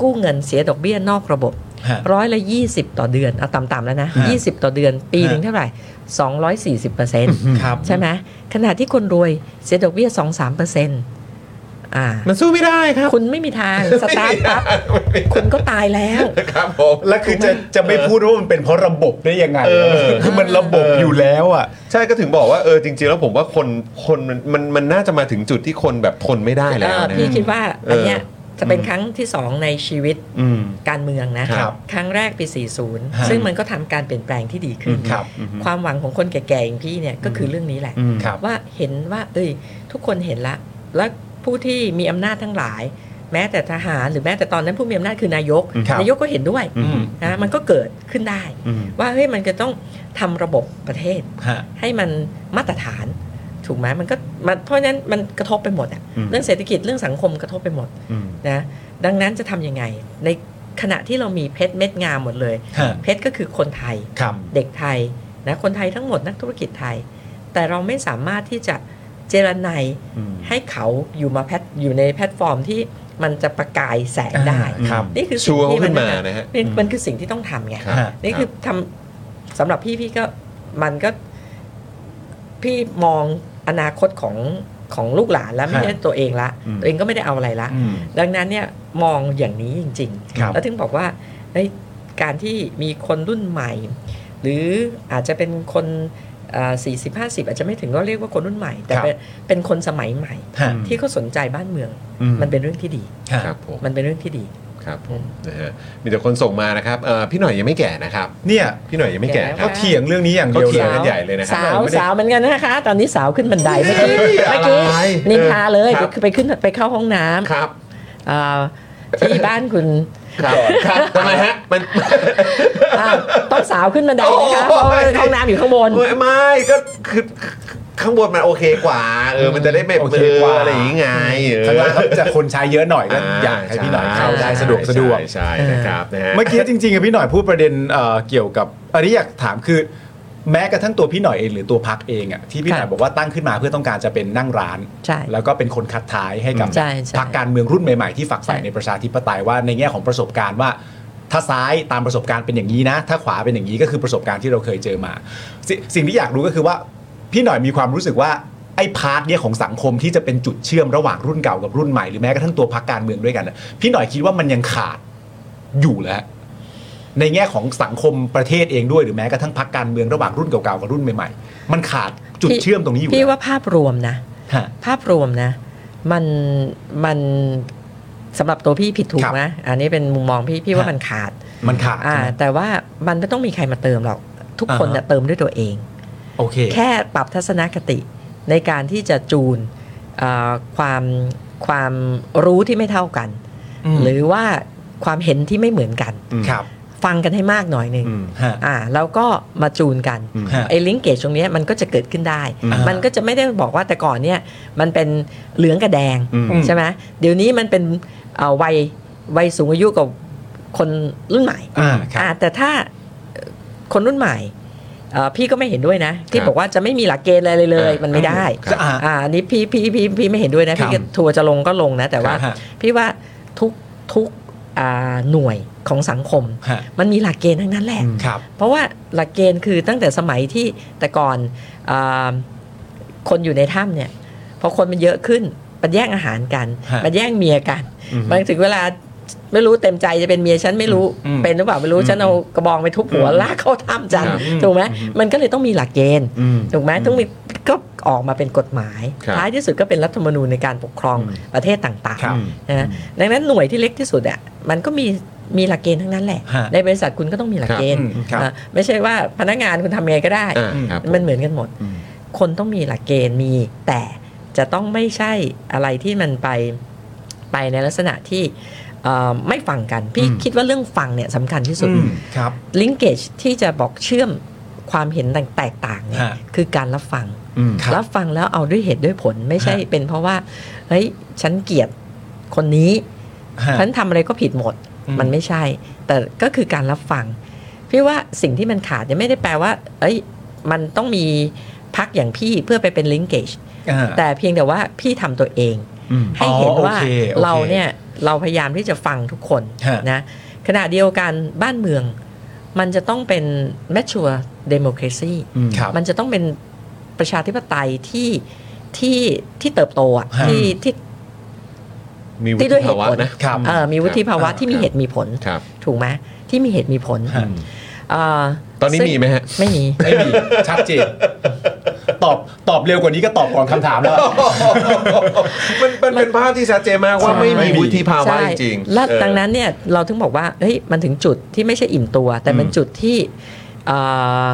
[SPEAKER 6] กู้เงินเสียดอกเบี้ยนอกระบบ
[SPEAKER 4] ฮะ
[SPEAKER 6] ร้อยละยี่สิบต่อเดือนเอาต่ำๆแล้วนะ
[SPEAKER 4] ฮะ
[SPEAKER 6] ยี่สิบต่อเดือน ปี
[SPEAKER 4] ฮะ
[SPEAKER 6] หนึ่งเท่าไหร่สองร้อยสี่สิบเปอร์เซ็นต์
[SPEAKER 4] ครับ
[SPEAKER 6] ใช่ไหมขณะที่คนรวยเสียดอกเบี้ยสองสามเปอร์เซ็นต์อ่า
[SPEAKER 1] มันสู้ไม่ได้ครับ
[SPEAKER 6] คุณไม่มีทางสตาร์ทอัพคุณก็ตายแล้ว
[SPEAKER 1] ครับผม
[SPEAKER 4] แล้วคือจะจะไม่พูดว่ามันเป็นเพราะระบบได้ยังไงคือมันระบบอยู่แล้วอ่ะ
[SPEAKER 1] ใช่ก็ถึงบอกว่าเออจริง ๆ แล้วผมว่าคนคนมันมันมันน่าจะมาถึงจุดที่คนแบบทนไม่ได้แล้ว
[SPEAKER 6] เออ
[SPEAKER 1] นะ
[SPEAKER 6] พี่คิดว่า
[SPEAKER 1] เอออั
[SPEAKER 6] อันเนี้ยจะเป็นครั้งที่สองในชีวิตการเมืองนะครับ ครั้งแรกปี
[SPEAKER 4] ฮะ
[SPEAKER 6] 40 ซึ่งมันก็ทำการเปลี่ยนแปลงที่ดีขึ้น
[SPEAKER 4] ครับ
[SPEAKER 6] ความหวังของคนแก่ๆอย่างพี่เนี่ยก็คือเรื่องนี้แหละ
[SPEAKER 4] ครับ
[SPEAKER 6] ว่าเห็นว่า เอ้ยทุกคนเห็นละ และผู้ที่มีอำนาจทั้งหลาย แม้แต่ทหารหรือแม้แต่ตอนนั้นผู้มีอำนาจคือนายก
[SPEAKER 4] ครับ
[SPEAKER 6] นายกก็เห็นด้วย
[SPEAKER 4] อืม
[SPEAKER 6] นะมันก็เกิดขึ้นได้
[SPEAKER 2] อืม
[SPEAKER 6] ว่าเฮ้ยมันจะต้องทำระบบประเทศ
[SPEAKER 4] ฮะ
[SPEAKER 6] ให้มันมาตรฐาน ถูกไหมมันก็มันเพราะฉะนั้นมันกระทบไปหมดอะเรื่องเศรษฐกิจเรื่องสังคมกระทบไปหมดนะดังนั้นจะทำยังไง ในขณะที่เรามีเพชรเม็ดงามหมดเลย
[SPEAKER 4] ฮะ
[SPEAKER 6] เพชรก็คือคนไทย
[SPEAKER 4] ครับ
[SPEAKER 6] เด็กไทยนะคนไทยทั้งหมดนักธุรกิจไทย แต่เราไม่สามารถที่จะเจรไนยให้เขาอยู่มาแพทอยู่ในแพลตฟอร์มที่มันจะประกายแสงได้
[SPEAKER 4] อ่าครับ
[SPEAKER 6] นี่คือ
[SPEAKER 1] ชู
[SPEAKER 6] สิ่งที่
[SPEAKER 1] ขึ้
[SPEAKER 6] มัน น
[SPEAKER 1] มา
[SPEAKER 6] น่ะ
[SPEAKER 1] นะฮะ
[SPEAKER 6] นี่มันคือสิ่งที่ต้องทำไง
[SPEAKER 1] ครับ
[SPEAKER 6] นี่คือทำสำหรับพี่พี่ก็มันก็พี่มองอนาคตของของลูกหลานแล้วไม่ใช่ตัวเองละ
[SPEAKER 4] อืม
[SPEAKER 6] ตัวเองก็ไม่ได้เอาอะไรละ
[SPEAKER 4] อืม
[SPEAKER 6] ดังนั้นเนี่ยมองอย่างนี้จริง
[SPEAKER 4] ครับ
[SPEAKER 6] ๆ แล้วถึงบอกว่าเอ้ยการที่มีคนรุ่นใหม่ หรืออาจจะเป็นคนสี่สิบห้าสิบอาจจะไม่ถึงก็เรียกว่าคนรุ่นใหม่ แต่เป็นเป็นคนสมัยใหม่
[SPEAKER 4] ฮะ
[SPEAKER 6] ที่เขาสนใจบ้านเมือง มันเป็นเรื่องที่ดี
[SPEAKER 4] ฮะ
[SPEAKER 1] ครับผม
[SPEAKER 6] มันเป็นเรื่องที่ดี
[SPEAKER 1] ครับผมนะฮะมีแต่คนส่งมานะครับเอ่อพี่หน่อยยังไม่แก่นะครับ
[SPEAKER 4] เนี่ย
[SPEAKER 1] พี่หน่อยยังไม่แก่ครั
[SPEAKER 4] เขา
[SPEAKER 1] บ
[SPEAKER 4] เถียงเรื่องนี้อย่างเดียวเล
[SPEAKER 1] เถี
[SPEAKER 4] ย
[SPEAKER 1] ง กั นใหญ่เลยนะครับ
[SPEAKER 6] สาว
[SPEAKER 1] ไม่ได้
[SPEAKER 6] สาวเหมือนกันนะคะ ตอนนี้สาวขึ้นบันไดเมื่อกี้
[SPEAKER 1] เฮ้ย
[SPEAKER 6] เมื่อกี้
[SPEAKER 1] อะไร
[SPEAKER 6] นินทาเลย
[SPEAKER 1] ครับ
[SPEAKER 6] ไปขึ้นไปเข้าห้องน้ำ
[SPEAKER 1] ครับ
[SPEAKER 6] เอ่อที่บ้านคุณ
[SPEAKER 1] ครับครับทำไมฮะมัน
[SPEAKER 6] อ้าวต้องสาวขึ้นบันไดนะคะ
[SPEAKER 1] โอ้ย
[SPEAKER 6] เพราะว่าห้องน้ำอยู่ข้างบน
[SPEAKER 1] เอ้ยไม่ก็คือข้างบนมันโอเคกว่าเออมันจะได้ไม่
[SPEAKER 4] โอ
[SPEAKER 1] เบ
[SPEAKER 4] เค
[SPEAKER 1] ลอ
[SPEAKER 4] กว่า
[SPEAKER 1] อะไรอย่างงี้ไงเออ
[SPEAKER 4] ข้างล่างเขาจะคนใช้เยอะหน่อยก็อยากให้พี่หน่อยเข้าได้สะดวกสะดวก
[SPEAKER 1] ใช่ใช่นะครับนะฮะ
[SPEAKER 4] เมื่อกี้จริงๆอะพี่หน่อยพูดประเด็นเอ่อเกี่ยวกับอันนี้อยากถามคือ แม้กระทั่งตัวพี่หน่อยเองหรือตัวพักเองอะที่พี่หน่อย
[SPEAKER 6] ค่ะ
[SPEAKER 4] บอกว่าตั้งขึ้นมาเพื่อต้องการจะเป็นนั่งร้าน
[SPEAKER 6] ใช่
[SPEAKER 4] แล้วก็เป็นคนคัดท้ายให้กับ
[SPEAKER 6] ใช่ใช่
[SPEAKER 4] พักการเมืองรุ่นใหม่ๆที่ฝักใฝ่
[SPEAKER 6] ใช่
[SPEAKER 4] ในประชาธิปไตยว่าในแง่ของประสบการณ์ว่า ถ้าซ้ายตามประสบการณ์เป็นอย่างนี้นะ ถ้าขวาเป็นอย่างนี้ก็คือประสบการณ์ที่เราเคยเจอมาสสิ่งที่อยากรู้ก็คือว่าพี่หน่อยมีความรู้สึกว่าไอ้พาร์ทเนี่ยของสังคมที่จะเป็นจุดเชื่อมระหว่างรุ่นเก่ากับรุ่นใหม่หรือแม้กระทั่งตัวพักการเมืองด้วยกันอะพี่หน่อยคิดว่ามันยังขาด อยู่แล้ว ในแง่ของสังคมประเทศเองด้วยหรือแม้กระทั่งพักการเมืองระหว่างรุ่นเก่าๆกับรุ่นใหม่ๆ มันขาดจุด
[SPEAKER 6] พี่
[SPEAKER 4] เชื่อมตรงนี้อยู่
[SPEAKER 6] พี่
[SPEAKER 4] แล้ว
[SPEAKER 6] ว่าภาพรวมนะ
[SPEAKER 4] ฮะ
[SPEAKER 6] ภาพรวมนะ มันมันสำหรับตัวพี่ผิดถู
[SPEAKER 4] ค
[SPEAKER 6] ก
[SPEAKER 4] รับ
[SPEAKER 6] นะอันนี้เป็นมุมมองพี่พี่ว่า
[SPEAKER 4] ฮะ
[SPEAKER 6] มันขาด
[SPEAKER 4] มันขาด
[SPEAKER 6] อ่า
[SPEAKER 4] ใช่ไหม
[SPEAKER 6] แต่ว่ามันไม่ต้องมีใครมาเติมหรอกทุกคน
[SPEAKER 4] อ่าฮะ
[SPEAKER 6] น่ะเติมด้วยตัวเอง
[SPEAKER 4] โอเค
[SPEAKER 6] แค่ปรับทัศนคติในการที่จะจูนเอ่อความความรู้ที่ไม่เท่ากัน
[SPEAKER 4] อืม
[SPEAKER 6] หรือว่าความเห็นที่ไม่เหมือนกัน
[SPEAKER 4] ครับ
[SPEAKER 6] ฟังกันให้มากหน่อยหนึ่ง
[SPEAKER 4] ฮะ
[SPEAKER 6] อ่าแล้วก็มาจูนกัน
[SPEAKER 4] อืมฮะ
[SPEAKER 6] ไอ้ลิงเกจตรงเนี้ยมันก็จะเกิดขึ้นได้
[SPEAKER 4] อืม
[SPEAKER 6] มันก็จะไม่ได้บอกว่าแต่ก่อนเนี่ยมันเป็นเหลืองกับแดง
[SPEAKER 4] อืม
[SPEAKER 6] ใช่ไหมเดี๋ยวนี้มันเป็นเอ่อวัยวัยสูงอายุกับคนรุ่นใหม่
[SPEAKER 4] อ่าครับ
[SPEAKER 6] อ่าแต่ถ้าเอ่อคนรุ่นใหม่เอ่อพี่ก็ไม่เห็นด้วยนะ ที่
[SPEAKER 1] ครับ
[SPEAKER 6] บอกว่าจะไม่มีหลักเกณฑ์อะไรเลยเลย
[SPEAKER 1] อ่ามั
[SPEAKER 6] มันไม่ได้
[SPEAKER 4] ครับอ่า
[SPEAKER 6] อ่าอันนี้พี่พี่พี่พี่ไม่เห็นด้วยนะ
[SPEAKER 4] ครับ
[SPEAKER 6] พี่ก็ทัวร์จะลงก็ลงนะ แต่ว่า
[SPEAKER 4] ฮะ
[SPEAKER 6] พี่ว่าทุกทุกอ่าหน่วยของสังคม
[SPEAKER 4] ฮะ
[SPEAKER 6] มันมีหลักเกณฑ์ทั้งนั้นแหละ
[SPEAKER 4] ครับ
[SPEAKER 6] เพราะว่าหลักเกณฑ์คือตั้งแต่สมัยที่แต่ก่อนอาคนอยู่ในถ้ำเนี่ยพอคนมันเยอะขึ้นมันแย่งอาหารกัน
[SPEAKER 4] ฮะ
[SPEAKER 6] มันแย่งเมียกัน
[SPEAKER 4] อือฮึ
[SPEAKER 6] มันถึงเวลาไม่รู้เต็มใจจะเป็นเมียฉันไม่รู้
[SPEAKER 4] อืม
[SPEAKER 6] เป็นหรือเปล่าไม่รู้
[SPEAKER 4] อืม
[SPEAKER 6] ฉันเอากระบองไปทุบหัว
[SPEAKER 4] อืม
[SPEAKER 6] ลากเข้าถ้ำจัน
[SPEAKER 1] ครับ
[SPEAKER 6] ถูกไหม
[SPEAKER 4] อืม
[SPEAKER 6] มันก็เลยต้องมีหลักเกณฑ์
[SPEAKER 4] อืม
[SPEAKER 6] ถูกไหมต้องมีก็ออกมาเป็นกฎหมาย
[SPEAKER 1] ครับ
[SPEAKER 6] ท้ายที่สุดก็เป็นรัฐธรรมนูญในการปกครอง
[SPEAKER 4] อืม
[SPEAKER 6] ประเทศต่าง
[SPEAKER 4] ค
[SPEAKER 6] ๆ
[SPEAKER 4] รับ
[SPEAKER 6] นะฮะดังนั้นหน่วยที่เล็กที่สุดอ่ะมันก็มีมีหลักเกณฑ์ทั้งนั้นแหละ
[SPEAKER 4] ฮะ
[SPEAKER 6] ในบริษัทคุณก็ต้องมีหลักเกณฑ์
[SPEAKER 4] อืมครับ
[SPEAKER 6] อ่ะไม่ใช่ว่าพนักงานคุณทำยังไงก็ได้
[SPEAKER 1] อ่าครับ
[SPEAKER 6] มันเหมือนกันหมด
[SPEAKER 4] อืม
[SPEAKER 6] คนต้องมีหลักเกณฑ์มี แต่จะต้องไม่ใช่อะไรที่มันไปไปในลักษณะที่เอ่อไม่ฟังกัน พี่คิดว่าเรื่องฟังเนี่ยสำคัญที่สุด
[SPEAKER 4] อืมครับ
[SPEAKER 6] ลิงเกจที่จะบอกเชื่อมความเห็นแตกต่างเนี่ย
[SPEAKER 4] ฮะ
[SPEAKER 6] คือการรับฟัง
[SPEAKER 4] อืมครับ
[SPEAKER 6] รับฟังแล้วเอาด้วยเหตุด้วยผลไม่ใช่
[SPEAKER 4] ฮะ
[SPEAKER 6] เป็นเพราะว่าเฮ้ยฉันเกลียดคนนี้
[SPEAKER 4] ฮะ
[SPEAKER 6] ฉันทำอะไรก็ผิดหมด
[SPEAKER 4] อืม
[SPEAKER 6] มันไม่ใช่ แต่ก็คือการรับฟัง พี่ว่าสิ่งที่มันขาดเนี่ยไม่ได้แปลว่า เอ้ย มันต้องมีพักอย่างพี่เพื่อไปเป็นลิงเกจ
[SPEAKER 4] อ่า
[SPEAKER 6] แต่เพียงแต่ว่าพี่ทำตัวเอง
[SPEAKER 4] อืม
[SPEAKER 6] ให้เห็น
[SPEAKER 4] อ๋อโอ
[SPEAKER 6] ว่า
[SPEAKER 4] คโอค
[SPEAKER 6] เราเนี่ยเราพยายามที่จะฟังทุกคน
[SPEAKER 4] ฮะ
[SPEAKER 6] นะ ขณะเดียวกันบ้านเมือง มันจะต้องเป็น mature democracy
[SPEAKER 4] อืมครับ
[SPEAKER 6] มันจะต้องเป็นประชาธิปไตยที่ที่ที่เติบโตอะ
[SPEAKER 4] ฮะ
[SPEAKER 6] ที่ที่
[SPEAKER 1] มีวุ
[SPEAKER 6] ที่ด้ว
[SPEAKER 1] ฒิ
[SPEAKER 6] ยเหตุ
[SPEAKER 1] ภาวะ
[SPEAKER 6] ผล
[SPEAKER 1] นะ
[SPEAKER 4] ครับ
[SPEAKER 6] เอ่อมีวุฒิภาวะ
[SPEAKER 4] ครับ
[SPEAKER 6] ที่มีเหตุมีผล
[SPEAKER 1] ครับ
[SPEAKER 6] ถูกไหมที่มีเหตุมีผล
[SPEAKER 4] ฮะ
[SPEAKER 6] เอ่อ
[SPEAKER 1] ตอนนี้
[SPEAKER 6] ซึ่ง
[SPEAKER 1] มีไหมฮะ
[SPEAKER 6] ไม่มี
[SPEAKER 4] ไม่มีชัดเจนตอบตอบเร็วกว่านี้ก็ตอบก่อนคำถามแล้ว
[SPEAKER 1] มันมันเป็นภาพที่ชัดเจนมากว่า
[SPEAKER 6] ใช่
[SPEAKER 1] ไม่มีวุฒิภาวะ
[SPEAKER 6] ใช่
[SPEAKER 1] จริงๆ
[SPEAKER 6] และ
[SPEAKER 1] เออ
[SPEAKER 6] ดังนั้นเนี่ยเราถึงบอกว่าเฮ้ยมันถึงจุดที่ไม่ใช่อิ่มตัว แต่มัน
[SPEAKER 4] อืม
[SPEAKER 6] จุดที่เอ่อ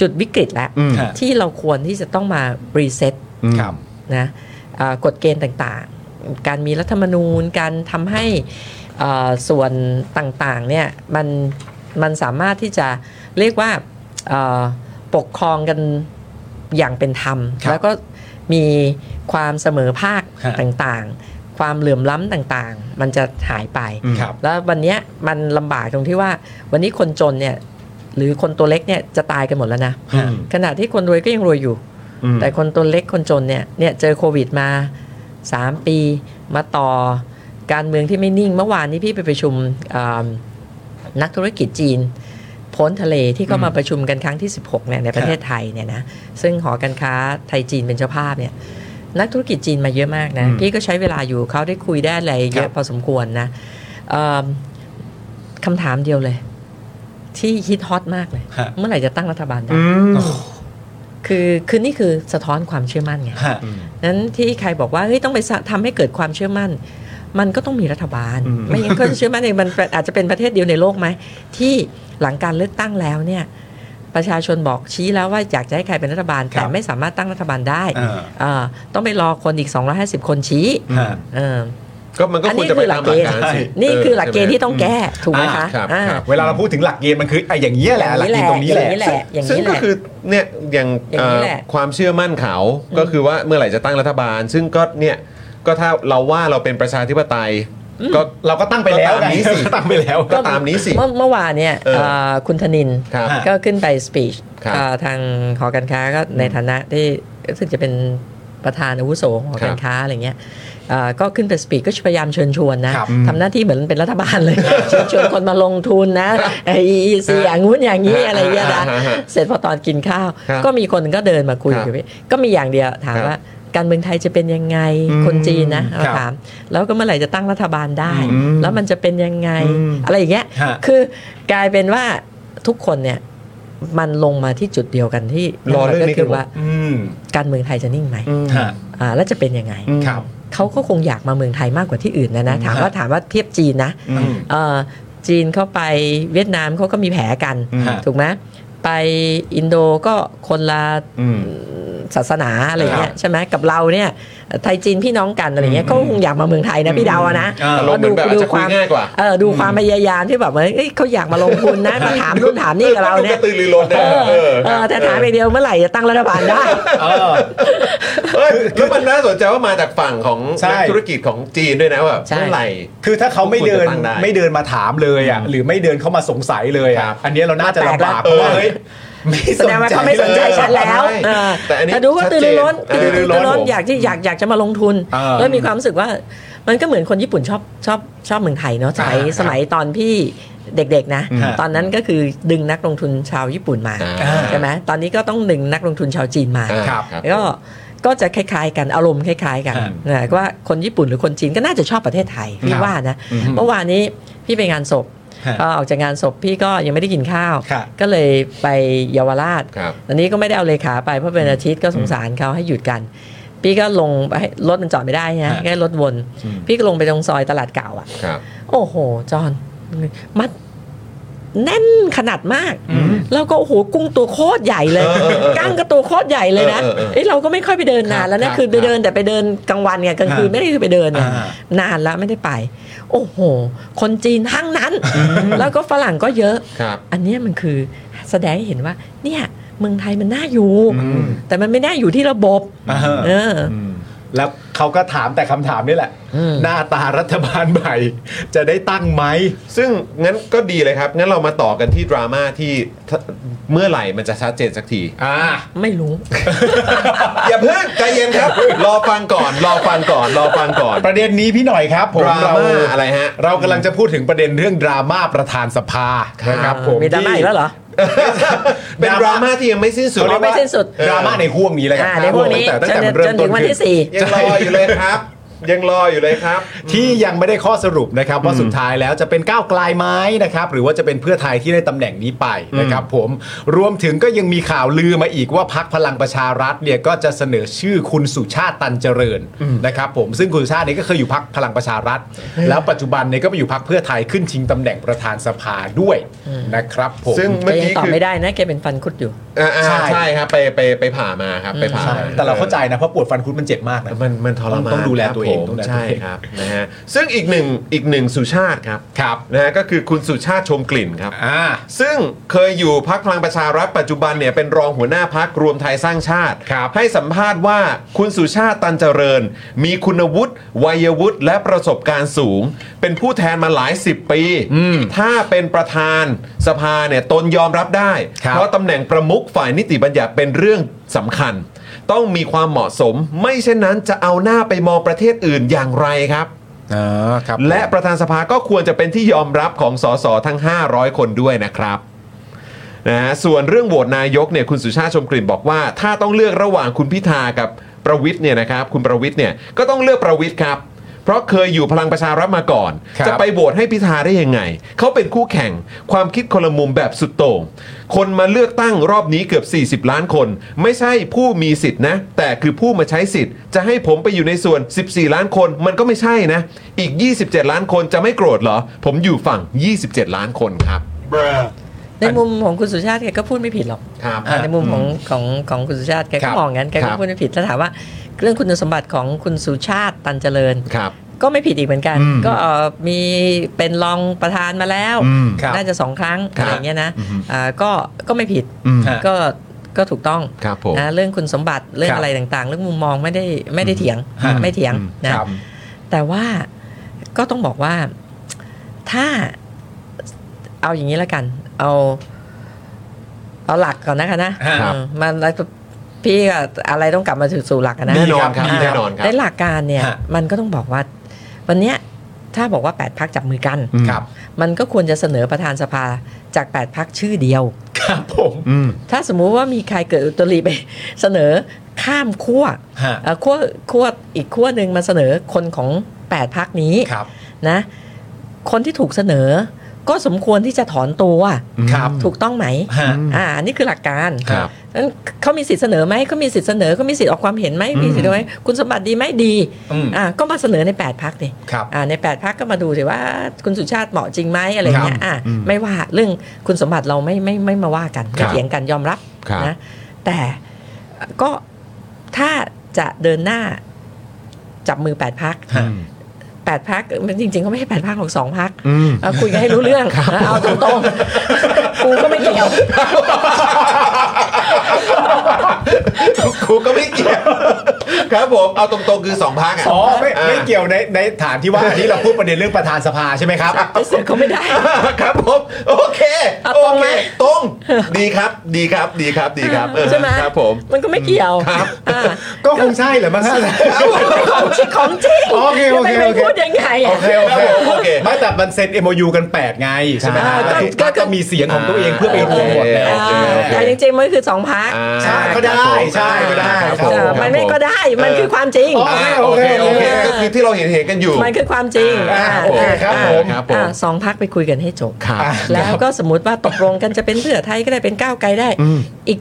[SPEAKER 6] จุดวิกฤตแล้ว
[SPEAKER 1] อืม
[SPEAKER 4] ฮะ
[SPEAKER 6] ที่เราควรที่จะต้องมารีเซ็ต
[SPEAKER 4] ครับ
[SPEAKER 6] นะเอ่อกฎเกณฑ์ต่างๆ การมีรัฐธรรมนูญการทำให้เอ่อส่วนต่างๆเนี่ยมันมันสามารถที่จะเรียกว่าเอ่อปกครองกันอย่างเป็นธรรม
[SPEAKER 4] ครับ
[SPEAKER 6] แล้วก็มีความเสมอภาค
[SPEAKER 4] ฮะ
[SPEAKER 6] ต่างๆ ความเหลื่อมล้ำต่างๆ มันจะหายไป
[SPEAKER 4] ครับ
[SPEAKER 6] แล้ววันเนี้ยมันลำบากตรงที่ว่าวันนี้คนจนเนี่ยหรือคนตัวเล็กเนี่ยจะตายกันหมดแล้วนะ
[SPEAKER 4] อืม
[SPEAKER 6] ขณะที่คนรวยก็ยังรวยอยู่ แต่คนตัวเล็กคนจนเนี่ยเนี่ยเจอโควิดมา 3 ปีมาต่อการเมืองที่ไม่นิ่ง เมื่อวานนี้พี่ไปประชุมอ่านักธุรกิจจีน พ้นทะเลที่ก็มาประชุมกันครั้งที่ 16เนี่ยในประเทศไทยเนี่ยนะซึ่งหอการค้าไทยจีนเป็นเจ้าภาพเนี่ยนักธุรกิจจีนมาเยอะมากนะ
[SPEAKER 4] อืม
[SPEAKER 6] พี่ก็ใช้เวลาอยู่เขาได้คุยได้อะไรเย
[SPEAKER 4] ครั
[SPEAKER 6] อะ
[SPEAKER 4] บ
[SPEAKER 6] พอสมควรนะเอิ่มคำถามเดียวเลย ที่ฮิตฮอตมากเลย
[SPEAKER 4] ฮะ
[SPEAKER 6] เมื่อไหร่จะตั้งรัฐบาลได้
[SPEAKER 4] โอ้
[SPEAKER 6] คือคือนี่คือสะท้อนความเชื่อมั่นไง
[SPEAKER 4] ฮะ
[SPEAKER 6] นั้นที่ใครบอกว่าเฮ้ยต้องไปสะทำให้เกิดความเชื่อมั่น มันก็ต้องมีรัฐบาล
[SPEAKER 4] อืม
[SPEAKER 6] ไม่งั้นก็จะเชื่อมั่นเองมัน อาจจะเป็นประเทศเดียวในโลกไหม ที่หลังการเลือกตั้งแล้วเนี่ยประชาชนบอกชี้แล้วว่าอยากจะให้ใครเป็นรัฐบาล แต่ไม่สามารถตั้งรัฐบาลได้
[SPEAKER 4] อ่า
[SPEAKER 6] เอ่อต้องไปรอคนอีก 250 คนชี้
[SPEAKER 4] ฮะ
[SPEAKER 6] เออ
[SPEAKER 1] ก็มันก็
[SPEAKER 6] อัน
[SPEAKER 1] คว
[SPEAKER 6] นี้
[SPEAKER 1] รจะไปตามหลัก
[SPEAKER 6] คือหลักเกณฑ์
[SPEAKER 1] การสิ
[SPEAKER 6] นี่คือหลักเกณฑ์ที่
[SPEAKER 1] ใช่ไ
[SPEAKER 6] ต้องแก้ถูกไหมคะ
[SPEAKER 1] อ่าครับ
[SPEAKER 6] อ่า
[SPEAKER 1] ครับ
[SPEAKER 4] เวลาเราพูดถึงหลักเกณฑ์มันคือไอ้อย่างนี้ยแหละหลักเกณฑ์ตรงนี้แหละ
[SPEAKER 6] อย่างนี้แหละอย่าง
[SPEAKER 1] ซึ่ง
[SPEAKER 6] นี้แห
[SPEAKER 1] ก็
[SPEAKER 6] ละ
[SPEAKER 1] คือเนี่ยอย่าง
[SPEAKER 6] อย่างนี้แหละ
[SPEAKER 1] เอ่อความเชื่อมั่นเขาก็คือว่าเมื่อไหร่จะตั้งรัฐบาล ซึ่งก็เนี่ยก็ถ้าเราว่าเราเป็นประชาธิปไตยก็
[SPEAKER 4] เราก็ตั้งไปแล้ว
[SPEAKER 1] ก็ตามนี้สิ
[SPEAKER 4] ก็ตั้งไปแล้ว
[SPEAKER 1] ก็ตามนี้สิ
[SPEAKER 6] เมื่อเมื่อวานเนี่ย
[SPEAKER 1] เออ
[SPEAKER 6] เอ่อคุณธนิน
[SPEAKER 1] ครับ
[SPEAKER 4] อ่ะ
[SPEAKER 6] ก็ขึ้นไปสปีช
[SPEAKER 1] ครับ
[SPEAKER 6] ทางหอการค้าก็ในฐานะที่รู้สึกจะเป็นประธานอาวุโสของหอการค้าอะไรเงี้ยเอ่อก็ขึ้นไปสปีชก็พยายามเชิญชวนนะครับ ทำหน้าที่เหมือนเป็นรัฐบาลเลย เชิญชวนคนมาลงทุนนะไอซีอย่างงู้นอย่างนี้อะไรเงี้ยนะ
[SPEAKER 1] ฮะฮะฮะ
[SPEAKER 6] เสร็จพอตอนกินข้าว
[SPEAKER 1] ครับ
[SPEAKER 6] ก็มีคนก็เดินมาคุย
[SPEAKER 1] ครับ
[SPEAKER 6] กับพี่ก็มีอย่างเดียวถาม
[SPEAKER 1] ครับ
[SPEAKER 6] ว่าการเมืองไทยจะเป็นยังไง
[SPEAKER 4] อืม
[SPEAKER 6] คนจีนนะ
[SPEAKER 4] ครั
[SPEAKER 6] เรา
[SPEAKER 4] บ
[SPEAKER 6] ถาม แล้วก็เมื่อไหร่จะตั้งรัฐบาลได้
[SPEAKER 4] อืม
[SPEAKER 6] แล้วมันจะเป็นยังไง
[SPEAKER 4] อืม
[SPEAKER 6] อะไรอย่างเงี้ย
[SPEAKER 4] ฮะ
[SPEAKER 6] คือกลายเป็นว่าทุกคนเนี่ยมันลงมาที่จุดเดียวกันที่
[SPEAKER 1] รอเรื่องนี้
[SPEAKER 6] ก็คือว่า
[SPEAKER 4] อืม
[SPEAKER 6] การเมืองไทยจะนิ่งไหม
[SPEAKER 4] ฮะ
[SPEAKER 6] อ่าแล้วจะเป็นยังไง
[SPEAKER 4] ครับ
[SPEAKER 6] เขาก็คงอยากมาเมืองไทยมากกว่าที่อื่นนะนะถาม
[SPEAKER 4] ฮะ
[SPEAKER 6] ว่าถามว่าเทียบจีนนะ
[SPEAKER 4] อืม
[SPEAKER 6] เอ่อจีนเข้าไปเวียดนามเขาก็มีแผลกัน
[SPEAKER 4] ฮะ
[SPEAKER 6] ถูกไหมไปอินโดก็คนละ
[SPEAKER 4] อืม
[SPEAKER 6] ศาสนาอะไรเงี้ยใช่ไหมกับเราเนี่ยไทยจีนพี่น้องกันอะไรเงี้ยเขาคงอยากมาเมืองไทยนะพี่เดาวนะ
[SPEAKER 4] อ่า
[SPEAKER 1] อารมณ์เหมือนแบบอาจจะคุยง่ายกว่า
[SPEAKER 6] เออดูความพยายามที่แบบว่าเอ้ยเขาอยากมาลงทุน นะมาถามนู่นถามนี่กับเราเนี่ย
[SPEAKER 1] ก็ตื่นรือร้น
[SPEAKER 6] เอ
[SPEAKER 1] นะ
[SPEAKER 6] อ
[SPEAKER 1] เออ
[SPEAKER 6] เออแต่ถามอย่างเดียวเมื่อไหร่จะตั้งรัฐบาลได้
[SPEAKER 1] เอ้ยแล้วมันน่าสนใจว่ามาจากฝั่งของ
[SPEAKER 4] ใช่
[SPEAKER 1] นักธุรกิจของจีนด้วยนะว่า
[SPEAKER 6] ใช่
[SPEAKER 1] เมื่อไหร่
[SPEAKER 4] คือถ้าเขาไม่เดิน
[SPEAKER 1] ควรจะตั้งได้
[SPEAKER 4] ไม่เดินมาถามเลยอ่ะหรือไม่เดินเข้ามาสงสัยเลย
[SPEAKER 1] ค
[SPEAKER 4] อ่ะ
[SPEAKER 1] รับ
[SPEAKER 4] อันเนี้ยเราน่าจะลำบากเพ
[SPEAKER 1] เออ
[SPEAKER 4] ราะว่าเฮ้
[SPEAKER 1] เฮ้
[SPEAKER 4] ย
[SPEAKER 1] ย
[SPEAKER 4] ไม่ส
[SPEAKER 6] แส
[SPEAKER 4] น
[SPEAKER 6] ด
[SPEAKER 4] ใจ
[SPEAKER 6] งว่าเขาไม่สนใจฉันแล้ว
[SPEAKER 1] ใช่
[SPEAKER 6] เออ
[SPEAKER 1] แต่อันนี้
[SPEAKER 6] ดูว่าตื่นรือร้น
[SPEAKER 1] ชัดเจน
[SPEAKER 6] ตื่นรือร้นอยากที่อยากอยากจะมาลงทุน
[SPEAKER 4] เออ
[SPEAKER 6] แล้วมีความรู้สึกว่ามันก็เหมือนคนญี่ปุ่นชอบชอบชอบเมืองไทยเนาะสมัย
[SPEAKER 4] อ่า
[SPEAKER 6] สมัยตอนพี่เด็กๆนะ
[SPEAKER 4] อืม
[SPEAKER 6] ตอนนั้นก็คือดึงนักลงทุนชาวญี่ปุ่นมา
[SPEAKER 1] อ่า
[SPEAKER 6] ใช่ไหมตอนนี้ก็ต้องดึงนักลงทุนชาวจีนมา
[SPEAKER 1] อ่า
[SPEAKER 4] ครับ
[SPEAKER 6] ก็ก็จะคล้ายๆกันอารมณ์คล้ายๆกัน
[SPEAKER 4] อ่า
[SPEAKER 6] นะว่าคนญี่ปุ่นหรือคนจีนก็น่าจะชอบประเทศไทย
[SPEAKER 4] ครั
[SPEAKER 6] พี่
[SPEAKER 4] บ
[SPEAKER 6] ว่านะ
[SPEAKER 4] อือฮึ
[SPEAKER 6] เมื่อวานนี้พี่ไปงานศพ
[SPEAKER 4] ฮะ
[SPEAKER 6] ก็ออกจากงานศพพี่ก็ยังไม่ได้กินข้าว
[SPEAKER 4] ครับ
[SPEAKER 6] ก็เลยไปเยาวราช
[SPEAKER 1] ครับ
[SPEAKER 6] ตอนนี้ก็ไม่ได้เอาเลขาไปเพราะเป็นอาทิตย์ก็สงสารเขาให้หยุดกัน พี่ก็ลงไปรถมันจอดไม่ได้นะ
[SPEAKER 4] ฮะ
[SPEAKER 6] แค่รถวน
[SPEAKER 4] อืม
[SPEAKER 6] พี่ก็ลงไปตรงซอยตลาดเก่าอ่ะ
[SPEAKER 1] ครับ
[SPEAKER 6] โอ้โห จอห์นมัดแน่นขนาดมาก แล้วก็โอ้โหกุ้งตัวโคตรใหญ่เลย
[SPEAKER 1] เออเออเออ
[SPEAKER 6] กั้งก็ตัวโคตรใหญ่เลยนะ
[SPEAKER 1] เออเออเออ
[SPEAKER 6] เอ้ยเราก็ไม่ค่อยไปเดินนานแล้
[SPEAKER 1] ค
[SPEAKER 6] วนะ
[SPEAKER 1] รับ
[SPEAKER 6] คือไป
[SPEAKER 1] ครับ
[SPEAKER 6] เดินแต่ไปเดินกลางวันไงกลางคืน
[SPEAKER 4] อ่า
[SPEAKER 6] ไม่ได้คือไปเดินไง
[SPEAKER 4] อ่าน
[SPEAKER 6] านแล้วไม่ได้ไป โอ้โห คนจีนทั้งนั้น แล้วก็ฝรั่งก็เยอะ
[SPEAKER 1] ครับ
[SPEAKER 6] อันเนี้ยมันคือแสดงให้เห็นว่า เนี่ยเมืองไทยมันน่าอยู่
[SPEAKER 4] อืม
[SPEAKER 6] แต่มันไม่น่าอยู่ที่ระบบ
[SPEAKER 4] อ่าฮะ
[SPEAKER 6] เออ
[SPEAKER 4] แล้วเขาก็ถามแต่คำถามนี่แหละ
[SPEAKER 6] อืม
[SPEAKER 4] หน้าตารัฐบาลใหม่ จะได้ตั้งไหม
[SPEAKER 1] ซึ่งงั้นก็ดีเลยครับ งั้นเรามาต่อกันที่ดราม่าที่ถ้าเมื่อไหร่มันจะชัดเจนสักที
[SPEAKER 4] อ่า
[SPEAKER 6] ไม่รู้
[SPEAKER 1] อย่าเพิ่งใจเย็น ครับ รอฟังก่อน รอฟังก่อน รอฟังก่อน
[SPEAKER 4] ประเด็นนี้พี่หน่อยครับ ผม
[SPEAKER 1] ดราม่า
[SPEAKER 4] เ
[SPEAKER 1] อะไรฮะ
[SPEAKER 4] เรากำลังจะพูดถึงประเด็นเรื่องดราม่าประธานสภานะครับผม
[SPEAKER 6] มีดราม่าอีกแล้วเหรอ
[SPEAKER 1] เป็นดราม่าที่ยังไม่สิ้นสุด
[SPEAKER 4] เขาเรียกว่า
[SPEAKER 6] ไม่สิ้นสุด
[SPEAKER 4] ดราม่าในห่วงนี้แหละครั
[SPEAKER 6] อ่าในพวกนี้
[SPEAKER 4] ตั้งแต่ตั้ง
[SPEAKER 6] จน
[SPEAKER 4] แต่มันเริ่มต้
[SPEAKER 6] จนถึ
[SPEAKER 4] น
[SPEAKER 6] งวัน
[SPEAKER 4] ขึ้น
[SPEAKER 6] ที่สี่
[SPEAKER 1] ยังรออยู่เลยครับ ยังรออยู่เลยครับ
[SPEAKER 4] ที่ยังไม่ได้ข้อสรุปนะครับว่าสุดท้ายแล้วจะเป็นก้าวไกลไหมนะครับหรือว่าจะเป็นเพื่อไทยที่ได้ตำแหน่งนี้ไปนะครับผมรวมถึงก็ยังมีข่าวลือมาอีกว่าพักพลังประชารัฐเนี่ยก็จะเสนอชื่อคุณสุชาติตันเจริญนะครับผมซึ่งคุณสุชาติเนี่ยก็เคยอยู่พักพลังประชารัฐ แล้วปัจจุบันเนี่ยก็ไปอยู่พักเพื่อไทยขึ้นชิงตำแหน่งประธานสภาด้วยนะครับผม
[SPEAKER 1] ซึ่ง
[SPEAKER 6] แก
[SPEAKER 1] เมื่อ
[SPEAKER 6] ยัง
[SPEAKER 1] กี้
[SPEAKER 6] ตอบ
[SPEAKER 1] คือ
[SPEAKER 6] ไม่ได้นะแกเป็นฟันคุดอยู่
[SPEAKER 1] อ่าอ่า
[SPEAKER 4] ใช่
[SPEAKER 1] ใช่ครับ ไปไปไปผ่ามาครับ ไปผ่า
[SPEAKER 4] ใช่
[SPEAKER 1] มา
[SPEAKER 4] แต่เราเข้าใจนะเพราะปวดฟันคุดมันเจ็บมากนะ
[SPEAKER 1] มันมันทรมาน
[SPEAKER 4] ต้องดูแลตัวเอง
[SPEAKER 1] ครับผม
[SPEAKER 4] ต้องดูแลตัวเอง
[SPEAKER 1] ใช่ครับนะฮะซึ่งอีกหนึ่งอีกหนึ่งสุชาติครับ
[SPEAKER 4] ครับ
[SPEAKER 1] นะฮะก็คือคุณสุชาติชมกลิ่นครับ
[SPEAKER 4] อ่า
[SPEAKER 1] ซึ่งเคยอยู่พักพลังประชารัฐปัจจุบันเนี่ยเป็นรองหัวหน้าพักรวมไทยสร้างชาติ
[SPEAKER 4] ครับ
[SPEAKER 1] ให้สัมภาษณ์ว่าคุณสุชาติตันเจริญ มีคุณวุฒิวัยวุฒิและประสบการณ์สูง เป็นผู้แทนมาหลาย 10 ปี ถ้าเป็นประธานสภาเนี่ยตนยอมรับได้
[SPEAKER 4] ครับ
[SPEAKER 1] เพราะตำแหน่งประมุขฝ่ายนิติบัญญัติเป็นเรื่องสำคัญ ต้องมีความเหมาะสม ไม่เช่นนั้นจะเอาหน้าไปมองประเทศอื่นอย่างไรครับ
[SPEAKER 4] อ่าครับผม
[SPEAKER 1] และประธานสภาก็ควรจะเป็นที่ยอมรับของสสทั้ง 500 คนด้วยนะครับนะฮะส่วนเรื่องโหวตนายกเนี่ยคุณสุชาติชมกลิ่นบอกว่า ถ้าต้องเลือกระหว่างคุณพิธากับประวิทย์เนี่ยนะครับคุณประวิทย์เนี่ยก็ต้องเลือกประวิทย์ครับ เพราะเคยอยู่พลังประชารัฐมาก่อน
[SPEAKER 4] ครับ
[SPEAKER 1] จะไปโหวตให้พิธาได้ยังไง เขาเป็นคู่แข่งความคิดคนละมุมแบบสุดโต่งคนมาเลือกตั้งรอบนี้เกือบ 40 ล้านคน ไม่ใช่ผู้มีสิทธิ์นะ แต่คือผู้มาใช้สิทธิ์ จะให้ผมไปอยู่ในส่วน 14 ล้านคน มันก็ไม่ใช่นะ อีก 27 ล้านคนจะไม่โกรธเหรอ ผมอยู่ฝั่ง 27 ล้านคนครับ
[SPEAKER 6] ในมุมของคุณสุชาติแกก็พูดไม่ผิดหรอก
[SPEAKER 1] ครับ
[SPEAKER 6] อ่าในมุมของของของคุณสุชาติแก
[SPEAKER 1] ครับ
[SPEAKER 6] ก็มองงั้นแก
[SPEAKER 1] ค
[SPEAKER 6] ก็
[SPEAKER 1] รับ
[SPEAKER 6] พูดไม่ผิดถ้าถามว่าเรื่องคุณสมบัติของคุณสุชาติตันเจริญ
[SPEAKER 1] ครับ
[SPEAKER 6] ก็ไม่ผิดอีกเหมือนกัน ก็เอ่อมีเป็นรองประธานมาแล้ว
[SPEAKER 4] ครับ
[SPEAKER 6] น่าจะสองครั้ง
[SPEAKER 1] ครับ
[SPEAKER 6] อะไรอย่างเงี้ยนะอ่าก็ก็ไม่ผิดก็ก็ถูกต้อง
[SPEAKER 1] ครับผม
[SPEAKER 6] นะเรื่องคุณสมบัติเรื่อง
[SPEAKER 4] ครับ
[SPEAKER 6] อะไรต่างๆ เรื่องมุมมองไม่ได้ไม่ได้เถียง
[SPEAKER 4] ฮะ
[SPEAKER 6] ไม่เถียงนะ
[SPEAKER 4] ครับ
[SPEAKER 6] แต่ว่าก็ต้องบอกว่าถ้าเอาอย่างนี้ละกัน เอาเอาหลักก่อนนะคะนะครับ เออมันพี่ก็อะไรต้องกลับมาถึงสู่หลักะนะ
[SPEAKER 1] แน่นอนครับ
[SPEAKER 6] า
[SPEAKER 1] แน่นอนครับ
[SPEAKER 6] ในหลักการเนี่ย
[SPEAKER 4] ฮะ
[SPEAKER 6] มันก็ต้องบอกว่า วันเนี้ยถ้าบอกว่า 8พักจับมือกัน
[SPEAKER 4] ครับ
[SPEAKER 6] มันก็ควรจะเสนอประธานสภาจาก 8พักชื่อเดียว
[SPEAKER 4] ครับผม
[SPEAKER 6] ถ้าสมมุติว่ามีใครเกิดอุตริไป เสนอข้ามขั้ว
[SPEAKER 4] ฮะ
[SPEAKER 6] เอ่อขั้วขั้วอีกขั้วหนึ่งมาเสนอคนของ 8พักนี้
[SPEAKER 4] ครับ
[SPEAKER 6] นะคนที่ถูกเสนอก็สมควรที่จะถอนตัว
[SPEAKER 4] ครับ
[SPEAKER 6] ถูกต้องไหม
[SPEAKER 4] ฮะ
[SPEAKER 6] อ่าอันนี่คือหลักการ
[SPEAKER 1] ครับ
[SPEAKER 6] นั้นเขามีสิทธิ์เสนอไหมเขามีสิทธิ์เสนอเขามีสิทธิ์ออกความเห็นไหมมีสิทธิ์ไหมคุณสมบัติดีไหมดี
[SPEAKER 4] อืม
[SPEAKER 6] อ่าก็มาเสนอใน8ปดพักดิ
[SPEAKER 4] ครับ
[SPEAKER 6] อ่าใน8ปดพักก็มาดูสิว่าคุณสุชาติเหมาะจริงไหมอะไร
[SPEAKER 4] ค
[SPEAKER 6] เงี้
[SPEAKER 4] รับ
[SPEAKER 6] ยอ่าไม่ว่าเรื่องคุณสมบัติเราไม่ไม่ไม่มาว่ากัน
[SPEAKER 1] ครั
[SPEAKER 6] ไม่
[SPEAKER 1] บ
[SPEAKER 6] เถียงกันยอมรับ
[SPEAKER 1] ครับ
[SPEAKER 6] นะแต่ก็ ถ้าจะเดินหน้าจับมือแปดพัก
[SPEAKER 4] ฮะ
[SPEAKER 6] แปดพักจริงๆก็ไม่ใช่แปดพักหรอกสองพัก
[SPEAKER 2] อืม
[SPEAKER 6] คุยกันให้รู้เรื่องเอาตรงๆ กูก็ไม่เกี่ยว
[SPEAKER 1] ครูก็ไม่เกี่ยวครับผมเอาตรงๆคือสองพัก
[SPEAKER 4] อ๋อไม่ไม่เกี่ยวในในฐานที่ว่าอันนี้เราพูดประเด็นเรื่องประธานสภาใช่ไหมครับ
[SPEAKER 6] ไปเสือกเขาไม่ได้
[SPEAKER 1] ครับผมโอเค
[SPEAKER 6] เอา
[SPEAKER 1] โอ
[SPEAKER 6] ตรง
[SPEAKER 1] เค
[SPEAKER 6] ไหม
[SPEAKER 1] ตรง ดีครับดีครับดีครับดีครับเออ
[SPEAKER 6] ใช่ไหม
[SPEAKER 1] ครับผม
[SPEAKER 6] มันก็ไม่เกี่ยวอ่า
[SPEAKER 4] ก็คงใช่แหละมั้งฮะ
[SPEAKER 6] ของจริงของจริง
[SPEAKER 4] โอเคโอเค
[SPEAKER 6] ทำไมไม่
[SPEAKER 4] โอเค
[SPEAKER 6] พูดอยังไง
[SPEAKER 4] โอ
[SPEAKER 6] อ่ะ
[SPEAKER 4] เคโอเค
[SPEAKER 1] โอเค
[SPEAKER 4] ไม่แต่มันเซ็น MOU กัน 8 ไง ใช่ไหมฮะ
[SPEAKER 6] ใช่
[SPEAKER 4] แล้วทุกพัก
[SPEAKER 6] ก็
[SPEAKER 4] ก็มีเสียงของตัวเองเพื่อไปรวมหมดแล้ว
[SPEAKER 1] โอเคโอเค
[SPEAKER 6] แต่จริงๆมันคือสองพัก
[SPEAKER 1] อ่า
[SPEAKER 4] ใช่ก็ได้ใช่ก็ได้
[SPEAKER 1] ครับผ
[SPEAKER 6] เออ
[SPEAKER 1] ครับ
[SPEAKER 6] มันไม่
[SPEAKER 1] ผ
[SPEAKER 6] ก็ได้ มัน
[SPEAKER 1] เออ
[SPEAKER 6] คือความจริง
[SPEAKER 4] อ๋อ
[SPEAKER 1] อ่าโอเคโอ
[SPEAKER 4] โอ
[SPEAKER 1] เค
[SPEAKER 4] เค
[SPEAKER 1] ก็คือที่เราเห็นเห็นๆกันอยู่
[SPEAKER 6] มันคือความจริง
[SPEAKER 1] อ่า
[SPEAKER 6] า
[SPEAKER 1] โอเคครับ
[SPEAKER 6] อ่า
[SPEAKER 1] ผมครับผม
[SPEAKER 6] อ่าสองพักไปคุยกันให้จบ
[SPEAKER 1] ครับ
[SPEAKER 6] แล้วก็สมมติว่าตกลงกันจะเป็นเพื่อไทยก็ได้เป็นก้าวไกลได้ อีก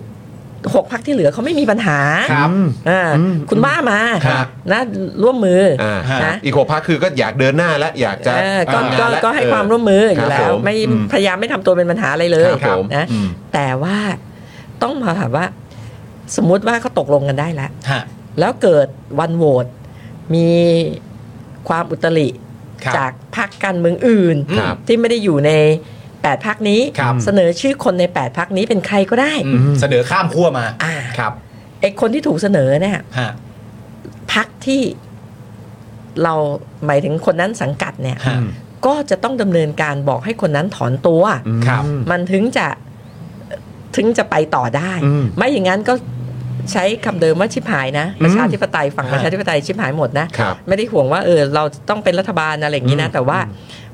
[SPEAKER 6] หกพักที่เหลือเขาไม่มีปัญหา
[SPEAKER 4] ครับ
[SPEAKER 6] อ่าคุณว่ามา
[SPEAKER 4] ครับ
[SPEAKER 6] นะร่วมมืออ
[SPEAKER 1] อ่า
[SPEAKER 6] นะ
[SPEAKER 1] อีกหกพักคือก็อยากเดินหน้าและอยากจะ
[SPEAKER 6] เออก็
[SPEAKER 1] ทำงาน
[SPEAKER 6] ก็
[SPEAKER 1] และ
[SPEAKER 6] ก็ให้ความร่วมมืออยู่แล้
[SPEAKER 1] ครับ
[SPEAKER 6] ว
[SPEAKER 1] ผม
[SPEAKER 6] ไม่
[SPEAKER 1] อืม
[SPEAKER 6] พยายามไม่ทำตัวเป็นปัญหาอะไรเลย
[SPEAKER 1] ครับผม
[SPEAKER 6] นะแต่ว่าต้องมาถามว่า สมมุติว่าเขาตกลงกันได้แล้ว
[SPEAKER 4] ฮะ
[SPEAKER 6] แล้วเกิดวันโหวตมีความอุตริ
[SPEAKER 4] ครับ
[SPEAKER 6] จากพรรคการเมืองอื่น
[SPEAKER 1] ครับ
[SPEAKER 6] ที่ไม่ได้อยู่ใน 8พักนี้
[SPEAKER 4] ครับ
[SPEAKER 6] เสนอชื่อคนใน 8พักนี้เป็นใครก็ได้
[SPEAKER 4] อืมเสนอข้ามขั้วมา
[SPEAKER 6] อ่า
[SPEAKER 4] ครับ
[SPEAKER 6] ไอคนที่ถูกเสนอเนี่ย
[SPEAKER 4] ฮะ
[SPEAKER 6] พักที่เราหมายถึงคนนั้นสังกัดเนี่ย
[SPEAKER 4] ฮะ
[SPEAKER 6] ก็จะต้องดำเนินการบอกให้คนนั้นถอนตัว
[SPEAKER 4] ครับ
[SPEAKER 6] มันถึงจะถึงจะไปต่อได้ ไม่อย่างนั้นก็ใช้คำเดิมว่าชิบหายนะประชาธิปไตยฝั่งประชาธิปไตยชิบหายหมดนะ
[SPEAKER 1] ครับ
[SPEAKER 6] ไม่ได้ห่วงว่าเออเราต้องเป็นรัฐบาลอะไรอย่างนี้นะ แต่ว่า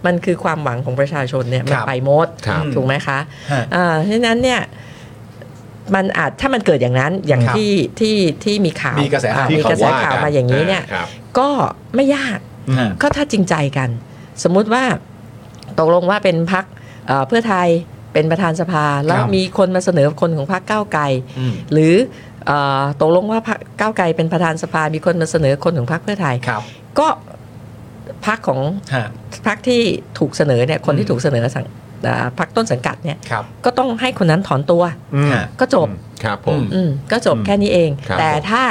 [SPEAKER 6] มันคือความหวังของประชาชนเนี่ยมันไปหมด
[SPEAKER 1] ครับ
[SPEAKER 6] ถูกไหมคะ
[SPEAKER 4] ฮะ
[SPEAKER 6] อ่าฉะนั้นเนี่ยมันอาจถ้ามันเกิดอย่างนั้นอย่าง
[SPEAKER 4] ครับ
[SPEAKER 6] ที่ที่ที่มีข่าว
[SPEAKER 4] มีกระแสข่าว
[SPEAKER 6] อ่มีกระแสข่าวมาอย่างนี้เนี่ย
[SPEAKER 1] ครับ
[SPEAKER 6] ก็ไม่ยาก
[SPEAKER 4] ฮะ
[SPEAKER 6] ก็ถ้าจริงใจกัน สมมุติว่าตกลงว่าเป็นพักเพื่อไทยเป็นประธานสภา แล้ว
[SPEAKER 4] ครับ
[SPEAKER 6] มีคนมาเสนอคนของพรรคก้าวไกล
[SPEAKER 4] อืม
[SPEAKER 6] หรือเอ่อตกลงว่าพรรคก้าวไกลเป็นประธานสภา มีคนมาเสนอคนของพรรคเพื่อไทย
[SPEAKER 4] ครับ
[SPEAKER 6] ก็พักของ
[SPEAKER 4] ฮะ
[SPEAKER 6] พักที่ถูกเสนอเนี่ยคนที่ถูกเสนอสังอ่าพักต้นสังกัดเนี่ย
[SPEAKER 4] ครับ
[SPEAKER 6] ก็ต้องให้คนนั้นถอนตัว
[SPEAKER 4] ฮะ
[SPEAKER 6] ก็จบ
[SPEAKER 1] ครับผม
[SPEAKER 6] อืมก็จบแค่นี้เอง
[SPEAKER 1] ครับ
[SPEAKER 6] แต่ถ้า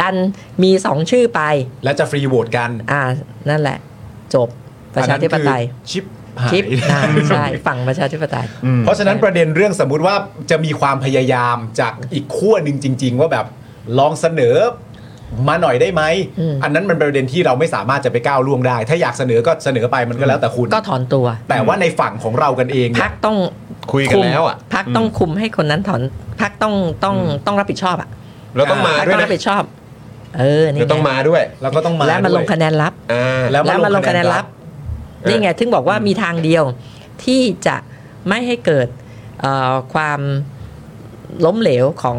[SPEAKER 6] ดันมีสองชื่อไป
[SPEAKER 4] แล้วจะฟรีโหวตกัน
[SPEAKER 6] อ่านั่นแหละ จบประชาธิป
[SPEAKER 4] อัน
[SPEAKER 6] ไตย
[SPEAKER 4] นั้นคือชิปหาย
[SPEAKER 6] ชิปอ่าใช่ฝั่งประชาธิปไตย
[SPEAKER 4] เพราะฉะนั้นประเด็นเรื่องสมมุติว่าจะมีความพยายามจากอีกขั้วหนึ่งจริง ๆ ว่าแบบลองเสนอมาหน่อยได้ไหม
[SPEAKER 6] อืม
[SPEAKER 4] นนั้นมันเป็นประเด็นที่เราไม่สามารถจะไปก้าวล่วงได้ ถ้าอยากเสนอก็เสนอไปมันก็แล้วแต่คุณ
[SPEAKER 6] ก็ถอนตัว
[SPEAKER 4] แต่ว่าในฝั่งของเรากันเอง
[SPEAKER 6] พั
[SPEAKER 4] เนี่ย
[SPEAKER 6] กต้อง
[SPEAKER 1] คุยกันแล้วอ่ะ
[SPEAKER 6] พักต้องคุมให้คนนั้นถอนพักต้องต้องต้องรับผิดชอบอ่ะ
[SPEAKER 1] แล้วต้องมา
[SPEAKER 6] พรรค
[SPEAKER 1] ด้วย
[SPEAKER 6] ต้อ
[SPEAKER 1] นะ
[SPEAKER 6] งรับผิดชอบ เออนี่
[SPEAKER 1] เดี๋ยวต้อง
[SPEAKER 6] ไง
[SPEAKER 1] มาด้วย
[SPEAKER 4] เราก็ต้องมา
[SPEAKER 6] และมา
[SPEAKER 4] ด้
[SPEAKER 6] ล
[SPEAKER 4] วย
[SPEAKER 6] งคะแนนลับ
[SPEAKER 1] อ่า
[SPEAKER 4] แล้ว
[SPEAKER 6] แล้ว
[SPEAKER 4] มา
[SPEAKER 6] มา
[SPEAKER 4] ล
[SPEAKER 6] ล
[SPEAKER 4] ง
[SPEAKER 6] ง
[SPEAKER 4] คะ
[SPEAKER 6] คะ
[SPEAKER 4] แน
[SPEAKER 6] แน
[SPEAKER 4] น
[SPEAKER 6] น
[SPEAKER 4] รั
[SPEAKER 6] รับ บ
[SPEAKER 1] อ
[SPEAKER 6] นี่ไงถึงบอกว่ามีทางเดียวที่จะไม่ให้เกิดเอ่อความล้มเหลวของ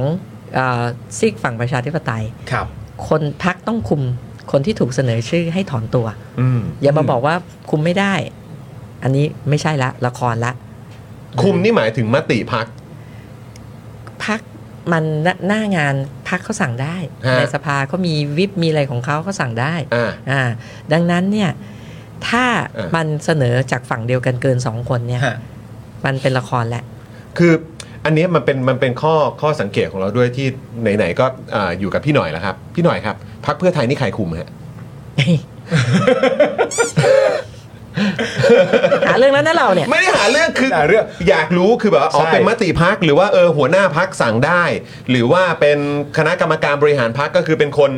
[SPEAKER 6] เอ่อซีกฝั่งประชาธิปไตย
[SPEAKER 4] ครับ
[SPEAKER 6] คนพักต้องคุมคนที่ถูกเสนอชื่อให้ถอนตัว อย่ามาบอกว่าคุมไม่ได้ อันนี้ไม่ใช่ละละครละ
[SPEAKER 1] คุมนี่หมายถึงมติพัก
[SPEAKER 6] พักมันหน้าหน้างานพักเขาสั่งได้
[SPEAKER 1] ฮะ
[SPEAKER 6] ในสภาเขามีวิปมีอะไรของเขาเขาสั่งได้
[SPEAKER 1] อ่า
[SPEAKER 6] อ่าดังนั้นเนี่ยถ้า
[SPEAKER 1] เออ
[SPEAKER 6] มันเสนอจากฝั่งเดียวกันเกินสองคนเนี่ย
[SPEAKER 4] ฮะ
[SPEAKER 6] มันเป็นละครแหละ
[SPEAKER 1] คืออันเนี้ยมันเป็นมันเป็นข้อข้อสังเกตของเราด้วยที่ไหนๆก็อ่าอยู่กับพี่หน่อยแล้วครับ พี่หน่อยครับพักเพื่อไทยนี่ใครคุมฮะ
[SPEAKER 6] หาเรื่องแล้วนะเราเนี่ย
[SPEAKER 1] ไม่ได้หาเรื่องคือ
[SPEAKER 4] หาเรื่อง
[SPEAKER 1] อยากรู้คือแบบว่าอ๋อ
[SPEAKER 4] ใช่
[SPEAKER 1] เป็นมติพักหรือว่าเออหัวหน้าพักสั่งได้ หรือว่าเป็นคณะกรรมการบริหารพักก็คือเป็นคน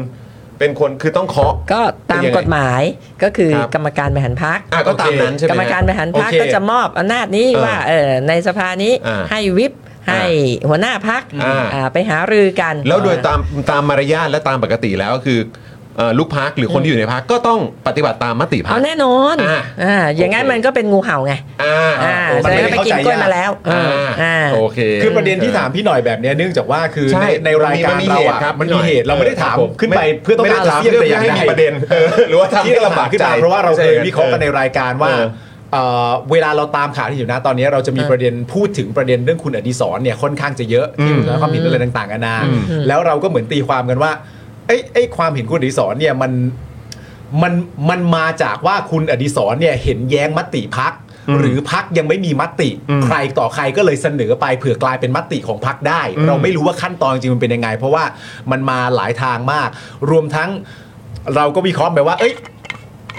[SPEAKER 1] เป็นคนคือต้องเคาะ
[SPEAKER 6] ก็ตาม
[SPEAKER 1] เป็นยังไง
[SPEAKER 6] กฎหมายก็คือ
[SPEAKER 1] ครับ
[SPEAKER 6] กรรมการบริหารพัก
[SPEAKER 1] อ่ะก็ตามนั้นใช่ไหม
[SPEAKER 6] กรรม
[SPEAKER 1] ฮะ
[SPEAKER 6] การบริหารพัก
[SPEAKER 1] โอเค
[SPEAKER 6] ก็จะมอบอำนาจนี้
[SPEAKER 1] เออ
[SPEAKER 6] ว่าเออในสภานี้
[SPEAKER 1] อ่า
[SPEAKER 6] ให้วิปให้หัวหน้าพัก
[SPEAKER 1] อ่า
[SPEAKER 6] ไปหารือกัน
[SPEAKER 1] แล้วโดยตามตามมารยาทและตามปกติแล้วก็คือเอ่อลูกพักหรือคนที่อยู่ในพักก็ต้องปฏิบัติตามมติพั
[SPEAKER 6] เอา
[SPEAKER 1] ก
[SPEAKER 6] แน่นอน
[SPEAKER 1] อ่า
[SPEAKER 6] อ่าอย่างนั้น
[SPEAKER 1] โอเค
[SPEAKER 6] มันก็เป็นงูเห่าไง
[SPEAKER 1] อ่า
[SPEAKER 6] อ่า
[SPEAKER 1] โอ
[SPEAKER 6] แส
[SPEAKER 1] เค
[SPEAKER 6] ดงว่าไปกินกล้วยมาแล้วเอออ่า
[SPEAKER 1] โอเค
[SPEAKER 4] คือประเด็นที่ถามพี่หน่อยแบบเนี้ยเนื่องจากว่าคือ
[SPEAKER 1] ใช่
[SPEAKER 4] ในในรายการ
[SPEAKER 1] มันมี
[SPEAKER 4] เรา
[SPEAKER 1] เหตุ
[SPEAKER 4] อะ
[SPEAKER 1] ครับ
[SPEAKER 4] มัน
[SPEAKER 1] พี่หน่อย
[SPEAKER 4] มีเหตุเราไม่ได้ถาม
[SPEAKER 1] ครับผม
[SPEAKER 4] ขึ้นไปเพื่อต้อง
[SPEAKER 1] ไม่ได้
[SPEAKER 4] การ
[SPEAKER 1] ถาม
[SPEAKER 4] เสียงแต่อย่าง
[SPEAKER 1] เพื่อให้
[SPEAKER 4] ใด
[SPEAKER 1] มีประเด็นเออหรือว่าทำให้
[SPEAKER 4] ที่ลำบากขึ้น
[SPEAKER 1] ลำบาก
[SPEAKER 4] มา
[SPEAKER 1] ใจ
[SPEAKER 4] เพราะว่าเราเคย
[SPEAKER 1] ใช่
[SPEAKER 4] วิเคราะห์กันในรายการว่า
[SPEAKER 1] เออ
[SPEAKER 4] เอ่อเวลาเราตามข่าวที่อยู่นะตอนนี้เราจะมีประเด็นพูดถึงประเด็นเรื่องคุณอดีศรเนี่ยค่อนข้างจะเยอะที่คุณแล้วความเห็นอะไรต่างๆนานาแล้วเราก็เหมือนตีความกันว่าไอ้ไอ้ยความเห็นคุณอดีศรเนี่ยมัน มันมันมาจากว่าคุณอดิศรเนี่ยเห็นแย้งมติพัก หรือพักยังไม่มีมติ
[SPEAKER 1] อืม
[SPEAKER 4] ใครต่อใครก็เลยเสนอไปเผื่อกลายเป็นมติของพักได้
[SPEAKER 1] อืม
[SPEAKER 4] เราไม่รู้ว่าขั้นตอนจริงๆมันเป็นยังไง เพราะว่ามันมาหลายทางมาก รวมทั้งเราก็วิเคราะห์ไปว่า เอ้ย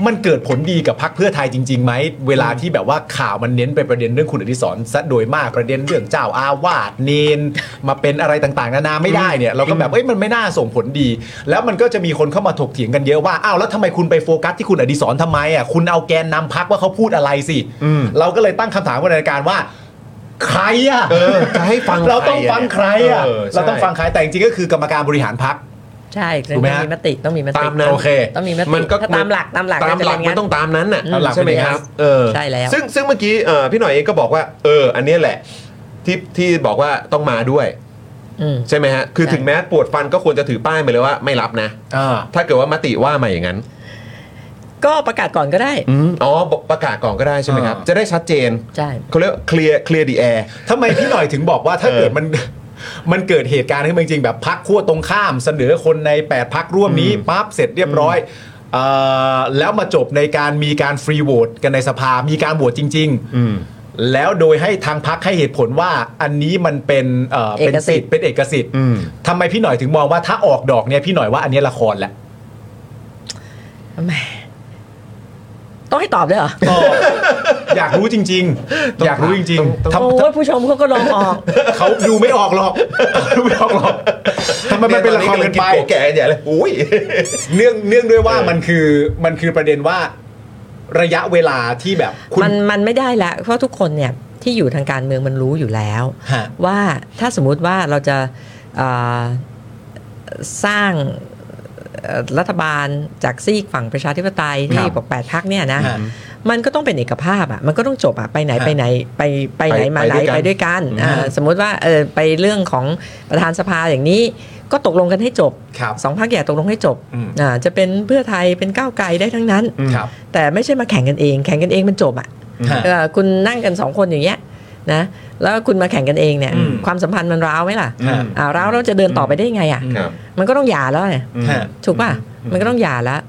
[SPEAKER 4] มันเกิดผลดีกับพักเพื่อไทยจริงๆไหมเวลาที่แบบว่าข่าวมันเน้นไปประเด็นเรื่องคุณอดิศรซะโดยมากประเด็นเรื่องเจ้าอาวาสเนน มาเป็นอะไรต่างๆนานาไม่ได้เนี่ย เราก็แบบเอ้ยมันไม่น่าส่งผลดี แล้วมันก็จะมีคนเข้ามาถกเถียงกันเยอะว่าอ้าวแล้วทำไมคุณไปโฟกัสที่คุณอดิศรทำไมอ่ะคุณเอาแกนนำพักว่าเขาพูดอะไรสิเราก็เลยตั้งคำถามกับรายการว่า ใครอ่ะ
[SPEAKER 1] เออจะให้ฟัง
[SPEAKER 4] เราต้อง
[SPEAKER 1] ใะ
[SPEAKER 4] ฟังใครอ่ะ
[SPEAKER 1] อใช่
[SPEAKER 4] เราต้องฟังใครแต่จริงๆก็คือกรรมการบริหารพัก
[SPEAKER 6] ใช่
[SPEAKER 4] ถูกไหม
[SPEAKER 6] ต้อง
[SPEAKER 4] ฮะ
[SPEAKER 6] มีมติต้องมีมติ
[SPEAKER 1] ตามนั้น
[SPEAKER 4] โอเค
[SPEAKER 6] ต้องมีมติ
[SPEAKER 1] มันก็
[SPEAKER 6] ถ้าตามหลักตามหลัก
[SPEAKER 1] ตามหลัก
[SPEAKER 6] จะเป็น
[SPEAKER 1] มัน
[SPEAKER 6] งั้น
[SPEAKER 1] ต้องตามนั้นน่ะ
[SPEAKER 4] ตามหลัก
[SPEAKER 1] ใช่ไหม
[SPEAKER 4] เป็นอ
[SPEAKER 1] ค
[SPEAKER 4] ย่างนั้
[SPEAKER 1] รั
[SPEAKER 4] น
[SPEAKER 1] บเออ
[SPEAKER 6] ใช่แล้ว
[SPEAKER 1] ซึ่งซึ่งเมื่อกี้เอ่อพี่หน่อยเองก็บอกว่า เออ อันเนี้ยแหละที่ที่บอกว่าต้องมาด้วย
[SPEAKER 6] อืม
[SPEAKER 1] ใช่ไหมฮะ คือ
[SPEAKER 6] ใช่
[SPEAKER 1] ถึงแม้ปวดฟันก็ควรจะถือป้ายไปเลยว่าไม่รับนะ
[SPEAKER 4] อ่า
[SPEAKER 1] ถ้าเกิดว่ามติว่ามาอย่างนั้น
[SPEAKER 6] ก็ประกาศก่อนก็ได้
[SPEAKER 1] อืมอ๋อบอกประกาศก่อนก็ได้ใช่ไหมครับ
[SPEAKER 4] อ่า
[SPEAKER 1] จะได้ชัดเจน
[SPEAKER 6] ใช่
[SPEAKER 1] เขาเรียกเคลียร์เคลียร์ดีแอร์
[SPEAKER 4] ทำไมพี่หน่อยถึงบอกว่าถ้า
[SPEAKER 1] เออ
[SPEAKER 4] เกิดมัน มันเกิดเหตุการณ์ขึ้นมาจริงๆแบบพักขั้วตรงข้ามเสนอคนใน 8 พักร่วมนี้ปั๊บเสร็จเรียบร้อยเอ่อแล้วมาจบในการมีการฟรีโหวตกันในสภา มีการโหวตจริง ๆ แล้วโดยให้ทางพักให้เหตุผลว่าอันนี้มันเป็นเอ่อเป็น
[SPEAKER 6] เอกสิ
[SPEAKER 4] สิท
[SPEAKER 6] ทธิ์
[SPEAKER 4] ธิ์เป็นเอกสิทธิ์
[SPEAKER 1] อืม
[SPEAKER 4] ทำไมพี่หน่อยถึงมองว่าถ้าออกดอกเนี่ยพี่หน่อยว่าอันเนี้ยละครแหละ
[SPEAKER 6] แหมต้องให้ตอบด้วยเหรอ
[SPEAKER 4] อยากรู้จริง ๆ อยากรู้จริงๆทำ
[SPEAKER 6] โอ้ยผู้ชมเขาก็ลองออก
[SPEAKER 4] เขาดูไม่ออก หรอกดูไม่ออกหรอกทำไมมันเป็นละครเกินไป
[SPEAKER 1] โกแก่ใหญ่เลยอุ้ย
[SPEAKER 4] เนื่องเนื่องด้วยว่า
[SPEAKER 1] เออ
[SPEAKER 4] มันคือมันคือประเด็นว่าระยะเวลาที่แบบคุณ
[SPEAKER 6] มันมันไม่ได้ละเพราะทุกคนเนี่ยที่อยู่ทางการเมืองมันรู้อยู่แล้ว
[SPEAKER 4] ฮะ
[SPEAKER 6] ว่าถ้าสมมุติว่าเราจะเอ่อสร้างเอ่อรัฐบาลจากซีกฝั่งประชาธิปไตยที่บอกแปดพักเนี่ยนะ
[SPEAKER 4] ฮะ
[SPEAKER 6] มันก็ต้องเป็นเอกภาพอ่ะมันก็ต้องจบอ่ะไปไหน
[SPEAKER 4] ฮะ
[SPEAKER 6] ไปไหนไปไปไหน
[SPEAKER 1] ไป
[SPEAKER 6] มาไหน
[SPEAKER 1] ไปด้วยกัน
[SPEAKER 6] ไปด้วยกันอ่า
[SPEAKER 4] อืม
[SPEAKER 6] สมมุติว่าเออไปเรื่องของประธานสภาอย่างนี้ ก็ตกลงกันให้จบ
[SPEAKER 4] ครับ
[SPEAKER 6] สองพักใหญ่ตกลงให้จบ
[SPEAKER 4] อืม
[SPEAKER 6] อ่าจะเป็นเพื่อไทยเป็นก้าวไกลได้ทั้งนั้น
[SPEAKER 4] ครับ
[SPEAKER 6] แต่ไม่ใช่มาแข่งกันเอง แข่งกันเองมันจบอ่ะ
[SPEAKER 4] ฮะ
[SPEAKER 6] เออคุณนั่งกันสองคนอย่างเงี้ยนะแล้วคุณมาแข่งกันเองเนี่ย
[SPEAKER 4] อืม
[SPEAKER 6] ความสัมพันธ์มันร้าวไหมล่ะ
[SPEAKER 4] ฮะ
[SPEAKER 6] อ่าร้าวเราจะเดินต่อไปได้ยังไงอ่ะ
[SPEAKER 1] ครับ
[SPEAKER 6] มันก็ต้องหย่าแล้วไง
[SPEAKER 4] ฮะ
[SPEAKER 6] ถูกป่ะมันก็ต้องหย่าแล้ว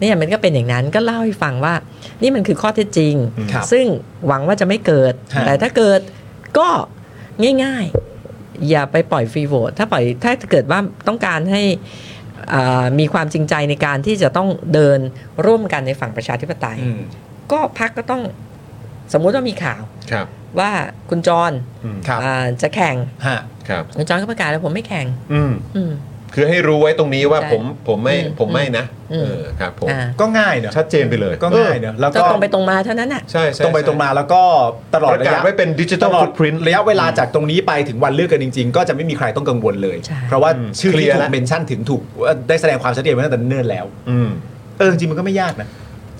[SPEAKER 6] เนี่ยมันก็เป็นอย่างนั้นก็เล่าให้ฟังว่า นี่มันคือข้อเท็จจริง
[SPEAKER 4] ครับ
[SPEAKER 6] ซึ่งหวังว่าจะไม่เกิด
[SPEAKER 4] ฮะ
[SPEAKER 6] แต่ถ้าเกิดก็ง่ายๆ อย่าไปปล่อยฟรีโหวตถ้าปล่อยถ้าเกิดว่าต้องการให้อ่ามีความจริงใจในการที่จะต้องเดินร่วมกันในฝั่งประชาธิปไตย
[SPEAKER 4] อืม
[SPEAKER 6] ก็พักก็ต้องสมมุติว่ามีข่าว
[SPEAKER 1] ครับ
[SPEAKER 6] ว่าคุณจร
[SPEAKER 4] ครับ
[SPEAKER 6] อ่าจะแข่ง
[SPEAKER 4] ฮะ
[SPEAKER 1] ครับ
[SPEAKER 6] คุณจรก็ประกาศแล้วผมไม่แข่ง
[SPEAKER 1] อืม
[SPEAKER 6] อืม
[SPEAKER 1] คือให้รู้ไว้ตรงนี้ว่า
[SPEAKER 6] ใช่
[SPEAKER 1] ผมผมไม่
[SPEAKER 6] อืม
[SPEAKER 1] ผมไม่นะ
[SPEAKER 6] อืม
[SPEAKER 1] เออครับผม
[SPEAKER 6] อ่า
[SPEAKER 4] ก็ง่ายเนอะ
[SPEAKER 1] ชัดเจนไปเลย
[SPEAKER 4] ก็ง่ายเนอะแล้ว
[SPEAKER 6] ก็
[SPEAKER 4] ก็
[SPEAKER 6] ตรงไปตรงมาเท่านั้นน่ะ
[SPEAKER 1] ใช่ใช่
[SPEAKER 4] ตรงไปตรงมาแล้วก็ตลอด
[SPEAKER 1] ประ
[SPEAKER 4] ระ
[SPEAKER 1] กาศ
[SPEAKER 4] ยะ
[SPEAKER 1] ไว้เป็นดิจิ
[SPEAKER 4] ต
[SPEAKER 1] ทัล
[SPEAKER 4] ลอ
[SPEAKER 1] ฟุ
[SPEAKER 4] ด
[SPEAKER 1] ตพิ้น
[SPEAKER 4] ระยะเวลาจากตรงนี้ไปถึงวันเลือกกันจริง ๆ ก็จะไม่มีใครต้องกังวลเลย
[SPEAKER 6] ใช่
[SPEAKER 4] เพราะว่า
[SPEAKER 1] อืม
[SPEAKER 4] ชื่อ
[SPEAKER 1] เคลี
[SPEAKER 4] ที่
[SPEAKER 1] ยร์
[SPEAKER 4] ถู
[SPEAKER 1] แล้ว
[SPEAKER 4] กเมนชั่นถึงถูกเอ่อได้แสดงความชัดเจนไว้ตั้งแต่เนิ่นแล้ว
[SPEAKER 1] อืม
[SPEAKER 4] เออจริงๆมันก็ไม่ยากนะ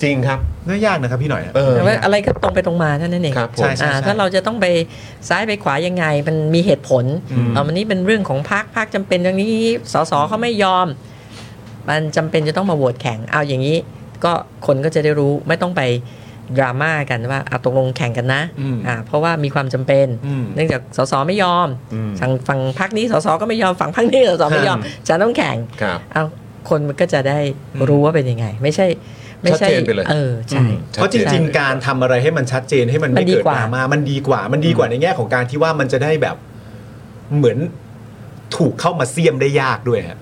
[SPEAKER 1] จริงครับ
[SPEAKER 4] ไม่ยากนะครับพี่หน่อยนะ
[SPEAKER 1] เออ
[SPEAKER 6] แต่ว่าอะไรก็ตรงไปตรงมาเท่านั้นเอง
[SPEAKER 1] ครับผม
[SPEAKER 4] ใช่ใช่
[SPEAKER 6] อ่าถ้าเราจะต้องไปซ้ายไปขวายังไง มันมีเหตุผล
[SPEAKER 1] อืม
[SPEAKER 6] เอามันนี่เป็นเรื่องของพรรคพรรคจำเป็นอย่างนี้สสเขาไม่ยอม มันจำเป็นจะต้องมาโหวตแข่งเอาอย่างนี้ ก็คนก็จะได้รู้ไม่ต้องไปดราม่ากันว่าเอาตกลงแข่งกันนะ
[SPEAKER 4] อืม
[SPEAKER 6] อ่าเพราะว่ามีความจำเป็น
[SPEAKER 4] อืม
[SPEAKER 6] เนื่องจากสสไม่ยอม
[SPEAKER 1] อืม
[SPEAKER 6] ฝั่งฝั่งพักนี้สสก็ไม่ยอมฝั่งพักนี้สสไม่ยอมจะต้องแข่ง
[SPEAKER 1] ครับ
[SPEAKER 6] เอาคนมันก็จะได้รู้ว่าเป็นยังไง ไม่ใช่ ไม่ใช่
[SPEAKER 1] ชัดเจนไปเลย
[SPEAKER 6] เออใช่
[SPEAKER 1] อืม
[SPEAKER 4] เพราะจ
[SPEAKER 1] ชัดจ
[SPEAKER 4] ริ
[SPEAKER 1] น
[SPEAKER 4] งๆ การทำอะไรให้มันชัดเจนให้มัน
[SPEAKER 6] มั
[SPEAKER 4] ไม่
[SPEAKER 6] นดี
[SPEAKER 4] เกิด
[SPEAKER 6] กว่า
[SPEAKER 4] ดราม่ามันดีกว่า มันดีกว่าในแง่ของการที่ว่ามันจะได้แบบเหมือนถูกเข้ามาเสียมได้ยากด้วยฮะ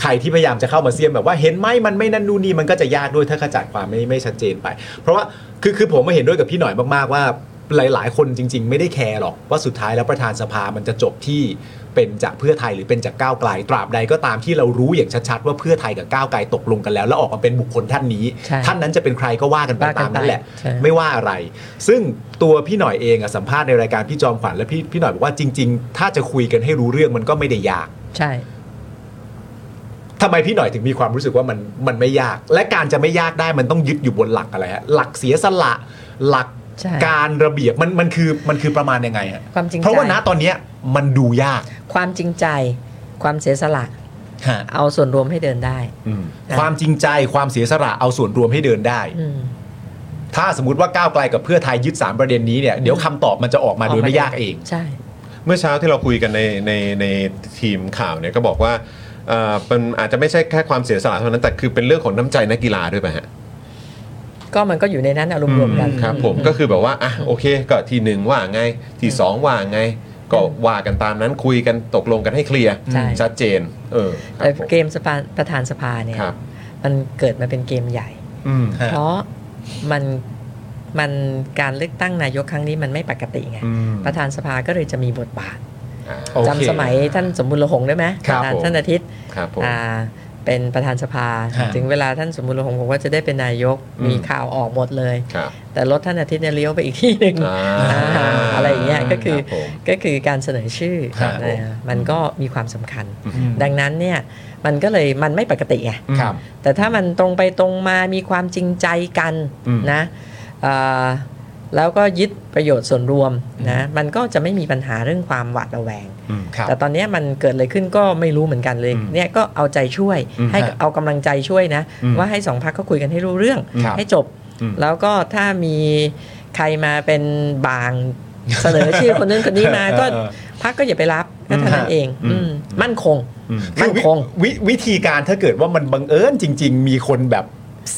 [SPEAKER 4] ใครที่พยายามจะเข้ามาเสียมแบบว่าเห็นไหมมันไม่นั่นนู่นนี่มันก็จะยากด้วยถ้าขจัดความไม่ไม่ชัดเจนไป เพราะว่าคือคือผมมาเห็นด้วยกับพี่หน่อยมากๆว่า หลายๆ คนจริง ๆ ไม่ได้แคร์หรอกว่าสุดท้ายแล้วประธานสภามันจะจบที่เป็นจากเพื่อไทยหรือเป็นจากก้าวไกลตราบใดก็ตามที่เรารู้อย่างชัดๆว่าเพื่อไทยกับก้าวไกลตกลงกันแล้ว แล้วออกมาเป็นบุคคลท่านนี้
[SPEAKER 6] ใช่
[SPEAKER 4] ท่านนั้นจะเป็นใครก็ว่ากัน ไป
[SPEAKER 6] ว่ากั
[SPEAKER 4] ตานมนั้นแหละ
[SPEAKER 6] ไปใช่
[SPEAKER 4] ไม่ว่าอะไร ซึ่งตัวพี่หน่อยเองอะสัมภาษณ์ในรายการพี่จอมขวัญและพี่พี่หน่อยบอกว่าจริง ๆ ถ้าจะคุยกันให้รู้เรื่องมันก็ไม่ได้ยาก
[SPEAKER 6] ใช่
[SPEAKER 4] ทำไมพี่หน่อยถึงมีความรู้สึกว่ามันมันไม่ยาก และการจะไม่ยากได้มันต้องยึดอยู่บนหลักอะไรฮะหลักเสียสละ หลัก
[SPEAKER 6] ใช่
[SPEAKER 4] การระเบียบมันมันคือมันคือประมาณยังไงฮะ
[SPEAKER 6] ความจริงใจ
[SPEAKER 4] เพราะว่าณตอนเนี้ยมันดูยาก
[SPEAKER 6] ความจริงใจ ความเสียสละ
[SPEAKER 4] ฮะ
[SPEAKER 6] เอาส่วนรวมให้เดินได้
[SPEAKER 1] อืม
[SPEAKER 6] นะ
[SPEAKER 4] ความจริงใจความเสียสละเอาส่วนรวมให้เดินได้
[SPEAKER 6] อืม
[SPEAKER 4] ถ้าสมมติว่าก้าวไกลกับเพื่อไทยยึดสามประเด็นนี้เนี่ยเดี๋ยวคำตอบมันจะออกมาโดยไม่ยากเอง
[SPEAKER 6] ใช่
[SPEAKER 1] เมื่อเช้าที่เราคุยกันในในในทีมข่าวเนี่ยก็บอกว่าเอ่อมันอาจจะไม่ใช่แค่ความเสียสละเท่านั้นแต่คือเป็นเรื่องของน้ำใจนักกีฬาด้วยป่ะฮะ
[SPEAKER 6] ก็มันก็อยู่ในนั้นอะรวมๆกัน
[SPEAKER 1] ครับผมก็คือแบบว่าอ่ะโอเคก็ทีหนึ่งว่าไงทีสองว่าไง ก็ว่ากันตามนั้นคุยกันตกลงกันให้เคลียร์
[SPEAKER 6] ใช่
[SPEAKER 1] ชัดเจน เออค
[SPEAKER 6] แต่
[SPEAKER 1] รับผม
[SPEAKER 6] เกมสภาประธานสภาเนี่ย
[SPEAKER 1] ครับ
[SPEAKER 6] มันเกิดมาเป็นเกมใหญ่
[SPEAKER 1] อืม
[SPEAKER 6] เพราะมันมันการเลือกตั้งนายกครั้งนี้มันไม่ปกติไง
[SPEAKER 1] อืม
[SPEAKER 6] ประธานสภาก็เลยจะมีบทบาท
[SPEAKER 1] อ่า
[SPEAKER 4] โอเค
[SPEAKER 6] จำสมัยท่านสมบูรณ์ละหงได้ไหม
[SPEAKER 1] ครับ
[SPEAKER 6] ประธาน
[SPEAKER 1] ผม
[SPEAKER 6] ท่านอาทิตย์
[SPEAKER 1] ครับผม
[SPEAKER 6] อ่าเป็นประธานสภา
[SPEAKER 4] ฮะ
[SPEAKER 6] ถึงเวลาท่านสมบูรณ์ละหงผมก็จะได้เป็นนายก
[SPEAKER 1] อืม
[SPEAKER 6] มีข่าวออกหมดเลย
[SPEAKER 1] ครับ
[SPEAKER 6] แต่รถท่านอาทิตย์เนี่ยเลี้ยวไปอีกที่หนึ่ง
[SPEAKER 1] อ่า
[SPEAKER 6] อ่าอะไรอย่างเงี้ยก็คือ
[SPEAKER 1] รับผม
[SPEAKER 6] ก็คือการเสนอชื่อ
[SPEAKER 1] ครับผม
[SPEAKER 6] นะฮะมันก็มีความสำคัญ
[SPEAKER 4] อืม
[SPEAKER 6] ดังนั้นเนี่ยมันก็เลยมันไม่ปกติไง
[SPEAKER 4] ครับ
[SPEAKER 6] แต่ถ้ามันตรงไปตรงมามีความจริงใจกัน
[SPEAKER 1] อืม
[SPEAKER 6] นะเอ่อแล้วก็ยึดประโยชน์ส่วนรวมนะมันก็จะไม่มีปัญหาเรื่องความหวาดระแวง
[SPEAKER 4] ครับ
[SPEAKER 6] แต่ตอนเนี้ยมันเกิดอะไรขึ้นก็ไม่รู้เหมือนกันเลย
[SPEAKER 1] อืม
[SPEAKER 6] เนี่ยก็เอาใจช่วย
[SPEAKER 1] อืม
[SPEAKER 6] ให้เอากำลังใจช่วยนะ
[SPEAKER 1] อืม
[SPEAKER 6] ว่าให้สองพักเขาคุยกันให้รู้เรื่อง
[SPEAKER 1] ครับ
[SPEAKER 6] ให้จบ
[SPEAKER 1] อืม
[SPEAKER 6] แล้วก็ถ้ามีใครมาเป็นบางเสนอชื่อคนนึงคนนี้มาก็
[SPEAKER 4] เออ
[SPEAKER 6] พักก็อย่าไปรับก็เท่านั้นเองอืมมั่นคง
[SPEAKER 4] คือ
[SPEAKER 6] มั่น
[SPEAKER 4] วิ
[SPEAKER 6] คง
[SPEAKER 4] วิวิธีการถ้าเกิดว่ามันบังเอิญจริง ๆ มีคนแบบ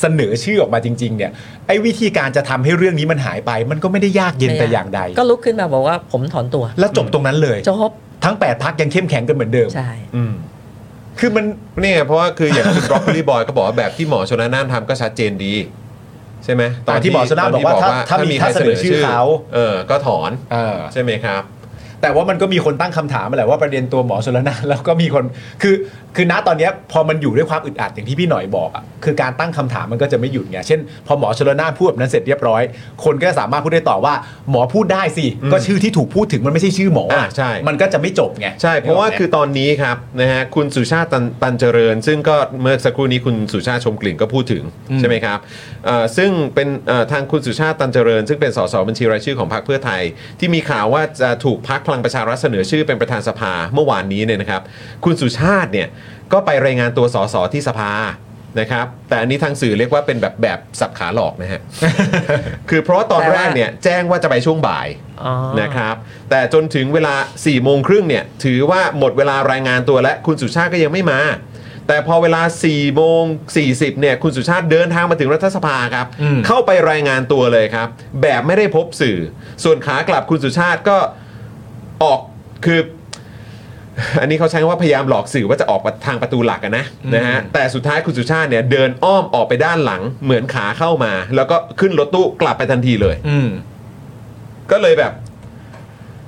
[SPEAKER 4] เสนอชื่อออกมาจริง ๆ เนี่ยไอ้วิธีการจะทำให้เรื่องนี้มันหายไป มันก็ไม่ได้ยากเย็นแต่อย่างใด
[SPEAKER 6] ก็ลุกขึ้นมาบอกว่าผมถอนตัว
[SPEAKER 4] แล้วจบตรงนั้นเลย
[SPEAKER 6] จบ
[SPEAKER 4] ทั้ง8ปดพักยังเข้มแข็งกันเหมือนเดิม
[SPEAKER 6] ใช่
[SPEAKER 4] คือมัน
[SPEAKER 1] นี่ไงเพราะว่าคืออย่างคุณ broccoli boy ก็บอกว่าแบบที่หมอชนน่านทำก็ชัดเจนดี ใช่ไหม
[SPEAKER 4] แต่ที่หมอชนน่าน
[SPEAKER 1] ตที่
[SPEAKER 4] บอกว่าถ้าถ้ามี
[SPEAKER 1] ใครเสนอชื่อ
[SPEAKER 4] เสนอชื่อเขา
[SPEAKER 1] เออก็ถอน
[SPEAKER 4] เออ
[SPEAKER 1] ใช่ไหมครับ
[SPEAKER 4] แต่ว่ามันก็มีคนตั้งคำถามมาแหละว่าประเด็นตัวหมอชลนาน แล้วก็มีคนคือ คือณตอนเนี้ยพอมันอยู่ด้วยความอึดอัดอย่างที่พี่หน่อยบอกอ่ะคือการตั้งคำถามมันก็จะไม่หยุดไงเช่น พอหมอชลนานพูดแบบนั้นเสร็จเรียบร้อย คนก็สามารถพูดได้ต่อว่า หมอพูดได้สิ ก็ชื่อที่ถูกพูดถึงมันไม่ใช่ชื่อหมออ่ะ
[SPEAKER 1] อ่ะใช่
[SPEAKER 4] มันก็จะไม่จบไง
[SPEAKER 1] ใช่ เพราะว่าคือตอนนี้ครับนะฮะคุณสุชาติตันตันเจริญ ซึ่งก็เมื่อสักครู่นี้คุณสุชาติชมกลิ่นก็พูดถึงใช่ไหมครับเอ่อซึ่งเป็นเอ่อทางคุณสุชาติตันเจริญ ซึ่งเป็นสสบัญชีรายชื่อของพรรคเพื่อไทย ที่มีข่าวว่าจะถูกพรรคพลังประชารัฐเสนอชื่อเป็นประธานสภาเมื่อวานนี้เนี่ยนะครับ คุณสุชาติเนี่ยก็ไปรายงานตัวสสที่สภานะครับ แต่อันนี้ทางสื่อเรียกว่าเป็นแบบแบบสับขาหลอกนะฮะ คือเพราะว่าตอนแรกเนี่ยแจ้งว่าจะไปช่วงบ่าย
[SPEAKER 6] อ๋อ
[SPEAKER 1] นะครับแต่จนถึงเวลา4ี่โมงครึ่งเนี่ยถือว่าหมดเวลารายงานตัวและคุณสุชาติก็ยังไม่มา แต่พอเวลา4ี่โมงสี่สิบเนี่ยคุณสุชาติเดินทางมาถึงรัฐสภาครับ เข้าไปรายงานตัวเลยครับ แบบไม่ได้พบสื่อ ส่วนขากลับคุณสุชาติก็ออกคือ อันนี้เขาใช้คำว่าพยายามหลอกสื่อว่าจะออกทางประตูหลักอะนะนะฮะแต่สุดท้ายคุณสุชาติเนี่ยเดินอ้อมออกไปด้านหลังเหมือนขาเข้ามา แล้วก็ขึ้นรถตู้กลับไปทันทีเลย
[SPEAKER 4] อืม
[SPEAKER 1] ก็เลยแบบ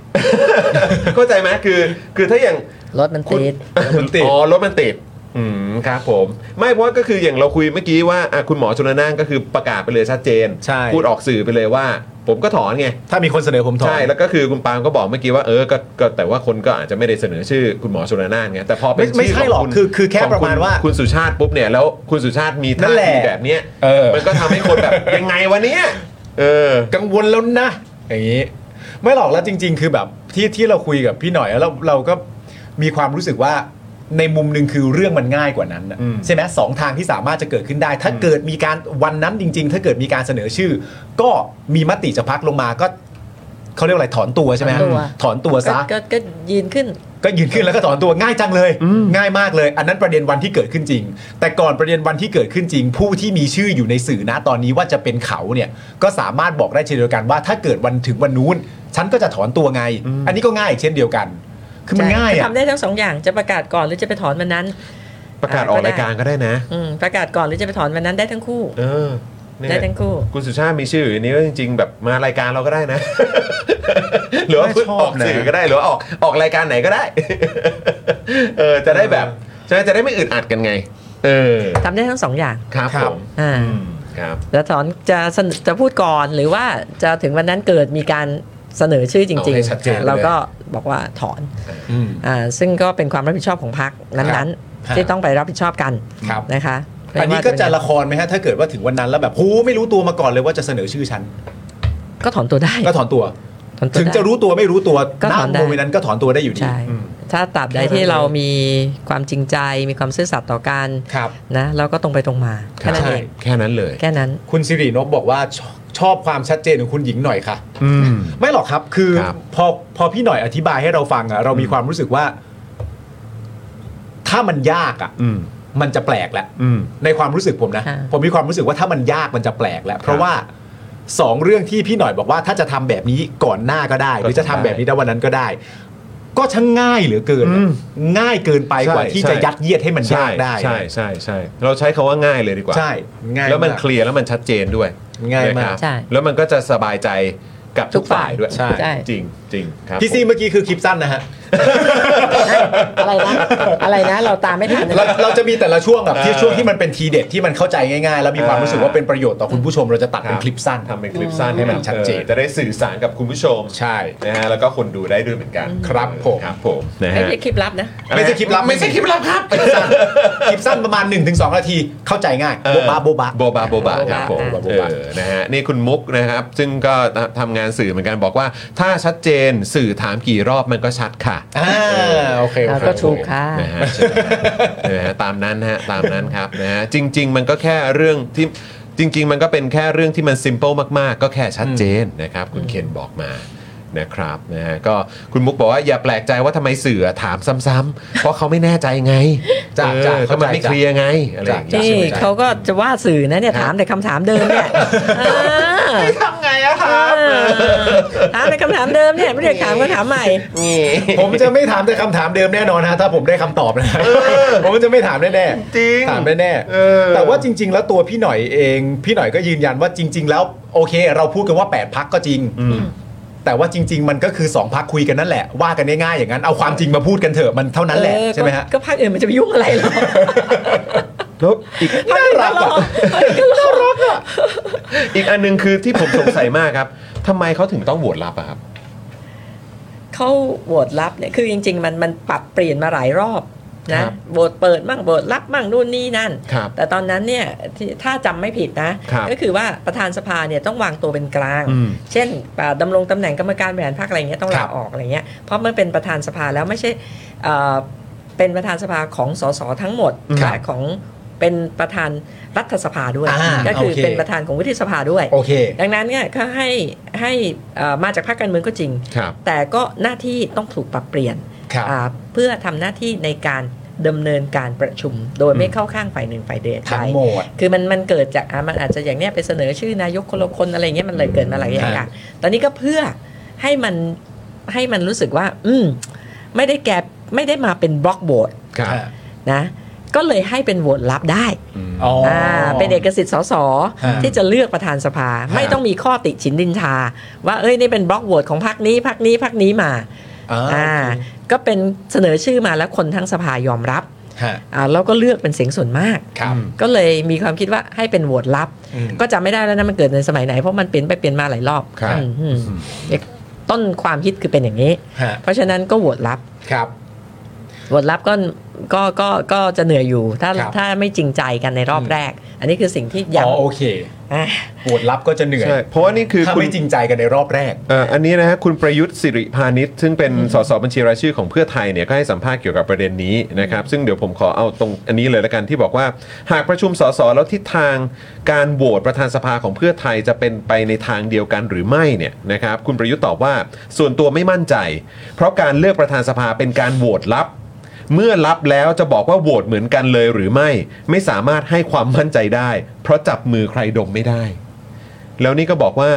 [SPEAKER 1] เข้าใจไหมคือ คือถ้าอย่าง
[SPEAKER 6] รถมันติด
[SPEAKER 4] รถมันติด
[SPEAKER 1] อ๋อรถมันติด อืมครับผม ไม่เพราะว่าก็คืออย่างเราคุยเมื่อกี้ว่าอ่ะคุณหมอชนละนานก็คือประกาศไปเลยชัดเจน
[SPEAKER 4] ใช่
[SPEAKER 1] พูดออกสื่อไปเลยว่า ผมก็ถอนไง
[SPEAKER 4] ถ้ามีคนเสนอผมถอน
[SPEAKER 1] ใช่ แล้วก็คือคุณปาล์มก็บอกเมื่อกี้ว่าเออก็ก็แต่ว่าคนก็อาจจะไม่ได้เสนอชื่อคุณหมอชนละนานไงแต่พอเป็น
[SPEAKER 4] ไม่ไม่ใช่
[SPEAKER 1] ขง
[SPEAKER 4] หรอก
[SPEAKER 1] ณ
[SPEAKER 4] คือคือแค่ประมาณ
[SPEAKER 1] ของณ
[SPEAKER 4] ว่า
[SPEAKER 1] คุณสุชาติปุ๊บเนี่ยแล้วคุณสุชาติมี
[SPEAKER 4] นั่
[SPEAKER 1] ท่าน
[SPEAKER 4] แหละ
[SPEAKER 1] ทีแบบเนี้ย
[SPEAKER 4] เออ
[SPEAKER 1] มันก็ทำให้คนแบบ ยังไงวะเนี้ยเออ
[SPEAKER 4] กังวลแล้วนะ อย่างนี้ ไม่หรอกแล้วจริง ๆ คือแบบที่ที่เราคุยกับพี่หน่อยแล้วเราเราก็มีความรู้สึกว่าในมุมหนึ่งคือเรื่องมันง่ายกว่านั้นน่ะ
[SPEAKER 1] อืม
[SPEAKER 4] ใช่ไหมสองทางที่สามารถจะเกิดขึ้นได้ ถ้าเกิดมีการวันนั้นจริง ๆ ถ้าเกิดมีการเสนอชื่อ ก็มีมติจากพักลงมาก็เขาเรียกอะไรถอนตัวใช่ไหม
[SPEAKER 6] ถอนตัว
[SPEAKER 4] ถอนตัวซะ
[SPEAKER 6] ก็ก็ก็ยืนขึ้น
[SPEAKER 4] ก็ยืนขึ้นแล้วก็ถอนตัวง่ายจังเลย ง่ายมากเลย อันนั้นประเด็นวันที่เกิดขึ้นจริง แต่ก่อนประเด็นวันที่เกิดขึ้นจริง ผู้ที่มีชื่ออยู่ในสื่อนะตอนนี้ว่าจะเป็นเขาเนี่ยก็สามารถบอกได้เช่นเดียวกันว่า ถ้าเกิดวันถึงวันนู้น ฉันก็จะถอนตัวไง อันนี้ก็ง่ายอีกเช่นเดียวกัน คือมัน
[SPEAKER 6] ใช่
[SPEAKER 4] ง่าย
[SPEAKER 6] จะ
[SPEAKER 4] อ่ะ
[SPEAKER 6] ทำได้ทั้งสองอย่างจะประกาศก่อนหรือจะไปถอนวันนั้น
[SPEAKER 1] ประกาศออกรายการก็ได้นะ
[SPEAKER 6] อืมประกาศก่อนหรือจะไปถอนวันนั้นได้ทั้งคู่
[SPEAKER 1] เออเนี่ย
[SPEAKER 6] ได้ทั้งคู่
[SPEAKER 1] คุณสุชาติมีชื่ออยู่ในนี้ก็จริงๆ แบบมารายการเราก็ได้นะ หรือว่า
[SPEAKER 4] ไม่
[SPEAKER 1] พึ่ง
[SPEAKER 4] ชอบ
[SPEAKER 1] ออกสื่อ
[SPEAKER 4] นะ
[SPEAKER 1] ก็ได้หรือว่าออกออกรายการไหนก็ได้ เออจะได้แบบใช่ไหมจะได้ไม่อึดอัดกันไง เออ
[SPEAKER 6] ทำได้ทั้งสองอย่าง
[SPEAKER 1] ครับ
[SPEAKER 4] ครั
[SPEAKER 1] ผ
[SPEAKER 4] บ
[SPEAKER 1] ม
[SPEAKER 6] อ่า
[SPEAKER 1] อืมครับ
[SPEAKER 6] จะถอนจะเสนอจะพูดก่อนหรือว่าจะถึงวันนั้นเกิดมีการเสนอชื่อจริง
[SPEAKER 1] เอาให้ชัดเจนเลย
[SPEAKER 6] เราก็บอกว่าถอน
[SPEAKER 4] อืม
[SPEAKER 6] อ่าซึ่งก็เป็นความรับผิดชอบของพรรคนั้น
[SPEAKER 4] ครับ
[SPEAKER 6] ๆ ที่ต้องไปรับผิดชอบกัน
[SPEAKER 4] ครับ
[SPEAKER 6] นะคะ
[SPEAKER 4] อันนี้ก็จะละครไหมฮะถ้าเกิดว่าถึงวันนั้นแล้วแบบโหไม่รู้ตัวมาก่อนเลยว่าจะเสนอชื่อฉัน
[SPEAKER 6] ก็ถอนตัวได้
[SPEAKER 4] ก็ถอนตัว
[SPEAKER 6] ถอนตัว
[SPEAKER 4] ถึง
[SPEAKER 6] ได้
[SPEAKER 4] จะรู้ตัวไม่รู้ตัว
[SPEAKER 6] ก็
[SPEAKER 4] ณ
[SPEAKER 6] ถอนได้
[SPEAKER 4] โมเมนต์นั้นก็ถอนตัวได้อยู่ดี
[SPEAKER 6] ใช่ถ้าตราบใดที่เรามีความจริงใจมีความซื่อสัตย์ต่อกัน
[SPEAKER 4] ครับ
[SPEAKER 6] นะเราก็ตรงไปตรงมาแค่นั้นเอง
[SPEAKER 1] แค่นั้นเลย
[SPEAKER 6] แค่นั้น
[SPEAKER 4] คุณสิรินพบอกว่าชอบชอบความชัดเจนของคุณหญิงหน่อยค่ะ
[SPEAKER 1] อืม
[SPEAKER 4] ไม่หรอกครับ คือ
[SPEAKER 1] ครับ
[SPEAKER 4] พอพอพี่หน่อยอธิบายให้เราฟังอะเรามีความรู้สึกว่า ถ้ามันยากอะ
[SPEAKER 1] อืม
[SPEAKER 4] มันจะแปลกแหละ
[SPEAKER 2] อืม
[SPEAKER 4] ในความรู้สึกผมนะ
[SPEAKER 6] ค่ะ
[SPEAKER 4] ผมมีความรู้สึกว่าถ้ามันยากมันจะแปลกแล้ว เพราะว่าสองเรื่องที่พี่หน่อยบอกว่าถ้าจะทำแบบนี้ก่อนหน้าก็ได้ หรือจะทำแบบนี้ได้วันนั้นก็ได้ ก็ช่างง่ายเหลือเกิน
[SPEAKER 2] อืม
[SPEAKER 4] ง่ายเกินไปกว่าที่
[SPEAKER 1] ใช่
[SPEAKER 4] จะยัดเยียดให้มัน
[SPEAKER 1] ใช่
[SPEAKER 4] ยากได้
[SPEAKER 1] ใช่ใช่ใช่เราใช้คำว่าง่ายเลยดีกว่า
[SPEAKER 4] ใช่ง่าย
[SPEAKER 1] แล้วมัน
[SPEAKER 4] าก
[SPEAKER 1] เคลียร์แล้วมันชัดเจนด้วย
[SPEAKER 4] ง่าย
[SPEAKER 1] นะ
[SPEAKER 4] มาก
[SPEAKER 1] ครับ
[SPEAKER 6] ใช่
[SPEAKER 1] แล้วมันก็จะสบายใจกับทุกฝ่ายด้วย
[SPEAKER 6] ใช่ใช่
[SPEAKER 1] จริงจริงครับ
[SPEAKER 4] พี่ซีเมื่อกี้คือคลิปสั้นนะฮะ
[SPEAKER 6] อะไรนะ อะไรนะ เราตามไม่ทันนะ
[SPEAKER 4] เราเราจะมีแต่ละช่วงแบบที่ช่วงที่มันเป็นทีเด็ดที่มันเข้าใจง่ายๆ แล้วมีความรู้สึกว่าเป็นประโยชน์ต่อคุณผู้ชมเราจะตัด
[SPEAKER 1] รั
[SPEAKER 4] เป็น
[SPEAKER 1] บ
[SPEAKER 4] คลิปสั้น
[SPEAKER 1] ทำเป็นคลิปสั้นให้มัน
[SPEAKER 4] ชัดเจน
[SPEAKER 1] ออจะได้สื่อสารกับคุณผู้ชม
[SPEAKER 4] ใช่
[SPEAKER 1] นะฮะแล้วก็คนดูได้ด้วยเหมือนกัน
[SPEAKER 4] ครับผม
[SPEAKER 1] ครับผมนะ
[SPEAKER 6] ไม่
[SPEAKER 1] ฮะ
[SPEAKER 6] ใช่คลิปลับนะ
[SPEAKER 4] ไม่ใช่คลิปลับ
[SPEAKER 1] ไม่ใช่คลิปลับครับ
[SPEAKER 4] คลิปสั้นคลิปสั้นประมาณ 1-2 นาทีเข้าใจง่าย
[SPEAKER 1] เออ
[SPEAKER 4] โบบะโบบะ
[SPEAKER 1] โบบะโบบะครับผม
[SPEAKER 6] โบบะ
[SPEAKER 1] เออนะฮะนี่คุณมุกนะครับ ซึ่งก็ทำงานสื่อเหมือนกันบอกว่า ถ้าชัดเจนสื่อถามกี่รอบมันก็ชัดค่ะ
[SPEAKER 4] อ่าโอเคโอ
[SPEAKER 6] เรา
[SPEAKER 4] เค
[SPEAKER 6] ก็ถูกค่ะ
[SPEAKER 1] นะฮะใช่ไหมนะฮะตามนั้นฮะตามนั้นครับนะฮะจริง ๆ มันก็แค่เรื่องที่จริง ๆ มันก็เป็นแค่เรื่องที่มัน simple มากๆ ก็แค่ชัดเจนนะครับ คุณเคนบอกมานะครับนะฮะก็คุณมุกบอกว่าอย่าแปลกใจว่าทำไมสื่อถามซ้ำๆเพราะเขาไม่แน่ใจไง
[SPEAKER 4] จ้ะ
[SPEAKER 1] เออ
[SPEAKER 4] จ้ะ
[SPEAKER 1] ก็มันไม่
[SPEAKER 4] เข้าใจ
[SPEAKER 1] เคลียร์ไงอะไรอย่าง
[SPEAKER 4] จ้ะ
[SPEAKER 1] เงี้ย
[SPEAKER 4] จ้ะ
[SPEAKER 6] นี่
[SPEAKER 1] ใช่ไหมครับ
[SPEAKER 6] เขาก็จะว่าสื่อนะเนี่ยถามแต่คำถามเดิมเนี่ยทำไงอะครับถามแต่คำถามเดิมเนี่ยไม่ได้ถามก็ถามใหม่
[SPEAKER 4] ผมจะไม่ถามแต่คำถามเดิมแน่นอนฮะถ้าผมได้คำตอบนะ ผมจะไม่ถามแน่ๆจริงถามแน่ๆแต่ว่าจริง ๆ แล้วตัวพี่หน่อยเอง พี่หน่อยก็ยืนยันว่าจริง ๆ แล้วโอเค เราพูดกันว่าแปดพักก็จริงแต่ว่าจริง ๆ มันก็คือสองพักคุยกันนั่นแหละว่ากันง่ายๆอย่างนั้นเอาความจริงมาพูดกันเถอะมันเท่านั้นแหละ
[SPEAKER 6] เออ
[SPEAKER 4] ใช่ไหมฮะ
[SPEAKER 6] ก็ก็ภาคอื่นมันจะไปยุ่งอะไรหรอ
[SPEAKER 1] แล้วอีก
[SPEAKER 6] ภาคอื่นก็รอภาคอื่นก็รอ
[SPEAKER 1] อีกอันหนึงคือที่ผมสงสัยมากครับ ทำไมเขาถึงต้องโหวตรับอะครับ
[SPEAKER 6] เขาโหวตรับเนี่ยคือจริง ๆ มันมันปรับเปลี่ยนมาหลายรอบ
[SPEAKER 1] ค
[SPEAKER 6] นะ
[SPEAKER 1] รับ
[SPEAKER 6] โหวตเปิดบ้างโหวตรับบ้างนู่นนี่นั่น
[SPEAKER 1] ครับ
[SPEAKER 6] แต่ตอนนั้นเนี่ยที่ถ้าจำไม่ผิดนะ
[SPEAKER 1] ครับ
[SPEAKER 6] ก็คือว่าประธานสภาเนี่ยต้องวางตัวเป็นกลาง
[SPEAKER 1] อืม
[SPEAKER 6] เช่นอ่าดำารงตำแหน่งกรรมการบริหารพรรคอะไรเงี้ยต้อง
[SPEAKER 4] ครั
[SPEAKER 6] ลา
[SPEAKER 4] บ
[SPEAKER 6] ออกอะไรเงี้ยเพราะมันเป็นประธานสภาแล้วไม่ใช่เอ่อเป็นประธานสภาของสสทั้งหมด
[SPEAKER 1] ครับ
[SPEAKER 6] และของเป็นประธานรัฐสภาด้วย
[SPEAKER 4] อ่า
[SPEAKER 6] ก็คือ
[SPEAKER 4] โอเค
[SPEAKER 6] เป็นประธานของวุฒิสภาด้วย
[SPEAKER 4] โอเค
[SPEAKER 6] ดังนั้นเนี่ยก็ให้ให้เอ่อมาจากพรรคการเมืองก็จริง
[SPEAKER 1] ครับ
[SPEAKER 6] แต่ก็หน้าที่ต้องถูกปรับเปลี่ยน
[SPEAKER 4] ครับ
[SPEAKER 6] อ่าเพื่อทำหน้าที่ในการดำเนินการประชุม โดยไม่เข้าข้างฝ่ายหนึ่งฝ่ายใด
[SPEAKER 4] ทั้งหมด
[SPEAKER 6] คือมันมันเกิดจากอ่ะมันอาจจะอย่างเนี้ยไปเสนอชื่อนายกคนละคนอะไรเงี้ยมันเลยเกิดมาหลายอย่าง
[SPEAKER 4] ครับ
[SPEAKER 6] ตอนนี้ก็เพื่อให้มันให้มันรู้สึกว่า อืมไม่ได้แกไม่ได้มาเป็นบล็อกโหวต
[SPEAKER 1] ครับ
[SPEAKER 6] นะ ก็เลยให้เป็นโหวตลับได้
[SPEAKER 4] อ๋ออ
[SPEAKER 6] ่าเป็นเอกสิทธิ์สส
[SPEAKER 4] ฮะ
[SPEAKER 6] ที่จะเลือกประธานสภา ไม่ต้องมีข้อติฉินดินทา ว่าเอ้ยนี่เป็นบล็อกโหวตของพรรคนี้พรรคนี้พรรคนี้มา
[SPEAKER 4] อ่า
[SPEAKER 6] ก็เป็นเสนอชื่อมาแล้วคนทั้งสภายอมรับ
[SPEAKER 4] ฮะ
[SPEAKER 6] อ่าแล้วก็เลือกเป็นเสียงส่วนมาก
[SPEAKER 4] ครับ
[SPEAKER 6] ก็เลยมีความคิดว่าให้เป็นโหวตลับ
[SPEAKER 4] อืม
[SPEAKER 6] ก็จำไม่ได้แล้วนะมันเกิดในสมัยไหน เพราะมันเปลี่ยนไปเปลี่ยนมาหลายรอบ
[SPEAKER 4] ครับ
[SPEAKER 6] อืมอืมต้นความคิดคือเป็นอย่างนี้
[SPEAKER 4] ฮะ
[SPEAKER 6] เพราะฉะนั้นก็โหวตลับ
[SPEAKER 4] ครับ
[SPEAKER 6] โหวตลับก็ก็ก็ก็จะเหนื่อยอยู่ ถ้า
[SPEAKER 4] ครับ
[SPEAKER 6] ถ้าไม่จริงใจกันในรอบแรก อันนี้คือสิ่งที่
[SPEAKER 4] อ๋
[SPEAKER 6] ย้ำ
[SPEAKER 4] อโอเค
[SPEAKER 6] อ่ะ
[SPEAKER 4] โหวตรับก็จะเหนื่อย
[SPEAKER 1] ใช่ เพราะว่านี่คือ
[SPEAKER 4] ถ้า
[SPEAKER 1] คุณ
[SPEAKER 4] ไม่จริงใจกันในรอบแรก
[SPEAKER 1] เอ่ออันนี้นะฮะคุณประยุทธ์สิริพานิชย์ซึ่งเป็นสสบัญชีรายชื่อของเพื่อไทยเนี่ยก็ให้สัมภาษณ์เกี่ยวกับประเด็นนี้นะครับ ซึ่งเดี๋ยวผมขอเอาตรงอันนี้เลยละกันที่บอกว่า หากประชุมสสแล้วทิศทางการโหวตประธานสภาของเพื่อไทยจะเป็นไปในทางเดียวกันหรือไม่เนี่ยนะครับ คุณประยุทธ์ตอบว่าส่วนตัวไม่มั่นใจ เพราะการเลือกประธานสภาเป็นการโหวตลับ เมื่อรับแล้วจะบอกว่าโหวตเหมือนกันเลยหรือไม่ ไม่สามารถให้ความมั่นใจได้ เพราะจับมือใครดมไม่ได้ แล้วนี่ก็บอกว่า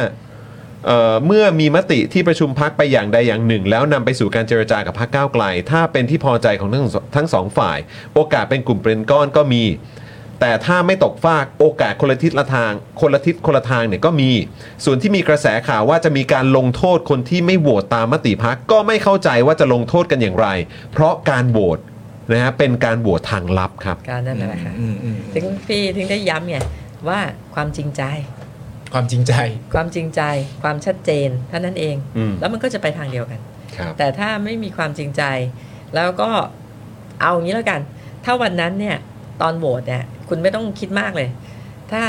[SPEAKER 1] เอ่อเมื่อมีมติที่ประชุมพักไปอย่างใดอย่างหนึ่ง แล้วนำไปสู่การเจรจากับพักก้าวไกล ถ้าเป็นที่พอใจของทั้งสองทั้งสองฝ่าย โอกาสเป็นกลุ่มเป็นก้อนก็มี แต่ถ้าไม่ตกฟากโอกาสคนละทิศละทาง คนละทิศคนละทางเนี่ยก็มี ส่วนที่มีกระแสข่าวว่าจะมีการลงโทษคนที่ไม่โหวตตามมติพักก็ไม่เข้าใจว่าจะลงโทษกันอย่างไร เพราะการโหวตนะฮะเป็นการโหวตทางลับครับ
[SPEAKER 6] การนั่นแหละค่ะถึงพี่ถึงได้ย้ำไงว่าความจริงใจ
[SPEAKER 4] ความจริงใจ
[SPEAKER 6] ความจริงใจ ความชัดเจนเท่านั้นเอง
[SPEAKER 1] อืม
[SPEAKER 6] แล้วมันก็จะไปทางเดียวกัน
[SPEAKER 1] ครับ
[SPEAKER 6] แต่ถ้าไม่มีความจริงใจ แล้วก็เอาอย่างนี้แล้วกัน ถ้าวันนั้นเนี่ยตอนโหวตเนี่ยคุณไม่ต้องคิดมากเลย ถ้า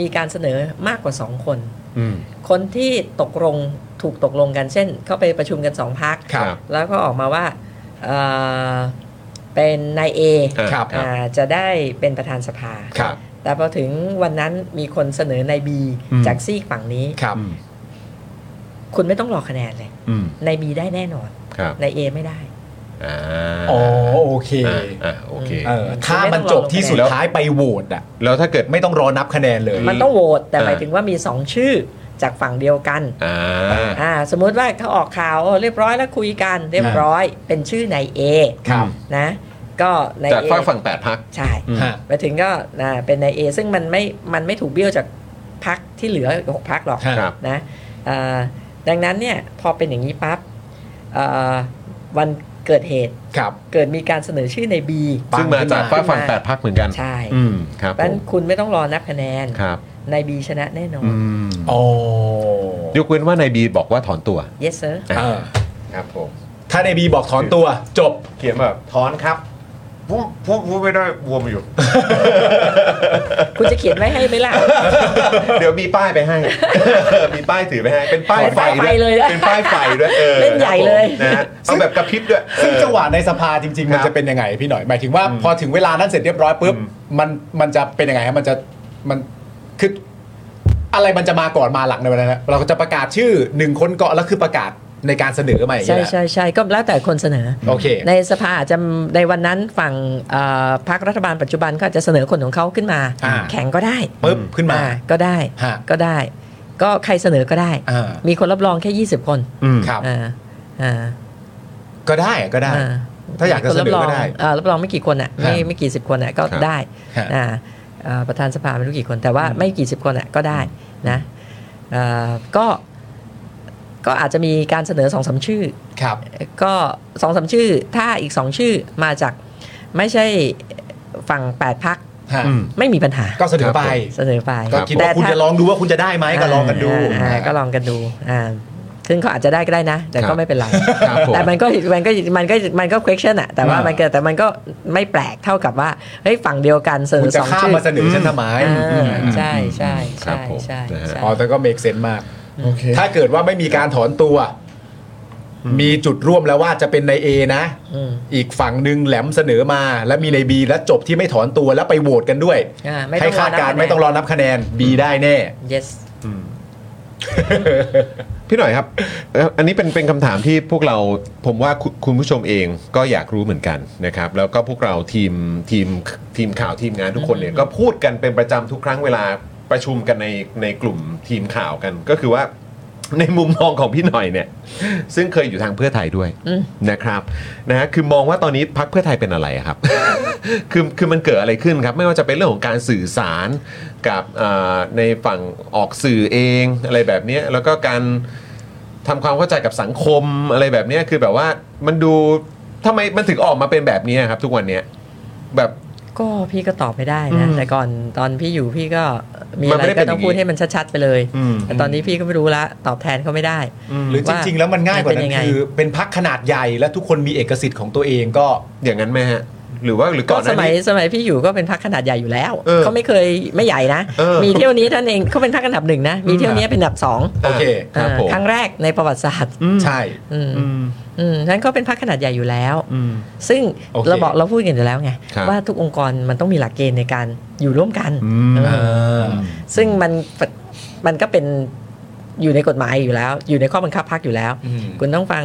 [SPEAKER 6] มีการเสนอมากกว่าสองคน
[SPEAKER 1] อืม
[SPEAKER 6] คนที่ตกลงถูกตกลงกันเช่น เข้าไปประชุมกันสองพัก
[SPEAKER 1] ครับ
[SPEAKER 6] แล้วก็ออกมาว่าเอ่อเป็นนายเอ
[SPEAKER 1] อ่ะ
[SPEAKER 4] ครับ
[SPEAKER 6] อ่าจะได้เป็นประธานสภา
[SPEAKER 4] ครับ
[SPEAKER 6] แต่พอถึงวันนั้นมีคนเสนอนายบี
[SPEAKER 2] อืม
[SPEAKER 6] จากซีกฝั่งนี้
[SPEAKER 4] ครับ
[SPEAKER 6] คุณไม่ต้องรอคะแนนเลย
[SPEAKER 2] อืม
[SPEAKER 6] นายบีได้แน่นอน
[SPEAKER 1] ครับ
[SPEAKER 6] นายเอไม่ได้
[SPEAKER 1] อ่า
[SPEAKER 4] อ๋อโอเค
[SPEAKER 1] อ่าอ่าโอเค
[SPEAKER 4] เออถ้ามันจบที่สุดท้ายไปโหวตอ่ะ
[SPEAKER 1] แล้วถ้าเกิด
[SPEAKER 4] ไม่ต้องรอนับคะแนนเลย
[SPEAKER 6] มันต้องโหวตแต่
[SPEAKER 1] อ่า
[SPEAKER 6] หมายถึงว่ามีสองชื่อจากฝั่งเดียวกัน
[SPEAKER 1] อ่า
[SPEAKER 6] อ่าสมมุติว่าเขาออกข่าวโอ้เรียบร้อยแล้วคุยกันเรียบร้อย เป็นชื่อนายเอ
[SPEAKER 4] ครับ
[SPEAKER 6] นะก็นาย
[SPEAKER 1] จาก
[SPEAKER 6] เอ
[SPEAKER 1] ฝั่งฝั่งแปดพัก
[SPEAKER 6] ใช่
[SPEAKER 1] อืม
[SPEAKER 4] ฮะ
[SPEAKER 6] หมายถึงก็อ่าเป็นนายเอซึ่งมันไม่มันไม่ถูกเบี้ยวจากพักที่เหลืออีกหกพักหรอก
[SPEAKER 4] ฮะ
[SPEAKER 1] ครับ
[SPEAKER 6] นะเอ่อดังนั้นเนี่ยพอเป็นอย่างนี้ปั๊บเอ่อวันเกิดเหตุ
[SPEAKER 4] ครับ
[SPEAKER 6] เกิดมีการเสนอชื่อใน B
[SPEAKER 1] ซึ่งมาจากฝั่งฝั่งแปดพักเหมือนกัน
[SPEAKER 6] ใช่
[SPEAKER 1] อืมครับ
[SPEAKER 6] เพ
[SPEAKER 1] ผ
[SPEAKER 6] ราะฉะนั้
[SPEAKER 1] ม
[SPEAKER 6] นคุณไม่ต้องรอนับคะแนน
[SPEAKER 1] ครับ
[SPEAKER 6] ใน B ชนะแน่นอน
[SPEAKER 1] อืม
[SPEAKER 4] โอ้
[SPEAKER 1] ยกเว้นว่านายบีบอกว่าถอนตัว
[SPEAKER 6] yes sir
[SPEAKER 1] อ่า
[SPEAKER 4] อ่า
[SPEAKER 1] ครับผม
[SPEAKER 4] ถ้าในบีบอกถอนตัวจบ
[SPEAKER 1] เขียนแบบถอนครับพูดพูดพูดไม่ได้บวมอยู่
[SPEAKER 6] คุณจะเขียนไว้ให้ไหมล่ะ
[SPEAKER 1] เดี๋ยวมีป้ายไปให้ มีป้ายถือไปให้ เป็นป้าย
[SPEAKER 6] เป็น
[SPEAKER 1] ไฟ
[SPEAKER 6] ป้าย
[SPEAKER 1] ด้วย
[SPEAKER 6] ไฟเลยนะ
[SPEAKER 1] เป็นป้ายไฟด้วยเออ
[SPEAKER 6] เล่นใหญ่
[SPEAKER 1] ครับผม
[SPEAKER 6] เลย
[SPEAKER 1] นะฮะเอาแบบกระพริบด้วย
[SPEAKER 4] ซึ่งจังหวะในสภาจริง ๆ มั
[SPEAKER 1] ค
[SPEAKER 4] น
[SPEAKER 1] รับ
[SPEAKER 4] จะเป็นยังไงพี่หน่อย หมายถึงว่าพอถึงเวลานั้นเสร็จเรียบร้อยปุ๊บ
[SPEAKER 1] อืม
[SPEAKER 4] มันมันจะเป็นยังไงฮะมันจะมันคืออะไรมันจะมาก่อนมาหลังในวันนั้นฮะเราก็จะประกาศชื่อหนึ่งคนก่อนแล้วคือประกาศในการเสนอใหม่าง
[SPEAKER 6] ใช่
[SPEAKER 4] เงี้ยนะ
[SPEAKER 6] ใช่ใช่ก็แล้วแต่คนเสนอ
[SPEAKER 4] โอเค
[SPEAKER 6] ในสภาอาจจะในวันนั้นฝั่งเอ่อพรรครัฐบาลปัจจุบันก็อาจจะเสนอคนของเขาขึ้นมา
[SPEAKER 4] อ่า
[SPEAKER 6] แข่งก็ได้
[SPEAKER 4] ปุ๊บขึ้นมา
[SPEAKER 6] อ่าก็ได้
[SPEAKER 4] ฮะ
[SPEAKER 6] ก็ได้ ก็ใครเสนอก็ได้
[SPEAKER 4] อ่า
[SPEAKER 6] มีคนรับรองแค่ 20 คน
[SPEAKER 4] ครับ
[SPEAKER 6] อ่าอ่า
[SPEAKER 4] ก็ได้ก็ได้
[SPEAKER 6] อ่
[SPEAKER 4] ถ้าอยากจะเสนอ
[SPEAKER 6] มีคนรับรง
[SPEAKER 4] ก็ได้
[SPEAKER 6] อ่ารับรองไม่กี่คนอ่ะไม่
[SPEAKER 4] ครับ
[SPEAKER 6] ไม่กี่สิบคนอ่ะก็
[SPEAKER 1] ครับ
[SPEAKER 6] ได้
[SPEAKER 4] ครับ
[SPEAKER 6] อ่าอ่าประธานสภาไม่รู้กี่คนแต่ว่าไม่กี่สิบคนอ่ะก็ได้นะอ่าก็ก็อาจจะมีการเสนอสองสามชื่อ
[SPEAKER 4] ครับ
[SPEAKER 6] ก็สองสามชื่อ ถ้าอีกสองชื่อมาจากไม่ใช่ฝั่งแปดพัก
[SPEAKER 4] ฮะ
[SPEAKER 1] อืม
[SPEAKER 6] ไม่มีปัญหา
[SPEAKER 4] ก็เสนอไป
[SPEAKER 6] เสนอไป
[SPEAKER 4] ก็คิดว่า
[SPEAKER 6] แต่
[SPEAKER 4] คุณ
[SPEAKER 6] ถ้
[SPEAKER 4] จะลองดูว่าคุณจะได้ไหมก็ลองกันดู
[SPEAKER 6] อ่าอ่าก็ลองกันดูอ่าซึ่งเขาอาจจะได้ก็ได้นะ แต่
[SPEAKER 1] ครั
[SPEAKER 6] ก็
[SPEAKER 1] บ
[SPEAKER 6] ไม่เป็นไร
[SPEAKER 1] ครับผม
[SPEAKER 6] แต่มันก็มันก็มันก็มันก็ question อะแต่ว่า
[SPEAKER 4] อ่ามั
[SPEAKER 6] มันเกิดแต่มันก็ไม่แปลกเท่ากับว่าเฮ้ยฝั่งเดียวกันเสน
[SPEAKER 4] คุณ
[SPEAKER 6] อ
[SPEAKER 4] จะ
[SPEAKER 6] สอง
[SPEAKER 4] ข้าม
[SPEAKER 6] ชื่อ
[SPEAKER 4] มาเสนอฉันทำไม
[SPEAKER 6] อ่าใช่ใช่
[SPEAKER 1] ครั
[SPEAKER 6] ใช่
[SPEAKER 1] บผม
[SPEAKER 6] ใช่
[SPEAKER 1] นะฮะ
[SPEAKER 6] ใช่
[SPEAKER 4] อ๋อแต่ก็เมกเซนมาก
[SPEAKER 1] โอเค
[SPEAKER 4] ถ้าเกิดว่าไม่มีการถอนตัว มีจุดร่วมแล้วว่าจะเป็นใน A นะ
[SPEAKER 6] อืม
[SPEAKER 4] อีกฝั่งหนึ่งแหลมเสนอมา และมีใน B และจบที่ไม่ถอนตัวแล้วไปโหวตกันด้วย
[SPEAKER 6] อ่าไม่ต้
[SPEAKER 4] ให้
[SPEAKER 6] องรอ
[SPEAKER 4] คาด
[SPEAKER 6] นับ
[SPEAKER 4] การ
[SPEAKER 6] คะ
[SPEAKER 4] ณ์
[SPEAKER 6] แนน
[SPEAKER 4] ไม่ต้องรอนับคะแนน B ได้แน่
[SPEAKER 6] yes
[SPEAKER 1] พี่หน่อยครับ เอ่ออันนี้เป็นเป็นคำถามที่พวกเราผมว่าคุคุณผู้ชมเองก็อยากรู้เหมือนกันนะครับ แล้วก็พวกเราทีมทีมทีมข่าวทีมงานทุกคนเนี่ยก็พูดกันเป็นประจำทุกครั้งเวลาประชุมกันในในกลุ่มทีมข่าวกัน ก็คือว่าในมุมมองของพี่หน่อยเนี่ย ซึ่งเคยอยู่ทางเพื่อไทยด้วย
[SPEAKER 6] อืม
[SPEAKER 1] นะครับนะฮะคือมองว่าตอนนี้พักเพื่อไทยเป็นอะไรอะครับ คือคือมันเกิดอะไรขึ้นครับ ไม่ว่าจะเป็นเรื่องของการสื่อสารกับอ่าในฝั่งออกสื่อเองอะไรแบบเนี้ยแล้วก็การทำความเข้าใจกับสังคมอะไรแบบเนี้ยคือแบบว่ามันดูทำไมมันถึงออกมาเป็นแบบนี้ครับ ทุกวันเนี้ยแบบ
[SPEAKER 6] ก็พี่ก็ตอบไม่ได้นะ
[SPEAKER 1] อืม
[SPEAKER 6] แต่ก่อนตอนพี่อยู่พี่ก็มี
[SPEAKER 1] มัน
[SPEAKER 6] อะไร
[SPEAKER 1] ไม่ได้
[SPEAKER 6] ก็
[SPEAKER 1] เป็นอ
[SPEAKER 6] ต้อย่าง ง
[SPEAKER 1] นี้
[SPEAKER 6] พูดให้มันชัดๆไปเลย
[SPEAKER 1] อืม
[SPEAKER 6] แต่ตอนนี้พี่ก็ไม่รู้ละตอบแทนเขาไม่ได้
[SPEAKER 4] หรือจริง ๆ แล้วมันง่ายกว่านั้
[SPEAKER 6] เป็นยั
[SPEAKER 4] น
[SPEAKER 6] งไง
[SPEAKER 4] คือเป็นพักขนาดใหญ่และทุกคนมีเอกสิทธิ์ของตัวเองก็
[SPEAKER 1] อย่างนั้นไหมฮะหรือว่าหรือ
[SPEAKER 6] ก็
[SPEAKER 1] ก่อนห
[SPEAKER 6] ส
[SPEAKER 1] น้า
[SPEAKER 6] มัย
[SPEAKER 1] นี้
[SPEAKER 6] สมัยพี่อยู่ก็เป็นพักขนาดใหญ่อยู่แล้ว
[SPEAKER 1] เออ
[SPEAKER 6] ไม่เคยไม่ใหญ่นะ
[SPEAKER 1] เออ
[SPEAKER 6] มีเที่ยวนี้ท่านเองเขาเป็นพักอันดับหนึ่งนะมีเที่ยวนี้เป็นอันดับสอง
[SPEAKER 4] โอเค
[SPEAKER 1] ครับผม
[SPEAKER 6] เออครั้งแรกในประวัติศาสตร์
[SPEAKER 4] ใช่
[SPEAKER 6] อืมอืมนั้นก็เป็นพักขนาดใหญ่อยู่แล้ว ซึ่ง
[SPEAKER 4] โอเค
[SPEAKER 6] เราบอกเราพูดกันอยู่แล้วไง
[SPEAKER 1] ครับ
[SPEAKER 6] ว่าทุกองค์กรมันต้องมีหลักเกณฑ์ในการอยู่ร่วมกันเออ
[SPEAKER 4] ม
[SPEAKER 6] ซึ่งมันมันก็เป็นอยู่ในกฎหมายอยู่แล้ว อยู่ในข้อบังคับพักอยู่แล้ว
[SPEAKER 4] อืม
[SPEAKER 6] คุณต้องฟัง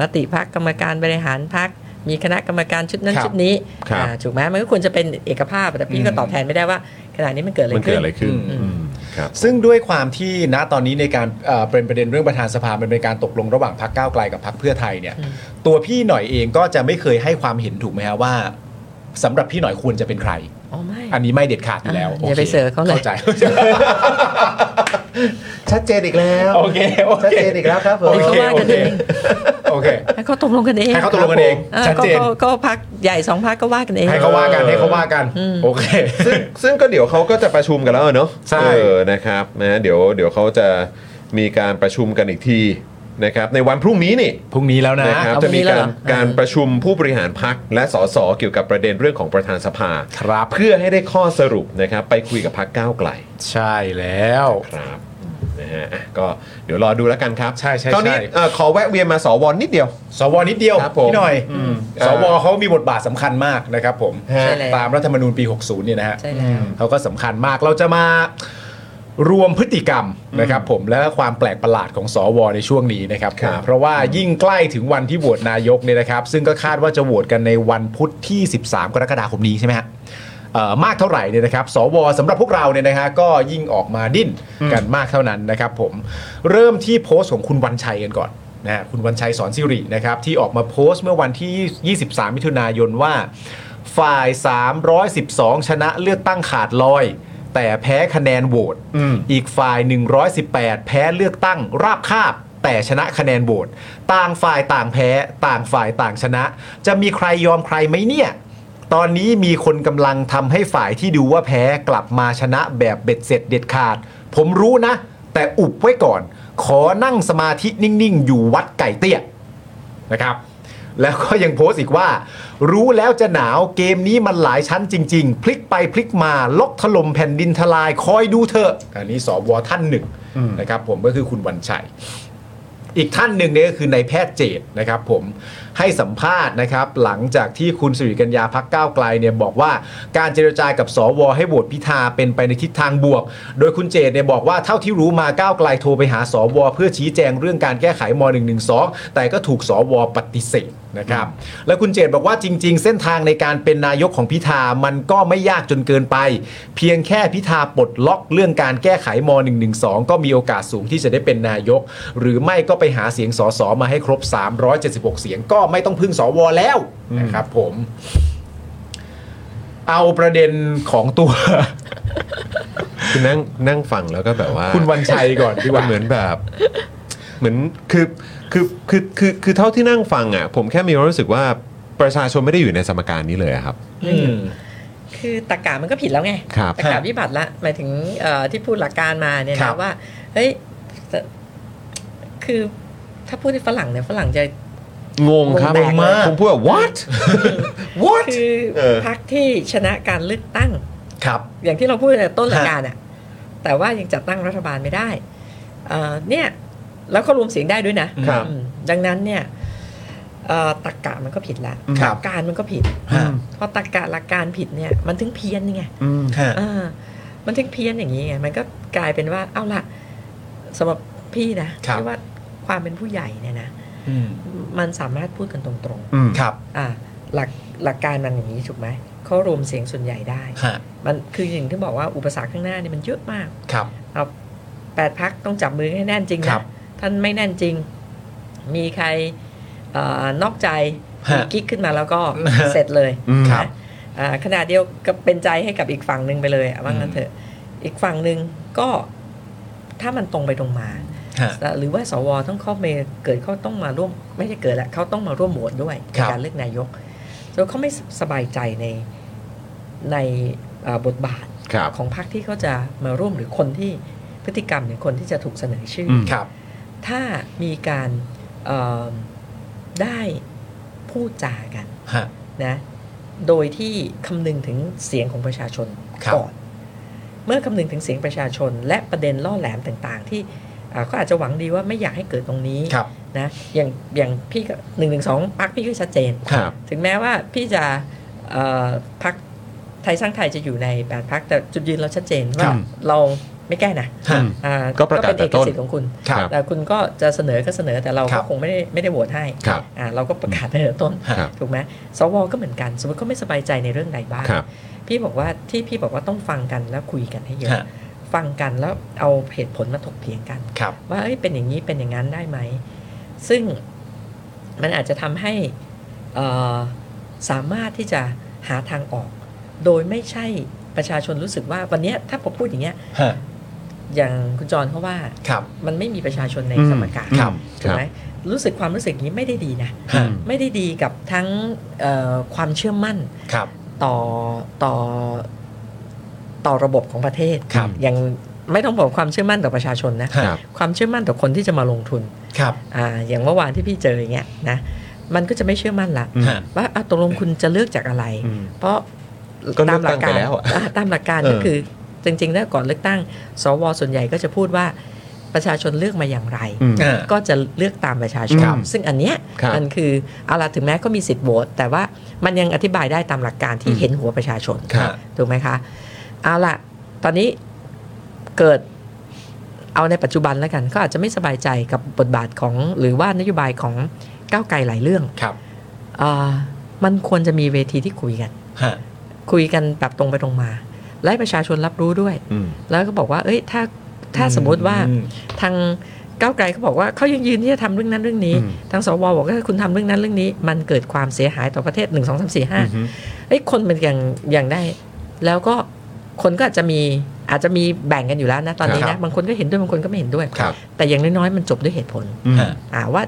[SPEAKER 6] มติพักกรรมการบริหารพักมีคณะกรรมการชุดนั้น
[SPEAKER 4] ครับ
[SPEAKER 6] ชุดนี้
[SPEAKER 1] ครับ
[SPEAKER 6] อ่าถูกไหมมันก็ควรจะเป็นเอกภาพแต่พี่ก็
[SPEAKER 4] อืม
[SPEAKER 6] ตอบแทนไม่ได้ว่าขณะนี้มันเกิดอะไร
[SPEAKER 1] มัน
[SPEAKER 6] ขึ้
[SPEAKER 1] เกิด
[SPEAKER 6] น
[SPEAKER 1] อะไรขึ้น
[SPEAKER 6] อืม
[SPEAKER 1] อืมครับ
[SPEAKER 4] ซึ่งด้วยความที่ณตอนนี้ในการเอ่อเป็นประเด็นเรื่องประธานสภามันเป็นการตกลงระหว่างพรรคก้าวไกลกับพรรคเพื่อไทยเนี่ย ตัวพี่หน่อยเองก็จะไม่เคยให้ความเห็นถูกไหมฮะว่าสำหรับพี่หน่อยควรจะเป็นใคร
[SPEAKER 6] อ๋อไม่
[SPEAKER 4] อันนี้ไม่เด็ดขาดอยู่แล้ว
[SPEAKER 6] อ่า
[SPEAKER 4] โค
[SPEAKER 6] อย่าไปเสือกเขาเลย
[SPEAKER 4] เข้าใจ
[SPEAKER 1] ชัดเจนอีกแล้ว
[SPEAKER 4] โอเคโอเค
[SPEAKER 1] ชัดเจนอีกแล้วครับผม
[SPEAKER 4] โอ
[SPEAKER 6] ให้
[SPEAKER 4] เค
[SPEAKER 6] เขาว่ากันเอง
[SPEAKER 4] โอเค
[SPEAKER 6] ให้เขาตกลงกันเอง
[SPEAKER 4] ให้เขาตกลงกันเอง
[SPEAKER 6] เออ
[SPEAKER 4] ชัด
[SPEAKER 6] ก็
[SPEAKER 4] เจน
[SPEAKER 6] ก็ก็พักใหญ่สองพักก็ว่ากันเอง
[SPEAKER 4] ให้เขาว่ากันให้เขาว่ากัน
[SPEAKER 6] อืม
[SPEAKER 4] โอเค
[SPEAKER 1] ซึ่งซึ่งก็เดี๋ยวเขาก็จะประชุมกันแล้วเนอะ
[SPEAKER 4] ใช่
[SPEAKER 1] เออนะครับนะเดี๋ยวเดี๋ยวเขาจะมีการประชุมกันอีกทีนะครับในวันพรุ่งนี้นี่
[SPEAKER 4] พรุ่งนี้แล้วนะ
[SPEAKER 1] นะครับ
[SPEAKER 6] เอา
[SPEAKER 1] จะมี
[SPEAKER 6] พรุ่งนี้แล้ว
[SPEAKER 1] กา
[SPEAKER 6] เหร
[SPEAKER 1] ร
[SPEAKER 6] อ
[SPEAKER 1] การประชุมผู้บริหารพักและสสเกี่ยวกับประเด็นเรื่องของประธานสภา
[SPEAKER 4] ครับ
[SPEAKER 1] เพื่อให้ได้ข้อสรุปนะครับไปคุยกับพักก้าวไกล
[SPEAKER 4] ใช่แล้ว
[SPEAKER 1] ครับนะฮะอ่ะก็เดี๋ยวรอดูแล้วกันครับ
[SPEAKER 4] ใช่ใช่
[SPEAKER 1] คราวนี้
[SPEAKER 4] ใช่
[SPEAKER 1] เอ่อขอแวะเวียนมาสวนิดเดียว
[SPEAKER 4] สวนิดเดียว
[SPEAKER 1] ครับผม
[SPEAKER 4] พี่หน่อย
[SPEAKER 1] อืม
[SPEAKER 4] สวเขามีบทบาทสำคัญมากนะครับผม
[SPEAKER 6] ใช่แล้ว
[SPEAKER 4] ตามรัฐธรรมนูญปี 60เนี่ยนะฮะ
[SPEAKER 6] ใช่แล้ว
[SPEAKER 4] เขาก็สำคัญมากเราจะมา รวมพฤติกรรมนะครับผมและความแปลกประหลาดของสวในช่วงนี้นะครับ
[SPEAKER 1] ครับ
[SPEAKER 4] อ่าเพราะว่ายิ่งใกล้ถึงวันที่โหวตนายกเนี่ยนะครับ ซึ่งก็คาดว่าจะโหวตกันในวันพุธที่ 13 กรกฎาคมนี้ใช่ไหมฮะเอ่อมากเท่าไหร่เนี่ยนะครับ สวสำหรับพวกเราเนี่ยนะฮะก็ยิ่งออกมาดิ้นกันมากเท่านั้นนะครับผมเริ่มที่โพสต์ของคุณวันชัยกันก่อนนะฮะคุณวันชัยสอนสิรินะครับที่ออกมาโพสต์เมื่อวันที่ 23 มิถุนายนว่า ฝ่าย 312 ชนะเลือกตั้งขาดลอย แต่แพ้คะแนนโหวตอีกฝ่าย 118 แพ้เลือกตั้งราบคาบ แต่ชนะคะแนนโหวตต่างฝ่ายต่างแพ้ ต่างฝ่ายต่างชนะ จะมีใครยอมใครไหมเนี่ย ตอนนี้มีคนกำลังทำให้ฝ่ายที่ดูว่าแพ้กลับมาชนะแบบเบ็ดเสร็จเด็ดขาด ผมรู้นะ แต่อุบไว้ก่อน ขอนั่งสมาธินิ่งๆ อยู่วัดไก่เตี้ย นะครับ แล้วก็ยังโพสต์อีกว่า รู้แล้วจะหนาวเกมนี้มันหลายชั้นจริง ๆ พลิกไปพลิกมาล็อกถล่มแผ่นดินทลายคอยดูเถอะอันนี้สวท่านหนึ่งนะครับผมก็คือคุณวันชัย อีกท่านหนึ่งเนี่ยก็คือนายแพทย์เจตนะครับผมให้สัมภาษณ์นะครับ หลังจากที่คุณสิริกัญญาพักก้าวไกลเนี่ยบอกว่าการเจรจากับสว ให้โหวตพิธาเป็นไปในทิศทางบวก โดยคุณเจตเนี่ยบอกว่าเท่าที่รู้มาก้าวไกลโทรไปหาสว เพื่อชี้แจงเรื่องการแก้ไขม .112 แต่ก็ถูกสว ปฏิเสธนะครับ แล้วคุณเจตบอกว่าจริง ๆ เส้นทางในการเป็นนายกของพิธามันก็ไม่ยากจนเกินไป เพียงแค่พิธาปลดล็อกเรื่องการแก้ไขม .112 ก็มีโอกาสสูงที่จะได้เป็นนายก หรือไม่ก็ไปหาเสียงสสมาให้ครบ 376 เสียงก็ไม่ต้องพึ่งสวแล้วนะครับผม เอาประเด็นของตัว
[SPEAKER 1] คือนั่งนั่งฟังแล้วก็แบบว่า
[SPEAKER 4] คุณวันชัยก่อนดี
[SPEAKER 1] มั
[SPEAKER 4] ก
[SPEAKER 1] น
[SPEAKER 4] ว่า
[SPEAKER 1] เหมือนแบบ เหมือนคือคือคือคือคือเท่าที่นั่งฟังอ่ะ ผมแค่มีความรู้สึกว่าประชาชนไม่ได้อยู่ในสมการนี้เลยอะครับ
[SPEAKER 4] อืม
[SPEAKER 6] คือตรกกะมันก็ผิดแล้วไง
[SPEAKER 1] ครับ
[SPEAKER 6] ตรกกะวิบัติละหมายถึงเอ่อที่พูดหลักการมาเนี่ย
[SPEAKER 4] ครั
[SPEAKER 6] นะ
[SPEAKER 4] บ
[SPEAKER 6] ว่าเฮ้ยแต่คือถ้าพูดที่ฝรั่งเนี่ยฝรั่งจะ
[SPEAKER 1] งงครับ
[SPEAKER 6] งงมาก
[SPEAKER 1] ผมพูดว่า what what
[SPEAKER 6] คือ
[SPEAKER 1] เออ
[SPEAKER 6] พรรคที่ชนะการเลือกตั้ง
[SPEAKER 4] ครับ
[SPEAKER 6] อย่างที่เราพูดในต้นรายการอะแต่ว่ายังจัดตั้งรัฐบาลไม่ได้เอ่อเนี่ยแล้วก็รวมเสียงได้ด้วยนะครับ อืมดังนั้นเนี่ยเอ่อตรกกะมันก็ผิดละ
[SPEAKER 4] ค
[SPEAKER 6] ห
[SPEAKER 4] รับ
[SPEAKER 6] ลักการมันก็ผิดเพราะตรกกะหลักการผิดเนี่ยมันถึงเพี้ยนนี่ไง
[SPEAKER 4] ฮะ
[SPEAKER 6] เออมันถึงเพี้ยนอย่างนี้ไง มันก็กลายเป็นว่า เอาละสำหรับพี่นะครับ ที่ว่าความเป็นผู้ใหญ่เนี่ยนะ
[SPEAKER 4] อืม
[SPEAKER 6] มันสามารถพูดกันตรง
[SPEAKER 4] ครับ
[SPEAKER 6] ๆ อ่า หลักหลักการมันอย่างนี้ถูกไหมเขารวมเสียงส่วนใหญ่ได้
[SPEAKER 4] ฮะ
[SPEAKER 6] มันคืออย่างที่บอกว่าอุปสรรคข้างหน้าเนี่ยมันเยอะมาก
[SPEAKER 4] ครับ
[SPEAKER 6] เอาแปดพักต้องจับมือให้แน่นจริง
[SPEAKER 4] ครั
[SPEAKER 6] นะ
[SPEAKER 4] บ
[SPEAKER 6] ท่านไม่แน่นจริง มีใครเออนอกใจ
[SPEAKER 4] ฮะ
[SPEAKER 6] มีกิ๊กขึ้นมาแล้วก็
[SPEAKER 4] ฮะ
[SPEAKER 6] เสร็จเลย
[SPEAKER 4] ครับ
[SPEAKER 6] นะอ่าขณะเดียวกับเป็นใจให้กับอีกฝั่งหนึ่งไปเลยอะว่างั้นเถอะอีกฝั่งหนึ่งก็ถ้ามันตรงไปตรงมา
[SPEAKER 4] ฮะ
[SPEAKER 6] หรือว่าสวต้องเข้าเมเกิดเขาต้องมาร่วม ไม่ใช่เกิดละเขาต้องมาร่วมโหวตด้วยใน
[SPEAKER 4] ครับ
[SPEAKER 6] การเลือกนายกแล้วเขาไม่สบายใจในในเอ่อบทบาท
[SPEAKER 1] ครับ
[SPEAKER 6] ของพรรคที่เขาจะมาร่วมหรือคนที่พฤติกรรมหรือคนที่จะถูกเสนอชื่ออ
[SPEAKER 4] ครับ
[SPEAKER 6] ถ้ามีการเอิ่มได้พูดจากัน
[SPEAKER 4] ฮะ
[SPEAKER 6] นะโดยที่คำนึงถึงเสียงของประชาชน
[SPEAKER 4] ครับ
[SPEAKER 6] ก่อนเมื่อคำนึงถึงเสียงประชาชน และประเด็นล่อแหลมต่างๆ ที่อ่าเขาอาจจะหวังดีว่าไม่อยากให้เกิดตรงนี้
[SPEAKER 4] ครับ
[SPEAKER 6] นะอย่างอย่างพี่หนึ่งหนึ่งสองพักพี่ก็ชัดเจน
[SPEAKER 1] ครับ
[SPEAKER 6] ถึงแม้ว่าพี่จะเอ่อพักไทยสร้างไทยจะอยู่ในแปดพักแต่จุดยืนเราชัดเจน
[SPEAKER 4] ครั
[SPEAKER 6] ว่า
[SPEAKER 4] บ
[SPEAKER 6] เราไม่แก้นะ
[SPEAKER 4] ฮะ
[SPEAKER 6] อ่า
[SPEAKER 1] ก็ประกาศ
[SPEAKER 6] เป็นเอก
[SPEAKER 1] แต่ต้น
[SPEAKER 6] สิทธิ์ของคุณ
[SPEAKER 1] ครับ
[SPEAKER 6] แต่คุณก็จะเสนอก็เสนอแต่เรา
[SPEAKER 4] ครั
[SPEAKER 6] ก็
[SPEAKER 4] บ
[SPEAKER 6] คงไม่ได้ไม่ได้โหวตให้
[SPEAKER 1] ครับ
[SPEAKER 6] อ่าเราก็ประกาศตั้งแต่ต้น
[SPEAKER 1] ครับ
[SPEAKER 6] ถูกไหมสวก็เหมือนกันสมมติเขาไม่สบายใจในเรื่องใดบ้าง
[SPEAKER 1] ครับ
[SPEAKER 6] พี่บอกว่าที่พี่บอกว่าต้องฟังกันแล้วคุยกันให้เยอะ
[SPEAKER 4] ฮะ
[SPEAKER 6] ฟังกันแล้วเอาเหตุผลมาถกเถียงกัน
[SPEAKER 4] ครับ
[SPEAKER 6] ว่าเอ้ยเป็นอย่างนี้เป็นอย่างนั้นได้ไหม ซึ่งมันอาจจะทำให้เอ่อสามารถที่จะหาทางออก โดยไม่ใช่ประชาชนรู้สึกว่าวันเนี้ยถ้าผมพูดอย่างเงี้ย
[SPEAKER 4] ฮะ
[SPEAKER 6] อย่างคุณจรเขาว่า
[SPEAKER 4] ครับ
[SPEAKER 6] มันไม่มีประชาชนใน
[SPEAKER 8] อืม
[SPEAKER 6] สมการ
[SPEAKER 4] ครับ
[SPEAKER 6] ถูกไหมรู้สึกความรู้สึกอย่างนี้ไม่ได้ดีนะ
[SPEAKER 4] ฮะ
[SPEAKER 6] ไม่ได้ดีกับทั้งเอ่อความเชื่อมั่น
[SPEAKER 4] ครับ
[SPEAKER 6] ต่อต่อต่อระบบของประเทศ
[SPEAKER 4] ครับ
[SPEAKER 6] อย่างไม่ต้องบอกความเชื่อมั่นต่อประชาชนนะครับ ความเชื่อมั่นต่อคนที่จะมาลงทุน
[SPEAKER 4] ครับ
[SPEAKER 6] อ่าอย่างเมื่อวานที่พี่เจออย่างเงี้ยนะมันก็จะไม่เชื่อมั่นละ
[SPEAKER 4] ฮะ
[SPEAKER 6] ว่าอ่ะตกลงคุณจะเลือกจากอะไร เพราะ
[SPEAKER 1] ก็เลือกตั้งไปแล้วอะ
[SPEAKER 6] อ่ะตามหลักการ
[SPEAKER 1] เออ
[SPEAKER 6] ก็คือจริงๆแล้วก่อนเลือกตั้ง สวส่วนใหญ่ก็จะพูดว่าประชาชนเลือกมาอย่างไร
[SPEAKER 4] อ่า
[SPEAKER 6] ก็จะเลือกตามประชาชน
[SPEAKER 4] ครับ
[SPEAKER 6] ซึ่งอันเนี้ย
[SPEAKER 1] ครับ
[SPEAKER 6] มันคือเอาละถึงแม้ก็มีสิทธิ์โหวตแต่ว่ามันยังอธิบายได้ตามหลักการที่เห็นหัวประชาชน
[SPEAKER 4] ครับ
[SPEAKER 6] ถูกไหมคะ เอาละตอนนี้เกิด เอาในปัจจุบันแล้วกันก็อาจจะไม่สบายใจกับบทบาทของหรือว่านโยบายของก้าวไกลหลายเรื่อง
[SPEAKER 4] ครับ
[SPEAKER 6] อ่ามันควรจะมีเวทีที่คุยกัน
[SPEAKER 4] ฮะ
[SPEAKER 6] คุยกันแบบตรงไปตรงมา และให้ประชาชนรับรู้ด้วย
[SPEAKER 1] อืม
[SPEAKER 6] แล้วก็บอกว่า เอ้ยถ้าถ้าสมมุติว่า
[SPEAKER 4] อืม
[SPEAKER 6] ทางก้าวไกลเขาบอกว่าเขายังยืนที่จะทำเรื่องนั้นเรื่องนี้
[SPEAKER 1] อืม
[SPEAKER 6] ทางสวบอกว่าคุณทำเรื่องนั้นเรื่องนี้ มันเกิดความเสียหายต่อประเทศ 1
[SPEAKER 1] อื
[SPEAKER 6] 2 3 4
[SPEAKER 1] ม
[SPEAKER 6] 5เอ้ยคนมันอย่างอย่างได้ แล้วก็คนก็อาจจะมีอาจจะมีแบ่งกันอยู่แล้วนะตอนนี้
[SPEAKER 4] ครั
[SPEAKER 6] นะ
[SPEAKER 4] บ
[SPEAKER 6] บางคนก็เห็นด้วยบางคนก็ไม่เห็นด้วย
[SPEAKER 4] ครับ
[SPEAKER 6] แต่อย่างน้อยๆมันจบด้วยเหตุผล
[SPEAKER 1] อืม
[SPEAKER 4] ฮะ
[SPEAKER 6] อ่าว่า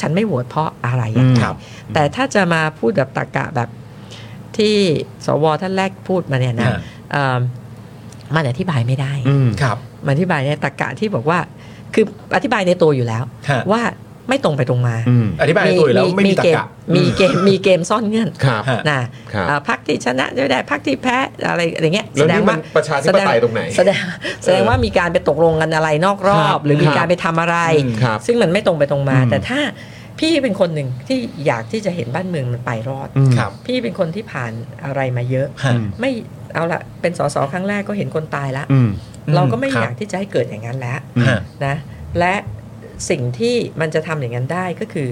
[SPEAKER 6] ฉันไม่โหวตเพราะอะไรยังไง
[SPEAKER 4] ครับ
[SPEAKER 6] แต่ถ้าจะมาพูดแบบตรกกะแบบที่สวท่านแรกพูดมาเนี่ยนะ
[SPEAKER 4] ฮะ
[SPEAKER 6] เอ่อมันอธิบายไม่ได้
[SPEAKER 1] อืม
[SPEAKER 4] ครับ
[SPEAKER 6] มาอธิบายในตรรกะที่บอกว่า คืออธิบายในตัวอยู่แล้ว
[SPEAKER 4] ฮะ
[SPEAKER 6] ว่าไม่ตรงไปตรงมา
[SPEAKER 1] อืม
[SPEAKER 4] อธิบายในตัวอยู่แล้วไม่มีตรร
[SPEAKER 6] เกม
[SPEAKER 4] กะ
[SPEAKER 6] มีเกมมีเกมซ่อนเงื่อน
[SPEAKER 1] ครับ
[SPEAKER 4] ฮะ
[SPEAKER 6] นะครับ อ่าพักที่ชนะได้พักที่แพ้อะไรอย่างเงี้ย
[SPEAKER 1] แล้วนี่
[SPEAKER 6] ง
[SPEAKER 1] มันประชาธิปไตยตรงไหน
[SPEAKER 6] แสดงแสดงว่ามีการไปตกลงกันอะไรนอกรอ
[SPEAKER 1] ครับ บ
[SPEAKER 6] หรือมี
[SPEAKER 1] ครั
[SPEAKER 6] การ
[SPEAKER 1] บ
[SPEAKER 6] ไปทำอะไร
[SPEAKER 4] อืม
[SPEAKER 1] ครับ
[SPEAKER 6] ซึ่งมันไม่ตรงไปตรงมา
[SPEAKER 4] อืม
[SPEAKER 6] แต่ถ้าพี่เป็นคนหนึ่งที่อยากที่จะเห็นบ้านเมืองมันไปรอด
[SPEAKER 1] อืม
[SPEAKER 4] ครับ
[SPEAKER 6] พี่เป็นคนที่ผ่านอะไรมาเยอะ
[SPEAKER 4] ฮะ
[SPEAKER 6] ไม่เอาละเป็นสสครั้งแรกก็เห็นคนตายแล้ว
[SPEAKER 1] อืม
[SPEAKER 4] อืม
[SPEAKER 6] เราก็ไม่
[SPEAKER 4] ครับ
[SPEAKER 6] อยากที่จะให้เกิดอย่างนั้นแล้ว
[SPEAKER 4] ฮะ
[SPEAKER 6] นะและสิ่งที่มันจะทำอย่างนั้นได้ก็คือ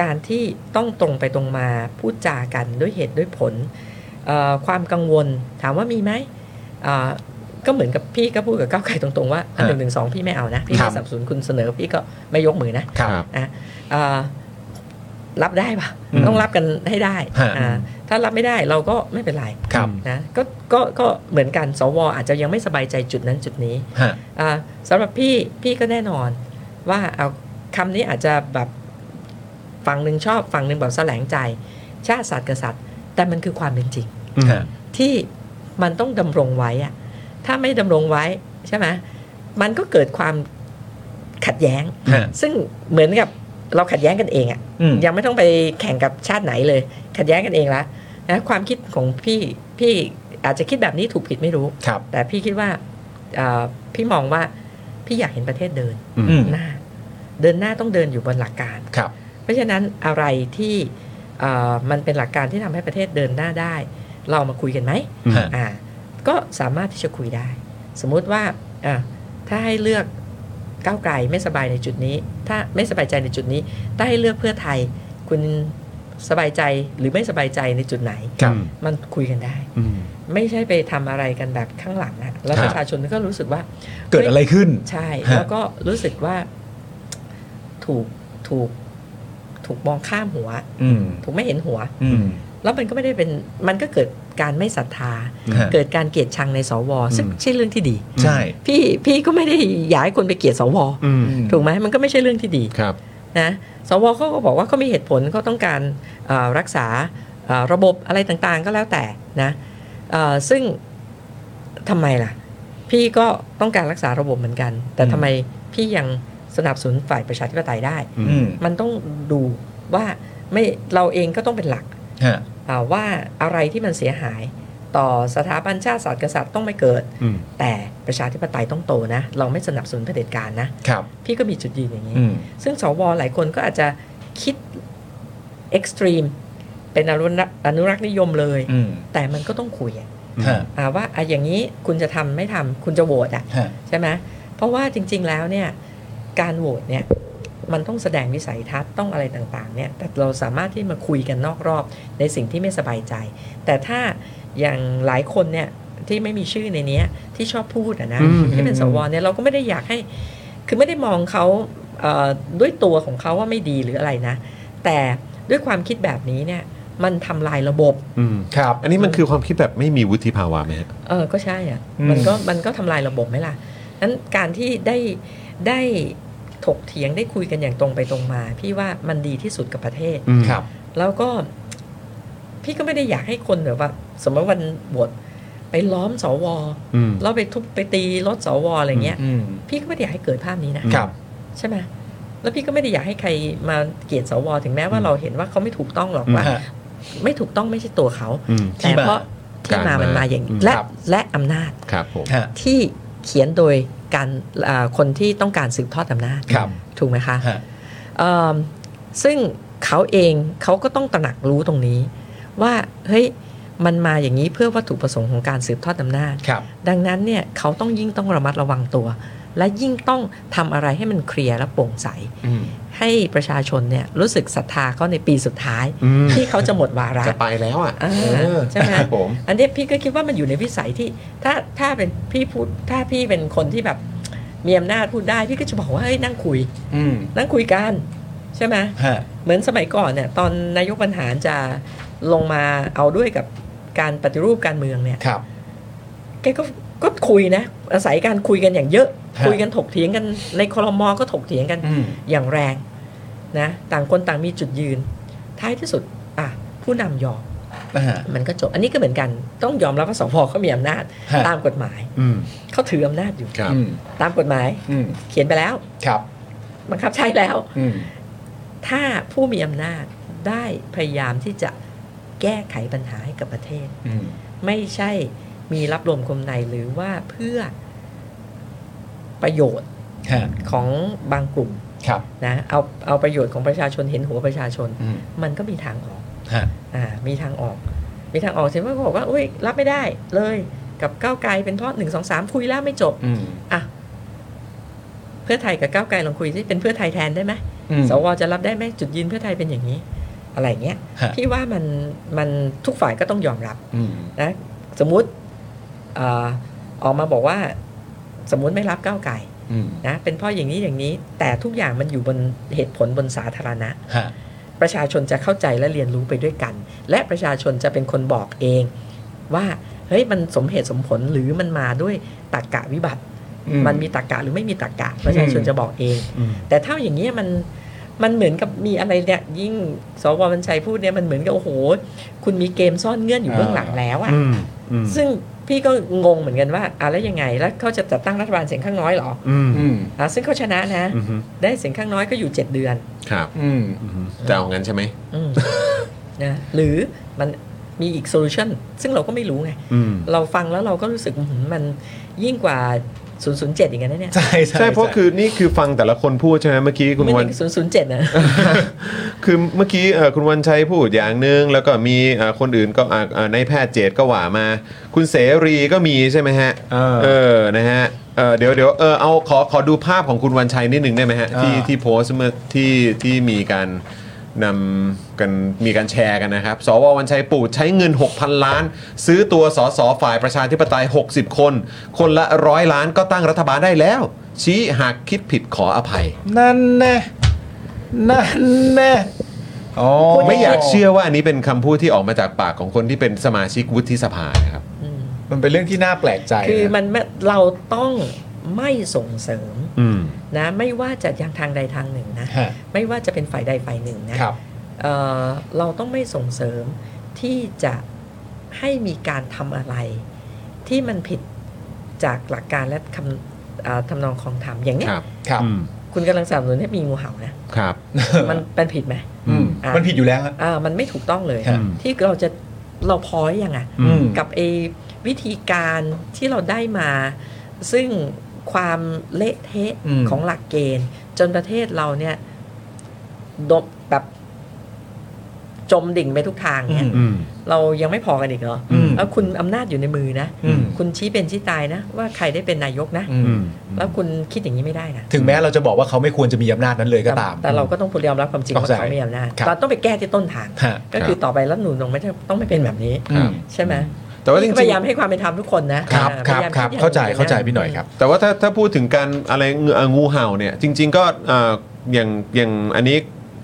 [SPEAKER 6] การที่ต้องตรงไปตรงมาพูดจากันด้วยเหตุด้วยผลเอ่อความกังวลถามว่ามีไหมเอ่อก็เหมือนกับพี่ก็พูดกับก้าวไกลตรงๆว่าหนึ่งหนึ่งสองพี่ไม่เอานะ พี่
[SPEAKER 4] ครั
[SPEAKER 6] ไม่
[SPEAKER 4] บ
[SPEAKER 6] สนับสนุนคุณเสนอพี่ก็ไม่ยกมือนะครับ อ่ะเอ่อรับได้ปะ
[SPEAKER 4] อืม
[SPEAKER 6] ต้องรับกันให้ได้
[SPEAKER 4] ฮะ
[SPEAKER 6] อ่าถ้ารับไม่ได้เราก็ไม่เป็นไร
[SPEAKER 4] ครับ
[SPEAKER 6] นะก็ก็ก็เหมือนกันสวอาจจะยังไม่สบายใจจุดนั้นจุดนี้
[SPEAKER 4] ฮะ
[SPEAKER 6] อ่าสำหรับพี่พี่ก็แน่นอนว่าเอาคำนี้อาจจะแบบฝั่งหนึ่งชอบฝั่งหนึ่งแบบแสลงใจ ชาติศาสตร์กษัตริย์ แต่มันคือความเป็นจริง
[SPEAKER 4] ฮะ
[SPEAKER 6] ที่มันต้องดำรงไว้อะถ้าไม่ดำรงไว้ใช่ไหมมันก็เกิดความขัดแย้ง
[SPEAKER 4] ฮะ
[SPEAKER 6] ซึ่งเหมือนกับเราขัดแย้งกันเองอะ
[SPEAKER 4] อืม
[SPEAKER 6] ยังไม่ต้องไปแข่งกับชาติไหนเลย ขัดแย้งกันเองละนะความคิดของพี่พี่อาจจะคิดแบบนี้ถูกผิดไม่รู้
[SPEAKER 4] ครับ
[SPEAKER 6] แต่พี่คิดว่าเอ่อพี่มองว่าพี่อยากเห็นประเทศเดิน
[SPEAKER 4] อืม
[SPEAKER 6] หน้า เดินหน้าต้องเดินอยู่บนหลักการ
[SPEAKER 4] ครับ
[SPEAKER 6] เพราะฉะนั้นอะไรที่เอ่อมันเป็นหลักการที่ทำให้ประเทศเดินหน้าได้ เรามาคุยกันไหม
[SPEAKER 4] ฮะ
[SPEAKER 6] อ่าก็สามารถที่จะคุยได้ สมมุติว่าอ่ะถ้าให้เลือกก้าวไกลไม่สบายในจุดนี้ ถ้าไม่สบายใจในจุดนี้ ถ้าให้เลือกเพื่อไทยคุณสบายใจหรือไม่สบายใจในจุดไหน
[SPEAKER 4] ครับ
[SPEAKER 6] มันคุยกันได้
[SPEAKER 1] อืม
[SPEAKER 6] ไม่ใช่ไปทำอะไรกันแบบข้างหลังอะแล้ว
[SPEAKER 4] ครั
[SPEAKER 6] ป
[SPEAKER 4] บ
[SPEAKER 6] ระชาชนก็รู้สึกว่า
[SPEAKER 4] เกิดอะไรขึ้น
[SPEAKER 6] ใช่
[SPEAKER 4] ฮะ
[SPEAKER 6] แล้วก็รู้สึกว่าถูกถูกถูกมองข้ามหัว
[SPEAKER 4] อืม
[SPEAKER 6] ถูกไม่เห็นหัว
[SPEAKER 4] อืม
[SPEAKER 6] แล้วมันก็ไม่ได้เป็นมันก็เกิดการไม่ศรัทธา
[SPEAKER 4] ฮะ
[SPEAKER 6] เกิดการเกลียดชังในสว ซึ่งไม่ใช่เรื่องที่ดี
[SPEAKER 4] ใช่
[SPEAKER 6] พี่พี่ก็ไม่ได้อยากให้คนไปเกลียดสว
[SPEAKER 1] อืม
[SPEAKER 6] ถูกไหมมันก็ไม่ใช่เรื่องที่ดี
[SPEAKER 1] ครับ
[SPEAKER 6] นะสวเขาก็บอกว่าเขามีเหตุผลเขาต้องการเอ่อรักษาเอ่อระบบอะไรต่างๆ ก็แล้วแต่นะเอ่อซึ่งทำไมล่ะ พี่ก็ต้องการรักษาระบบเหมือนกัน แต่ทำไมพี่ยังสนับสนุนฝ่ายประชาธิปไตยได้
[SPEAKER 4] อืม
[SPEAKER 6] มันต้องดูว่าไม่เราเองก็ต้องเป็นหลัก
[SPEAKER 4] ฮะ
[SPEAKER 6] อ่าว่าอะไรที่มันเสียหายต่อสถาบันชาติศาสตร์กษัตริย์ต้องไม่เกิด
[SPEAKER 1] อืม
[SPEAKER 6] แต่ประชาธิปไตยต้องโตนะ เราไม่สนับสนุนเผด็จการนะครับ พี่ก็มีจุดยืนอย่างนี้
[SPEAKER 4] อืม
[SPEAKER 6] ซึ่งสวหลายคนก็อาจจะคิดเอ็กซ์ตรีมเป็นอนุรักษ์อนุรักษ์นิยมเลย
[SPEAKER 4] อืม
[SPEAKER 6] แต่มันก็ต้องคุยอะ
[SPEAKER 4] ฮะ
[SPEAKER 6] อ่าว่าอ่ะอย่างนี้คุณจะทำไม่ทำคุณจะโหวตอ่ะ
[SPEAKER 4] ฮะ
[SPEAKER 6] ใช่ไหมเพราะว่าจริง ๆแล้วเนี่ยการโหวตเนี่ยมันต้องแสดงวิสัยทัศน์ต้องอะไรต่างๆเนี่ยแต่เราสามารถที่มาคุยกันนอกรอบในสิ่งที่ไม่สบายใจ แต่ถ้าอย่างหลายคนเนี่ยที่ไม่มีชื่อในเนี้ยที่ชอบพูดอะนะ
[SPEAKER 1] อืม
[SPEAKER 6] ที่เป็นสวเนี่ยเราก็ไม่ได้อยากให้ คือไม่ได้มองเขาเอ่อด้วยตัวของเขาว่าไม่ดีหรืออะไรนะ แต่ด้วยความคิดแบบนี้เนี่ยมันทำลายระบบ
[SPEAKER 1] อืม
[SPEAKER 4] ครับ
[SPEAKER 1] อันนี้มันคือความคิดแบบไม่มีวุฒิภาวะไหมฮะ
[SPEAKER 6] เออก็ใช่อ่ะ
[SPEAKER 4] อืม
[SPEAKER 6] มันก็มันก็ทำลายระบบไหมล่ะนั้นการที่ได้ได้ถกเถียงได้คุยกันอย่างตรงไปตรงมา พี่ว่ามันดีที่สุดกับประเทศ
[SPEAKER 1] อืม
[SPEAKER 4] ครับ
[SPEAKER 6] แล้วก็พี่ก็ไม่ได้อยากให้คนแบบว่า สมมติวันบวชไปล้อมสว
[SPEAKER 1] อืม
[SPEAKER 6] แล้วไปทุบไปตีรถสวอะไรเงี้ย
[SPEAKER 4] อืม
[SPEAKER 6] พี่ก็ไม่ได้อยากให้เกิดภาพนี้นะ
[SPEAKER 4] ครับ
[SPEAKER 6] ใช่ไหมแล้วพี่ก็ไม่ได้อยากให้ใครมาเกลียดสวถึงแม้ว่าเราเห็นว่าเขาไม่ถูกต้องหรอกว่า
[SPEAKER 4] ฮะ
[SPEAKER 6] ไม่ถูกต้องไม่ใช่ตัวเขา
[SPEAKER 1] อืม
[SPEAKER 6] แต่เพราะ
[SPEAKER 1] กาม
[SPEAKER 6] ที่าร มัน
[SPEAKER 1] มาม
[SPEAKER 6] มาอย่าง
[SPEAKER 1] อืม
[SPEAKER 6] และ
[SPEAKER 4] ครับ
[SPEAKER 6] และอำนาจ
[SPEAKER 1] ครับผม
[SPEAKER 4] ฮะ
[SPEAKER 6] ที่เขียนโดยการอ่าคนที่ต้องการสืบทอดอำนาจ
[SPEAKER 4] ครับ
[SPEAKER 6] ถูกไหมคะ
[SPEAKER 4] ฮะ
[SPEAKER 6] เอิ่มซึ่งเขาเองเขาก็ต้องตระหนักรู้ตรงนี้ ว่าเฮ้ยมันมาอย่างนี้เพื่อวัตถุประสงค์ของการสืบทอดอำนาจ
[SPEAKER 4] ครับ
[SPEAKER 6] ดังนั้นเนี่ยเขาต้องยิ่งต้องระมัดระวังตัว และยิ่งต้องทำอะไรให้มันเคลียร์และโปร่งใส ให้ประชาชนเนี่ยรู้สึกศรัทธาเขาในปีสุดท้าย
[SPEAKER 4] อืม
[SPEAKER 6] ที่เขาจะหมดวาระ
[SPEAKER 1] จะไปแล้วอ่ะ
[SPEAKER 6] อ่า
[SPEAKER 1] เออ
[SPEAKER 6] ใช่ไหม
[SPEAKER 1] ครับผม
[SPEAKER 6] อันเนี้ยพี่ก็คิดว่ามันอยู่ในวิสัยที่ถ้าถ้าเป็นพี่พูดถ้าพี่เป็นคนที่แบบมีอำนาจพูดได้ พี่ก็จะบอกว่าเฮ้ยนั่งคุย
[SPEAKER 4] อืม
[SPEAKER 6] นั่งคุยกัน ใช่ไหม
[SPEAKER 4] ฮะ
[SPEAKER 6] เหมือนสมัยก่อนเนี่ยตอนนายกบรรหารจะลงมาเอาด้วยกับการปฏิรูปการเมืองเนี่ย
[SPEAKER 4] ครับ
[SPEAKER 6] แกก็ก็คุยนะ อาศัยการคุยกันอย่างเยอะ
[SPEAKER 4] ฮะ
[SPEAKER 6] คุยกันถกเถียงกันในคลมอก็ถกเถียงกัน
[SPEAKER 4] อืม
[SPEAKER 6] อย่างแรงนะต่างคนต่างมีจุดยืน ท้ายที่สุดอ่ะผู้นำยอม
[SPEAKER 4] นะฮะ
[SPEAKER 6] มันก็จบ อันนี้ก็เหมือนกัน ต้องยอมรับว่าสพเขามีอำนาจ
[SPEAKER 4] ฮะ
[SPEAKER 6] ตามกฎหมาย
[SPEAKER 4] อืม
[SPEAKER 6] เขาถืออำนาจอยู่
[SPEAKER 1] ครับ
[SPEAKER 4] อืม
[SPEAKER 6] ตามกฎหมาย
[SPEAKER 4] อืม
[SPEAKER 6] เขียนไปแล้ว
[SPEAKER 4] ครับ
[SPEAKER 6] บังคับใช้แล้ว
[SPEAKER 4] อืม
[SPEAKER 6] ถ้าผู้มีอำนาจได้พยายามที่จะแก้ไขปัญหาให้กับประเทศ
[SPEAKER 4] อืม
[SPEAKER 6] ไม่ใช่มีรับลมคมในหรือว่าเพื่อประโยชน์
[SPEAKER 4] ฮะ
[SPEAKER 6] ของบางกลุ่ม
[SPEAKER 4] ครับ
[SPEAKER 6] นะเอาเอาประโยชน์ของประชาชนเห็นหัวประชาชน
[SPEAKER 4] อืม
[SPEAKER 6] มันก็มีทางออก
[SPEAKER 4] ฮะ
[SPEAKER 6] อ่ามีทางออก มีทางออกเช่นว่าเขาบอกว่าอุ้ยรับไม่ได้เลยกับก้าวไกลเป็นเพราะหนึ่งสองสามคุยแล้วไม่จบ
[SPEAKER 4] อืม
[SPEAKER 6] อ่ะเพื่อไทยกับก้าวไกลลองคุยที่เป็นเพื่อไทยแทนได้ไหม
[SPEAKER 4] อืม
[SPEAKER 6] สวจะรับได้ไหมจุดยืนเพื่อไทยเป็นอย่างนี้ อะไรอย่างเงี้ย
[SPEAKER 4] ฮะ
[SPEAKER 6] พี่ว่ามันมันทุกฝ่ายก็ต้องยอมรับ
[SPEAKER 4] อืม
[SPEAKER 6] นะสมมุติอ่าออกมาบอกว่า สมมุติไม่รับก้าวไกล
[SPEAKER 4] อืม
[SPEAKER 6] นะเป็นเพราะอย่างนี้อย่างนี้ แต่ทุกอย่างมันอยู่บนเหตุผลบนสาธารณะ
[SPEAKER 4] ฮะ
[SPEAKER 6] ประชาชนจะเข้าใจและเรียนรู้ไปด้วยกัน และประชาชนจะเป็นคนบอกเองว่าเฮ้ยมันสมเหตุสมผลหรือมันมาด้วยตรรกะวิบัติ
[SPEAKER 4] อื
[SPEAKER 6] มันมีตรรกะหรือไม่มีตรรกะประชาชนจะบอกเอง
[SPEAKER 4] อืม
[SPEAKER 6] แต่ถ้าอย่างนี้ยมันมันเหมือนกับมีอะไรเนี่ยยิ่งสวบัญชัยพูดเนี่ยมันเหมือนกับโอ้โห คุณมีเกมซ่อนเงื่อนอยู่เบื้องหลังแล้วอะ
[SPEAKER 4] อืมอืม
[SPEAKER 6] ซึ่งพี่ก็งงเหมือนกันว่าอ่ะแล้วยังไงแล้วเขาจะจัดตั้งรัฐบาลเสียงข้างน้อยเหรอ
[SPEAKER 2] อืม
[SPEAKER 4] อืม
[SPEAKER 6] อ่ะซึ่งเขาชนะนะ
[SPEAKER 2] อืมฮึ
[SPEAKER 6] ได้เสียงข้างน้อยก็อยู่เจ็ดเดือน
[SPEAKER 1] ครับ
[SPEAKER 4] อืม
[SPEAKER 2] อืมฮึ
[SPEAKER 1] จะเอางั้นใช่ไหม
[SPEAKER 6] อืมนะหรือมันมีอีกโซลูชันซึ่งเราก็ไม่รู้ไง
[SPEAKER 2] อืม
[SPEAKER 6] เราฟังแล้วเราก็รู้สึกอื้อหือมันยิ่งกว่า 007 อย่างนั้นนะเนี่ย
[SPEAKER 4] ใช่
[SPEAKER 1] ใช่เพราะคือนี่คือฟังแต่ละคนพูดใช่ไหมเมื่อกี้คุณ
[SPEAKER 6] ไม่
[SPEAKER 1] วั
[SPEAKER 6] ได้
[SPEAKER 1] น
[SPEAKER 6] 007 นะ
[SPEAKER 1] คือเมื่อกี้เอ่อคุณวันชัยพูดอย่างหนึ่งแล้วก็มีเอ่อคนอื่นก็อ่ะเอ่อในแพทย์เจตก็ว่ามา คุณเสรีก็มีใช่ไหมฮะ
[SPEAKER 4] เออ
[SPEAKER 1] เออ นะฮะ เออเดี๋ยวเดี๋ยวเออเอาขอขอดูภาพของคุณวันชัยนิดหนึ่งได้ไหมฮะ
[SPEAKER 4] อ่า
[SPEAKER 1] ที่ที่โพสต์เมื่อที่ที่มีการนำกันมีการแชร์กันนะครับ สววันชัยปู่ใช้เงิน 6,000 ล้าน ซื้อตัวสสฝ่ายประชาธิปไตย 60 คน คนละร้อยล้านก็ตั้งรัฐบาลได้แล้ว ชี้หากคิดผิดขออภัย
[SPEAKER 4] นั่นแน่นั่นแน่อ๋อ
[SPEAKER 1] ไม่อยากเชื่อว่าอันนี้เป็นคำพูดที่ออกมาจากปากของคนที่เป็นสมาชิกวุฒิสภานะครับ
[SPEAKER 6] อืม
[SPEAKER 4] มันเป็นเรื่องที่น่าแปลกใจ
[SPEAKER 6] คือ
[SPEAKER 4] นะ
[SPEAKER 6] มันไม่เราต้องไม่ส่งเสริม
[SPEAKER 2] อืม
[SPEAKER 6] นะ ไม่ว่าจะอย่างทางใดทางหนึ่งนะ
[SPEAKER 4] ฮะ
[SPEAKER 6] ไม่ว่าจะเป็นฝ่ายใดฝ่ายหนึ่งนะครับ เอ่อเราต้องไม่ส่งเสริมที่จะให้มีการทำอะไร ที่มันผิดจากหลักการและคำอ่าทำนองคองธรรมอย่างเนี้ย
[SPEAKER 1] ครับ
[SPEAKER 4] ครับ
[SPEAKER 2] อืม
[SPEAKER 6] คุณกำลังสนับสนุนให้มีงูเห่านะ
[SPEAKER 1] ครับ
[SPEAKER 6] มันเป็นผิดไหม
[SPEAKER 4] อืม
[SPEAKER 6] อ่ะ
[SPEAKER 4] มันผิดอยู่แล้วฮะ
[SPEAKER 6] อ่า มันไม่ถูกต้องเลย
[SPEAKER 4] ครับ
[SPEAKER 6] ที่เราจะเราพออยังอ่ะ
[SPEAKER 4] อืม
[SPEAKER 6] กับไอ้วิธีการที่เราได้มา ซึ่งความเละเทะ
[SPEAKER 4] อืม
[SPEAKER 6] ของหลักเกณฑ์ จนประเทศเราเนี่ยดบแบบจมดิ่งไปทุกทางเนี่ย
[SPEAKER 2] อืม
[SPEAKER 6] เรายังไม่พอกันอีกเหรอ
[SPEAKER 4] อืม
[SPEAKER 6] แล้วคุณอำนาจอยู่ในมือนะ
[SPEAKER 4] อืม
[SPEAKER 6] คุณชี้เป็นชี้ตายนะ ว่าใครได้เป็นนายกนะ
[SPEAKER 4] อื
[SPEAKER 2] อื
[SPEAKER 4] ม
[SPEAKER 2] ม
[SPEAKER 6] แล้วคุณคิดอย่างนี้ไม่ได้นะ
[SPEAKER 4] ถึงแม้เราจะบอกว่าเขาไม่ควรจะมีอำนาจนั้นเลยก็ตาม
[SPEAKER 6] แต่เราก็ต้องยอมรับความจริง
[SPEAKER 4] เข้า
[SPEAKER 6] ว่า
[SPEAKER 4] ใจ
[SPEAKER 6] เขาไม่อำนาจ
[SPEAKER 4] ครับ
[SPEAKER 6] เราต้องไปแก้ที่ต้นทาง
[SPEAKER 4] ฮะ
[SPEAKER 6] ก็คือต่อไปรัฐธรรมนูนลงไม่ใช่ต้องไม่เป็นแบบนี้
[SPEAKER 1] ครับ
[SPEAKER 4] อืม
[SPEAKER 6] ใช่ไหม
[SPEAKER 1] แต่ว่าจริง
[SPEAKER 6] พ
[SPEAKER 1] ๆ
[SPEAKER 6] ยายามให้ความเป็นธรรมทุกคนนะครับ อ่า
[SPEAKER 4] ครับ
[SPEAKER 6] พยยม
[SPEAKER 4] ครับ
[SPEAKER 6] คิดอย่ง
[SPEAKER 4] เข้าใจ
[SPEAKER 6] นี้นะ
[SPEAKER 4] เข้าใจพี่หน่อยครับ
[SPEAKER 1] แต่ว่าถ้าถ้าพูดถึงการอะไรงูเอ่องูเห่าเนี่ยจริง ๆ ก็เอ่ออย่างอย่างอันนี้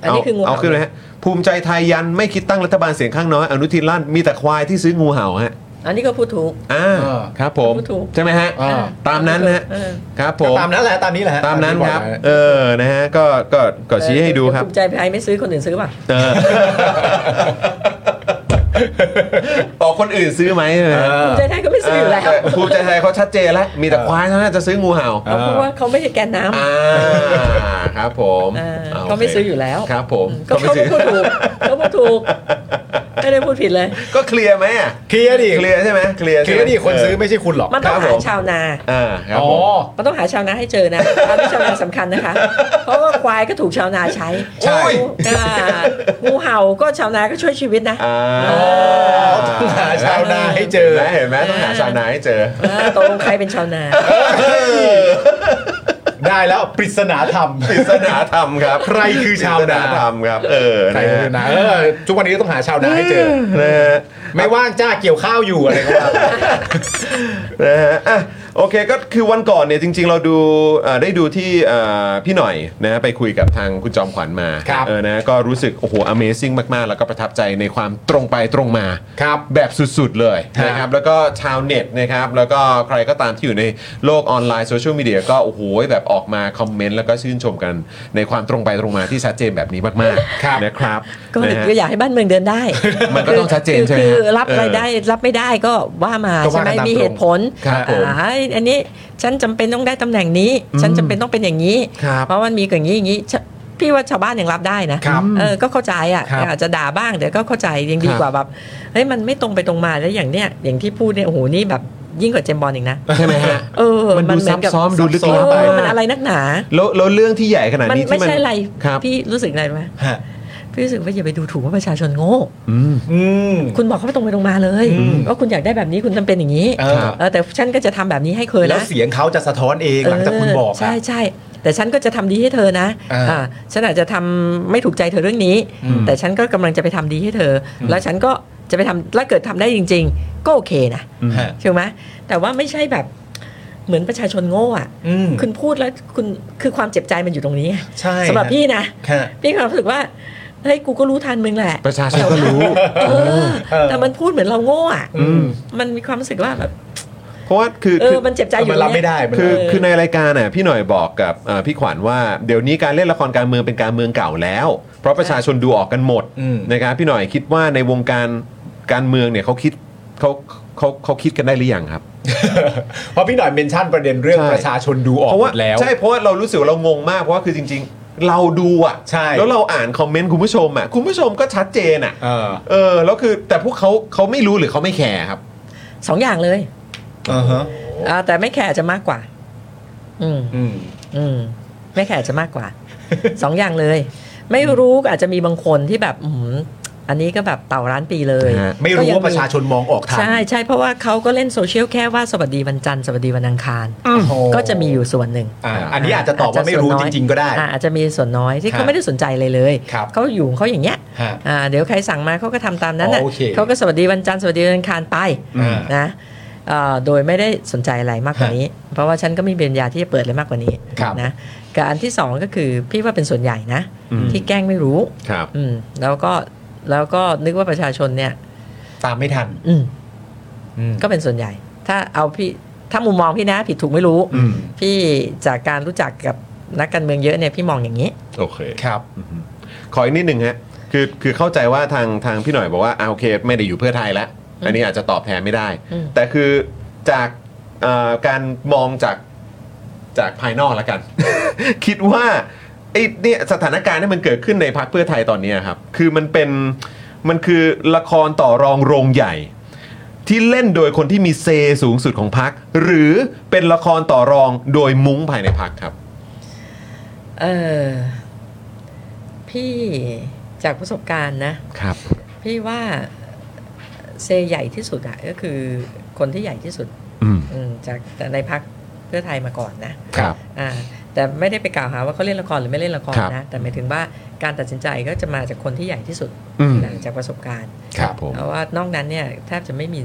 [SPEAKER 6] อัน
[SPEAKER 1] เอา
[SPEAKER 6] นี้คืองู
[SPEAKER 1] เอา
[SPEAKER 6] เห่า
[SPEAKER 1] ขึ้นเลยฮะภูมิใจไทยยันไม่คิดตั้งรัฐบาลเสียงข้างน้อยอนุทินลั่นมีแต่ควายที่ซื้องูเห่าฮะ
[SPEAKER 6] อันนี้ก็พูดถูก
[SPEAKER 1] อ่า
[SPEAKER 4] เออ
[SPEAKER 1] ครับผม
[SPEAKER 6] พูดถูก
[SPEAKER 1] ใช่ไหมฮะ
[SPEAKER 4] อ่า
[SPEAKER 1] ตามนั้นนะฮะ
[SPEAKER 6] เออ
[SPEAKER 1] ครับผม
[SPEAKER 4] ตามนั้นแหละตามนี้แหละฮะ
[SPEAKER 1] ตามนั้นครับ
[SPEAKER 4] ที่อกนะฮะ
[SPEAKER 1] เออนะฮะก็ก็ก็ชี้ให้ดูครับ
[SPEAKER 6] ภูมิใจไทยไม่ซื้อคนอื่นซื้อป่ะ
[SPEAKER 1] เออ ต่อคนอื่นซื้อไหมใช่ไหมฮะ
[SPEAKER 6] ภูมิใจไทยก็ไม่ซื้ออยู่แล้ว
[SPEAKER 1] เภูมิใจไทยเขาชัดเจนแล้วมีแต่ควายเท่านั้นจะซื้องูเห่า
[SPEAKER 4] ออ
[SPEAKER 6] เอาเพราะว่าเขาไม่ใช่แกนน้ำ
[SPEAKER 1] อ่าครับผม
[SPEAKER 6] อ่าเขาไม่ซื้ออยู่แล้ว
[SPEAKER 1] ครับผม
[SPEAKER 6] ก็เขา
[SPEAKER 1] ก็ไม่
[SPEAKER 6] พูด
[SPEAKER 1] ซื้อ
[SPEAKER 6] ถูกเขาพูดถูก ไม่ได้พูดผิดเลย
[SPEAKER 1] ก็เคลียร์ไหมอ่ะ
[SPEAKER 4] เคลียร์ดิ
[SPEAKER 1] เคลียร์ใช่ไหมเคลียร์ใช่
[SPEAKER 4] เคลี
[SPEAKER 1] ไหม
[SPEAKER 4] ยร์ดิคนซื้อ
[SPEAKER 1] เ
[SPEAKER 4] ไม่ใช่คุณหรอก
[SPEAKER 6] มันต้อง
[SPEAKER 1] ครั
[SPEAKER 6] หา
[SPEAKER 1] บผม
[SPEAKER 6] ชาวนา
[SPEAKER 1] อ่าครับ
[SPEAKER 4] อ๋อ
[SPEAKER 1] ผม
[SPEAKER 6] มันต้องหาชาวนาให้เจอนะตอนนี้ชาวนาสำคัญนะคะ เพราะว่าควายก็ถูกชาวนาใช้
[SPEAKER 1] ใช่
[SPEAKER 6] อ่างูเห่าก็ชาวนาก็ช่วยชีวิตนะ
[SPEAKER 1] อ่า
[SPEAKER 6] อ๋อ
[SPEAKER 4] ต้องหาชาวนาให้เจอ
[SPEAKER 1] นะเห็นไหมต้องหาชาวนาให้เจอ
[SPEAKER 6] เออตกลงใครเป็นชาวนา
[SPEAKER 4] ได้แล้วปริศนาธรรม
[SPEAKER 1] ปริศนาธรรมครับ
[SPEAKER 4] ใครคือชาว
[SPEAKER 1] ป
[SPEAKER 4] นา
[SPEAKER 1] ริศธรรมครับ เออ
[SPEAKER 4] ใคร
[SPEAKER 1] นะฮะ
[SPEAKER 4] คือนะเออทุกวันนี้ต้องหาชาวนาให้เจอ
[SPEAKER 1] นะฮะ
[SPEAKER 4] ไม่ว่างจ้าเกี่ยวข้าวอยู่อะไรก็ว่า
[SPEAKER 1] นะฮะอ่ะโอเคก็คือวันก่อนเนี่ยจริง ๆ เราดูเอ่อได้ดูที่เอ่อพี่หน่อยนะฮะไปคุยกับทางคุณจอมขวัญมา
[SPEAKER 4] ครับ
[SPEAKER 1] เออนะก็รู้สึกโอ้โห Amazing มาก ๆ แล้วก็ประทับใจในความตรงไปตรงมา
[SPEAKER 4] ครับ
[SPEAKER 1] แบบสุด ๆ เลย
[SPEAKER 4] ฮะ
[SPEAKER 1] นะครับแล้วก็ชาวเน็ตนะครับแล้วก็ใครก็ตามที่อยู่ในโลกออนไลน์โซเชียลมีเดียก็โอ้โหแบบออกมาคอมเมนต์แล้วก็ชื่นชมกันในความตรงไปตรงมาที่ชัดเจนแบบนี้มาก
[SPEAKER 4] ครับ
[SPEAKER 1] ๆนะครับ
[SPEAKER 6] ก็
[SPEAKER 1] นะฮะ
[SPEAKER 6] ก็อยากให้บ้านเมืองเดินได้
[SPEAKER 1] มันก็ต้องชัดเจนใช่ไหม
[SPEAKER 6] คื
[SPEAKER 1] ฮะ
[SPEAKER 6] อคือรับ
[SPEAKER 1] เออ
[SPEAKER 6] รายได้รับไม่ได้ก็ว่ามา
[SPEAKER 4] ก็
[SPEAKER 6] ใช่
[SPEAKER 4] ว่า
[SPEAKER 6] ไหม
[SPEAKER 4] กันตาม
[SPEAKER 6] มีเหตุผล
[SPEAKER 1] ครับผม
[SPEAKER 6] อ่าอันนี้ฉันจำเป็นต้องได้ตำแหน่งนี้ ฉันจำเป็นต้องเป็นอย่างนี้
[SPEAKER 1] ครับ
[SPEAKER 6] เพราะมันมีอย่างนี้อย่างนี้ฉันพี่ว่าชาวบ้านยังรับได้นะครับ เออก็เข้าใจอ่ะ
[SPEAKER 4] ครับ
[SPEAKER 6] อาจจะด่าบ้างเดี๋ยวก็เข้าใจยังดี
[SPEAKER 1] ครับ
[SPEAKER 6] กว่าแบบเฮ้ยมันไม่ตรงไปตรงมาแล้วอย่างเนี้ยอย่างที่พูดเนี่ยโอ้โหนี่แบบยิ่งกว่าเจมส์บอลอีกนะ
[SPEAKER 1] ใช่ไหมฮะ
[SPEAKER 6] เออ
[SPEAKER 1] มันดู
[SPEAKER 6] เห
[SPEAKER 1] ซับ
[SPEAKER 6] กับ
[SPEAKER 1] ซ้อนดูลึกลับ
[SPEAKER 6] เอ
[SPEAKER 1] ไป
[SPEAKER 6] อมันอะไรนักหนา
[SPEAKER 1] แล้วแล้วเรื่องที่ใหญ่ขนาด
[SPEAKER 6] มัน
[SPEAKER 1] นี้ที่
[SPEAKER 6] ไม่ใช่อะไร
[SPEAKER 1] ครับ
[SPEAKER 6] พี่รู้สึกอะไรไหม
[SPEAKER 1] ฮะ
[SPEAKER 6] พี่รู้สึกว่าอย่าไปดูถูกว่าประชาชนโง่
[SPEAKER 1] อืม
[SPEAKER 4] อืม
[SPEAKER 6] คุณบอกเขาไม่ตรงไปตรงมาเลย
[SPEAKER 4] อืม
[SPEAKER 6] ว่าคุณอยากได้แบบนี้คุณจำเป็นอย่างนี้
[SPEAKER 4] เออ
[SPEAKER 6] เออแต่ฉันก็จะทำแบบนี้ให้เคย
[SPEAKER 4] แล้ว
[SPEAKER 6] นะ
[SPEAKER 4] เสียงเขาจะสะท้อนเองหลังจากคุณบอก
[SPEAKER 6] เออ
[SPEAKER 4] อะ
[SPEAKER 6] ใช่ใช่แต่ฉันก็จะทำดีให้เธอนะ
[SPEAKER 4] อ่า
[SPEAKER 6] อ่าฉันอาจจะทำไม่ถูกใจเธอเรื่องนี้
[SPEAKER 4] อืม
[SPEAKER 6] แต่ฉันก็กำลังจะไปทำดีให้เธออแล้วฉันก็จะไปทำแล้วเกิดทำได้จริง ๆ ก็โอเคนะ
[SPEAKER 4] ฮะ
[SPEAKER 6] ถูกไหมแต่ว่าไม่ใช่แบบเหมือนประชาชนโง่อะ
[SPEAKER 4] อืม
[SPEAKER 6] คุณพูดแล้วคุณคือความเจ็บใจมันอยู่ตรงนี้ไง
[SPEAKER 4] ใช่
[SPEAKER 6] สำหรับพี่นะ
[SPEAKER 4] ค่ะ
[SPEAKER 6] พี่ก็รู้สึกว่าเฮ้ยกูก็รู้ทันมึงแหละ
[SPEAKER 1] ประชาชนก็รู้
[SPEAKER 6] เออ
[SPEAKER 4] เออ
[SPEAKER 6] แต่มันพูดเหมือนเราโง่อะ
[SPEAKER 4] อืม
[SPEAKER 6] มันมีความรู้สึกว่าแบบ
[SPEAKER 1] เพราะว่าคือ
[SPEAKER 6] เอ
[SPEAKER 1] คือ อ
[SPEAKER 6] มันเจ็บใจอยู่
[SPEAKER 4] มันรับไม่ได้มัน
[SPEAKER 1] คือ
[SPEAKER 4] รับ
[SPEAKER 1] คือในรายการน่ะพี่หน่อยบอกกับเอ่อพี่ขวัญว่าเดี๋ยวนี้การเล่นละครการเมืองเป็นการเมืองเก่าแล้ว เพราะประชาชนดูออกกันหมด
[SPEAKER 4] อืม
[SPEAKER 1] นะครับพี่หน่อยคิดว่าในวงการการเมืองเนี่ยเขาคิดเขาเขาเขาคิดกันได้หรือยังครับ
[SPEAKER 4] เพราะพี่หน่อยเมนชั่นประเด็นเรื่อง
[SPEAKER 1] ใช่
[SPEAKER 4] ประชาชนดูออก
[SPEAKER 1] เพราะ
[SPEAKER 4] หม
[SPEAKER 1] ว่า
[SPEAKER 4] ดแล้ว
[SPEAKER 1] ใช่เพราะว่าเรารู้สึกว่าเรางงมากเพราะว่าคือจริง ๆ เราดูอ่ะ
[SPEAKER 4] ใช่
[SPEAKER 1] แล้วเราอ่านคอมเมนต์คุณผู้ชมอ่ะคุณผู้ชมก็ชัดเจนอ่ะ
[SPEAKER 4] เออ
[SPEAKER 1] เออแล้วคือแต่พวกเขาเขาไม่รู้หรือเขาไม่แคร์ครับ
[SPEAKER 6] สองอย่างเลย
[SPEAKER 4] อ่าฮะ
[SPEAKER 6] อ่าแต่ไม่แคร์อาจจะมากกว่า อืม
[SPEAKER 4] อืม
[SPEAKER 6] อืม ไม่แคร์อาจจะ มากกว่า สองอย่างเลย ไม่รู้ก็อาจจะมีบางคนที่แบบอืมอันนี้ก็แบบเต่าร้านปีเลย
[SPEAKER 1] ฮะ
[SPEAKER 4] ไม่
[SPEAKER 6] ก็
[SPEAKER 4] รู้
[SPEAKER 6] ยัง
[SPEAKER 4] ว่าประชาชนมองออกทาง
[SPEAKER 6] ใช่ใช่เพราะว่าเขาก็เล่นโซเชียลแค่ว่าสวัสดีวันจันทร์สวัสดีวันอังคาร
[SPEAKER 4] โอ้
[SPEAKER 6] ก็จะมีอยู่ส่วนหนึ่ง
[SPEAKER 4] อ่าอันนี้อาจจะตอบว่าไม่รู้จริง ๆ ก็ได้
[SPEAKER 6] อ่ะอาจจะมีส่วนน้อย
[SPEAKER 4] ค
[SPEAKER 6] ที่
[SPEAKER 4] รั
[SPEAKER 6] เขา
[SPEAKER 4] บ
[SPEAKER 6] ไม่ได้สนใจเลยเลย
[SPEAKER 4] ครับ
[SPEAKER 6] เขาอยู่ของเขาอย่างเงี้ย
[SPEAKER 4] ฮะ
[SPEAKER 6] อ่าเดี๋ยวใครสั่งมาเขาก็ทำตามนั้นน่ะ
[SPEAKER 4] อ๋อโอเค
[SPEAKER 6] เขาก็สวัสดีวันจันทร์สวัสดีวันอังคารไป
[SPEAKER 4] อ่าน
[SPEAKER 6] นะเอ่อโดยไม่ได้สนใจอะไรมากกว่านี้ เพราะว่าฉันก็ไมมีเบียนยาที่จะเปิดอะไรมากกว่านี้นะกับอันที่สองก็คือพี่ว่าเป็นส่วนใหญ่นะ ที่แกล้งไม่รู้
[SPEAKER 1] ครับ
[SPEAKER 6] อืมแล้วก็แล้วก็นึกว่าประชาชนเนี่ย
[SPEAKER 4] ตามไม่ทัน
[SPEAKER 6] อืม
[SPEAKER 4] อืม
[SPEAKER 6] ก็เป็นส่วนใหญ่ ถ้าเอาพี่ถ้ามุมมองพี่นะผิดถูกไม่รู้
[SPEAKER 4] อืม
[SPEAKER 6] พี่จากการรู้จักกับนักการเมืองเยอะเนี่ยพี่มองอย่างนี้
[SPEAKER 1] โอเค
[SPEAKER 4] ครับ
[SPEAKER 1] ขออีกนิดหนึ่งฮะ คือ คือเข้าใจว่าทาง ทางพี่หน่อยบอกว่าอ่าโอเค ไม่ได้อยู่เพื่อไทยแล้ว อันนี้อาจจะตอบแทนไม่ได้
[SPEAKER 6] อืม
[SPEAKER 1] แต่คือ จากเอ่อการมองจาก จากภายนอกแล้วกัน คิดว่าไอ้เนี่ยสถานการณ์ที่มันเกิดขึ้นในพักเพื่อไทยตอนเนี้ยครับ คือมันเป็น มันคือละครต่อรองโรงใหญ่ ที่เล่นโดยคนที่มีเซสูงสุดของพัก หรือเป็นละครต่อรองโดยมุ้งภายในพักครับ
[SPEAKER 6] เออพี่จากประสบการณ์นะ
[SPEAKER 1] ครับ
[SPEAKER 6] พี่ว่าเซใหญ่ที่สุดอะก็คือคนที่ใหญ่ที่สุด
[SPEAKER 1] อืม
[SPEAKER 6] อืมจากแต่ในพักเพื่อไทยมาก่อนนะครับ อ่าแต่ไม่ได้ไปกล่าวหาว่าเขาเล่นละครหรือไม่เล่นละคร
[SPEAKER 1] ครับ
[SPEAKER 6] นะ แต่หมายถึงว่าการตัดสินใจก็จะมาจากคนที่ใหญ่ที่สุด
[SPEAKER 1] อืม
[SPEAKER 6] นะจากประสบการณ์
[SPEAKER 1] ครับผม
[SPEAKER 6] เพราะว่านอกนั้นเนี่ยแทบจะไม่มี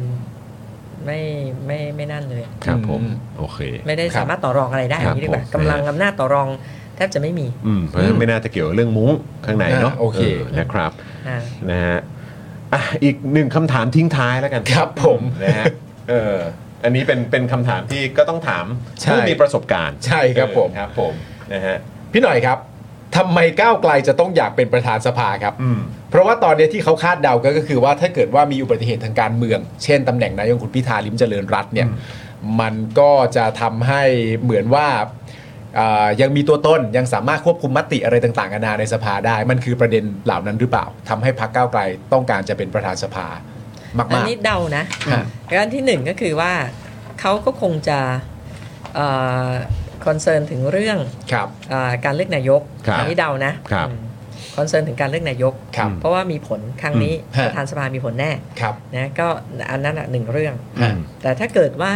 [SPEAKER 6] ไม่ไม่ไม่นั่นเลย
[SPEAKER 1] ครับผม
[SPEAKER 4] อืม
[SPEAKER 1] โอเค
[SPEAKER 6] ไม่ได้สามารถต่อรองอะไรได้
[SPEAKER 1] ค
[SPEAKER 6] อ
[SPEAKER 1] รับ
[SPEAKER 6] ย่างนี้ดีกว่า
[SPEAKER 1] ผม
[SPEAKER 6] กำลังอำนาจต่อรองแทบจะไม่มี
[SPEAKER 1] อืมเพราะฉะนั้นไม่น่าจะเกี่ยวกับเรื่องมุ้งข้างในเนาะ
[SPEAKER 4] อ่าโอเค
[SPEAKER 1] นะครับ
[SPEAKER 6] อ่า
[SPEAKER 1] นะฮะอ่ะอีกหนึ่งคำถามทิ้งท้ายแล้วกัน
[SPEAKER 4] ครับผม
[SPEAKER 1] นะฮะเอออันนี้เป็นเป็นคำถามที่ก็ต้องถาม
[SPEAKER 4] ใช่
[SPEAKER 1] ผู้มีประสบการณ์
[SPEAKER 4] ใช่ครับผม
[SPEAKER 1] ครับผมนะฮะ
[SPEAKER 4] พี่หน่อยครับทำไมก้าวไกลจะต้องอยากเป็นประธานสภาครับ
[SPEAKER 1] อืม
[SPEAKER 4] เพราะว่าตอนเนี้ยที่เขาคาดเดาก็คือว่าถ้าเกิดว่ามีอุบัติเหตุทางการเมือง เช่นตำแหน่งนายกคุณพิธาลิมเจริญรัตน์เนี่ยมันก็จะทำให้เหมือนว่า อ่ายังมีตัวตนยังสามารถควบคุมมติอะไรต่างๆนานาในสภาได้ มันคือประเด็นเหล่านั้นหรือเปล่าทำให้พรรคก้าวไกลต้องการจะเป็นประธานสภา
[SPEAKER 6] อัน
[SPEAKER 4] มาก
[SPEAKER 6] นี้เดานะ
[SPEAKER 4] ฮะ
[SPEAKER 6] อันที่หนึ่งก็คือว่าเขาก็คงจะคอนเซิร์นถึงเรื่อง
[SPEAKER 4] ๆ ครับ
[SPEAKER 6] เออการเลือกนายก
[SPEAKER 1] ครับ
[SPEAKER 6] อันี้เดานะครับ คอนเซิร์นถึงการเลือกนายก
[SPEAKER 4] ครับ
[SPEAKER 6] เพราะว่ามีผลครั้งนี้
[SPEAKER 4] ฮะ
[SPEAKER 6] ประธานสภามีผลแน่
[SPEAKER 4] ครับ
[SPEAKER 6] นะก็อันนั้นน่ะหนึ่งเรื่อง
[SPEAKER 4] ฮะ
[SPEAKER 6] แต่ถ้าเกิดว่า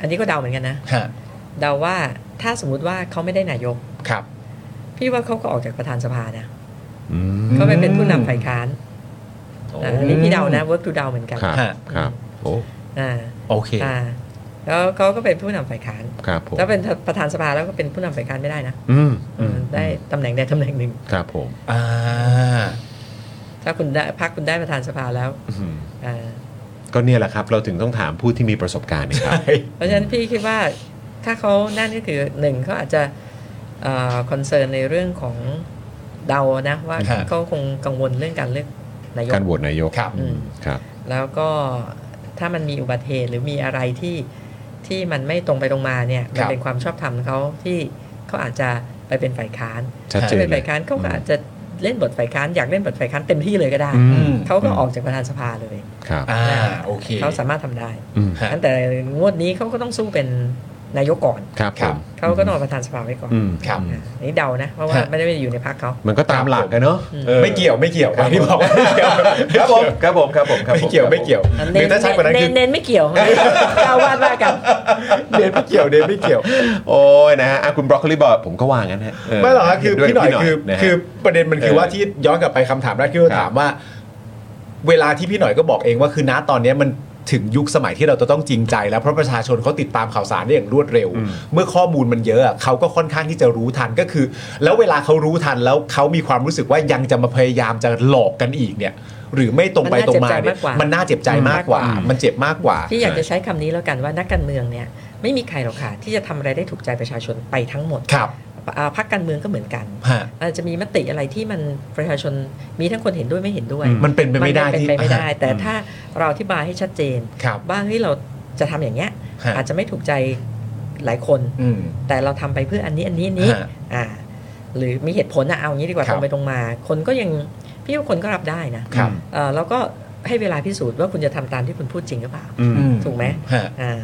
[SPEAKER 6] อันนี้ก็เดาเหมือนกันนะ
[SPEAKER 4] ฮะ
[SPEAKER 6] เดาว่าถ้าสมมุติว่าเขาไม่ได้นายก
[SPEAKER 4] ครับ
[SPEAKER 6] พี่ว่าเขาก็ออกจากประธานสภานะเขาไปเป็นผู้นำฝ่ายค้านนะอันนี้พี่เดานะ work to เดาเหมือนกัน
[SPEAKER 1] ครับ
[SPEAKER 4] ฮะ
[SPEAKER 1] ครับโอ้
[SPEAKER 6] อ่า
[SPEAKER 4] โอเค
[SPEAKER 6] อ่าแล้วเขาก็เป็นผู้นำฝ่ายค้าน
[SPEAKER 1] ครับผม
[SPEAKER 6] ถ้าเป็นประธานสภาแล้วก็เป็นผู้นำฝ่ายค้านไม่ได้นะ
[SPEAKER 1] อืม
[SPEAKER 6] อืมได้ตำแหน่งใดตำแหน่งหนึ่ง
[SPEAKER 1] ครับผม
[SPEAKER 4] อ่า
[SPEAKER 6] ถ้าคุณได้พักคุณได้ประธานสภาแล้ว
[SPEAKER 1] อืม
[SPEAKER 6] อ่า
[SPEAKER 1] ก็เนี่ยแหละครับ เราถึงต้องถามผู้ที่มีประสบการณ์นะครับ
[SPEAKER 6] เพราะฉะนั้นพี่คิดว่าถ้าเขานั่นก็คือหนึ่งเขาอาจจะคอนเซิร์นในเรื่องของเดานะว่า
[SPEAKER 4] ฮะ
[SPEAKER 6] เขาคงกังวลเรื่องการเลือกนายก
[SPEAKER 1] การโหวตนายก
[SPEAKER 4] ครับ
[SPEAKER 1] อืมครับ
[SPEAKER 6] แล้วก็ถ้ามันมีอุบัติเหตุหรือมีอะไรที่ที่มันไม่ตรงไปตรงมาเนี่ย
[SPEAKER 4] ค
[SPEAKER 6] มั
[SPEAKER 4] รั
[SPEAKER 6] น
[SPEAKER 4] บ
[SPEAKER 6] เป็นความชอบธรรมเขาที่เขาอาจจะไปเป็นฝ่ายค้าน
[SPEAKER 1] ชัดเจ
[SPEAKER 6] ถ้าน เป็น
[SPEAKER 1] เล
[SPEAKER 6] ฝ่าย ยค้านเขาก็อาจจะเล่นบทฝ่ายค้านอยากเล่นบทฝ่ายค้านเต็มที่เลยก็ได้
[SPEAKER 1] อืม
[SPEAKER 6] เขาก็ออกจากประธานสภาเลย
[SPEAKER 1] ครับ
[SPEAKER 4] อ่าโอเค
[SPEAKER 6] เขาสามารถทำได้
[SPEAKER 1] อืม
[SPEAKER 4] ฮะ
[SPEAKER 6] งั้นแต่งวดนี้เขาก็ต้องสู้เป็นนายกก่อน
[SPEAKER 1] ครับผ
[SPEAKER 4] ครับ
[SPEAKER 1] ม
[SPEAKER 6] เขาก็ต้องเอาประธานสภาไว้ก่อน
[SPEAKER 1] อืม
[SPEAKER 4] ครับ
[SPEAKER 6] อ่ะอันนี่เดานะเพราะว่า
[SPEAKER 4] ฮะ
[SPEAKER 6] ไม่ได้อยู่ในพรรคเขา
[SPEAKER 1] มันก็ตามหลักกันเนาะ
[SPEAKER 6] อืม
[SPEAKER 1] ออ
[SPEAKER 4] ไม่เกี่ยวไม่เกี่ยว
[SPEAKER 1] ครับ
[SPEAKER 4] อันนี้บอกว่าไม่เกี่ยว
[SPEAKER 1] ครับผมครับผมครับผมครับผ
[SPEAKER 4] ไม่เกี่ยวไม่เกี่ยว
[SPEAKER 6] อ่ะ
[SPEAKER 4] หรือถ้าชัดกว่านั้นคือ
[SPEAKER 6] เน้นไม่เกี่ยว เดาวาดว่ากัน
[SPEAKER 4] เดนไม่เกี่ยวเดนไม่เกี่ยว
[SPEAKER 1] โอ้ยนะฮะอ่ะคุณบรอกโคลีบอกผมก็วางงั้นฮะเ
[SPEAKER 4] ไม่หรอกครับคือ
[SPEAKER 1] เด้วย
[SPEAKER 4] พี่หน่อยคือ
[SPEAKER 1] นะฮะ
[SPEAKER 4] คือประเด็นมันคือ
[SPEAKER 1] เออ
[SPEAKER 4] ว่าที่ย้อนกลับไปคำถามแรกที่เรา
[SPEAKER 1] ครับ
[SPEAKER 4] ถามว่า เวลาที่พี่หน่อยก็บอกเองว่าคือณตอนเนี้ยมันถึงยุคสมัยที่เราจะต้องจริงใจ แล้วเพราะประชาชนเขาติดตามข่าวสารได้อย่างรวดเร็ว
[SPEAKER 1] อืม
[SPEAKER 4] เมื่อข้อมูลมันเยอะอะเขาก็ค่อนข้างที่จะรู้ทันก็คือ แล้วเวลาเขารู้ทันแล้วเขามีความรู้สึกว่ายังจะมาพยายามจะหลอกกันอีกเนี่ย หรือไม่ตรงไปตรงมาเนี่ย
[SPEAKER 6] มั
[SPEAKER 4] มัน
[SPEAKER 6] น
[SPEAKER 4] น่า
[SPEAKER 6] น่าเจ็
[SPEAKER 4] เจ็บบ ใจมาม
[SPEAKER 6] ใจาก ก
[SPEAKER 4] ก
[SPEAKER 6] ก
[SPEAKER 4] ว่า
[SPEAKER 6] ว่า
[SPEAKER 4] มันเจ็บมากกว่า
[SPEAKER 6] ที่อยากจะใช้คำนี้แล้วกันว่านักการเมืองเนี่ยไม่มีใครหรอกค่ะที่จะทำอะไรได้ถูกใจประชาชนไปทั้งหมด
[SPEAKER 4] ครับ
[SPEAKER 6] อ่าพรรคการเมืองก็เหมือนกัน
[SPEAKER 4] ฮะ
[SPEAKER 6] อาจจะมีมติอะไรที่มันประชาชนมีทั้งคนเห็นด้วยไม่เห็นด้วย
[SPEAKER 4] มันเป็นไปไม่ได้
[SPEAKER 6] เป็น
[SPEAKER 4] ที่
[SPEAKER 6] ไปไม่ได้
[SPEAKER 4] อ่าฮะ
[SPEAKER 6] แต่ถ้าเราอธิบายให้ชัดเจน
[SPEAKER 4] ครับ
[SPEAKER 6] ว่าเฮ้ยเราจะทำอย่างเงี้ย
[SPEAKER 4] ฮะ
[SPEAKER 6] อาจจะไม่ถูกใจหลายคน
[SPEAKER 4] อืม
[SPEAKER 6] แต่เราทำไปเพื่ออันนี้อันนี้อันนี้
[SPEAKER 4] ฮะ
[SPEAKER 6] อ่าหรือมีเหตุผลนะเอางี้ดีกว่า
[SPEAKER 4] ครั
[SPEAKER 6] ต
[SPEAKER 4] บ
[SPEAKER 6] รงไปตรงมา คนก็ยังพี่ว่าคนก็รับได้นะครับ เอ่อแล้วก็ให้เวลาพิสูจน์ว่าคุณจะทำตามที่คุณพูดจริงหรือเปล่า
[SPEAKER 1] อืม
[SPEAKER 4] อื
[SPEAKER 6] ถูกไหม
[SPEAKER 4] ฮะ
[SPEAKER 6] อ่า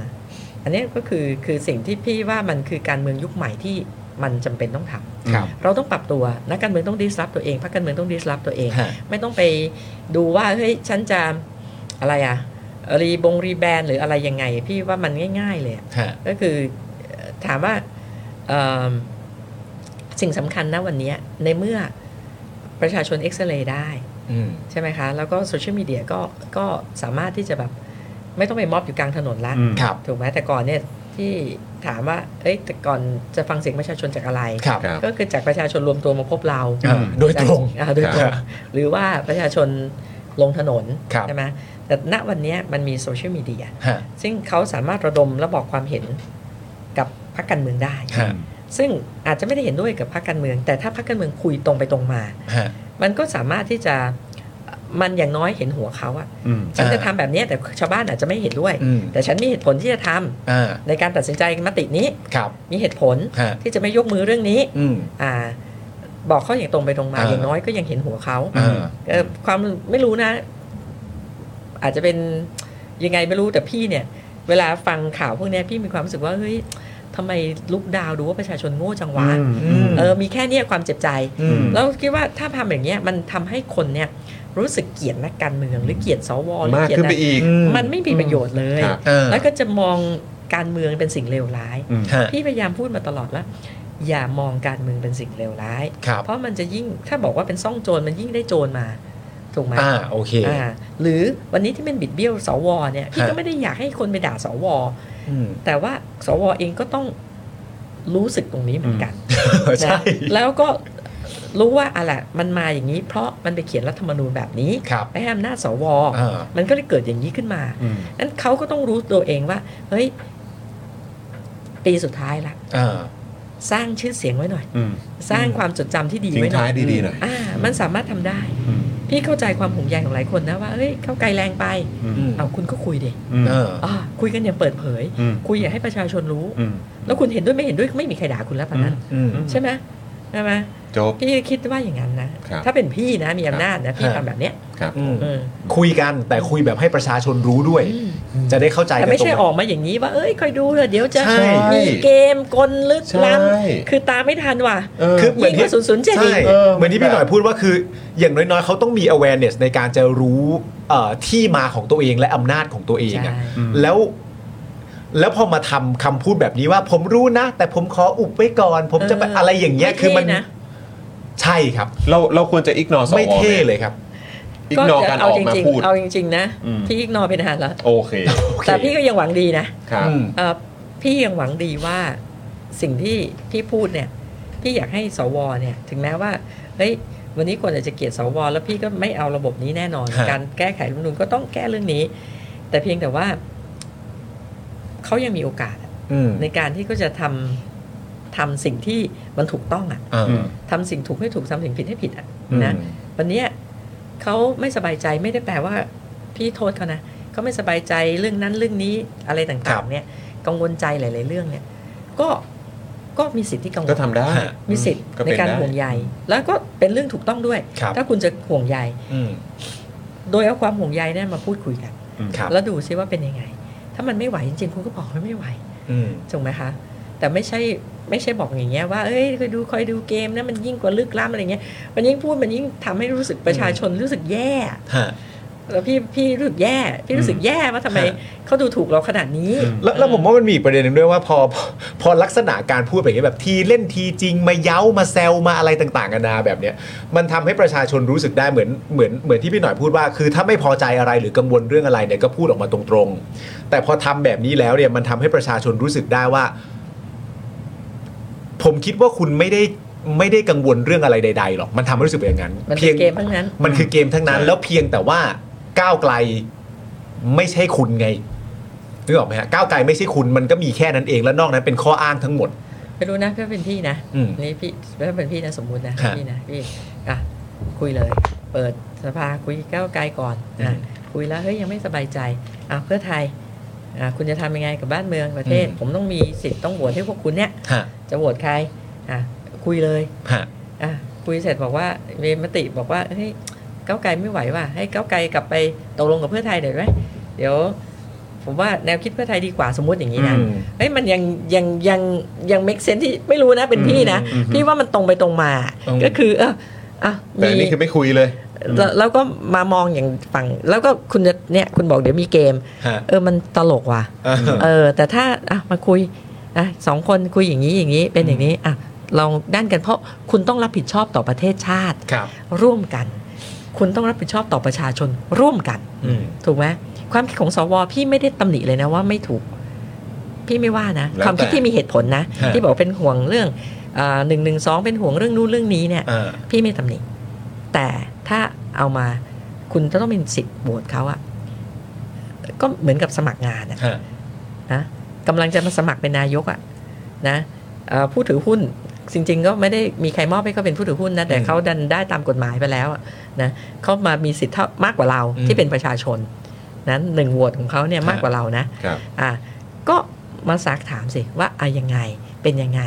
[SPEAKER 6] อันนี้ก็คือคือสิ่งที่พี่ว่ามันคือการเมืองยุคใหม่ที่มันจำเป็นต้องทำ
[SPEAKER 4] ครับ
[SPEAKER 6] เราต้องปรับตัวนักการเมืองต้องดิสรับตัวเองพรรคการเมืองต้องดิสรับตัวเอง
[SPEAKER 4] ฮะ
[SPEAKER 6] ไม่ต้องไปดูว่าเฮ้ยฉันจะอะไรอะรีบงรีแบรนด์หรืออะไรยังไง พี่ว่ามันง่าย ๆ เลยอะ
[SPEAKER 4] ฮะ
[SPEAKER 6] ก็คือเอ่อถามว่าเอิ่มสิ่งสำคัญนะวันเนี้ยในเมื่อประชาชนเอ็กซเรย์ได้
[SPEAKER 4] อืม
[SPEAKER 6] ใช่ไหมคะ แล้วก็โซเชียลมีเดียก็ก็สามารถที่จะแบบไม่ต้องไปม็อบอยู่กลางถนนละ
[SPEAKER 1] อืม
[SPEAKER 4] ครับ
[SPEAKER 6] ถูกไหมแต่ก่อนเนี่ยที่ถามว่า เอ้ยแต่ก่อนจะฟังเสียงประชาชนจากอะไร
[SPEAKER 4] ครับ
[SPEAKER 1] ครับ
[SPEAKER 6] ก็คือจากประชาชนรวมตัวมาพบเรา
[SPEAKER 4] อ่าโดยตรง
[SPEAKER 6] อ่าโดยต
[SPEAKER 4] ค
[SPEAKER 6] ร
[SPEAKER 4] รั
[SPEAKER 6] ง
[SPEAKER 4] บ
[SPEAKER 6] หรือว่าประชาชนลงถนน
[SPEAKER 4] ครับ
[SPEAKER 6] ใช่ไหมแต่ณวันเนี้ยมันมีโซเชียลมีเดีย
[SPEAKER 4] ฮะ
[SPEAKER 6] ซึ่งเขาสามารถระดมและบอกความเห็นกับพรรคการเมืองได้
[SPEAKER 4] ฮะ
[SPEAKER 6] ซึ่งอาจจะไม่ได้เห็นด้วยกับพรรคการเมือง แต่ถ้าพรรคการเมืองคุยตรงไปตรงมา
[SPEAKER 4] ฮะ
[SPEAKER 6] มันก็สามารถที่จะมันอย่างน้อยเห็นหัวเขาอะฉันจะ
[SPEAKER 4] อ่า
[SPEAKER 6] ทำแบบเนี้ยแต่ชาวบ้านอาจจะไม่เห็นด้วย
[SPEAKER 4] อืม
[SPEAKER 6] แต่ฉันมีเหตุผลที่จะทำ
[SPEAKER 4] อ่า
[SPEAKER 6] ในการตัดสินใจมตินี้
[SPEAKER 4] ครับ
[SPEAKER 6] มีเหตุผล
[SPEAKER 4] ฮะ
[SPEAKER 6] ที่จะไม่ยกมือเรื่องนี้
[SPEAKER 4] อืม
[SPEAKER 6] อ่าบอกเขาอย่างตรงไปตรงมา
[SPEAKER 4] อ่า
[SPEAKER 6] อย่างน้อยก็ยังเห็นหัวเขา
[SPEAKER 4] อ่า
[SPEAKER 6] เอ่อความไม่รู้นะ อาจจะเป็นยังไงไม่รู้แต่พี่เนี่ย เวลาฟังข่าวพวกเนี้ยพี่มีความรู้สึกว่าเฮ้ยทำไมลุกดาวดูว่าประชาชนโง่จังวะ
[SPEAKER 4] อืม
[SPEAKER 6] เออมีแค่เนี้ยความเจ็บใจ
[SPEAKER 4] อืม
[SPEAKER 6] แล้วคิดว่าถ้าทำอย่างเงี้ยมันทำให้คนเนี่ยรู้สึกเกลียดนักการเมืองหรือเกลียดสวหรือ
[SPEAKER 1] มาก
[SPEAKER 6] เกลียด
[SPEAKER 1] ขึ้น
[SPEAKER 6] อะ
[SPEAKER 1] ไป
[SPEAKER 6] ไร
[SPEAKER 1] อีก
[SPEAKER 6] มันไม่มีประโยชน์เลย
[SPEAKER 1] ครับ
[SPEAKER 4] เออ
[SPEAKER 6] แล้วก็จะมองการเมืองเป็นสิ่งเลวร้าย
[SPEAKER 4] ฮะ
[SPEAKER 6] พี่พยายามพูดมาตลอดว่าอย่ามองการเมืองเป็นสิ่งเลวร้าย
[SPEAKER 4] ครับ
[SPEAKER 6] เพราะมันจะยิ่งถ้าบอกว่าเป็นซ่องโจรมันยิ่งได้โจรมาถูกไหม
[SPEAKER 4] อ่า โอเค
[SPEAKER 6] อ่าหรือวันนี้ที่มันบิดเบี้ยวสวเนี่ยพี่
[SPEAKER 4] ฮะ
[SPEAKER 6] ก็ไม่ได้อยากให้คนไปด่าสว
[SPEAKER 4] อืม
[SPEAKER 6] แต่ว่าสวเองก็ต้องรู้สึกตรงนี้เหมือนกัน
[SPEAKER 4] ใช่
[SPEAKER 6] นะแล้วก็รู้ว่าอะไรมันมาอย่างนี้ เพราะมันไปเขียนรัฐธรรมนูญแบบนี้
[SPEAKER 4] ครับ
[SPEAKER 6] ไปให้อำนาจสว
[SPEAKER 4] อ่า
[SPEAKER 6] มันก็เลยเกิดอย่างนี้ขึ้นมา นั้นเขาก็ต้องรู้ตัวเองว่า เฮ้ย ปีสุดท้ายละ
[SPEAKER 4] อ่า
[SPEAKER 6] สร้างชื่อเสียงไว้หน่อย
[SPEAKER 1] อืม
[SPEAKER 6] สร้างความจดจำที่ดี
[SPEAKER 1] ทิ้ง
[SPEAKER 6] ไว้หน่
[SPEAKER 1] ท้า
[SPEAKER 6] อย ย
[SPEAKER 1] ดีๆหน่อย
[SPEAKER 6] อ่า มันสามารถทำได้
[SPEAKER 1] อืม
[SPEAKER 6] พี่ พี่เข้าใจความห่วงใยของหลายคนนะว่าเอ้ยเข้าไกลแรงไป
[SPEAKER 8] อืม
[SPEAKER 6] เอาคุณก็คุยดิ
[SPEAKER 8] อืม
[SPEAKER 4] เออ
[SPEAKER 6] อ่าคุยกันอย่างเปิดเผย
[SPEAKER 8] อืม
[SPEAKER 6] คุยอย่างให้ประชาชนรู้
[SPEAKER 8] อืม
[SPEAKER 6] แล้วคุณเห็นด้วยไม่เห็นด้วยไม่มีใครด่าคุณแล้วตอนนั้น
[SPEAKER 4] อืม
[SPEAKER 6] ใช่ไหมใช่ไหม
[SPEAKER 1] จบ
[SPEAKER 6] พี่คิดว่าอย่างนั้นนะครับ ถ้าเป็นพี่นะมีอำนาจนะพี่
[SPEAKER 4] ครับ
[SPEAKER 6] ทำแบบเนี้ย
[SPEAKER 1] ครับ
[SPEAKER 4] อืม
[SPEAKER 6] เออ
[SPEAKER 4] คุยกันแต่คุยแบบให้ประชาชนรู้ด้วย
[SPEAKER 6] อืม
[SPEAKER 4] จะได้เข้าใจกั
[SPEAKER 6] แต่
[SPEAKER 4] น
[SPEAKER 6] ไม่
[SPEAKER 4] ตร
[SPEAKER 6] ใช่
[SPEAKER 4] ง
[SPEAKER 6] ออกมาอย่างนี้ว่า เอ้ยคอยดูเลยเดี๋ยวจะ
[SPEAKER 4] ใช่
[SPEAKER 6] มีเกมกลลึกล้
[SPEAKER 1] ใช่
[SPEAKER 6] ำคือตามไม่ทันว่ะ
[SPEAKER 1] เออ
[SPEAKER 4] คือเหมือ
[SPEAKER 6] ยิ่
[SPEAKER 4] น
[SPEAKER 6] งก
[SPEAKER 4] ที่
[SPEAKER 6] ว่าศูนย์ศูนย์เจ็ดอี
[SPEAKER 4] ใช่
[SPEAKER 6] ก
[SPEAKER 4] เออเหมือนที่พี่หน่อยพูดว่าคืออย่างน้อยๆเขาต้องมี awareness ในการจะรู้เอ่อที่มาของตัวเองและอำนาจของตัวเองอะ
[SPEAKER 6] ใช่
[SPEAKER 4] แล้ว แล้วพอมาทำคำพูดแบบนี้ว่า ผมรู้นะ แต่ผมขออุบไว้ก่อน ผมจะไปอะไรอย่างเงี้ย
[SPEAKER 6] ไม่
[SPEAKER 4] คือมัน
[SPEAKER 6] เท่นะ
[SPEAKER 4] ใช่ครับ
[SPEAKER 1] เราเราควรจะอิกนอสว
[SPEAKER 4] ไม่เท่เลยครับ
[SPEAKER 1] อิกนอการออกมา
[SPEAKER 6] จริง
[SPEAKER 1] พูด
[SPEAKER 6] ๆเอาจริง ๆ นะ
[SPEAKER 1] อืม
[SPEAKER 6] พี่อีกนอเป็นทหารแล้ว
[SPEAKER 1] โอเค
[SPEAKER 4] โอเค
[SPEAKER 6] แต่พี่ก็ยังหวังดีนะ
[SPEAKER 1] ครับ
[SPEAKER 4] อืม
[SPEAKER 6] เอ่อพี่ยังหวังดีว่าสิ่งที่พี่พูดเนี่ย พี่อยากให้สวเนี่ย ถึงแม้ว่าเฮ้ยวันนี้คนอาจจะเกลียดสว แล้วพี่ก็ไม่เอาระบบนี้แน่นอน
[SPEAKER 4] ฮะ
[SPEAKER 6] การแก้ไขรัฐธรรมนูญก็ต้องแก้เรื่องนี้ แต่เพียงแต่ว่าเขายังมีโอกาสอะ
[SPEAKER 4] อืม
[SPEAKER 6] ในการที่ก็จะทำทำสิ่งที่มันถูกต้องอะ
[SPEAKER 4] อ่า
[SPEAKER 6] ทำสิ่งถูกให้ถูกทำสิ่งผิดให้ผิดอะ
[SPEAKER 4] อืม
[SPEAKER 6] นะวันเนี้ยเขาไม่สบายใจไม่ได้แปลว่า พี่โทษเขานะเขาไม่สบายใจเรื่องนั้นเรื่องนี้อะไร
[SPEAKER 4] ครั
[SPEAKER 6] ต่าง
[SPEAKER 4] บ
[SPEAKER 6] ๆ เนี่ย กังวลใจหลาย ๆ เรื่องเนี่ย ก็ก็มีสิทธิ์ที่กังวล
[SPEAKER 1] ก็ทำได้
[SPEAKER 6] มีสิทธิ์
[SPEAKER 1] ก็เป็น
[SPEAKER 6] ในการ
[SPEAKER 1] ได้
[SPEAKER 6] ห่วงใยแล้วก็เป็นเรื่องถูกต้องด้วย
[SPEAKER 4] ครับ
[SPEAKER 6] ถ้าคุณจะห่วงใย
[SPEAKER 4] อืม
[SPEAKER 6] โดยเอาความห่วงใยเนี่ยมาพูดคุยกัน
[SPEAKER 4] ครับ
[SPEAKER 6] แล้วดูซิว่าเป็นยังไง ถ้ามันไม่ไหวจริงๆคุณก็บอกมันไม่ไหว
[SPEAKER 4] อืม
[SPEAKER 6] ถูกไหมคะ แต่ไม่ใช่ไม่ใช่บอกอย่างเงี้ยว่าเอ้ยคอยดูคอยดูเกมนะมันยิ่งกว่าลึกล้ำอะไรเงี้ยมันยิ่งพูดมันยิ่งทำให้รู้สึกประชาชนรู้สึกแย่
[SPEAKER 4] ฮะ
[SPEAKER 6] แล้วพี่พี่รู้สึกแย่พี่รู้สึกแย่ว่าทำไม
[SPEAKER 4] ฮะ
[SPEAKER 6] เขาดูถูกเราขนาดนี้
[SPEAKER 4] แล้วแล้วผมว่ามันมีอีกประเด็นหนึ่งด้วยว่าพอพอพอลักษณะการพูดแบบนี้แบบทีเล่นทีจริงมาเย้ามาแซวมาอะไรต่างๆกันานาแบบเนี้ยมันทำให้ประชาชนรู้สึกได้เหมือนเหมือนเหมือนที่พี่หน่อยพูดว่า คือถ้าไม่พอใจอะไรหรือกังวลเรื่องอะไรเนี่ยก็พูดออกมาตรงๆ แต่พอทำแบบนี้แล้วเนี่ยมันทำให้ประชาชนรู้สึกได้ว่า ผมคิดว่าคุณไม่ได้ไม่ได้กังวลเรื่องอะไรใดๆหรอกมันทำให้รู้สึกเป็นอย่างนั้น
[SPEAKER 6] มัน
[SPEAKER 4] พี
[SPEAKER 6] คื
[SPEAKER 4] ย
[SPEAKER 6] อเกมทั้งนั้น
[SPEAKER 4] มันคือเกมทั้งนั้น แล้วเพียงแต่ว่าก้าวไกลไม่ใช่คุณไง นึกออกไหมฮะก้าวไกลไม่ใช่คุณมันก็มีแค่นั้นเองแล้วนอกนั้นเป็นข้ออ้างทั้งหมด
[SPEAKER 6] ไม่รู้นะถ้าเป็นพี่นะ
[SPEAKER 4] อืม
[SPEAKER 6] นี่พี่ถ้าเป็นพี่นะสมมุตินะ
[SPEAKER 4] ฮะ
[SPEAKER 6] พี่นะพี่อ่ะคุยเลย เปิดสภาคุยก้าวไกลก่อน
[SPEAKER 4] อื
[SPEAKER 6] อ่ะ
[SPEAKER 4] ม
[SPEAKER 6] คุยแล้วเฮ้ยยังไม่สบายใจอ่ะเพื่อไทยอ่ะคุณจะทำยังไงกับบ้านเมืองประเทศ
[SPEAKER 4] อืม
[SPEAKER 6] ผมต้องมีสิทธิ์ต้องโหวตให้พวกคุณเนี่ย
[SPEAKER 4] ฮะ
[SPEAKER 6] จะโหวตใครอ่ะคุยเลย
[SPEAKER 4] ฮะ
[SPEAKER 6] อ่ะคุยเสร็จบอกว่ามีมติบอกว่าเฮ้ยก้าวไกลไม่ไหวว่ะให้ก้าวไกลกลับไปตกลงกับเพื่อไทยหน่อยไหมเดี๋ยว ผมว่าแนวคิดเพื่อไทยดีกว่าสมมติอย่างนี้นะ
[SPEAKER 4] อืม
[SPEAKER 6] เฮ้ยมันยังยังยังยังเมคเซนที่ไม่รู้นะเป็นพี่นะ
[SPEAKER 4] อืม
[SPEAKER 6] พี่ว่ามันตรงไปตรงมา
[SPEAKER 4] อืม
[SPEAKER 6] ก็คือเอออ่ะ
[SPEAKER 1] แต่อันนี้คือไม่คุยเลย
[SPEAKER 6] แล้วแล้วก็มามองอย่างฝั่ง แล้วก็คุณจะเนี่ยคุณบอกเดี๋ยวมีเกม
[SPEAKER 4] ฮะ
[SPEAKER 6] เออมันตลกว่ะ
[SPEAKER 4] เออ
[SPEAKER 6] เออแต่ถ้าอ่ะมาคุยนะสองคนคุยอย่างนี้อย่างนี้เป็นอย่างนี้อ่ะลองด้านกันเพราะคุณต้องรับผิดชอบต่อประเทศชาติ
[SPEAKER 4] ครับ
[SPEAKER 6] ร่วมกัน คุณต้องรับผิดชอบต่อประชาชนร่วมกัน
[SPEAKER 4] อืม
[SPEAKER 6] ถูกไหมความคิดของสวพี่ไม่ได้ตำหนิเลยนะว่าไม่ถูก พี่ไม่ว่านะ
[SPEAKER 1] แล้วแต่
[SPEAKER 6] ความคิดที่มีเหตุผลนะ
[SPEAKER 4] ฮะ
[SPEAKER 6] ที่บอกเป็นห่วงเรื่องหนึ่งหนึ่งสองเป็นห่วงเรื่องนู้นเรื่องนี้เนี่ย
[SPEAKER 4] เออ
[SPEAKER 6] พี่ไม่ตำหนิแต่ถ้าเอามาคุณจะต้องเป็นสิทธิ์โหวตเขาอะก็เหมือนกับสมัครงานอะ
[SPEAKER 4] ฮะ
[SPEAKER 6] นะกำลังจะมาสมัครเป็นนายกอะนะเอ่อผู้ถือหุ้นจริง ๆ ก็ไม่ได้มีใครมอบให้เขาเป็นผู้ถือหุ้นนะแต่
[SPEAKER 4] อืม
[SPEAKER 6] เขาดันได้ตามกฎหมายไปแล้วอะนะเขามามีสิทธิ์เท่ามากกว่าเรา
[SPEAKER 4] อืม
[SPEAKER 6] ที่เป็นประชาชนนั้นหนึ่งโหวตของเขาเนี่
[SPEAKER 4] ค
[SPEAKER 6] ย
[SPEAKER 4] รับ
[SPEAKER 6] มากกว่าเรานะครับ อ่ะก็มาซักถามสิว่าอะยังไงเป็นยังไง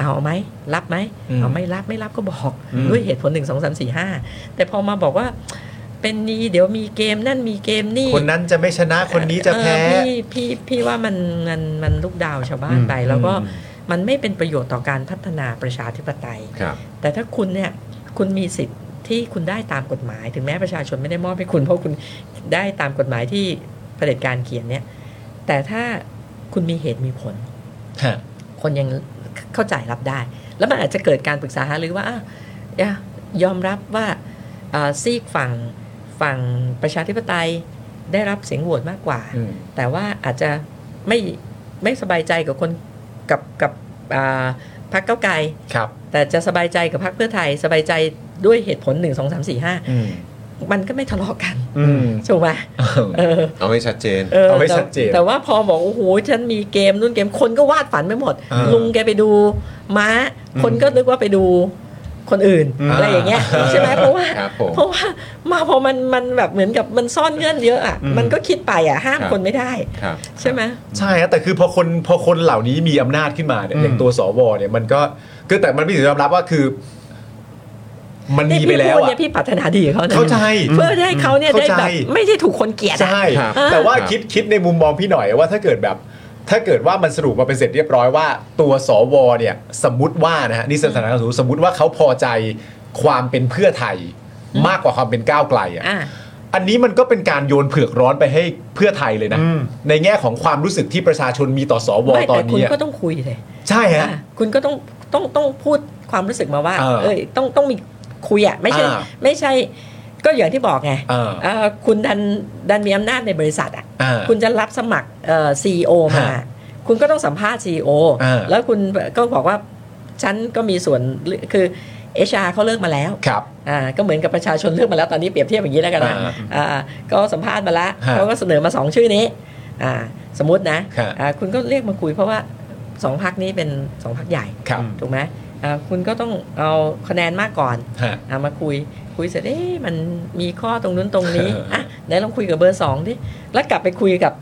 [SPEAKER 6] เอาไหมรับไหมเอาไม่รับไม่รับก็บอก
[SPEAKER 4] อืม
[SPEAKER 6] ด้วยเหตุผลหนึ่งสองสามสี่ห้าแต่พอมาบอกว่าเป็นนี้เดี๋ยวมีเกมนั่นมีเกมนี่
[SPEAKER 4] คนนั้นจะไม่ชนะคนนี้จะแพ้
[SPEAKER 6] เออพี่พี่พี่ว่ามันมันมันลูกดาวชาวบ้านไป แล้วก็มันไม่เป็นประโยชน์ต่อการพัฒนาประชาธิปไตย
[SPEAKER 1] ครับ
[SPEAKER 6] แต่ถ้าคุณเนี่ยคุณมีสิทธิ์ที่คุณได้ตามกฎหมาย ถึงแม้ประชาชนไม่ได้มอบให้คุณ เพราะคุณได้ตามกฎหมายที่เผด็จการเขียนเนี่ยแต่ถ้าคุณมีเหตุมีผล
[SPEAKER 4] ฮะ
[SPEAKER 6] คนยังเข้าใจรับได้ แล้วมันอาจจะเกิดการปรึกษาหารือว่าอ่ะอย่ายอมรับว่าอ่าซีกฝั่งฝั่งประชาธิปไตยได้รับเสียงโหวตมากกว่า
[SPEAKER 4] อืม
[SPEAKER 6] แต่ว่าอาจจะไม่ไม่สบายใจกับคนกับกับอ่าพรรคเก้าวไกล
[SPEAKER 4] ครับ
[SPEAKER 6] แต่จะสบายใจกับพรรคเพื่อไทย สบายใจด้วยเหตุผลหนึ่งสองสามสี่ห้า
[SPEAKER 4] อืม
[SPEAKER 6] มันก็ไม่ทะเลาะกัน
[SPEAKER 4] อืม
[SPEAKER 6] ถูกไหม
[SPEAKER 4] เออ
[SPEAKER 6] เออ
[SPEAKER 1] เอาให้ชัดเจน
[SPEAKER 4] เอาให้ชัดเจน
[SPEAKER 6] แต่แต่ว่าพอบอกโอ้โหฉันมีเกมนู่นเกมคนก็วาดฝันไปหมด
[SPEAKER 4] อ่า
[SPEAKER 6] ลุงแกไปดูม้า คนก็นึกว่าไปดู คนอื่นอะไรอย่างเงี้ยใช่ไหมเพราะว่า
[SPEAKER 1] ครับผม
[SPEAKER 6] เพราะว่ามาพอมันมันแบบเหมือนกับมันซ่อนเงื่อนเยอะอ่ะมันก็คิดไปอ่ะห้าม
[SPEAKER 1] ครับ
[SPEAKER 6] คนไม่ได้
[SPEAKER 1] ครับ
[SPEAKER 6] ใช่ไหม
[SPEAKER 4] ใช่ฮะแต่คือพอคนพอคนเหล่านี้มีอำนาจขึ้นมาเนี่ยอย่างตัวสวเนี่ยมันก็คือแต่มันไม่ถึงยอมรับว่าคือ มันมีไปแล้ว
[SPEAKER 6] พี่พูด
[SPEAKER 4] อะ
[SPEAKER 6] เนี่ยพี่ปรารถนาดีกับเขานะ
[SPEAKER 4] เข้าใจ
[SPEAKER 6] เพื่อให้เขาเนี่ยได้
[SPEAKER 4] เข้าใจ
[SPEAKER 6] แบบไม่ใช่ถูกคนเกลียดอะ
[SPEAKER 4] ใช่
[SPEAKER 1] ครับ
[SPEAKER 4] แต่ว่า
[SPEAKER 1] ครับ
[SPEAKER 4] คิดคิดในมุมมองพี่หน่อยว่าถ้าเกิดแบบ ถ้าเกิดว่ามันสรุปมาเป็นเสร็จเรียบร้อยว่า ตัวสวเนี่ย สมมติว่านะฮะนี่สถานการณ์สมมติสมมติว่าเขาพอใจความเป็นเพื่อไทย มากกว่าความเป็นก้าวไกลอ่ะ
[SPEAKER 6] อ่ะ
[SPEAKER 4] อันนี้มันก็เป็นการโยนเผือกร้อนไปให้เพื่อไทยเลยนะ ในแง่ของความรู้สึกที่ประชาชนมีต่อสว
[SPEAKER 6] ไม่
[SPEAKER 4] ตอ
[SPEAKER 6] แต่
[SPEAKER 4] น
[SPEAKER 6] คุณ
[SPEAKER 4] นี้อะ
[SPEAKER 6] ก็ต้องคุยเลย
[SPEAKER 4] ใช่ฮะ
[SPEAKER 6] อ่ะคุณก็ต้องต้องต้องพูดความรู้สึกมาว่า
[SPEAKER 4] เออ
[SPEAKER 6] เอ้ยต้องต้องมีคุยอ่ะไม่ใช่
[SPEAKER 4] อ่า
[SPEAKER 6] ไม่ใช่ ก็อย่างที่บอกไง
[SPEAKER 4] เออ
[SPEAKER 6] เอ่อคุณดันดันมีอำนาจในบริษัทอ่ะ
[SPEAKER 4] อ่า
[SPEAKER 6] คุณจะรับสมัครซีโอ CEO มา
[SPEAKER 4] ฮะ
[SPEAKER 6] คุณก็ต้องสัมภาษณ์ซีโอ
[SPEAKER 4] อ่า
[SPEAKER 6] แล้วคุณก็บอกว่า ฉันก็มีส่วนคือเอชาเขาเลิกมาแล้ว
[SPEAKER 4] ครับ
[SPEAKER 6] อ่าก็เหมือนกับประชาชนเลือกมาแล้วตอนนี้เปรียบเทียบอย่างนี้แล้วกันนะ
[SPEAKER 4] อ่า
[SPEAKER 6] อ่าก็สัมภาษณ์มาแล้ว
[SPEAKER 4] ฮะ
[SPEAKER 6] เขาก็เสนอมาสองชื่อนี้อ่าสมมตินะครับ อ่าคุณก็เรียกมาคุยเพราะว่าสองพักนี้เป็นสองพักใหญ่
[SPEAKER 4] ครับ
[SPEAKER 6] ถูกไหมอ่าคุณก็ต้องเอาคะแนนมากก่อน
[SPEAKER 4] ฮะ
[SPEAKER 6] อ่ามาคุยคุยเสร็จเอ๊ะมันมีข้อตรงนู้นตรงนี้ อ่ะไหนลองคุยกับเบอร์สองดิแล้วกลับไปคุยกับ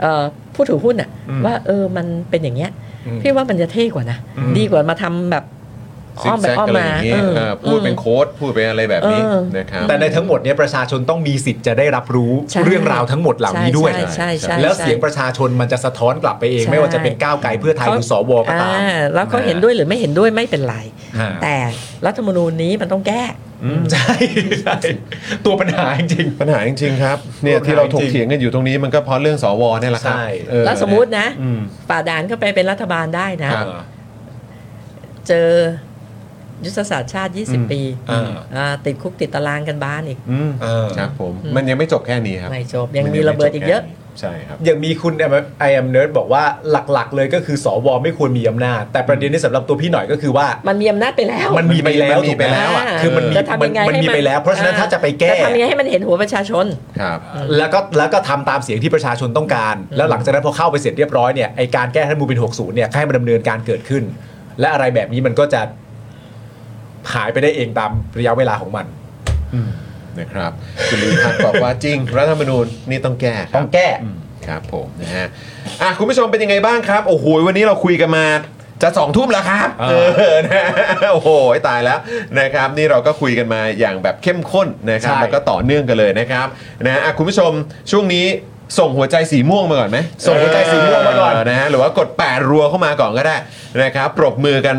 [SPEAKER 6] เอ่อผู้ถือหุ้นอ่ะว่าเออมันเป็นอย่างเงี้ย
[SPEAKER 4] อืม
[SPEAKER 6] พี่ว่ามันจะเท่กว่านะดีกว่ามาทำแบบ
[SPEAKER 1] ซิ
[SPEAKER 6] อ้อก มไป
[SPEAKER 1] แซก
[SPEAKER 6] อ้อม
[SPEAKER 1] อะไร
[SPEAKER 6] มา
[SPEAKER 1] อย่างงี้
[SPEAKER 6] เออ
[SPEAKER 1] เออพูดเป็นโค้ดพูดเป็นอะไรแบบนี้
[SPEAKER 6] เออ
[SPEAKER 1] นะครับ
[SPEAKER 4] แต่ในทั้งหมดเนี่ยประชาชนต้องมีสิทธิ์จะได้รับรู้
[SPEAKER 6] ใช่
[SPEAKER 4] เรื่องราวทั้งหมดเหล่านี้ด้วย
[SPEAKER 6] ใช่ใช่ใช่
[SPEAKER 4] แล้ว
[SPEAKER 6] ใช่
[SPEAKER 4] เสียงประชาชนมันจะสะท้อนกลับไปเอง
[SPEAKER 6] ใช่
[SPEAKER 4] ไม่ว่าจะเป็นก้าวไกลเพื่อไทยหรือสวก็ตาม
[SPEAKER 6] อ่แล้วเขา
[SPEAKER 4] นะ
[SPEAKER 6] เห็นด้วยหรือไม่เห็นด้วยไม่เป็นไร
[SPEAKER 4] ฮะ
[SPEAKER 6] แต่รัฐธรรมนูญนี้มันต้องแก้
[SPEAKER 4] ใช่ใช่ตัวปัญหาจริง
[SPEAKER 1] ปัญหาจริงๆครับเนี่ย
[SPEAKER 4] ปัญหา
[SPEAKER 1] ที่เราถก
[SPEAKER 4] จริง
[SPEAKER 1] เถียงกันอยู่ตรงนี้มันก็เพราะเรื่องสวเนี่ยแหละครับ
[SPEAKER 4] ใช่
[SPEAKER 1] เออ
[SPEAKER 6] แล้วสมมตินะ
[SPEAKER 1] อืม
[SPEAKER 6] ป่าดานก็ไปเป็นรัฐบาลได้นะ
[SPEAKER 4] ๆ
[SPEAKER 1] ครับ
[SPEAKER 4] เออ
[SPEAKER 6] เจอยุทธศาสตร์ชาติ
[SPEAKER 1] อืม
[SPEAKER 6] 20 ปี
[SPEAKER 4] อ่า
[SPEAKER 6] อ่าติดคุกติดตารางกันบ้านอีก
[SPEAKER 1] อืม
[SPEAKER 4] เออ
[SPEAKER 1] ครับผม
[SPEAKER 6] อืม
[SPEAKER 1] มันยังไม่จบแค่นี้ครับ
[SPEAKER 6] ไม่จบ ยัง
[SPEAKER 1] น
[SPEAKER 6] มีระเบิดอีกเยอะ
[SPEAKER 1] ไม่จบแค่นี้ใช่ครับ
[SPEAKER 4] อย่างมีคุณไอแอมเนิร์ดบอกว่าหลักๆ เลยก็คือสวไม่ควรมีอำนาจ แต่ประเด็นที่สำหรับตัวพี่หน่อยก็คือว่า
[SPEAKER 6] มันมีอำนาจไปแล้ว
[SPEAKER 4] มันมีไปแล้ว
[SPEAKER 1] มันมี
[SPEAKER 4] ถูกไหม
[SPEAKER 1] ไปแล้วอะ
[SPEAKER 6] า
[SPEAKER 4] คือมันมี
[SPEAKER 6] จะทำยังไง
[SPEAKER 4] มัน
[SPEAKER 6] ให้
[SPEAKER 4] มีไปแล้ว เพราะฉะนั้น
[SPEAKER 6] อ่
[SPEAKER 4] ถ้าจะไปแก้
[SPEAKER 6] จะทำยังไงให้มันเห็นหัวประชาชน
[SPEAKER 1] ครับ
[SPEAKER 4] แล้วก็แล้วก็ทำตามเสียงที่ประชาชนต้องการ แล้วหลังจากนั้นพอเข้าไปเสร็จเรียบร้อยเนี่ยไอการแก้ท่านมูลเป็น60เนี่ยให้มันดำเนินการเกิดขึ้น และอะไรแบบนี้มันก็จะหายไปได้เองตามระยะเวลาของมัน
[SPEAKER 1] นะครับคุณลีพัฒน์บอกว่าจริง รัฐธรรมนูญนี่ต้องแก้ครับ
[SPEAKER 4] ต้องแก้
[SPEAKER 1] อืมครับผมนะฮะอ่ะคุณผู้ชมเป็นยังไงบ้างครับ โอ้โหวันนี้เราคุยกันมาจะสองทุ่มแล้วครับเออนะโอ้โหตายแล้วนะครับ นี่เราก็คุยกันมาอย่างแบบเข้มข้นนะครับ
[SPEAKER 4] ใช่
[SPEAKER 1] แล้วก็ต่อเนื่องกันเลยนะครับนะอ่ะคุณผู้ชมช่วงนี้ส่งหัวใจสีม่วงมาก่อนไหม
[SPEAKER 4] ส่งหัวใจสีม่วงมาก่อน
[SPEAKER 1] เนะฮะหรือว่ากด 8 รัวเข้ามาก่อนก็ได้นะครับปรบมือกัน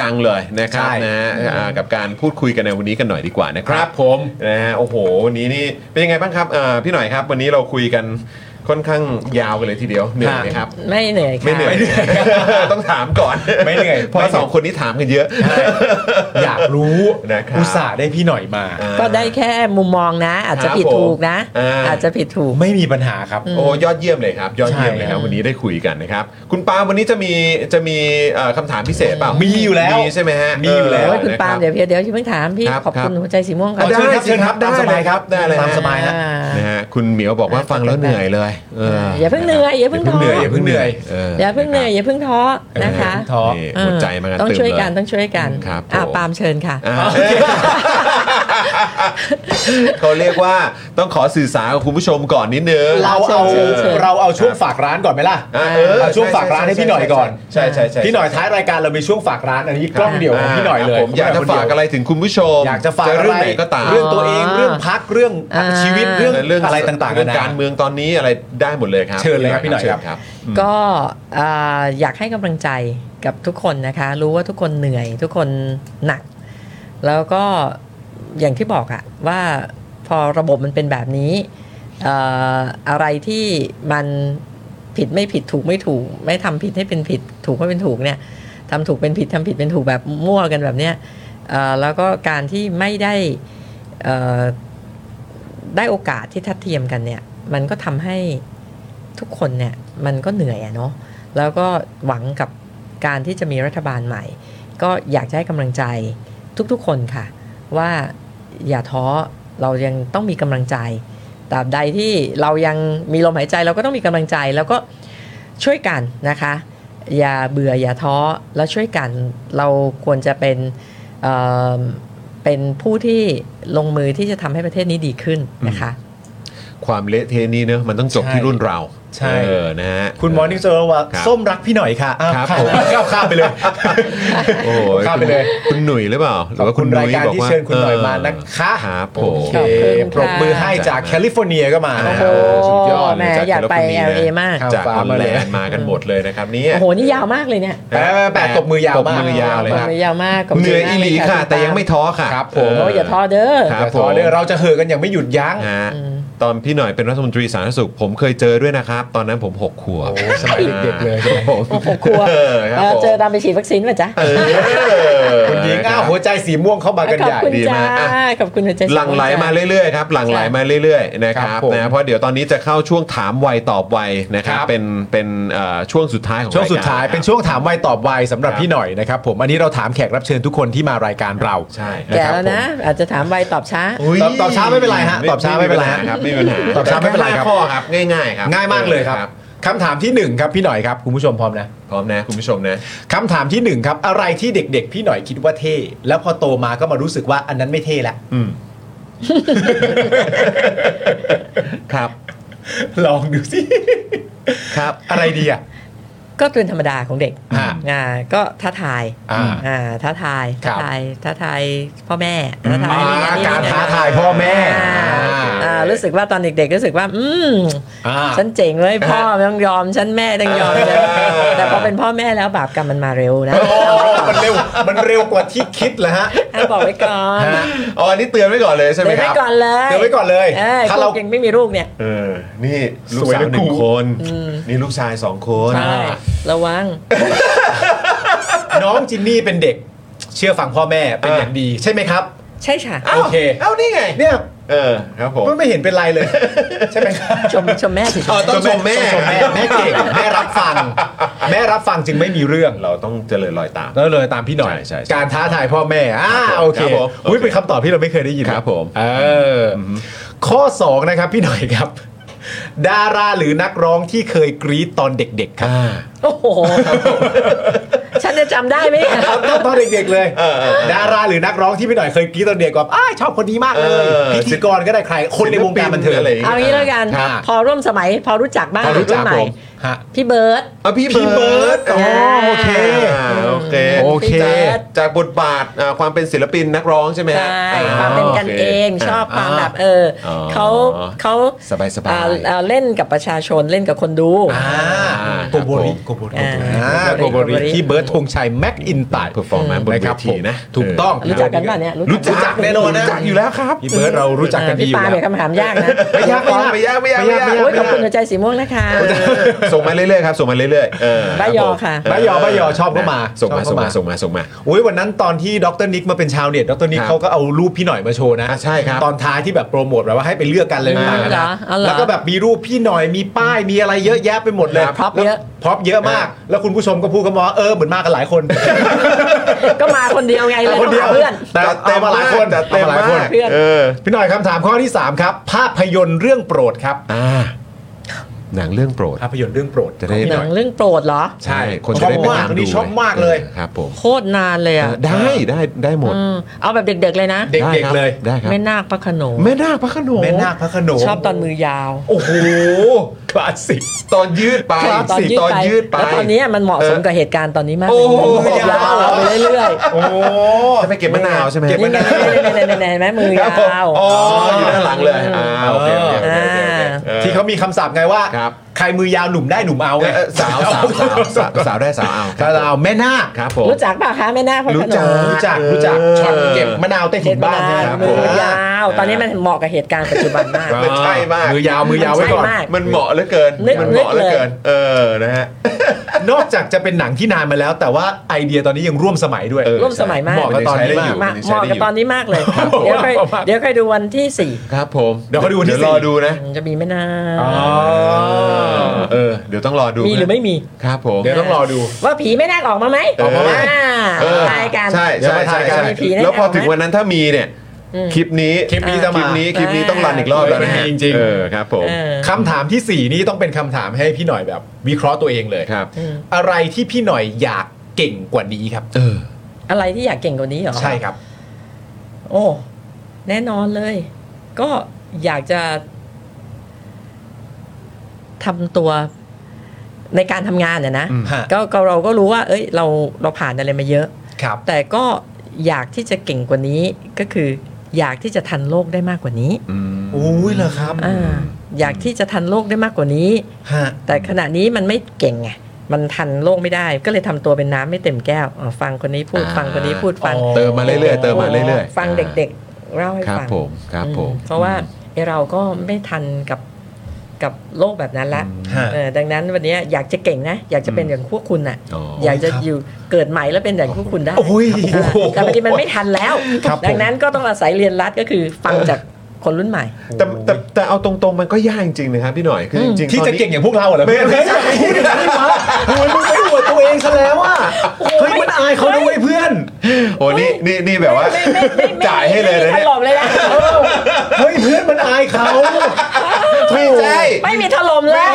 [SPEAKER 1] ดัง ๆ เลยนะครับ
[SPEAKER 4] ใช่
[SPEAKER 1] นะฮะอ่ากับการพูดคุยกันในวันนี้กันหน่อยดีกว่านะค
[SPEAKER 4] ค
[SPEAKER 1] รั
[SPEAKER 4] รั
[SPEAKER 1] บบ
[SPEAKER 4] ผม
[SPEAKER 1] นะฮะโอ้โหวันนี้นี่เป็นยังไงบ้างครับอ่าพี่หน่อยครับ วันนี้เราคุยกันค่อนข้างยาวกันเลยทีเดียวเหนื่อยไหมครับ
[SPEAKER 6] ไม่เหนื่อยค่ะ
[SPEAKER 1] ไม่เหนื่อย ต้องถามก่อน
[SPEAKER 4] ไม่เหนื่อย
[SPEAKER 1] เพราะ
[SPEAKER 4] ไม่เห
[SPEAKER 1] ส
[SPEAKER 4] นื่
[SPEAKER 1] อยงคนนี้ถามกันเยอะ
[SPEAKER 4] อยากรู้
[SPEAKER 1] นะครับ
[SPEAKER 4] อุตส่าห์ได้พี่หน่อยมา
[SPEAKER 6] ก็ได้แค่มุมมองนะ อาจจะผิดถูกนะ
[SPEAKER 1] ครับผมอ่า
[SPEAKER 6] อาจจะผิดถูก
[SPEAKER 4] ไม่มีปัญหาครับ
[SPEAKER 1] โอ้ยอดเยี่ยมเลยครับ ยอดเยี่ยมเลยครับ
[SPEAKER 6] ใช่
[SPEAKER 1] วันนี้ได้คุยกันนะครับ คุณปาล์มวันนี้จะมีจะมีเอ่อคำถามพิเศษเปล่ามี
[SPEAKER 4] อยู่แล้ว
[SPEAKER 1] มีใช่ไหมฮะ
[SPEAKER 4] มีอยู่แล้ว
[SPEAKER 6] โอ้ยคุณ
[SPEAKER 1] นะ
[SPEAKER 6] ปาล์
[SPEAKER 1] รับ
[SPEAKER 6] มเดี๋ยวเดี๋ยวเดี๋ยวอย่าเพิ่งถามพี่
[SPEAKER 1] ครับ
[SPEAKER 6] ขอบคุณ
[SPEAKER 1] ครับ
[SPEAKER 6] หัวใจสีม่วงก่
[SPEAKER 1] อ๋
[SPEAKER 6] อ
[SPEAKER 1] อ
[SPEAKER 6] น
[SPEAKER 4] ได้
[SPEAKER 1] ได้
[SPEAKER 4] ครับ
[SPEAKER 1] เชิญครับ
[SPEAKER 4] ได้
[SPEAKER 1] ตามสบายครับ
[SPEAKER 4] ได้เลย
[SPEAKER 1] ได้เลย
[SPEAKER 4] ตามสบาย
[SPEAKER 6] อ่า
[SPEAKER 1] นะฮะคุณเหมียวบอกว่า
[SPEAKER 6] อ่า
[SPEAKER 1] ฟังแล้ว
[SPEAKER 6] ปกติ
[SPEAKER 1] เหนื่อยเลยเอออ
[SPEAKER 6] อย่าเพิ่งเหนื่อยอย่าเพิ่งท้อ
[SPEAKER 1] เหนื่อยอย่าเพิ่งเหนื่อย
[SPEAKER 6] อย่าเพิ่งเหนื่อยอย่าเพิ่งท้อนะคะ
[SPEAKER 1] ท้อหัวใจมากัน
[SPEAKER 6] ต้อง
[SPEAKER 1] ตึม
[SPEAKER 6] ช่วย
[SPEAKER 1] เล
[SPEAKER 6] กันต้องช่วยกัน
[SPEAKER 1] ครับ
[SPEAKER 6] อ่ะ
[SPEAKER 1] ผม
[SPEAKER 6] ปาล์มเชิญค่ะ
[SPEAKER 1] อ่าเขาเรียกว่าต้องขอสื่อสารกับคุณผู้ชมก่อนนิดนึง
[SPEAKER 4] เราเอา
[SPEAKER 6] เชิญเชิญ
[SPEAKER 4] เราเอาช่วงฝากร้านก่อนไหมล่ะ
[SPEAKER 1] อ่าเออ
[SPEAKER 4] เอาช่วงฝากร้านให้พี่หน่อยก่อน
[SPEAKER 1] ใช่ใช่ใช่ใช่
[SPEAKER 4] พี่หน่อยท้ายรายการเรามีช่วงฝากร้านอันนี้กล้องเดียวของพี่หน่อยเลย
[SPEAKER 1] ผมอยากจะฝากอะไรถึงคุณผู้ชม
[SPEAKER 4] อยากจะฝาก
[SPEAKER 1] เรื่อง
[SPEAKER 4] ะ
[SPEAKER 1] ไหน
[SPEAKER 4] ไร
[SPEAKER 1] ก็ตาม
[SPEAKER 4] เรื่องตัวเอง
[SPEAKER 6] อ๋อ
[SPEAKER 4] เรื่องพักเรื่อง
[SPEAKER 6] อ่า
[SPEAKER 4] ชีวิตเรื่องอะไรต่างๆ
[SPEAKER 1] เรื่อง
[SPEAKER 4] นะ
[SPEAKER 1] การเมืองตอนนี้อะไรได้หมดเลยครับ
[SPEAKER 4] เชิญเลยครับพี่หน่อยครับ
[SPEAKER 1] เชิญครับ
[SPEAKER 6] ก็อ่าอยากให้กำลังใจกับทุกคนนะคะ รู้ว่าทุกคนเหนื่อย ทุกคนหนัก แล้วก็อย่างที่บอกอะว่าพอระบบมันเป็นแบบนี้เอ่ออะไรที่มันผิดไม่ผิดถูกไม่ถูก ไม่ทำผิดให้เป็นผิดถูกไม่เป็นถูกเนี่ยทำถูกเป็นผิดทำผิดเป็นถูกแบบมั่วกันแบบเนี้ยเอ่อแล้วก็การที่ไม่ได้เอ่อได้โอกาสที่ทัดเทียมกันเนี่ยมันก็ทำให้ ทุกคนเนี่ยมันก็เหนื่อยอะเนาะแล้วก็หวังกับการที่จะมีรัฐบาลใหม่ ก็อยากจะให้กำลังใจทุกๆคนค่ะ ว่าอย่าท้อเรายังต้องมีกำลังใจตราบใดที่เรายังมีลมหายใจเราก็ต้องมีกำลังใจแล้วก็ช่วยกันนะคะ อย่าเบื่ออย่าท้อแล้วช่วยกันเราควรจะเป็น เอ่อเป็นผู้ที่ลงมือที่จะทำให้ประเทศนี้ดีขึ้นนะคะ
[SPEAKER 1] ความเละเทะนี้เนอะมันต้องจบที่รุ่นเรา
[SPEAKER 4] ใช่
[SPEAKER 1] เออนะฮะ
[SPEAKER 4] คุณมอร์นิ่งโซว่า
[SPEAKER 1] ครับ
[SPEAKER 4] ส้มรักพี่หน่อยค่ะอ้าว
[SPEAKER 1] ครับ
[SPEAKER 4] ข้า
[SPEAKER 1] ผม
[SPEAKER 4] มข้ามไปเลย
[SPEAKER 1] โอ้โห
[SPEAKER 4] ข้ามไปเลย
[SPEAKER 1] คุณหนุ่ยหรือเปล่าหรือว่าคุณ
[SPEAKER 4] ขบราย
[SPEAKER 1] นุ้ย
[SPEAKER 4] การ
[SPEAKER 1] บอก
[SPEAKER 4] ที่
[SPEAKER 1] ว่า
[SPEAKER 4] เชิญคุณหน่อยมานะ
[SPEAKER 1] เออ
[SPEAKER 4] คะ
[SPEAKER 1] ครับผ
[SPEAKER 4] โอ
[SPEAKER 1] ม
[SPEAKER 4] เคป
[SPEAKER 6] ข
[SPEAKER 4] ร
[SPEAKER 6] อบบ คุณค่ะ
[SPEAKER 4] มือให้จากแคลิฟอร์เนียก็มา
[SPEAKER 6] โอ้โห
[SPEAKER 1] สุดยอดเลย
[SPEAKER 6] แม่
[SPEAKER 1] จาก
[SPEAKER 6] อยากไป
[SPEAKER 1] แคลิฟอร์เนี
[SPEAKER 6] LA
[SPEAKER 1] ย
[SPEAKER 6] มาก
[SPEAKER 4] ครับ
[SPEAKER 1] จากออมแลนด์มากันหมดเลยนะครับเนี่ย
[SPEAKER 6] โอ้โห นี่ยาวมากเลยเนี่ย
[SPEAKER 4] แปะแปะแปะตบมือยาวมาก
[SPEAKER 1] ตบมือยาวเลย
[SPEAKER 6] ต
[SPEAKER 1] ครับ
[SPEAKER 6] บมือยาวมากขบคุณ
[SPEAKER 1] เหนื่อย
[SPEAKER 6] มา
[SPEAKER 1] อี
[SPEAKER 6] ก
[SPEAKER 1] หลีค่ะ แต่ยังไม่ท้อค่ะ
[SPEAKER 4] ครับผม
[SPEAKER 6] โอ้ยอย่าท้อเด้อ
[SPEAKER 1] ครับ
[SPEAKER 4] แต่
[SPEAKER 1] ผ
[SPEAKER 4] ตอ
[SPEAKER 1] ม
[SPEAKER 4] นนี้เราจะเห่อกันอย่างไม่หยุดยั้ง
[SPEAKER 1] ฮะตอนพี่หน่อยเป็นรัฐมนตรีสาธารณสุข ผมเคยเจอด้วยนะครับ ตอนนั้นผมหกขวบ
[SPEAKER 4] โอ้สมัยเด็กๆเลยใช่ไหม
[SPEAKER 1] ผม
[SPEAKER 6] โอ้โหกลัว
[SPEAKER 1] เออครับ
[SPEAKER 6] เออ
[SPEAKER 1] ผม
[SPEAKER 6] เจอตามไปฉีดวัคซีนป่ะจ๊ะ
[SPEAKER 1] เออ
[SPEAKER 4] คุณหญิงอ้าวหัวใจสีม่วงเข้ามากัน
[SPEAKER 6] ขอ
[SPEAKER 4] ให
[SPEAKER 6] บ
[SPEAKER 4] ญ่
[SPEAKER 6] คุณจ้าม
[SPEAKER 1] ดีากอ่ะ
[SPEAKER 6] ขอบคุณหัวใจ
[SPEAKER 1] หลั่งไหลมาเรื่อยๆครับหลั่งไหลมาเรื่อยๆนะค
[SPEAKER 4] ครั
[SPEAKER 1] รับบ
[SPEAKER 4] ผม
[SPEAKER 1] นะเพราะเดี๋ยวตอนนี้จะเข้าช่วงถามไวตอบไวนะครับ
[SPEAKER 4] ครับ
[SPEAKER 1] เป็นเป็นเอ่อช่วงสุดท้ายของ
[SPEAKER 4] ช่วง
[SPEAKER 1] รกร
[SPEAKER 4] สุดท้าย
[SPEAKER 1] ครับ
[SPEAKER 4] เป็นช่วงถามไวตอบไวสำหรับ
[SPEAKER 1] ครับ
[SPEAKER 4] พี่หน่อยนะครับผมอันนี้เราถามแขกรับเชิญทุกคนที่มารายการเรา
[SPEAKER 1] ใช่
[SPEAKER 6] แก่
[SPEAKER 4] ครับ
[SPEAKER 6] แล้วนะ
[SPEAKER 4] ผม
[SPEAKER 6] อาจจะถามไวตอบช้า
[SPEAKER 1] ย
[SPEAKER 4] ตอบตอบช้าไม่เป็นไรฮะตอบช้าไม่เป็นไรฮะ
[SPEAKER 1] ครับไม่มีปัญหา
[SPEAKER 4] ตอบช้าไม่เป็นไรครับ
[SPEAKER 1] ข้อครับง่ายๆครับ
[SPEAKER 4] ง่ายมากเลยครับคำถามที่หนึ่งครับพี่หน่อยครับคุณผู้ชมพร้อมนะ
[SPEAKER 1] พร้อมนะคุณผู้ชมนะ
[SPEAKER 4] คำถามที่หนึ่งครับอะไรที่เด็ก ๆ พี่หน่อยคิดว่าเท่ แล้วพอโตมาก็มารู้สึกว่าอันนั้นไม่เท่ละ
[SPEAKER 1] อืมครับ
[SPEAKER 4] ลองดูสิ
[SPEAKER 1] ครับ
[SPEAKER 4] อะไรดีอ่ะ
[SPEAKER 6] ก็เป็นธรรมดาของเด็ก
[SPEAKER 4] อ่า
[SPEAKER 6] อ่าก็ท้าทาย
[SPEAKER 4] อ่า
[SPEAKER 6] อ่าท้าทาย
[SPEAKER 4] ครั
[SPEAKER 6] ท้า
[SPEAKER 4] บ
[SPEAKER 6] ทายท้าทายพ่อแม่ท้าทา
[SPEAKER 4] อ่
[SPEAKER 6] ยอันนี้
[SPEAKER 4] าการ
[SPEAKER 6] อันนี้
[SPEAKER 4] ท้าทายพ่อแม่
[SPEAKER 6] อ่ารู้สึกว่าตอนเด็กๆรู้สึกว่า อืม
[SPEAKER 4] อ่า
[SPEAKER 6] ฉันเจ๋งเลยพ่อไม่ต้องยอม ฉันแม่ต้องยอมเลย
[SPEAKER 4] เออ
[SPEAKER 6] แต่พอเป็นพ่อแม่แล้วบาปกรรมมันมาเร็วนะ
[SPEAKER 4] โอ้มันเร็วมันเร็วกว่าที่คิดแล้วฮะ
[SPEAKER 6] ให้บอกไว้ก่อน
[SPEAKER 4] ฮะ
[SPEAKER 1] อ๋ออันนี้เตือนไว้ก่อนเลยใช่ไหม
[SPEAKER 6] เดี๋ยว
[SPEAKER 1] ค
[SPEAKER 6] ไว้
[SPEAKER 1] รับ
[SPEAKER 6] ก่อนเลย
[SPEAKER 4] เดี๋ยวไว้ก่อนเลย
[SPEAKER 6] เออ
[SPEAKER 4] ถ้า
[SPEAKER 6] ถ้า
[SPEAKER 4] เรา
[SPEAKER 6] เรายังไม่มีลูกเนี่ย
[SPEAKER 1] เออนี่ลูก
[SPEAKER 4] สวย
[SPEAKER 1] สา
[SPEAKER 4] นะ
[SPEAKER 1] วหนึ่
[SPEAKER 4] ครู
[SPEAKER 1] งคน
[SPEAKER 6] อืม
[SPEAKER 1] นี่ลูกชายสองคน
[SPEAKER 6] ใช่ระวัง
[SPEAKER 4] น้องจินนี่เป็นเด็ก เชื่อฟังพ่อแม่เป็นอย่างดี ใช่ไหมครับ
[SPEAKER 6] ใช่ค่ะ
[SPEAKER 1] าว
[SPEAKER 4] โอเค
[SPEAKER 1] เอ้านี่ไง
[SPEAKER 4] เนี่ย
[SPEAKER 1] เออครับผม
[SPEAKER 4] มันไม่เห็นเป็นไรเลย ใช่ไหมครับ
[SPEAKER 6] ชมชมแม่สิ
[SPEAKER 1] อ๋อต้องชมแม่
[SPEAKER 4] ชมแม่แม่เก่งแม่รับฟัง แม่รับฟังจึงไม่มีเรื่อง
[SPEAKER 1] เราต้องเจริญรอยตาม
[SPEAKER 4] แล้วเลยตามพี่หน่อย
[SPEAKER 1] ใช่ใช่ใช่
[SPEAKER 4] การท้าทายพ่อแม่อ่า
[SPEAKER 1] ครับผมครับผม
[SPEAKER 4] โอเคอุ้ย
[SPEAKER 1] โอเค
[SPEAKER 4] เป็นคำตอบที่เราไม่เคยได้ยิน
[SPEAKER 1] ครับผม
[SPEAKER 4] เอออข้อสองนะครับพี่หน่อยครับ ดาราหรือนักร้องที่เคยกรี๊ดตอนเด็ก ๆ ครับ
[SPEAKER 1] อ่า
[SPEAKER 6] โอ้โห ฉันจะจำได้ไหมเนี่ย
[SPEAKER 4] ตอนเด็กๆเลย
[SPEAKER 1] เออเออเออ
[SPEAKER 4] ดาราหรือนักร้องที่พี่หน่อยเคยกรี๊ดตอนเด็กก็แบบอ้ายชอบคนนี้มากเล
[SPEAKER 1] เอย อ
[SPEAKER 4] พิธีกรก็ได้ใคร คนในวงการบันเทิง
[SPEAKER 1] ศิลปิอะไรย่าง
[SPEAKER 6] เอา
[SPEAKER 1] เงี้ย
[SPEAKER 6] งี้แล้วกัน
[SPEAKER 4] ครับ
[SPEAKER 6] พอร่วมสมัยพอรู้จักบ้าง
[SPEAKER 1] พอรู้จัก
[SPEAKER 6] นใหม่
[SPEAKER 1] ผม
[SPEAKER 4] ฮะ
[SPEAKER 6] พี่เบิร์ต
[SPEAKER 1] อ่ะพี่
[SPEAKER 4] พี่เบิร์ตอ๋อโอเค
[SPEAKER 1] อ่าโอเค
[SPEAKER 4] โอเค
[SPEAKER 1] จากจากบทบาทอ่าความเป็นศิลปินนักร้องใช่ไหมฮะ
[SPEAKER 6] ใช่
[SPEAKER 1] อ่
[SPEAKER 6] ความเป็นกัน
[SPEAKER 1] โ
[SPEAKER 6] เองชอบ
[SPEAKER 1] ะ
[SPEAKER 6] ความ
[SPEAKER 4] อ่า
[SPEAKER 6] แบบเอออ
[SPEAKER 1] อ
[SPEAKER 6] เขาเขา
[SPEAKER 1] สบายๆ
[SPEAKER 6] อ่อ่าเล่นกับประชาชนเล่นกับคนดู
[SPEAKER 4] อ่า
[SPEAKER 1] อ่า
[SPEAKER 4] โกโบริ
[SPEAKER 1] ครับผม
[SPEAKER 4] โกโบริ
[SPEAKER 6] อ่า
[SPEAKER 4] อ่าโก
[SPEAKER 6] โก
[SPEAKER 4] โบ
[SPEAKER 6] โบริ
[SPEAKER 4] ริที่เบิร์ดธงชัยแม็กอินไต
[SPEAKER 1] performance บนเวที
[SPEAKER 4] ครับผม
[SPEAKER 1] นะ
[SPEAKER 4] ถูกต้อง
[SPEAKER 6] รู้จักกันป่ะเนี่ย
[SPEAKER 4] รู้จักแน่นอนนะ
[SPEAKER 1] รู้จักอยู่แล้วครับ
[SPEAKER 4] พี่เบิร์ดเรารู้จักกันดี
[SPEAKER 6] เออ
[SPEAKER 4] อ
[SPEAKER 6] พี่
[SPEAKER 4] ยู่
[SPEAKER 6] ปา
[SPEAKER 4] แล้ว
[SPEAKER 6] เนี่ยคำถามยากนะ
[SPEAKER 4] ไม่ยากไม่ยาก
[SPEAKER 1] ไม่ยากไม่ยากไม่ยาก
[SPEAKER 6] โอ้ยขอบคุณหัวใจสีม่วงนะคะ
[SPEAKER 1] ส่งมาเรื่อยๆครับส่งมาเรื่อยๆเออ
[SPEAKER 6] บ้ายอค่ะ
[SPEAKER 1] รับ
[SPEAKER 4] ายอบ้ายอชอบเข้ามา
[SPEAKER 1] ส่งมา
[SPEAKER 4] ช
[SPEAKER 1] ส่
[SPEAKER 4] อบ
[SPEAKER 1] งมา
[SPEAKER 4] เข้
[SPEAKER 1] ส่งมาส่งมา
[SPEAKER 4] อุ้ยวันนั้นตอนที่ดรนิกมาเป็นชาวเน็ตดรนิก
[SPEAKER 1] ครับ
[SPEAKER 4] เขาก็เอารูปพี่หน่อยมาโชว์นะ
[SPEAKER 1] อ่ะใช่ครับ
[SPEAKER 4] ตอนท้ายที่แบบโปรโมทแบบว่าให้ไปเลือกกันเลย
[SPEAKER 6] อ๋อ
[SPEAKER 4] ต่างๆ
[SPEAKER 6] เหร
[SPEAKER 4] นะ
[SPEAKER 6] ออ๋อเหรอ
[SPEAKER 4] แล้วก็แบบมีรูปพี่หน่อยมีป้ายมีอะไรเยอะแยะไปหมดเลย
[SPEAKER 1] ครับ
[SPEAKER 6] พร็อพเยอะ
[SPEAKER 4] พร็อพเยอะมาก แล้วคุณผู้ชมก็พูดกันมาว่าเออเหมือนมากันหลายคน
[SPEAKER 6] ก็มาคนเดียวไงเลย
[SPEAKER 4] คนเดียว
[SPEAKER 6] เพื่อน
[SPEAKER 4] แต่
[SPEAKER 1] จัด
[SPEAKER 4] เอามาหลายคน
[SPEAKER 1] จัดเต็ม
[SPEAKER 4] เอามาหลาย
[SPEAKER 1] มา
[SPEAKER 4] คน
[SPEAKER 1] ก
[SPEAKER 6] เพื่อน
[SPEAKER 1] เออ
[SPEAKER 4] พี่หน่อยคำถามข้อที่ 3 ครับ ภาพยนตร์เรื่องโปรดครับ
[SPEAKER 1] อ่าหนังเรื่องโปรด
[SPEAKER 4] ภาพยนตร์เรื่องโปรด
[SPEAKER 1] จะได้
[SPEAKER 6] หนังเรื่องโปรดเหรอ
[SPEAKER 4] ใช่
[SPEAKER 1] คนจะได้ไป
[SPEAKER 4] ชอบมาก
[SPEAKER 1] ตาม
[SPEAKER 4] คนนี้
[SPEAKER 1] ดู
[SPEAKER 4] ชอบมากเลย
[SPEAKER 1] ออครับผม
[SPEAKER 6] โคตรนานเลยอ่ะ
[SPEAKER 1] ได้ได้ได้หมด
[SPEAKER 6] อืมเอาแบบเด็กๆเลยนะ
[SPEAKER 4] เด็กๆเลย
[SPEAKER 1] ได้ครับ
[SPEAKER 6] แม่นาคพระโขนง
[SPEAKER 1] แม่นาคพระโขนง
[SPEAKER 4] แม่นาคพระโขนง
[SPEAKER 6] ชอบตอนมือยาว
[SPEAKER 4] โอ้โหคลาสสิก
[SPEAKER 1] ตอนยืดไป
[SPEAKER 6] ครับตอนยืด
[SPEAKER 1] ตอน
[SPEAKER 6] ไป
[SPEAKER 1] ยืดไป
[SPEAKER 6] แล้วตอนเนี้ยมันเหมาะสมกับเหตุการณ์ตอนนี้มาก
[SPEAKER 1] โอ้โห
[SPEAKER 6] มือยาวไปเรื่อย
[SPEAKER 4] โอ้
[SPEAKER 1] จะไปเก็บมะนาวใช่ไหม
[SPEAKER 4] เก็บ
[SPEAKER 6] ๆนี่ไงนี่ไงนี่ไงนี่ไงนี่ไงมือย
[SPEAKER 1] ครับผม
[SPEAKER 6] าว
[SPEAKER 1] อ๋ออยู่ด้านหลังเลยอ่าโอเคโอเคโอเคโอเคโอเคออ
[SPEAKER 4] ที่เขามีคำศัพท์ไงว่า
[SPEAKER 1] ครับ
[SPEAKER 4] ใครมือยาวหนุ่มได้หนุ่มเอาไง
[SPEAKER 1] เออสาวสาวสาวสาวสาวได้สาวเอา
[SPEAKER 4] สาวเอาแม่นาค
[SPEAKER 1] ครับผม
[SPEAKER 6] รู้จักเปล่าคะแม่นาคพระ
[SPEAKER 1] รู้
[SPEAKER 6] โขน
[SPEAKER 1] จัก
[SPEAKER 6] ง
[SPEAKER 4] รู้จักรู้จัก
[SPEAKER 1] เออ
[SPEAKER 4] ช็อตเก็บมะนาวใต้
[SPEAKER 6] เด็
[SPEAKER 4] ถุ
[SPEAKER 6] ก
[SPEAKER 4] น
[SPEAKER 6] โบ
[SPEAKER 4] บ้าน
[SPEAKER 6] รา
[SPEAKER 4] ใช่ไหมค
[SPEAKER 6] ณ
[SPEAKER 4] รับ
[SPEAKER 6] มื
[SPEAKER 4] ผม
[SPEAKER 6] อยาว ตอนนี้มันเหมาะกับเหตุการณ์ปัจจุบันมาก
[SPEAKER 1] มันใช่มาก
[SPEAKER 4] มือยาวมือยาวไว้ก่อน
[SPEAKER 6] มันใช่มาก
[SPEAKER 1] มัน เหมาะเหลือเกิน
[SPEAKER 6] นึก
[SPEAKER 1] มัเหมาะเหลือเกิน
[SPEAKER 6] นึก
[SPEAKER 1] เออนะฮะ
[SPEAKER 4] นอกจากจะเป็นหนังที่นานมาแล้ว แต่ว่าไอเดียตอนนี้ยังร่วมสมัยด้วย
[SPEAKER 1] เออ
[SPEAKER 6] ร่วมสมัยมาก
[SPEAKER 4] เหมาะกับตอนนี้
[SPEAKER 1] ใช้ได้อยู่
[SPEAKER 4] มาก
[SPEAKER 6] มาเหมาะกับตอนนี้มากเลย
[SPEAKER 4] ครับ
[SPEAKER 6] เดี๋ยวค่อย
[SPEAKER 4] ผมว่า
[SPEAKER 6] เดี๋ยวค่อยดูวันที่สี่
[SPEAKER 1] ครับผม
[SPEAKER 4] เดี๋ยวเขาดูวันที่
[SPEAKER 1] เดี๋ยวรอ
[SPEAKER 4] สี่
[SPEAKER 1] ดูนะ
[SPEAKER 6] มันจะมีแม่นา
[SPEAKER 4] อ๋อ
[SPEAKER 6] ค
[SPEAKER 1] เออเดี๋ยวต้องรอดู
[SPEAKER 6] มีหรือไม่มี
[SPEAKER 1] ครับผม
[SPEAKER 4] เดี๋ยวต้องรอดู
[SPEAKER 6] ว่าผีแม่นาคออกมาไหม
[SPEAKER 1] ออกมาไหม
[SPEAKER 6] อ่
[SPEAKER 1] เออ
[SPEAKER 6] ทายกัน
[SPEAKER 1] ใช่
[SPEAKER 4] เดี๋ยว
[SPEAKER 1] ใช่
[SPEAKER 4] มา
[SPEAKER 1] ใช่
[SPEAKER 4] ถ่ายกัน
[SPEAKER 1] ใช่
[SPEAKER 6] มีผีแน่
[SPEAKER 1] แล้วพอถึง
[SPEAKER 6] นอนไหม
[SPEAKER 1] วันนั้นถ้ามีเนี่ย
[SPEAKER 6] อืม
[SPEAKER 1] คลิปนี้
[SPEAKER 4] คลิปนี้จะ
[SPEAKER 1] คลิ
[SPEAKER 4] มา
[SPEAKER 1] ปนี้คลิปนี้ต้องรันอีกรอบแล้วนะฮะ
[SPEAKER 4] จริงๆ
[SPEAKER 1] เออครับผม
[SPEAKER 6] เออ
[SPEAKER 4] คำถามที่ 4 นี่ต้องเป็นคำถามให้พี่หน่อยแบบ วิเคราะห์ตัวเองเลย
[SPEAKER 1] ครับ
[SPEAKER 4] อะไรที่พี่หน่อยอยากเก่งกว่านี้ครับ
[SPEAKER 1] เออ
[SPEAKER 6] อะไรที่อยากเก่งกว่านี้เหรอ
[SPEAKER 4] ใช่ครับ
[SPEAKER 6] โอ้ แน่นอนเลย ก็อยากจะทำตัวในการทำงานเนี่ยนะ
[SPEAKER 4] อืมฮะ
[SPEAKER 6] ก็ก็เราก็รู้ว่า เอ้ย เราเราผ่านอะไรมาเยอะ
[SPEAKER 4] ครับ
[SPEAKER 6] แต่ก็อยากที่จะเก่งกว่านี้ก็คือ อยากที่จะทันโลกได้มากกว่านี้
[SPEAKER 4] อุ้ยเหรอครับ
[SPEAKER 6] อ่าอยากที่จะทันโลกได้มากกว่านี้
[SPEAKER 4] ฮะ
[SPEAKER 6] แต่ขณะนี้มันไม่เก่งไงมันทันโลกไม่ได้ ก็เลยทำตัวเป็นน้ำไม่เต็มแก้วอ๋อฟังคนนี้พูดฟังคนนี้พูดฟัง
[SPEAKER 4] อ๋อ
[SPEAKER 1] เติมมาเรื่อยๆเติมมาเรื่อยๆ
[SPEAKER 6] ฟังเด็กๆเล่าให้
[SPEAKER 1] ครับ
[SPEAKER 6] ฟัง
[SPEAKER 1] ผมครับ
[SPEAKER 6] อืม
[SPEAKER 1] ผม
[SPEAKER 6] เพราะว่าไอ้เราก็ไม่ทันกับกับโลกแบบนั้นละ
[SPEAKER 4] ฮะ
[SPEAKER 6] เออดังนั้นวันเนี้ยอยากจะเก่งนะ อยากจะเป็นอย่างพวกคุณน่ะ
[SPEAKER 1] อ๋ออ
[SPEAKER 6] อยากจะ
[SPEAKER 4] ครับ
[SPEAKER 6] อยู่เกิดใหม่แล้วเป็นอย่างพวกคุณได้
[SPEAKER 4] โอ้ย
[SPEAKER 6] เออแต่บางทีมันไม่ทันแล้ว
[SPEAKER 4] ครับผม
[SPEAKER 6] ดังนั้นก็ต้องอาศัยเรียนรัดก็คือฟังจากคนรุ่นใหม่
[SPEAKER 1] แต่แต่แต่เอาตรงๆมันก็ยากจริงๆนะครับพี่หน่อยคือจริงๆ
[SPEAKER 4] ที่
[SPEAKER 1] ตอน
[SPEAKER 4] จะ
[SPEAKER 1] นี้
[SPEAKER 4] เก่งอย่างพวกเราเหรอ
[SPEAKER 1] ไม่ไม่
[SPEAKER 4] ใช่พูดอย่างนี้มาโอ้ยมึงไปหัวตัวเองซะแล้วอ่ะเฮ้ยมันอายเขาด้วยเพื่อน
[SPEAKER 1] โอ้นี่นี่นี่แบบว่า
[SPEAKER 6] ไม่ไม่ไม่ไม่
[SPEAKER 1] จ่ายให้เลยนะ
[SPEAKER 6] ไม่
[SPEAKER 1] เนี่ย
[SPEAKER 6] มีถล่มเลยนะ
[SPEAKER 4] เฮ้ยเพื่อนมันอายเขา
[SPEAKER 1] ไม่ใช่
[SPEAKER 6] ไม่มีถล่มเลย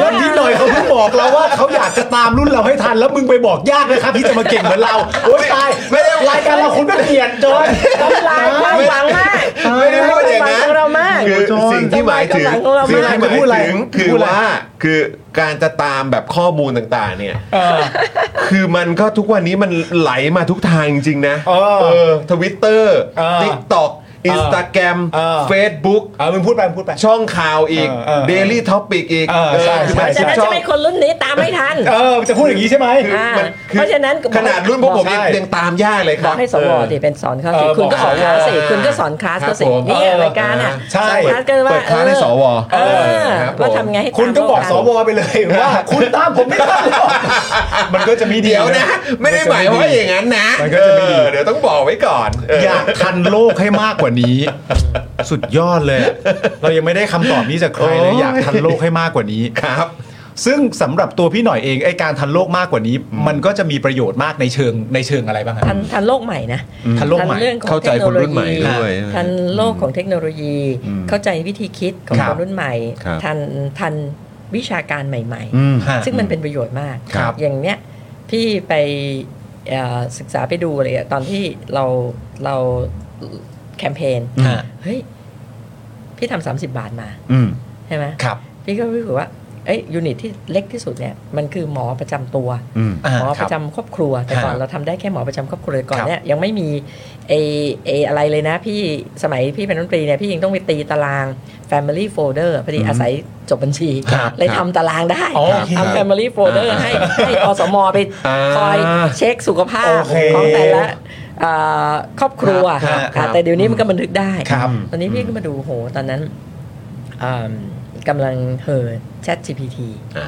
[SPEAKER 4] แล้วพี่หน่อยเขาเพิ่งบอกเราว่าเขาอยากจะตามรุ่นเราให้ทัน แล้วมึงไปบอกยากนะครับที่จะมาเก่งเหมือนเราโอ้ยตาย
[SPEAKER 1] ไม่ได้
[SPEAKER 4] รายการเราคุณก็เปลี่ยนจอย
[SPEAKER 6] ทำลายความหวังมาก
[SPEAKER 1] ไม่ได้พูดอย่างนั้น
[SPEAKER 6] ทำลควมหวังของเรามาก
[SPEAKER 1] คือสิ่งที่หมายถึง
[SPEAKER 6] โอ้โห
[SPEAKER 1] สิ่งที่หมาย
[SPEAKER 4] พูดอะไร
[SPEAKER 1] ถึงคือ
[SPEAKER 4] พูดอะไร
[SPEAKER 1] ว่าคือการจะตามแบบข้อมูลต่างๆ เนี่ยคือมันก็ทุกวันนี้มันไหลมาทุกทางจริงๆนะ
[SPEAKER 4] เออ
[SPEAKER 1] ทวิตเตอร์
[SPEAKER 4] เออ
[SPEAKER 1] ติ๊กต็อกอินสตาแกรม
[SPEAKER 4] เออ
[SPEAKER 1] เฟซบุ๊ก
[SPEAKER 4] เออมึงพูดไปมึงพูดไป
[SPEAKER 1] ช่องข่าวอีก
[SPEAKER 4] เออเออ
[SPEAKER 1] เดลี่ท็อปิกอีก
[SPEAKER 4] เออใช่ใช่
[SPEAKER 6] เพราะฉะนั้น
[SPEAKER 1] ช่อ
[SPEAKER 6] จะ
[SPEAKER 1] ง
[SPEAKER 6] เป็นคนรุ่นนี้ตามไม่ทัน
[SPEAKER 4] เออจะพูดอย่างนี้ใช่ไหม
[SPEAKER 1] คือ
[SPEAKER 6] อ่า
[SPEAKER 1] มันคือ
[SPEAKER 6] เพราะฉะนั้น
[SPEAKER 1] ขนาดรุ่นพวกผมยัง
[SPEAKER 4] ใช่
[SPEAKER 1] ยังตามยากเลยค
[SPEAKER 6] บ
[SPEAKER 1] รั
[SPEAKER 6] อบ กให้สวสิเป็นสอนเขาสิ
[SPEAKER 4] เออ
[SPEAKER 6] คุณก็สอนคลาสสิ
[SPEAKER 4] บอกให้
[SPEAKER 6] คุณก็สอนคลาส
[SPEAKER 1] ครับ
[SPEAKER 6] ก็สิ
[SPEAKER 1] ผม
[SPEAKER 6] นี่
[SPEAKER 4] เออ
[SPEAKER 6] รายการอ่ะ
[SPEAKER 4] ใช่
[SPEAKER 6] สอนคลาสก็ว่า
[SPEAKER 1] เปิดคลาสให้สว
[SPEAKER 6] เอ
[SPEAKER 1] เอ
[SPEAKER 6] อ
[SPEAKER 1] อครับผม
[SPEAKER 6] ว่าทำไงให้
[SPEAKER 4] คุณก็บอกสวไปเลยว่า คุณตามผมไม่ได้หรอกมันก็จะมี
[SPEAKER 1] เดี๋ยวนะ ไม่ได้หมายว่าอย่างนั้นนะ
[SPEAKER 4] มันก็จะไม่ดี
[SPEAKER 1] เออเดี๋ยวต้องบอกไว้ก่อนเออ
[SPEAKER 4] อยากทันโลกให้มากกว่านี้ สุดยอดเลย เรายังไม่ได้คำตอบนี้จากใครเลยอยากทันโลกให้มากกว่านี้
[SPEAKER 1] ครับ
[SPEAKER 4] ซึ่งสำหรับตัวพี่หน่อยเองไอการทันโลกมากกว่านี้ มันก็จะมีประโยชน์มากในเชิงในเชิงอะไรบ้าง
[SPEAKER 6] ทั
[SPEAKER 4] ฮะ
[SPEAKER 6] นทันโลกใหม่นะ
[SPEAKER 4] ทันโลก
[SPEAKER 6] ทั
[SPEAKER 4] ใหม่
[SPEAKER 6] เรื่องของ
[SPEAKER 1] เข้าใจ
[SPEAKER 6] เทคโน
[SPEAKER 1] คน
[SPEAKER 6] โล
[SPEAKER 1] รุ่นใหม่
[SPEAKER 6] ยี
[SPEAKER 1] ด้วย
[SPEAKER 6] ทันโลกของเทคโนโลยี เข้าใจวิธีคิดของ
[SPEAKER 4] ครั
[SPEAKER 6] ค
[SPEAKER 4] บ
[SPEAKER 6] นรุ่นใหม่
[SPEAKER 1] ครับ
[SPEAKER 6] ทันทันวิชาการใหม่ ๆ
[SPEAKER 4] อืมฮะ
[SPEAKER 6] ซึ่งมันเป็นประโยชน์มาก
[SPEAKER 4] ครับ
[SPEAKER 6] อย่างเนี้ยพี่ไปเอ่อศึกษาไปดูอะไรอะตอนที่เราเราแคมเปญ
[SPEAKER 4] ฮะ
[SPEAKER 6] เฮ้ย พี่ทำสามสิบาทมา
[SPEAKER 4] อืม
[SPEAKER 6] ใช่ไหม
[SPEAKER 4] ครับ
[SPEAKER 6] พี่ก็รู้สึกว่า เอ้ยยูนิตที่เล็กที่สุดเนี่ย มันคือหมอประจำตัว
[SPEAKER 4] อ่า
[SPEAKER 6] หมอ
[SPEAKER 4] ค
[SPEAKER 6] ป
[SPEAKER 4] รับ
[SPEAKER 6] ระจำครอบครัว แต่ก่อ
[SPEAKER 4] ค
[SPEAKER 6] น
[SPEAKER 4] รับ
[SPEAKER 6] เราทำได้แค่หมอประจำครอบครัวก่อน
[SPEAKER 4] ครับ
[SPEAKER 6] เนี่ยยังไม่มีเอเออะไรเลยนะ พี่สมัยพี่เป็นรัฐมนตรีเนี่ยพี่ยังต้องไปตีตาราง Family Folder พอดีอาศัยจบบัญชี
[SPEAKER 4] ครับ
[SPEAKER 6] เลย
[SPEAKER 1] ครับ
[SPEAKER 6] ทำตารางได้
[SPEAKER 4] อ๋อโอเค
[SPEAKER 6] ทำ Family Folder ให้ให้อสมไป
[SPEAKER 1] อ่า
[SPEAKER 6] คอยเช็คสุขภาพ
[SPEAKER 4] โอเค
[SPEAKER 6] ของแต่ละเอ่อครอบครัว
[SPEAKER 4] ครับครับ
[SPEAKER 6] อ่ะแต่เดี๋ยวนี้มันก็บันทึกได้
[SPEAKER 4] ครับ
[SPEAKER 6] ตอนนี้พี่ก็มาดูโหตอนนั้นอืมกำลังเห่อ Chat GPT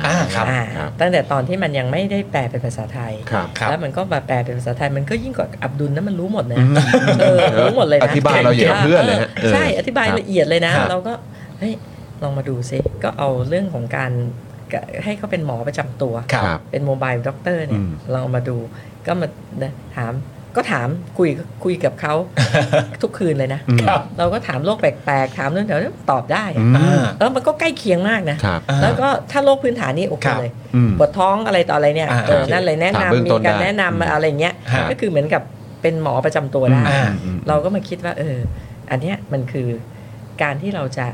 [SPEAKER 4] อ่าครับ
[SPEAKER 6] อ่า
[SPEAKER 1] ครับ
[SPEAKER 6] ตั้งแต่ตอนที่มันยังไม่ได้แปลเป็นภาษาไทย
[SPEAKER 1] ครับ
[SPEAKER 4] ครับ
[SPEAKER 6] แล้วมันก็มาแปลเป็นภาษาไทยมันก็ยิ่งกว่าอับดุลนะมันรู้หมดนะ
[SPEAKER 1] อืม
[SPEAKER 6] เออรู้หมดเลยนะ
[SPEAKER 1] อธิบายเราอย่างกับเพื่อนเลยฮะ
[SPEAKER 6] ออใช่
[SPEAKER 1] เออ
[SPEAKER 6] อธิบายละเอียดเลยนะ
[SPEAKER 1] ครับ
[SPEAKER 6] เราก็เฮ้ยลองมาดูซิก็เอาเรื่องของการให้เขาเป็นหมอประจำตัว
[SPEAKER 1] ครับ
[SPEAKER 6] เป็นโมบายด็อกเตอร์เนี่ย
[SPEAKER 1] อืม
[SPEAKER 6] ลองเอามาดูก็มานะถามก็ถามคุยคุยกับเขา ทุกคืนเลยนะ
[SPEAKER 4] ครับ
[SPEAKER 6] เราก็ถามโลกแปลกๆ ถามเรื่องแถวๆตอบได้อะ
[SPEAKER 4] อ่า
[SPEAKER 6] แล้วมันก็ใกล้เคียงมากนะ
[SPEAKER 1] ครับ
[SPEAKER 4] อ่า
[SPEAKER 6] แล้วก็ถ้าโรคพื้นฐานนี่โอเค
[SPEAKER 4] ครับ
[SPEAKER 6] เลย
[SPEAKER 1] อืม
[SPEAKER 6] ปวดท้องอะไรต่ออะไรเนี่ย
[SPEAKER 4] อ่า
[SPEAKER 6] เออนั่นเลยแนะ
[SPEAKER 1] ถาม
[SPEAKER 6] นำ
[SPEAKER 1] เบื้อง
[SPEAKER 6] มี
[SPEAKER 1] ต้น
[SPEAKER 6] การ
[SPEAKER 1] ได้
[SPEAKER 6] แนะนำอะไรอย่างเงี้ย
[SPEAKER 1] ครับ
[SPEAKER 6] ก็คือเหมือนกับเป็นหมอประจำตัวได้
[SPEAKER 4] อ่า
[SPEAKER 6] เราก็มาคิดว่าเอออันเนี้ยมันคือการที่เราจะ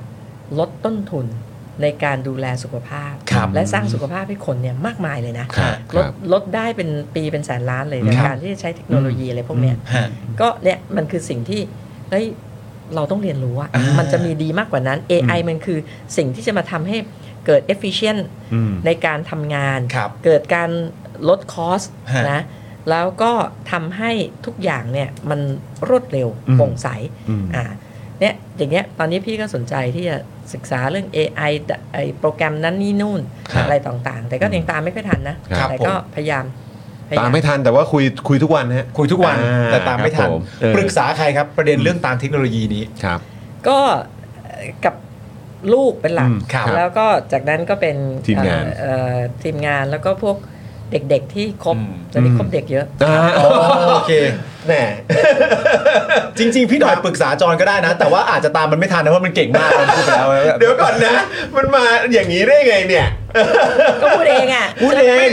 [SPEAKER 6] ลดต้นทุนในการดูแลสุขภาพ
[SPEAKER 4] ครับ
[SPEAKER 6] และสร้างสุขภาพให้คนเนี่ยมากมายเลยนะครับ ลดลดได้เป็นปีเป็นแสนล้านเลยในการที่จะใช้เทคโนโลยีอะไรพวกเนี้ย
[SPEAKER 4] ฮะ
[SPEAKER 6] ก็เนี่ยมันคือสิ่งที่เฮ้ยเราต้องเรียนรู้อะ
[SPEAKER 4] อ่ามั
[SPEAKER 6] มันจะมีดีมากกว่านั้น AI มันคือสิ่งที่จะมาทำให้เกิด efficient ในการทำงาน
[SPEAKER 4] ครับ
[SPEAKER 6] เกิดการลดคอส
[SPEAKER 4] ฮะ
[SPEAKER 6] นะแล้วก็ทำให้ทุกอย่างเนี่ยมันรวดเร็วโปร่งใสอ่าเนี่ยอย่างเงี้ยตอนนี้พี่ก็สนใจที่จะศึกษาเรื่อง AI ดะไอโปรแกรมนั้นนี่นู่น
[SPEAKER 4] ครับ
[SPEAKER 6] อะไรต่างๆ แต่ก็ยังตามไม่ค่อยทันนะ
[SPEAKER 1] ครับ
[SPEAKER 6] แต่ก็พยายามพยย
[SPEAKER 1] ตามไม่ทันแต่ว่าคุยคุยทุกวันฮะ
[SPEAKER 4] คุยทุกวัน
[SPEAKER 1] อ่า
[SPEAKER 4] แต่ตามไม่ทัน
[SPEAKER 1] ครับผมเออ
[SPEAKER 4] ปรึกษาใครครับ ประเด็นเรื่องตามเทคโนโลยีนี้
[SPEAKER 1] ครับ
[SPEAKER 6] ก็เอ่อกับลูกเป็นหลัก
[SPEAKER 1] อืมครับ
[SPEAKER 6] แล้วก็จากนั้นก็เป็น
[SPEAKER 1] ทีมงาน
[SPEAKER 6] เอ่อเอ่อทีมงานแล้วก็พวกเด็กๆที่คบ
[SPEAKER 4] อืม
[SPEAKER 6] ตอนนี้คบเด็กเยอะ
[SPEAKER 1] อ่า
[SPEAKER 4] โอเค
[SPEAKER 1] แหม
[SPEAKER 4] จริง ๆ พี่หน่อยปรึกษาจอนก็ได้นะ แต่ว่าอาจจะตามมันไม่ทันนะเพราะมันเก่งม ากมันพูดไปแล้ว
[SPEAKER 1] เดี๋ยวก่อนนะ มันมาอย่างนี้ได้ไงเนี่ย
[SPEAKER 6] ก็พูดเองอ่ะ
[SPEAKER 4] พูดเอง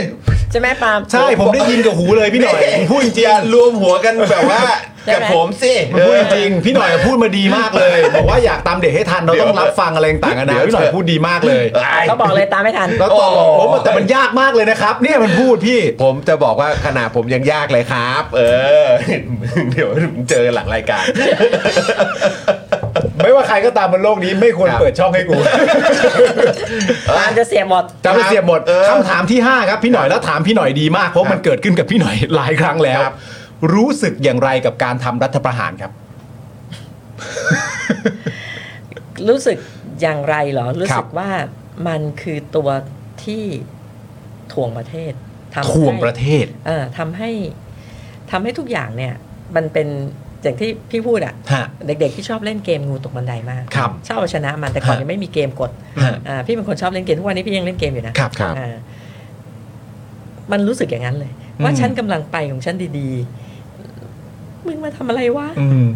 [SPEAKER 6] ใช่ไหมปาล์ม
[SPEAKER 4] ใช่ผมได้ยินกับหูเลยพี่หน่อยผมพูดจริง
[SPEAKER 1] อย่ารวมหัวกันแบบว่า
[SPEAKER 6] ใช่ไหม
[SPEAKER 1] กับผมสิ
[SPEAKER 4] ผมพูดจริงพี่หน่อยพูดมาดีมากเลยบอกว่าอยากตามเด็กให้ทันเราต้องรับฟังอะไรต่างๆกันะพี่หน่อยพูดดีมากเลย
[SPEAKER 6] เขาบอกเลยตามไม่ทัน
[SPEAKER 4] แล้วต่อบอกผมแต่มันยากมากเลยนะครับ เนี่ยมันพูดพี่
[SPEAKER 1] ผมจะบอกว่าขนาดผมยังยากเลยครับ เออ เดี๋ยวเจอหลังรายการ
[SPEAKER 4] ไม่ว่าใครก็ตามบนโลกนี้ไม่ควร
[SPEAKER 1] ครับ
[SPEAKER 4] เปิดช่องให้กู
[SPEAKER 6] ปาล์มจะเสียหมด
[SPEAKER 4] จะไปเสียบหมด
[SPEAKER 1] เออ
[SPEAKER 4] คำถามที่ 5 ครับพี่หน่อยแล้วถามพี่หน่อยดีมากเพราะมันเกิดขึ้นกับพี่หน่อย หลายครั้งแล้ว
[SPEAKER 1] ครับ
[SPEAKER 4] รู้สึกอย่างไรกับการทำรัฐประหารครับ
[SPEAKER 6] รู้สึกอย่างไรเหรอ รู้
[SPEAKER 4] ครั
[SPEAKER 6] สึ
[SPEAKER 4] บ
[SPEAKER 6] กว่ามันคือตัวที่ถ่วงประเทศทำให้
[SPEAKER 4] ท่วงประเทศ
[SPEAKER 6] เออทำให้ทำให้ทุกอย่างเนี่ย มันเป็นอย่างที่พี่พูดอะ
[SPEAKER 4] ฮะ
[SPEAKER 6] เด็กๆที่ชอบเล่นเกมงูตกบันไดมาก
[SPEAKER 4] ครับ
[SPEAKER 6] ชอบเอาชนะมันแต่ก่อน
[SPEAKER 4] ฮะ
[SPEAKER 6] ยังไม่มีเกมกด
[SPEAKER 4] ฮะ
[SPEAKER 6] อ่าพี่เป็นคนชอบเล่นเกมทุกวันนี้พี่ยังเล่นเกมอยู่นะครับ
[SPEAKER 4] ครับ
[SPEAKER 6] อ่ามันรู้สึกอย่างนั้นเลย ว่า
[SPEAKER 4] อืม
[SPEAKER 6] ฉันกำลังไปของฉันดีๆ มึงมาทำอะไรวะ
[SPEAKER 4] อืม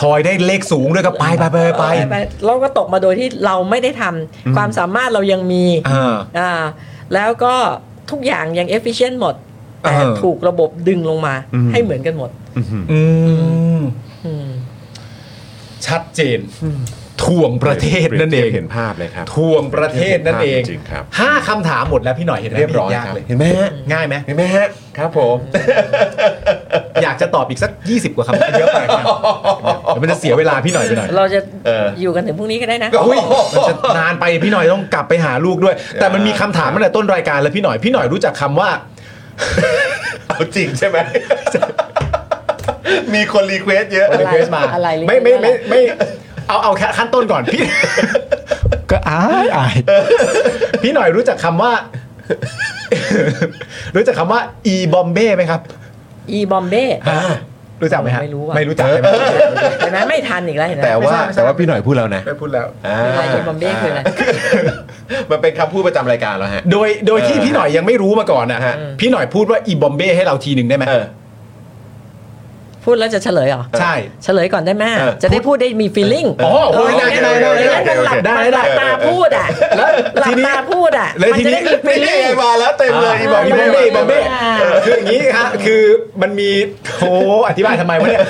[SPEAKER 4] ทอยได้เลขสูงด้วยก็ไปไปไปไป
[SPEAKER 6] ไปเราก็ตกมาโดยที่เราไม่ได้ทำความสามารถเรายังมี
[SPEAKER 4] อ่า
[SPEAKER 6] อ่าแล้วก็ทุกอย่างยัง efficient หมด แต่
[SPEAKER 4] เออ
[SPEAKER 6] ถูกระบบดึงลงมา
[SPEAKER 4] อืม
[SPEAKER 6] ให้เหมือนกันหมด
[SPEAKER 4] อืม
[SPEAKER 6] อืม
[SPEAKER 4] ชัดเจนท่วงประเทศนั่นเอง
[SPEAKER 1] เห็นภาพเลยครับ
[SPEAKER 4] ทวงประเทศนั่นเอง
[SPEAKER 1] จริงครับ
[SPEAKER 4] ห้าคำถามหมดแล้วพี่หน่อยเห็นไหม
[SPEAKER 1] เรียบร้อย
[SPEAKER 4] ยาก
[SPEAKER 1] ครับ
[SPEAKER 4] เลย
[SPEAKER 1] เห็นไหมฮะ
[SPEAKER 4] ง่ายไหม
[SPEAKER 1] เห็นไหมฮะครับผม
[SPEAKER 4] อยากจะตอบอีกสัก 20 กว่าคำเยอะไป นะเดี๋ยวมันจะเสียเวลาพี่หน่อยไปหน่อย
[SPEAKER 6] เราจะ
[SPEAKER 1] เออ
[SPEAKER 6] อยู่กันถึงพรุ่งนี้ก็ได้นะ
[SPEAKER 4] อุ้ยมันจะนานไปพี่หน่อยต้องกลับไปหาลูกด้วย แต่มันมีคำถามตั้งแต่ต้นรายการแล้วพี่หน่อยพี่หน่อยรู้จักคำว่า
[SPEAKER 1] เอาจริงใช่ไหม มีคนรีเควสเยอะ
[SPEAKER 4] รีเควสมา
[SPEAKER 6] อะไรรีเควส
[SPEAKER 4] ไม่ไม่
[SPEAKER 6] อะไร
[SPEAKER 4] ไม่ไม่เอาเอาแค่ขั้นต้นก่อนพี่ ก็อายอายพี่หน่อยรู้จักคำว่า รู้จักคำว่าอีบอมเบ้ไหมครับ
[SPEAKER 6] อีบอมเบ้
[SPEAKER 4] รู้จักไหมฮะ
[SPEAKER 6] ไม่รู้อะ
[SPEAKER 4] ไม่รู้จักใช่ไหม
[SPEAKER 6] เห็นไหมไม่ทันอีกแล้วเห็นไหม
[SPEAKER 1] แต่ว่าแต่ว่าพี่หน่อยพูดแล้วนะ
[SPEAKER 4] ไม่พูดแล้ว
[SPEAKER 1] อ่า
[SPEAKER 6] อะไรอีบอมเบ้คืออะไร
[SPEAKER 1] มันเป็นคำพูดประจำรายการแล้วฮะ
[SPEAKER 4] โดยโดยที่
[SPEAKER 1] เออ
[SPEAKER 4] พี่หน่อยยังไม่รู้มาก่อนนะฮะ
[SPEAKER 6] อืม
[SPEAKER 4] พี่หน่อยพูดว่าอีบอมเบ้ให้เราทีหนึ่งได้ไหม
[SPEAKER 1] เออ
[SPEAKER 6] พูดแล้วจะเฉลยเหรอ
[SPEAKER 4] ใช่
[SPEAKER 6] เฉลยก่อนได้ไหม
[SPEAKER 1] เออ
[SPEAKER 6] จะได้พูดได้มี feeling
[SPEAKER 4] อ๋อโอ้ยได้ได้ได้ได้
[SPEAKER 6] งั้นมันหลับ
[SPEAKER 4] ได้
[SPEAKER 6] มันห
[SPEAKER 4] ได้
[SPEAKER 6] ลับตาพูดอ่ะ
[SPEAKER 4] แล้ว
[SPEAKER 6] หลั
[SPEAKER 4] ที
[SPEAKER 6] บ
[SPEAKER 4] นี้
[SPEAKER 6] ตาพูดอ่ะ
[SPEAKER 4] แล้ว
[SPEAKER 6] มัน
[SPEAKER 4] ที
[SPEAKER 6] จะ
[SPEAKER 4] นี้
[SPEAKER 6] ได้มี
[SPEAKER 1] นี่
[SPEAKER 6] feeling
[SPEAKER 1] มาแล้วเต็มเลยอี
[SPEAKER 4] อี
[SPEAKER 1] บบอ
[SPEAKER 4] อ
[SPEAKER 1] ม
[SPEAKER 4] ม
[SPEAKER 1] เบ้
[SPEAKER 4] เบ้
[SPEAKER 1] อี
[SPEAKER 4] อี
[SPEAKER 1] บบ อม
[SPEAKER 4] อม
[SPEAKER 1] เบ้
[SPEAKER 4] เบ้คืออย่างนี้ฮะคือมันมีโอ้อธิบายทำไม วะเนี่ย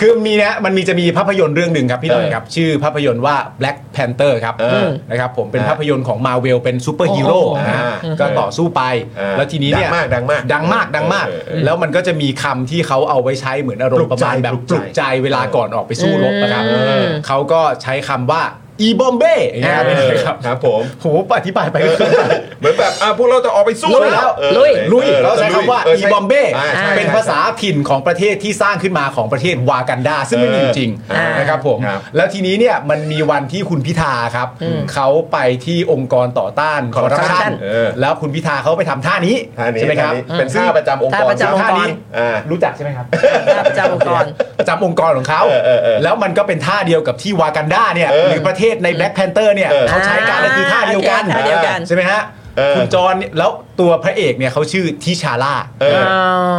[SPEAKER 4] คือมีนะมันมีจะมีภาพยนตร์เรื่องหนึ่งครับพี่หน่อยครับ ชื่อภาพยนตร์ว่า Black Panther ครับ
[SPEAKER 1] เออ
[SPEAKER 4] นะครับผมเป็นภาพยนตร์ของมาเวลเป็นซูเปอร์ฮีโร่
[SPEAKER 1] โอ้โห
[SPEAKER 4] นะฮะ
[SPEAKER 1] อ่า
[SPEAKER 4] ก็ต่อสู้ไป
[SPEAKER 1] อ่า
[SPEAKER 4] แล้วทีนี้เนี่ย
[SPEAKER 1] ดังมากดังมาก
[SPEAKER 4] ดังมากดังมาก
[SPEAKER 1] เออเออเออ
[SPEAKER 4] แล้วมันก็จะมีคำที่เขาเอาไว้ใช้เหมือนอารม
[SPEAKER 1] ปลุ
[SPEAKER 4] ณ์
[SPEAKER 1] ก
[SPEAKER 4] ประ
[SPEAKER 1] ใจ
[SPEAKER 4] มาณแบบ
[SPEAKER 1] ป
[SPEAKER 4] ป
[SPEAKER 1] ลุ
[SPEAKER 4] ลุ
[SPEAKER 1] ก
[SPEAKER 4] ก
[SPEAKER 1] ใจ
[SPEAKER 4] ใจเวลาก่อนออกไปสู้รบนะครับ
[SPEAKER 6] อืม
[SPEAKER 4] เขาก็ใช้คำว่าอีบอมเบ้อย่างเงี้ยครับพี่หน่อยครับ
[SPEAKER 1] ครับผม
[SPEAKER 4] โหอธิบายไปก็
[SPEAKER 1] เหมือนแบบอ่ะพวกเราจะออกไปสู้
[SPEAKER 4] ลุยแล้ว
[SPEAKER 1] เออ
[SPEAKER 6] ลุย
[SPEAKER 1] เออ
[SPEAKER 4] ลุย
[SPEAKER 1] เออ
[SPEAKER 4] เราใช้คำว่า
[SPEAKER 1] เ
[SPEAKER 4] อีบอมเบ้
[SPEAKER 1] ใช่ใช่
[SPEAKER 4] เป็นภาษาถิ่นของประเทศที่สร้างขึ้นมาของประเทศวากันดา ซึ่งไม่มีอยู่จริง
[SPEAKER 6] เออ
[SPEAKER 4] นะครับผม
[SPEAKER 1] ครับ
[SPEAKER 4] แล้วทีนี้เนี่ยมันมีวันที่คุณพิธาครับ เขาไปที่องค์กรต่อต้านคอร์รัปชัน
[SPEAKER 1] Corruption เออ
[SPEAKER 4] แล้วคุณพิธาเขาไปทำท่านี้
[SPEAKER 1] ท่านี้
[SPEAKER 4] ใช่ไหมครับ
[SPEAKER 1] ท่านี้เป็นท่าประจำองค์กร
[SPEAKER 6] ท่าประจำองค์กร
[SPEAKER 4] ท่านี้
[SPEAKER 1] อ่า
[SPEAKER 4] รู้จักใช่ไหมครับ
[SPEAKER 6] ประจำองค์กร
[SPEAKER 4] ประจำองค์กรของเขา
[SPEAKER 1] เออเออเออ
[SPEAKER 4] แล้วมันก็เป็นท่าเดียวกับที่วากันดาเนี่ย
[SPEAKER 1] เออ
[SPEAKER 4] หรือประเทศใน Black Panther เนี่ย
[SPEAKER 1] เออ
[SPEAKER 4] เขาใช้การก็คือท่าเดียวกัน
[SPEAKER 6] ท่าเดียวกัน
[SPEAKER 4] ใช่ไหมฮะ
[SPEAKER 1] เออ
[SPEAKER 4] คุณจรเนี่ยแล้วตัวพระเอกเนี่ยเขาชื่อทิชาล่า
[SPEAKER 1] เออ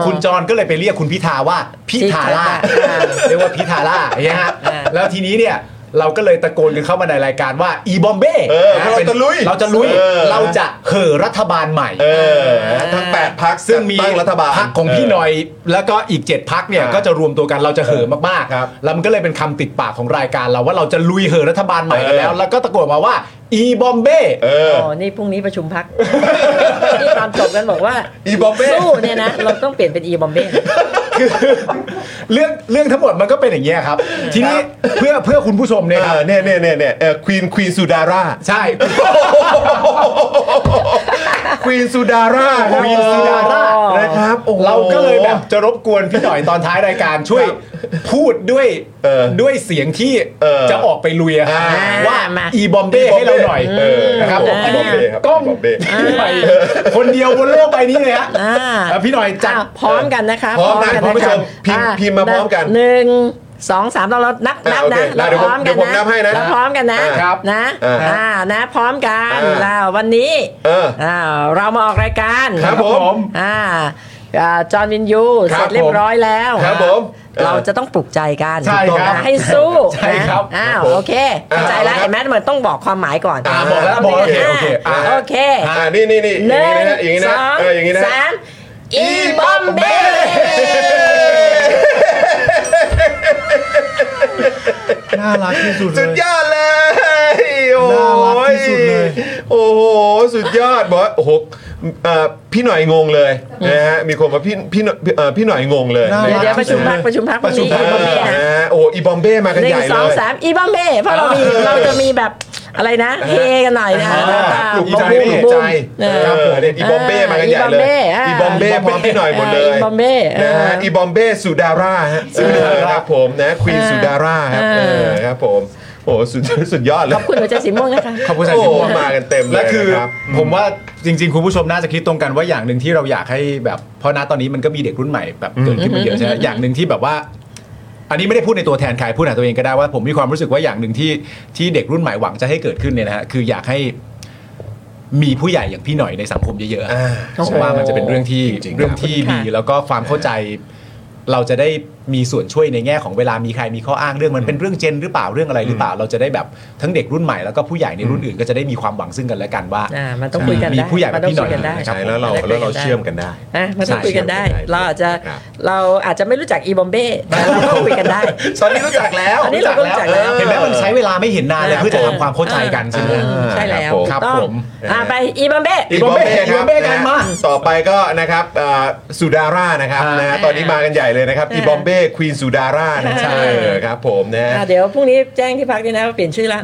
[SPEAKER 4] คุณจรก็เลยไปเรียกคุณพิธาว่าพิธาล่า
[SPEAKER 6] พิธาล่า
[SPEAKER 4] เรียกว่าพิธาล่าอย่างเงี้ยฮะ
[SPEAKER 6] อ่า
[SPEAKER 4] แล้วทีนี้เนี่ยเราก็เลยตะโกนกันเข้ามาในรายการว่าอีบอมเบ้
[SPEAKER 1] เออเราจะลุย
[SPEAKER 4] เราจะลุย
[SPEAKER 1] เออ
[SPEAKER 4] เราจะเห่อรัฐบาลใหม่
[SPEAKER 1] เออทั้งแปดพัก
[SPEAKER 4] ซึ่งมี
[SPEAKER 1] ตั้งรัฐบาล
[SPEAKER 4] พักของพี่หน่อย แล้วก็อีก 7พักเนี่ย
[SPEAKER 1] อ่า
[SPEAKER 4] ก็จะรวมตัวกันเราจะเห่อะมาก
[SPEAKER 1] ครับ
[SPEAKER 4] ๆแล้วมันก็เลยเป็นคำติดปากของรายการเราว่าเราจะลุยเห่อะรัฐบาลใหม่กันแล้ว
[SPEAKER 1] เออ
[SPEAKER 4] แล้วก็ตะโกนมาว่าอีบอมเบ้
[SPEAKER 1] เอ
[SPEAKER 6] โอ้
[SPEAKER 1] อ
[SPEAKER 6] นี่พรุ่งนี้ประชุมพักที่ตอนจบกันบอกว่า
[SPEAKER 1] อีบอมเบ้
[SPEAKER 6] สู้เนี่ยนะ เราต้องเปลี่ยนเป็นอีบอมเบ้
[SPEAKER 4] คือ เรื่องเรื่องทั้งหมดมันก็เป็นอย่างเงี้ยครับ ทีนี้เพื่อเพื่อคุณผู้ชมเนี่ยครับ
[SPEAKER 1] เนี่ยเนี่ยเนี่ยเนี่ยควีนควีนสุดาร่า
[SPEAKER 4] ใช่
[SPEAKER 1] ควีนสุดาร่า
[SPEAKER 4] วีนสุดาราช
[SPEAKER 1] นะครับโอ้โห
[SPEAKER 4] เราก็เลยแบบจะรบกวนพี่หน่อย ตอนท้ายรายการช่วยพูดด้วย
[SPEAKER 1] เออ
[SPEAKER 4] ด้วยเสียงที่
[SPEAKER 1] เออ
[SPEAKER 4] จะออกไปลุยอะครับ
[SPEAKER 1] อ่า
[SPEAKER 4] ว่า
[SPEAKER 6] มา
[SPEAKER 4] อีบอมเบ้ให้เราหน่อย
[SPEAKER 1] เออ
[SPEAKER 4] นะครับผม
[SPEAKER 1] อีบอมเบ้ครับ
[SPEAKER 4] กล้อง
[SPEAKER 1] อีบอมเบ้
[SPEAKER 4] พี่หน่อยคนเดียวบนโลกใบนี้เลยฮะ
[SPEAKER 6] อ่า
[SPEAKER 4] แล้วพี่หน่อยจัด
[SPEAKER 6] อ้าวพร้อมกันนะคะ
[SPEAKER 1] พร้อมกัน
[SPEAKER 6] พร้อ
[SPEAKER 1] คุณ
[SPEAKER 6] มกั
[SPEAKER 1] ผู้ช
[SPEAKER 6] นะ
[SPEAKER 1] มพิมพ์
[SPEAKER 6] อ่
[SPEAKER 1] พิมพ์มาพร้อมกัน
[SPEAKER 6] หนึ่งสองสามเรานับนับ
[SPEAKER 1] อ่าโอเค
[SPEAKER 6] นะ
[SPEAKER 1] ได้
[SPEAKER 6] เรา
[SPEAKER 1] เดี๋ยว
[SPEAKER 6] พ
[SPEAKER 1] ผม
[SPEAKER 6] ร้อมกัน
[SPEAKER 1] เดี๋ยวผม
[SPEAKER 6] นะ
[SPEAKER 1] นับให้นะ
[SPEAKER 6] เราพร้อมกันนะครับ นะ
[SPEAKER 1] อ่า
[SPEAKER 6] อ่านะ พร้อมกัน
[SPEAKER 1] อ่า
[SPEAKER 6] แล้ววันนี้
[SPEAKER 1] เออ
[SPEAKER 6] อ่าเรามาออกรายการ
[SPEAKER 1] ครับผม
[SPEAKER 6] อ่า อ่าจอห์นวินยู
[SPEAKER 1] ครับ
[SPEAKER 6] เสร็จเรียบร้อยแล้ว
[SPEAKER 1] ครับผม
[SPEAKER 6] เราจะต้องปลุกใจกัน
[SPEAKER 4] ใช่ครับ
[SPEAKER 6] ให้สู้
[SPEAKER 4] ใช่
[SPEAKER 6] นะครับ อ้า
[SPEAKER 4] ครับผ
[SPEAKER 6] ว
[SPEAKER 4] ม
[SPEAKER 6] โอเคเข้าใจแล้ว
[SPEAKER 1] อ่าครับ
[SPEAKER 6] เห็นไหมมันต้องบอกความหมายก่อน
[SPEAKER 1] อ่าบอกแล้วบอกแล้วโอเคโอเคอ่า
[SPEAKER 6] าโอเค
[SPEAKER 1] อ่านี่นี่นี่อ
[SPEAKER 6] ห
[SPEAKER 1] ย่าง
[SPEAKER 6] นึ่
[SPEAKER 1] นี้นะ
[SPEAKER 6] ง
[SPEAKER 1] อย่างนี้
[SPEAKER 6] ส
[SPEAKER 1] นะ
[SPEAKER 6] อง
[SPEAKER 1] เอออย่างนี้นะ
[SPEAKER 6] สามอีบอมเบ้
[SPEAKER 4] น่ารักที่สุดเล
[SPEAKER 1] สุด
[SPEAKER 4] ย
[SPEAKER 1] ยอดเลย โอ้
[SPEAKER 4] น่ารักที่
[SPEAKER 1] ย
[SPEAKER 4] สุดเลย
[SPEAKER 1] โอ้โห สุดยอดบอกว่าโอ้โหเอ่อพี่หน่อยงงเลยนะฮะ มีคนมาพี่พี่หน่อยเอ่อพี่หน่อยงงเลย
[SPEAKER 6] เดี๋ยวเดี๋ยวประชุมพักประชุมพักพรุ่งนี้
[SPEAKER 1] เออนะฮะ
[SPEAKER 6] อีบอมเบ้นะ
[SPEAKER 1] โอ้โหอีบอมเบ้มากัน
[SPEAKER 6] หนึ่
[SPEAKER 1] ให
[SPEAKER 6] ง
[SPEAKER 1] ญ่
[SPEAKER 6] ส
[SPEAKER 1] เล
[SPEAKER 6] อง
[SPEAKER 1] ย
[SPEAKER 6] สามอีบอมเบ้เพราะเรามี
[SPEAKER 1] เออ
[SPEAKER 6] เราจะมีแบบอะไรนะเฮกันหน่อยนะ
[SPEAKER 1] ปลุกใจปลุกใจ
[SPEAKER 6] เออ
[SPEAKER 1] เออเนี่ยอีบอมเบ้มากันใหญ่เลย
[SPEAKER 6] อ่า
[SPEAKER 1] อีบอมเบ้พร้อมพี่หน่อยหมดเลย
[SPEAKER 6] อีบอมเบ้เออ
[SPEAKER 1] นะฮะอีบอมเบ้สุดาร่าฮะสุดาร่าครับผมนะควีน
[SPEAKER 6] เออ
[SPEAKER 1] สุดาร่าครับ
[SPEAKER 6] เอ
[SPEAKER 1] เอ
[SPEAKER 6] อ
[SPEAKER 1] อครับผม โอ้โหสุด สุดยอดเลย
[SPEAKER 6] ขอบคุณหัวใจสีม่วงนะคะ
[SPEAKER 4] ขอบคุณสายสีม่วง
[SPEAKER 1] โอ้มากันเต็มเลย
[SPEAKER 4] และคือ
[SPEAKER 1] นะครับ
[SPEAKER 4] ผมว่าจริง ๆ คุณผู้ชมน่าจะคิดตรงกันว่าอย่างหนึ่งที่เราอยากให้แบบเพราะณตอนนี้มันก็มีเด็กรุ่นใหม่แบบเกิดขึ้นมาเยอะใช่ไหมอย่างหนึ่งที่แบบว่า อันนี้ไม่ได้พูดในตัวแทนใครพูดหาตัวเองก็ได้ว่า ผมมีความรู้สึกว่าอย่างหนึ่งที่ที่เด็กรุ่นใหม่หวังจะให้เกิดขึ้นเนี่ยนะฮะคืออยากให้มีผู้ใหญ่อย่างพี่หน่อยในสังคมเยอะๆอะ
[SPEAKER 1] อ่า
[SPEAKER 4] ผมว่ามันจะเป็นเรื่องที่
[SPEAKER 1] จริงๆครับ
[SPEAKER 4] เรื่องที่ดี
[SPEAKER 6] ค่ะ
[SPEAKER 4] แล้วก็ความเข้าใจ เราจะได้มีส่วนช่วยในแง่ของเวลามีใครมีข้ออ้างเรื่องมันเป็นเรื่องเจนหรือเปล่าเรื่องอะไรหรือเปล่า เราจะได้แบบทั้งเด็กรุ่นใหม่แล้วก็ผู้ใหญ่ในรุ่นอื่นก็จะได้มีความหวังซึ่งกันและกันว่า
[SPEAKER 6] อ่ามันต้องคุยกัน
[SPEAKER 4] มี
[SPEAKER 6] ได้
[SPEAKER 4] ผู้ใหญ่กั
[SPEAKER 6] มั
[SPEAKER 4] บ
[SPEAKER 6] ต้อ
[SPEAKER 4] พี่
[SPEAKER 6] ง
[SPEAKER 4] หน่
[SPEAKER 6] คุ
[SPEAKER 4] อย
[SPEAKER 6] ยกันได้
[SPEAKER 1] ใช่แล้วเราแล้วเราเชื่อมกันได้
[SPEAKER 6] นะมันต้องคุยกันได้
[SPEAKER 1] ใช่
[SPEAKER 6] เราอาจจะ
[SPEAKER 1] ครับ
[SPEAKER 6] เราอาจจะไม่รู้จักอีบอมเบ้แต่เราก็คุยกันได้
[SPEAKER 4] ตอนนี้รู้จักแล้ว
[SPEAKER 6] ตอนนี้เราก็รู้จักแล้ว
[SPEAKER 4] เห็นไหมมันใช้เวลาไม่เห็นนานเลยเพื่อจะทำความเข้าใจกันใช่ไหม
[SPEAKER 6] อืมใช่แล้ว
[SPEAKER 4] ครับ
[SPEAKER 6] ต้อง
[SPEAKER 4] ผม
[SPEAKER 6] อ่าไปอีบอมเบ้
[SPEAKER 1] อีบอมเบ้
[SPEAKER 4] อี
[SPEAKER 1] ครับ
[SPEAKER 4] อบมเบ้กันมา
[SPEAKER 1] ะฮะต่อไปก็นะครับเอ่อสุดาร่านะครับ
[SPEAKER 4] อ่าน
[SPEAKER 1] นะฮะตอนนี้มากันใหญ่เลยนะครับ
[SPEAKER 6] อ่า
[SPEAKER 1] อีบอมเบ้ควีนสุดาร่านะใช่ครับผมนะฮะ
[SPEAKER 6] อ่าเดี๋ยวพรุ่งนี้แจ้งที่พักด้วยนะว่าเปลี่ยนชื่อละ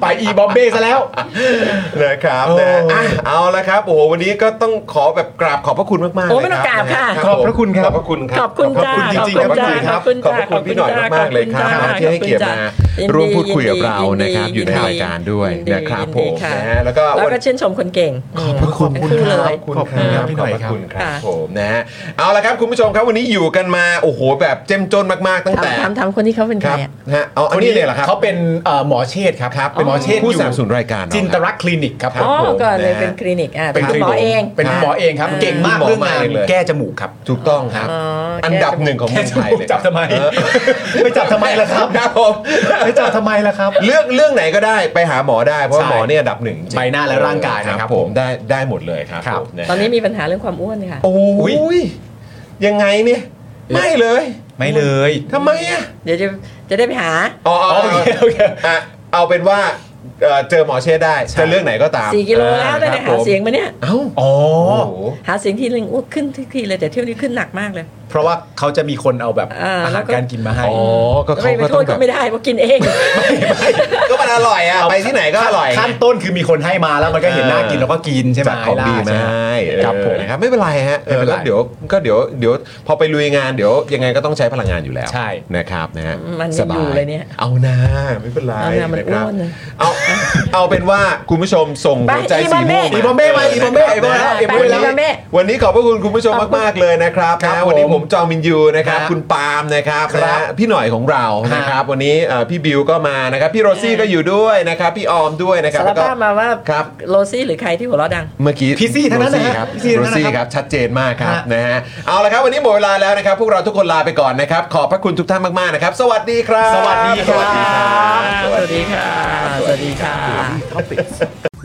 [SPEAKER 4] ไปอีบอมเบ้ซะแล้ว
[SPEAKER 1] นะครับ
[SPEAKER 4] โอ้
[SPEAKER 1] นะอ่ะเอาละครับโอ้โหวันนี้ก็ต้องขอแบบกราบขอบพระคุณมากๆ
[SPEAKER 6] โอ้
[SPEAKER 1] เลย
[SPEAKER 6] ไม่ต้องกราบค่ะ
[SPEAKER 1] น
[SPEAKER 4] ขอบพระคุณครับ
[SPEAKER 1] ขอบพระคุณครับ
[SPEAKER 6] ขอบคุณจ้า
[SPEAKER 1] ขอบจริง
[SPEAKER 6] ข
[SPEAKER 1] ๆ
[SPEAKER 6] อบคุณจ้า
[SPEAKER 1] ขอบคุณครับขอบพระคุณพี่หน่อย
[SPEAKER 6] ขอบคุณจ้าม
[SPEAKER 1] ากๆเลยครับ
[SPEAKER 6] ขอบคุณจ้า
[SPEAKER 1] ที่ให้เกียรติมา
[SPEAKER 6] ขอบคุณจ้า
[SPEAKER 1] ร่วมพูดคุยกับ
[SPEAKER 6] ยินดี
[SPEAKER 1] เรานะครับ
[SPEAKER 6] ยิ
[SPEAKER 1] อยู่
[SPEAKER 6] น
[SPEAKER 1] ใน
[SPEAKER 6] ดี
[SPEAKER 1] รายการด้วย
[SPEAKER 6] ยินดี
[SPEAKER 1] นะครับ
[SPEAKER 6] ยิน
[SPEAKER 1] ผ
[SPEAKER 6] ดี
[SPEAKER 1] ม
[SPEAKER 6] ค่ะ
[SPEAKER 1] นะฮะแล้วก็
[SPEAKER 6] แล้ว
[SPEAKER 1] วัน
[SPEAKER 6] ก็ชื่นชมคนเก่ง
[SPEAKER 1] ขอบคุณ
[SPEAKER 6] ทั้งคู่เล
[SPEAKER 1] ข
[SPEAKER 6] ย
[SPEAKER 1] อบคุณครับ
[SPEAKER 4] ขอบคุณครับพี่
[SPEAKER 1] ข
[SPEAKER 4] หน่
[SPEAKER 1] อบ
[SPEAKER 4] อย
[SPEAKER 1] พระ
[SPEAKER 4] ครับ
[SPEAKER 1] คุณครั
[SPEAKER 6] ค่ะ
[SPEAKER 1] บผมนะฮะเอาละครับคุณผู้ชมครับวันนี้อยู่กันมาโอ้โหแบบเจ้มจนมากๆตั้งแต่
[SPEAKER 6] ถามถามถามคนที่เขาเป็น
[SPEAKER 1] ค
[SPEAKER 6] ใคร
[SPEAKER 1] รับ
[SPEAKER 6] อ่ะ
[SPEAKER 1] นะฮะเอาอันนี้เลยเหรอครับ
[SPEAKER 4] เขาเป็นเอ่อหมอเชษฐ์ครับครับเป็นหมอเชษฐ์
[SPEAKER 1] ผู้
[SPEAKER 4] อยู่
[SPEAKER 1] สนับสนุนรายการเรา
[SPEAKER 4] จินตรักษณ์คลินิกครับ
[SPEAKER 1] ครับ
[SPEAKER 6] อ๋อ
[SPEAKER 1] ผม
[SPEAKER 6] ก็เลย
[SPEAKER 1] ะฮะ
[SPEAKER 6] เป็นคลินิกอ่ะ
[SPEAKER 1] เป็น
[SPEAKER 6] เป็นคุณหมอเอง
[SPEAKER 4] เป็นคุณหมอเองครับ
[SPEAKER 6] อ่า
[SPEAKER 4] เก่งมากเรื่องงาน
[SPEAKER 1] หมอมากเลย
[SPEAKER 4] แก้จมูกครับ
[SPEAKER 1] ถูกต้องครับ
[SPEAKER 6] อ๋อแก้
[SPEAKER 1] อันดับหนึ่งของเมืองไทยเลย
[SPEAKER 4] จับทำไม
[SPEAKER 1] เออ
[SPEAKER 4] ไปจับทำไมล่ะครับ
[SPEAKER 1] ครับผม
[SPEAKER 4] ไปจับทำไมล่ะครับ
[SPEAKER 1] เรื่องเรื่องไหนก็ได้ไปหาหมอได้เพราะ
[SPEAKER 4] ใช่
[SPEAKER 1] หมอเนี่ยอันดับหนึ่งจง
[SPEAKER 4] ใบหน้าและร่างกายนะครับผม
[SPEAKER 1] ได้ได้หมดเลยครับ
[SPEAKER 4] ครับ
[SPEAKER 1] ผมะ
[SPEAKER 6] ตอนนี้มีปัญหาเรื่องความอ้วนค่ะ
[SPEAKER 1] โอ้ยยังไงเนี่ยไม่เลย
[SPEAKER 4] ไม่เลย
[SPEAKER 1] ทำไมอ่ะ
[SPEAKER 6] เดี๋ยวจะจะได้ไปหา
[SPEAKER 1] อ๋อ
[SPEAKER 4] อ๋อโอเคโอเค
[SPEAKER 1] อ่ะเอาเป็นว่าเอ่อเจอหมอเช่ได้
[SPEAKER 4] ใช่
[SPEAKER 1] จะเรื่องไหนก็ตาม
[SPEAKER 6] 4 กิโลแล้วได้
[SPEAKER 1] อ่
[SPEAKER 6] ไป
[SPEAKER 1] ค
[SPEAKER 6] หา
[SPEAKER 1] รับผม
[SPEAKER 6] เสียงมาเนี่ย
[SPEAKER 1] เอ้า
[SPEAKER 4] อ๋อ
[SPEAKER 1] โอ้โห
[SPEAKER 6] หาเสียงทีนึงอ้วนขึ้นทุกทีเลยแต่เที่ยวนี้ขึ้นหนักมากเลย
[SPEAKER 4] เพราะว่าเขาจะมีคนเอาแบบ
[SPEAKER 6] อ่า
[SPEAKER 4] อา
[SPEAKER 6] แล้
[SPEAKER 4] หาร
[SPEAKER 6] วก็
[SPEAKER 4] การกินมาให้
[SPEAKER 1] อ๋อ ก็เขา
[SPEAKER 6] ไม่ไป
[SPEAKER 1] ก็
[SPEAKER 6] โท
[SPEAKER 1] ต้อ
[SPEAKER 6] ษ
[SPEAKER 1] งแบ
[SPEAKER 6] ก็
[SPEAKER 1] บ
[SPEAKER 6] ไม่ได้เพราะกินเอง
[SPEAKER 1] ก็มันอร่อยอ่ะ
[SPEAKER 4] เอา
[SPEAKER 1] ไปที่ไหนก็อร่อย
[SPEAKER 4] ขั้นต้นคือมีคนให้มาแล้วมันก็เห็นหน้ากินแล้วก็กินใช่ไหม
[SPEAKER 1] จัดของดี
[SPEAKER 4] ไล่
[SPEAKER 1] มา
[SPEAKER 4] ใช่ไห
[SPEAKER 1] ให้
[SPEAKER 4] ครับ
[SPEAKER 1] เออ
[SPEAKER 4] ผม
[SPEAKER 1] นะครับไม่เป็นไรฮะ
[SPEAKER 4] ไม่เป็นไร
[SPEAKER 1] ออแล้วเดี๋ยวก็เดี๋ยวเดี๋ยวพอไปลุยงานเดี๋ยวยังไงก็ต้องใช้พลังงานอยู่แล้ว
[SPEAKER 4] ใช่
[SPEAKER 1] นะครับนะฮะ
[SPEAKER 6] มันยัง
[SPEAKER 1] สบา
[SPEAKER 6] อยู่เลยเนี่ย
[SPEAKER 1] เอานะไม่เป็นไร
[SPEAKER 6] เอานะมันอ้
[SPEAKER 1] ะครับ
[SPEAKER 6] วนเลย
[SPEAKER 1] เอาเอาเป็นว่าคุณผู้ชมส่งหัวใจสีม่วง
[SPEAKER 4] อีบอมเบ้มาอีบอมเบ้อีบอม
[SPEAKER 1] นะ
[SPEAKER 4] เบ้
[SPEAKER 1] ครั
[SPEAKER 4] อีบอมเบ้
[SPEAKER 6] ไปกันแม่
[SPEAKER 1] วันนี้ขอบพระคุณคุณผู้ชม
[SPEAKER 6] ขอบคุณ
[SPEAKER 1] มาก ๆ เลยนะครับ
[SPEAKER 4] ครับ
[SPEAKER 1] นะวันนี้ผมจอมินยูนะครับ
[SPEAKER 4] ครับ
[SPEAKER 1] คุณปาล์มนะครับ
[SPEAKER 4] ครับ
[SPEAKER 1] นะพี่หน่อยของเรา
[SPEAKER 4] ฮะ
[SPEAKER 1] นะครับ วันนี้เอ่อพี่บิวก็มานะครับ พี่โรซี่ก็อยู่ด้วยนะครับ พี่ออมด้วยนะครับ
[SPEAKER 6] สาร
[SPEAKER 1] แล้วก็
[SPEAKER 6] ภาพมาว่า
[SPEAKER 1] ครับ
[SPEAKER 6] โรซี่หรือใครที่หัวเราะดัง
[SPEAKER 1] เมื่อกี้
[SPEAKER 4] พี่ซี่ทั้งนั้นนะฮะ
[SPEAKER 1] ครับ
[SPEAKER 4] พี่ซี่
[SPEAKER 1] โร
[SPEAKER 4] ทั้
[SPEAKER 1] ง
[SPEAKER 4] นั้นนะครับ
[SPEAKER 1] ซี่ครับชัดเจนมากครับ
[SPEAKER 4] ฮะ
[SPEAKER 1] นะฮะเอาละครับวันนี้หมดเวลาแล้วนะครับ พวกเราทุกคนลาไปก่อนนะครับ ขอบพระคุณทุกท่านมาก ๆ นะครับ สวัสดีครับ
[SPEAKER 4] สวัสดีครับ
[SPEAKER 6] สวัสดีค่ะ สวัสดีค่ะ